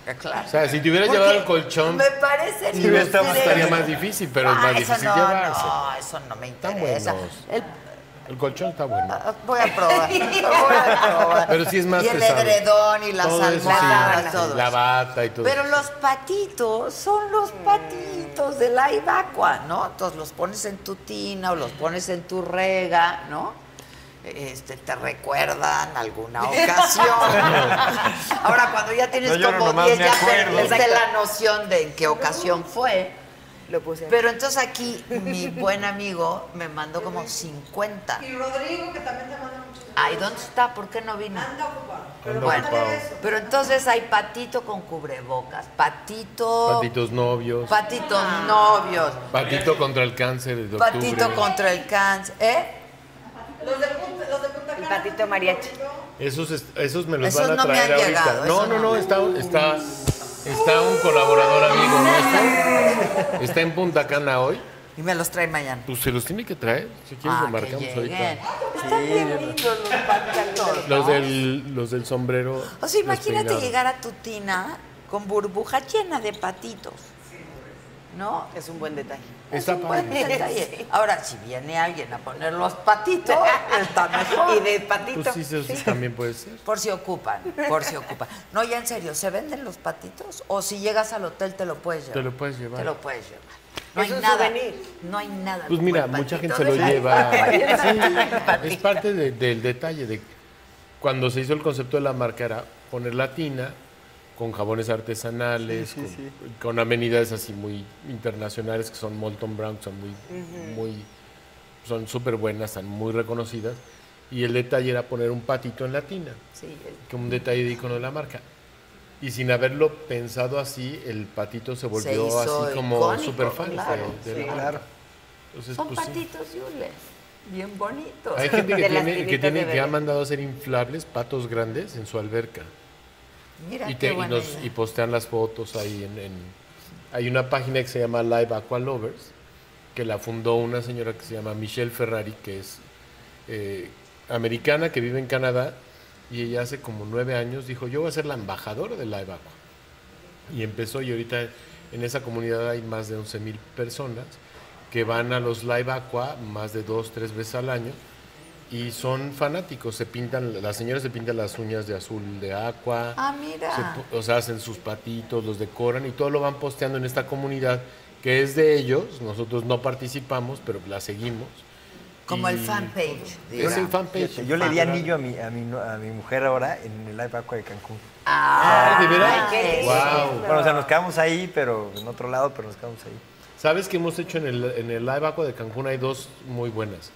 Speaker 1: claro, claro.
Speaker 4: O sea, si te hubieras llevado el colchón,
Speaker 1: Me parece
Speaker 4: sí hubiera estado-
Speaker 1: inútil.
Speaker 4: estaría más difícil, pero es
Speaker 1: Ah,
Speaker 4: más
Speaker 1: eso
Speaker 4: difícil
Speaker 1: no,
Speaker 4: llevarse.
Speaker 1: No, eso no me
Speaker 4: Están
Speaker 1: interesa.
Speaker 4: buenos.
Speaker 1: El-
Speaker 4: El colchón está bueno.
Speaker 1: ah, voy a probar. voy a probar.
Speaker 4: Pero sí es más
Speaker 1: Y el
Speaker 4: pesado.
Speaker 1: edredón y las
Speaker 4: Todo eso sí.
Speaker 1: almohadas, todo
Speaker 4: La
Speaker 1: eso.
Speaker 4: bata y todo
Speaker 1: Pero
Speaker 4: eso.
Speaker 1: los patitos son los patitos de la ibacua, ¿no? Entonces los pones en tu tina o los pones en tu rega, ¿no? Este, te recuerdan alguna ocasión. Ahora, cuando ya tienes
Speaker 3: No, yo no
Speaker 1: como
Speaker 3: nomás
Speaker 1: 10,
Speaker 3: me
Speaker 1: ya
Speaker 3: acuerdo.
Speaker 1: perdiste la noción de en qué ocasión fue.
Speaker 5: Lo puse.
Speaker 1: Pero entonces aquí mi buen amigo me mandó como 50.
Speaker 14: Y Rodrigo, que también te manda muchos.
Speaker 1: Ay, ¿dónde está? ¿Por qué no vino?
Speaker 14: Anda ocupado. Pero
Speaker 1: Bueno,
Speaker 14: mándale eso.
Speaker 1: pero entonces hay patito con cubrebocas, patito,
Speaker 4: Patitos novios.
Speaker 1: patitos novios,
Speaker 4: Patito contra el cáncer de octubre.
Speaker 1: patito contra el cáncer, ¿eh?
Speaker 14: Los de Punta, los de Punta Cana.
Speaker 5: patito mariachi.
Speaker 4: Esos, est- esos me los
Speaker 1: Esos
Speaker 4: van a
Speaker 1: no me
Speaker 4: traer
Speaker 1: han
Speaker 4: ahorita.
Speaker 1: llegado,
Speaker 4: no,
Speaker 1: esos
Speaker 4: no,
Speaker 1: no.
Speaker 4: no, está, está, está un colaborador amigo nuestro. Está en Punta Cana hoy.
Speaker 1: Y me los trae mañana.
Speaker 4: Pues se los tiene que traer. Si quieres,
Speaker 1: Ah,
Speaker 4: lo
Speaker 1: que
Speaker 4: marcamos
Speaker 1: lleguen.
Speaker 4: ahorita.
Speaker 1: Están bien lindos los patitos.
Speaker 4: Los
Speaker 1: ¿no?
Speaker 4: del, los del sombrero.
Speaker 1: O sea,
Speaker 4: los
Speaker 1: imagínate
Speaker 4: peinados.
Speaker 1: llegar a tu tina con burbuja llena de patitos. ¿No?
Speaker 5: Es un buen detalle.
Speaker 4: Está
Speaker 1: Es un
Speaker 4: padre.
Speaker 1: buen detalle. Ahora, si viene alguien a poner los patitos, está mejor.
Speaker 5: Y de patito.
Speaker 4: Pues sí, eso sí también puede ser.
Speaker 1: Por si ocupan, por si ocupan. No, ya en serio, ¿se venden los patitos? O si llegas al hotel te lo puedes llevar.
Speaker 4: Te lo puedes llevar.
Speaker 1: Te lo puedes llevar. No
Speaker 5: Es
Speaker 1: hay
Speaker 5: un
Speaker 1: nada.
Speaker 5: souvenir.
Speaker 1: No hay nada.
Speaker 4: Pues
Speaker 1: como
Speaker 4: mira,
Speaker 1: el
Speaker 4: mucha gente
Speaker 1: patito
Speaker 4: se lo
Speaker 1: de la-
Speaker 4: lleva. Sí, es parte de- del detalle de cuando se hizo el concepto de la marca era poner la tina con jabones artesanales, con, con amenidades así muy internacionales que son Molton Brown, que son muy, muy, son súper buenas, están muy reconocidas. Y el detalle era poner un patito en la tina, que un detalle de icono de la marca. Y sin haberlo pensado así, el patito se volvió
Speaker 1: hizo
Speaker 4: así como
Speaker 1: icónico,
Speaker 4: súper fan
Speaker 1: claro,
Speaker 3: Claro.
Speaker 4: Entonces,
Speaker 1: Son
Speaker 4: pues, sí.
Speaker 1: patitos yules. Bien bonitos.
Speaker 4: Hay gente que
Speaker 5: De las
Speaker 4: tiene, que,
Speaker 5: tiritas de
Speaker 4: tiene, que ha
Speaker 5: bebé.
Speaker 4: mandado a hacer inflables patos grandes en su alberca.
Speaker 1: Mira
Speaker 4: Y, te-
Speaker 1: qué
Speaker 4: y
Speaker 1: buena
Speaker 4: nos-
Speaker 1: idea.
Speaker 4: y postean las fotos ahí en, en- Hay una página que se llama Live Aqua Lovers, que la fundó una señora que se llama Michelle Ferrari, que es eh, americana, que vive en Canadá, y ella hace como nueve años dijo, yo voy a ser la embajadora de Live Aqua. Y empezó, y ahorita en esa comunidad hay más de 11 mil personas que van a los Live Aqua más de dos, tres veces al año y son fanáticos. Se pintan, las señoras se pintan las uñas de azul de aqua.
Speaker 1: Ah, mira.
Speaker 4: Se pu- o sea, hacen sus patitos, los decoran y todo lo van posteando en esta comunidad que es de ellos. Nosotros no participamos, pero la seguimos.
Speaker 1: Como el
Speaker 4: Y-
Speaker 1: fanpage.
Speaker 4: Es el fanpage.
Speaker 3: Fíjate, Yo le di anillo a mi, a mi, no- a mi mujer ahora en el live aqua de Cancún.
Speaker 4: Ay, Ah, ¿de veras?
Speaker 1: Ah, qué
Speaker 4: Guau.
Speaker 3: Bueno, o sea, nos quedamos ahí, pero en otro lado, pero nos quedamos ahí.
Speaker 4: ¿Sabes qué hemos hecho en el, en el Live Aqua de Cancún? Hay dos muy buenas.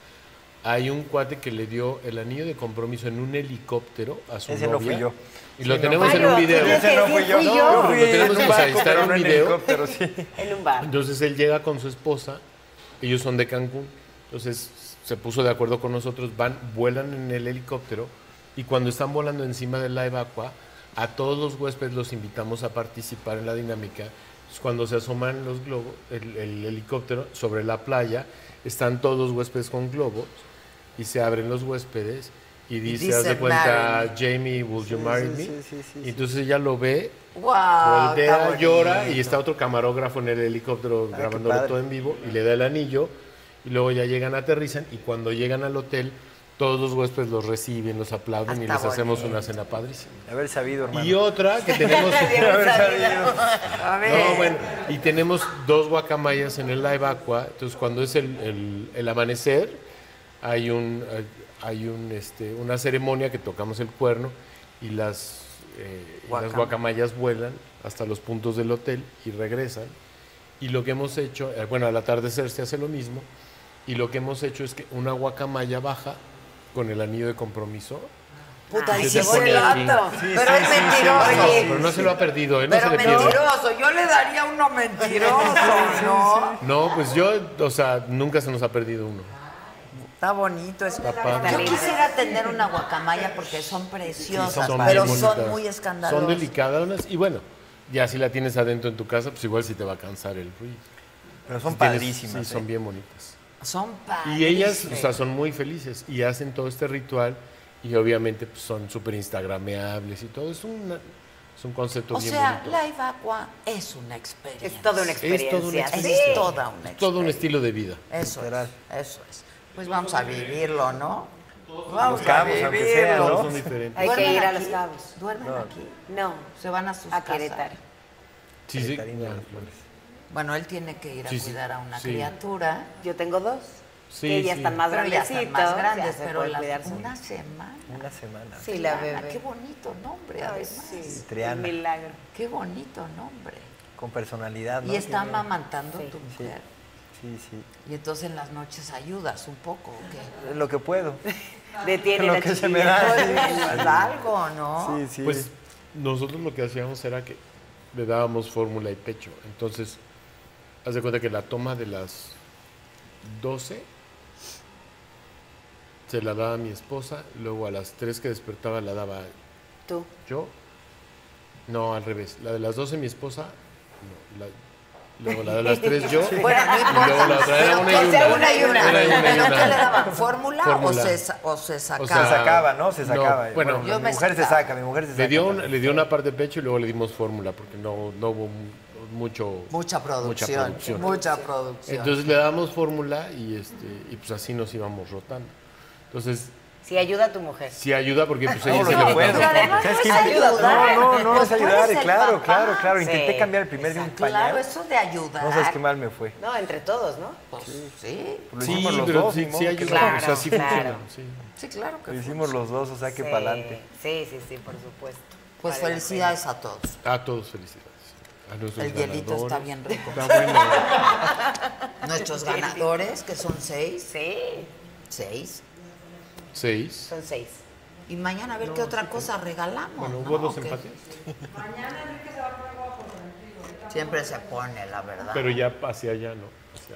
Speaker 4: Hay un cuate que le dio el anillo de compromiso en un helicóptero a su
Speaker 3: Ese
Speaker 4: novia.
Speaker 3: no fui yo.
Speaker 4: Y lo tenemos en
Speaker 5: Ay,
Speaker 4: un
Speaker 5: lo
Speaker 4: video.
Speaker 5: tienes que decir, fui yo.
Speaker 3: Yo fui
Speaker 4: Lo tenemos
Speaker 3: en
Speaker 4: que
Speaker 3: un barco,
Speaker 4: estar
Speaker 3: pero
Speaker 4: en
Speaker 3: no en
Speaker 4: video.
Speaker 3: helicóptero, sí.
Speaker 5: En un bar.
Speaker 4: Entonces él llega con su esposa, ellos son de Cancún, entonces se puso de acuerdo con nosotros, van, vuelan en el helicóptero, Y cuando están volando encima del live aqua, a todos los huéspedes los invitamos a participar en la dinámica. Entonces, cuando se asoman los globos, el, el helicóptero sobre la playa, están todos los huéspedes con globos y se abren los huéspedes y dice, haz de
Speaker 1: dice,
Speaker 4: cuenta,
Speaker 1: "Marry
Speaker 4: Jamie, will you
Speaker 3: Sí,
Speaker 4: marry
Speaker 3: sí,
Speaker 4: me?
Speaker 3: sí, sí, sí,
Speaker 4: Y
Speaker 3: sí.
Speaker 4: entonces ella lo ve,
Speaker 1: ¡Guau!
Speaker 4: voltea,
Speaker 1: Ah, está
Speaker 4: llora y
Speaker 1: bonito.
Speaker 4: está otro camarógrafo en el helicóptero
Speaker 3: Ah, qué
Speaker 4: grabándolo
Speaker 3: padre.
Speaker 4: todo en vivo y le da el anillo y luego ya llegan, aterrizan y cuando llegan al hotel todos los huéspedes los reciben, los aplauden y
Speaker 1: Hasta
Speaker 4: les hacemos
Speaker 1: Ah, bonito.
Speaker 4: una cena padrísima.
Speaker 3: Haber sabido, hermano.
Speaker 4: Y otra que tenemos...
Speaker 1: A ver.
Speaker 4: No, bueno, y tenemos dos guacamayas en el live aqua, entonces cuando es el, el- el amanecer hay un hay- hay un este una ceremonia que tocamos el cuerno y las eh, y las
Speaker 1: Guacama.
Speaker 4: guacamayas vuelan hasta los puntos del hotel y regresan. Y lo que hemos hecho, eh, bueno, al atardecer se hace lo mismo y lo que hemos hecho es que una guacamaya baja con el anillo de compromiso.
Speaker 15: Puta,
Speaker 4: y
Speaker 15: y
Speaker 4: se
Speaker 15: si
Speaker 4: te
Speaker 15: voy
Speaker 4: pone aquí.
Speaker 15: lato.
Speaker 1: pero es mentiroso.
Speaker 15: oye,
Speaker 4: pero no se lo ha perdido, ¿eh? no
Speaker 1: pero
Speaker 4: se le pierde.
Speaker 1: mentiroso. Yo le daría uno mentiroso, ¿no?
Speaker 4: No, pues yo, o sea, nunca se nos ha perdido uno.
Speaker 1: Está bonito. Es...
Speaker 4: Está padre.
Speaker 15: Yo quisiera tener una guacamaya porque son preciosas,
Speaker 4: Son
Speaker 15: pero
Speaker 4: bien
Speaker 15: son
Speaker 4: bonitas.
Speaker 15: muy escandalosas.
Speaker 4: Son delicadas y bueno, ya si la tienes adentro en tu casa, pues igual si te va a cansar el ruido.
Speaker 3: Pero son
Speaker 4: Si tienes-
Speaker 3: padrísimas.
Speaker 4: Sí, son
Speaker 3: ¿eh?
Speaker 4: bien bonitas.
Speaker 15: Son padres.
Speaker 4: Y ellas, o sea, son muy felices y hacen todo este ritual y obviamente pues, son súper instagrameables y todo. Es, una- es un concepto
Speaker 15: O
Speaker 4: bien
Speaker 15: sea,
Speaker 4: bonito.
Speaker 15: Live Aqua es una experiencia.
Speaker 5: Es toda una
Speaker 4: Es
Speaker 5: experiencia.
Speaker 4: todo un,
Speaker 15: Es
Speaker 4: estilo.
Speaker 15: toda una
Speaker 4: Es todo un estilo de vida.
Speaker 1: Eso
Speaker 3: Literal.
Speaker 1: es. Eso es. Pues vamos a vivirlo, ¿no?
Speaker 3: Los
Speaker 1: Vamos a
Speaker 3: cabos, aunque sea,
Speaker 1: vivirlo.
Speaker 4: Todos
Speaker 3: ¿no?
Speaker 4: son diferentes.
Speaker 5: Hay que
Speaker 15: ¿Duermen
Speaker 5: ir a
Speaker 15: aquí?
Speaker 5: los cabos.
Speaker 15: Duermen aquí.
Speaker 5: No,
Speaker 15: Se van a sus
Speaker 5: a
Speaker 15: casas.
Speaker 5: Querétaro.
Speaker 4: Sí, sí.
Speaker 3: Karina,
Speaker 4: Ah,
Speaker 3: Flores.
Speaker 15: Bueno, él tiene que ir a
Speaker 4: Sí, sí.
Speaker 15: cuidar a una
Speaker 4: Sí.
Speaker 15: criatura.
Speaker 5: Yo tengo dos.
Speaker 4: Sí,
Speaker 5: que ya
Speaker 4: sí.
Speaker 5: están más
Speaker 15: Pero ya
Speaker 5: grandecitos.
Speaker 15: están más grandes,
Speaker 5: ya se
Speaker 15: pero
Speaker 5: pueden
Speaker 15: la-
Speaker 5: cuidar solos.
Speaker 15: una semana.
Speaker 3: Una semana.
Speaker 5: Sí, la
Speaker 15: Ana,
Speaker 5: bebé.
Speaker 15: Qué bonito nombre,
Speaker 5: Ay,
Speaker 15: además.
Speaker 5: sí.
Speaker 3: Triana.
Speaker 5: Un milagro.
Speaker 15: Qué bonito nombre.
Speaker 3: Con personalidad, ¿no?
Speaker 15: Y está
Speaker 3: Tiene-
Speaker 15: amamantando
Speaker 5: Sí.
Speaker 15: tu mujer.
Speaker 3: Sí, sí.
Speaker 15: Y entonces en las noches ayudas un poco, ¿o qué?
Speaker 3: Lo que puedo.
Speaker 5: Detiene
Speaker 3: Lo
Speaker 5: la
Speaker 3: que se
Speaker 5: chiquilla.
Speaker 3: me da.
Speaker 1: Es Pues algo, ¿no?
Speaker 3: Sí, sí.
Speaker 4: Pues nosotros lo que hacíamos era que le dábamos fórmula y pecho. Entonces, haz de cuenta que la toma de las 12 se la daba mi esposa, luego a las 3 que despertaba la daba
Speaker 5: Tú.
Speaker 4: yo. No, al revés. La de las 12 mi esposa, no, la- luego la de las 3 yo.
Speaker 1: Bueno, no
Speaker 4: Y luego la
Speaker 1: importa.
Speaker 4: otra era una y
Speaker 1: Pero que sea
Speaker 4: una.
Speaker 1: una y una.
Speaker 4: Era una y
Speaker 1: ¿Pero
Speaker 4: una.
Speaker 1: qué le daban? ¿Fórmula,
Speaker 4: Fórmula.
Speaker 1: O, se, sa- o se sacaba?
Speaker 4: sea,
Speaker 3: se sacaba, ¿no? Se
Speaker 4: ah, no,
Speaker 3: sacaba.
Speaker 4: bueno,
Speaker 3: bueno,
Speaker 4: yo
Speaker 3: mi
Speaker 1: me
Speaker 3: mujer se
Speaker 1: sacaba.
Speaker 3: saca, mi mujer se saca.
Speaker 4: Le dio, una,
Speaker 3: también.
Speaker 4: le dio una parte de pecho y luego le dimos fórmula porque no, no hubo mu- mucho,
Speaker 1: mucha producción. Mucha producción.
Speaker 4: producción. Entonces le damos fórmula y, este, y pues así nos íbamos rotando. Entonces,
Speaker 5: Si ayuda a tu mujer.
Speaker 4: sí ayuda porque pues
Speaker 3: No,
Speaker 4: ella
Speaker 3: lo
Speaker 4: se
Speaker 3: que
Speaker 4: levantaba.
Speaker 3: puedo. ¿Sabes qué? No, no, no, es ayudar, claro, claro, claro. Intenté
Speaker 5: Sí.
Speaker 3: cambiar el primer día un
Speaker 15: Claro,
Speaker 3: pañal.
Speaker 15: eso de ayudar.
Speaker 3: No sabes qué mal me fue.
Speaker 5: No, entre todos, ¿no?
Speaker 15: Pues, sí.
Speaker 3: Lo
Speaker 4: Sí,
Speaker 3: hicimos los
Speaker 4: pero
Speaker 3: dos,
Speaker 4: sí,
Speaker 3: ni
Speaker 4: sí
Speaker 3: modo que
Speaker 4: ayuda.
Speaker 5: Claro,
Speaker 4: o sea, sí
Speaker 5: claro.
Speaker 4: funciona. sí.
Speaker 1: Sí, claro que
Speaker 3: Lo
Speaker 1: fue.
Speaker 3: hicimos los dos, o sea que
Speaker 5: Sí.
Speaker 3: para adelante.
Speaker 5: Sí, sí, sí, por supuesto.
Speaker 1: Pues
Speaker 5: Vale la
Speaker 1: felicidades a todos.
Speaker 4: A todos felicidades. A nuestros
Speaker 1: El hielito está
Speaker 4: ganadores.
Speaker 1: bien rico.
Speaker 4: Está bueno.
Speaker 1: Nuestros ganadores, que son
Speaker 5: pena.
Speaker 1: seis.
Speaker 5: Sí,
Speaker 1: Seis.
Speaker 4: Seis.
Speaker 5: son seis.
Speaker 1: Y mañana a ver qué otra cosa regalamos. ¿no?
Speaker 4: Bueno, hubo dos
Speaker 1: ¿O qué?
Speaker 4: empates,
Speaker 1: Siempre se pone, la verdad.
Speaker 4: pero ya hacia allá no. hacia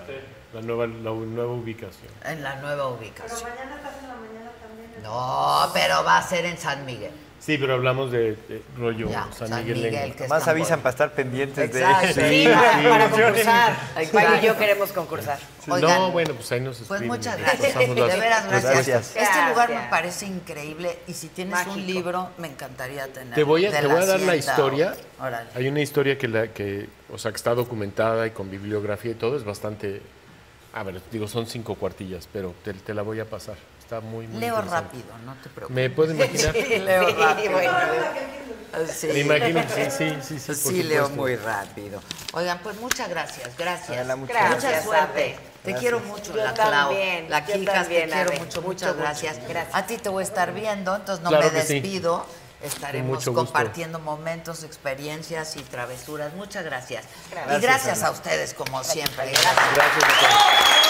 Speaker 4: la, nueva, la nueva ubicación.
Speaker 1: En la nueva ubicación. Pero mañana estás en la mañana también. No, pero va a ser en San Miguel.
Speaker 4: Sí, pero hablamos de, de rollo
Speaker 1: Ya,
Speaker 4: San,
Speaker 1: San
Speaker 4: Miguel,
Speaker 1: Miguel,
Speaker 4: Lenguas.
Speaker 1: que es
Speaker 3: Más
Speaker 1: tan
Speaker 3: avisan
Speaker 1: bonito.
Speaker 3: para estar pendientes de
Speaker 1: Exacto. Sí,
Speaker 5: Sí, para, para concursar. Mario y yo queremos concursar.
Speaker 4: Sí,
Speaker 1: Oigan,
Speaker 4: no, bueno, pues ahí nos
Speaker 1: Pues
Speaker 4: escriben. y
Speaker 1: muchas
Speaker 4: les
Speaker 1: gracias. De
Speaker 4: pasamos las-
Speaker 1: veras,
Speaker 4: las
Speaker 1: gracias.
Speaker 3: respuestas.
Speaker 1: Este lugar me
Speaker 5: Gracias.
Speaker 1: parece increíble y si tienes un
Speaker 5: Mágico.
Speaker 1: libro, me encantaría tener.
Speaker 4: Te voy a,
Speaker 1: de
Speaker 4: te voy a dar la
Speaker 1: hacienda.
Speaker 4: historia.
Speaker 1: Órale.
Speaker 4: Hay una historia que, la, que, o sea, que está documentada y con bibliografía y todo. Es bastante. A ver, digo, son cinco cuartillas, pero te, te la voy a pasar. Está muy, muy.
Speaker 1: Leo
Speaker 4: interesante.
Speaker 1: rápido, no te preocupes.
Speaker 4: ¿Me puedo imaginar?
Speaker 1: Sí, leo
Speaker 5: Sí,
Speaker 1: rápido. Ah,
Speaker 5: bueno.
Speaker 1: Sí,
Speaker 4: Me imagino, sí, sí, sí. Sí, por
Speaker 1: Sí, leo
Speaker 4: supuesto.
Speaker 1: muy rápido. Oigan, pues muchas gracias, gracias.
Speaker 3: Adela, muchas
Speaker 1: Mucha
Speaker 5: gracias.
Speaker 1: suerte.
Speaker 5: Gracias, Abe.
Speaker 1: Te quiero mucho,
Speaker 5: Yo
Speaker 1: la Clau.
Speaker 5: también,
Speaker 1: La
Speaker 5: yo
Speaker 1: Quijas, te
Speaker 5: también,
Speaker 1: quiero
Speaker 5: Abe.
Speaker 1: mucho,
Speaker 5: Mucho,
Speaker 1: muchas
Speaker 5: mucho.
Speaker 1: gracias.
Speaker 5: Gracias.
Speaker 1: A ti te voy a estar viendo, entonces no
Speaker 4: Claro
Speaker 1: me
Speaker 4: que sí.
Speaker 1: despido. Estaremos
Speaker 4: mucho gusto.
Speaker 1: compartiendo momentos, experiencias y travesuras. Muchas gracias.
Speaker 5: Gracias.
Speaker 1: y gracias a ustedes, como siempre. Gracias.
Speaker 3: Gracias a todos.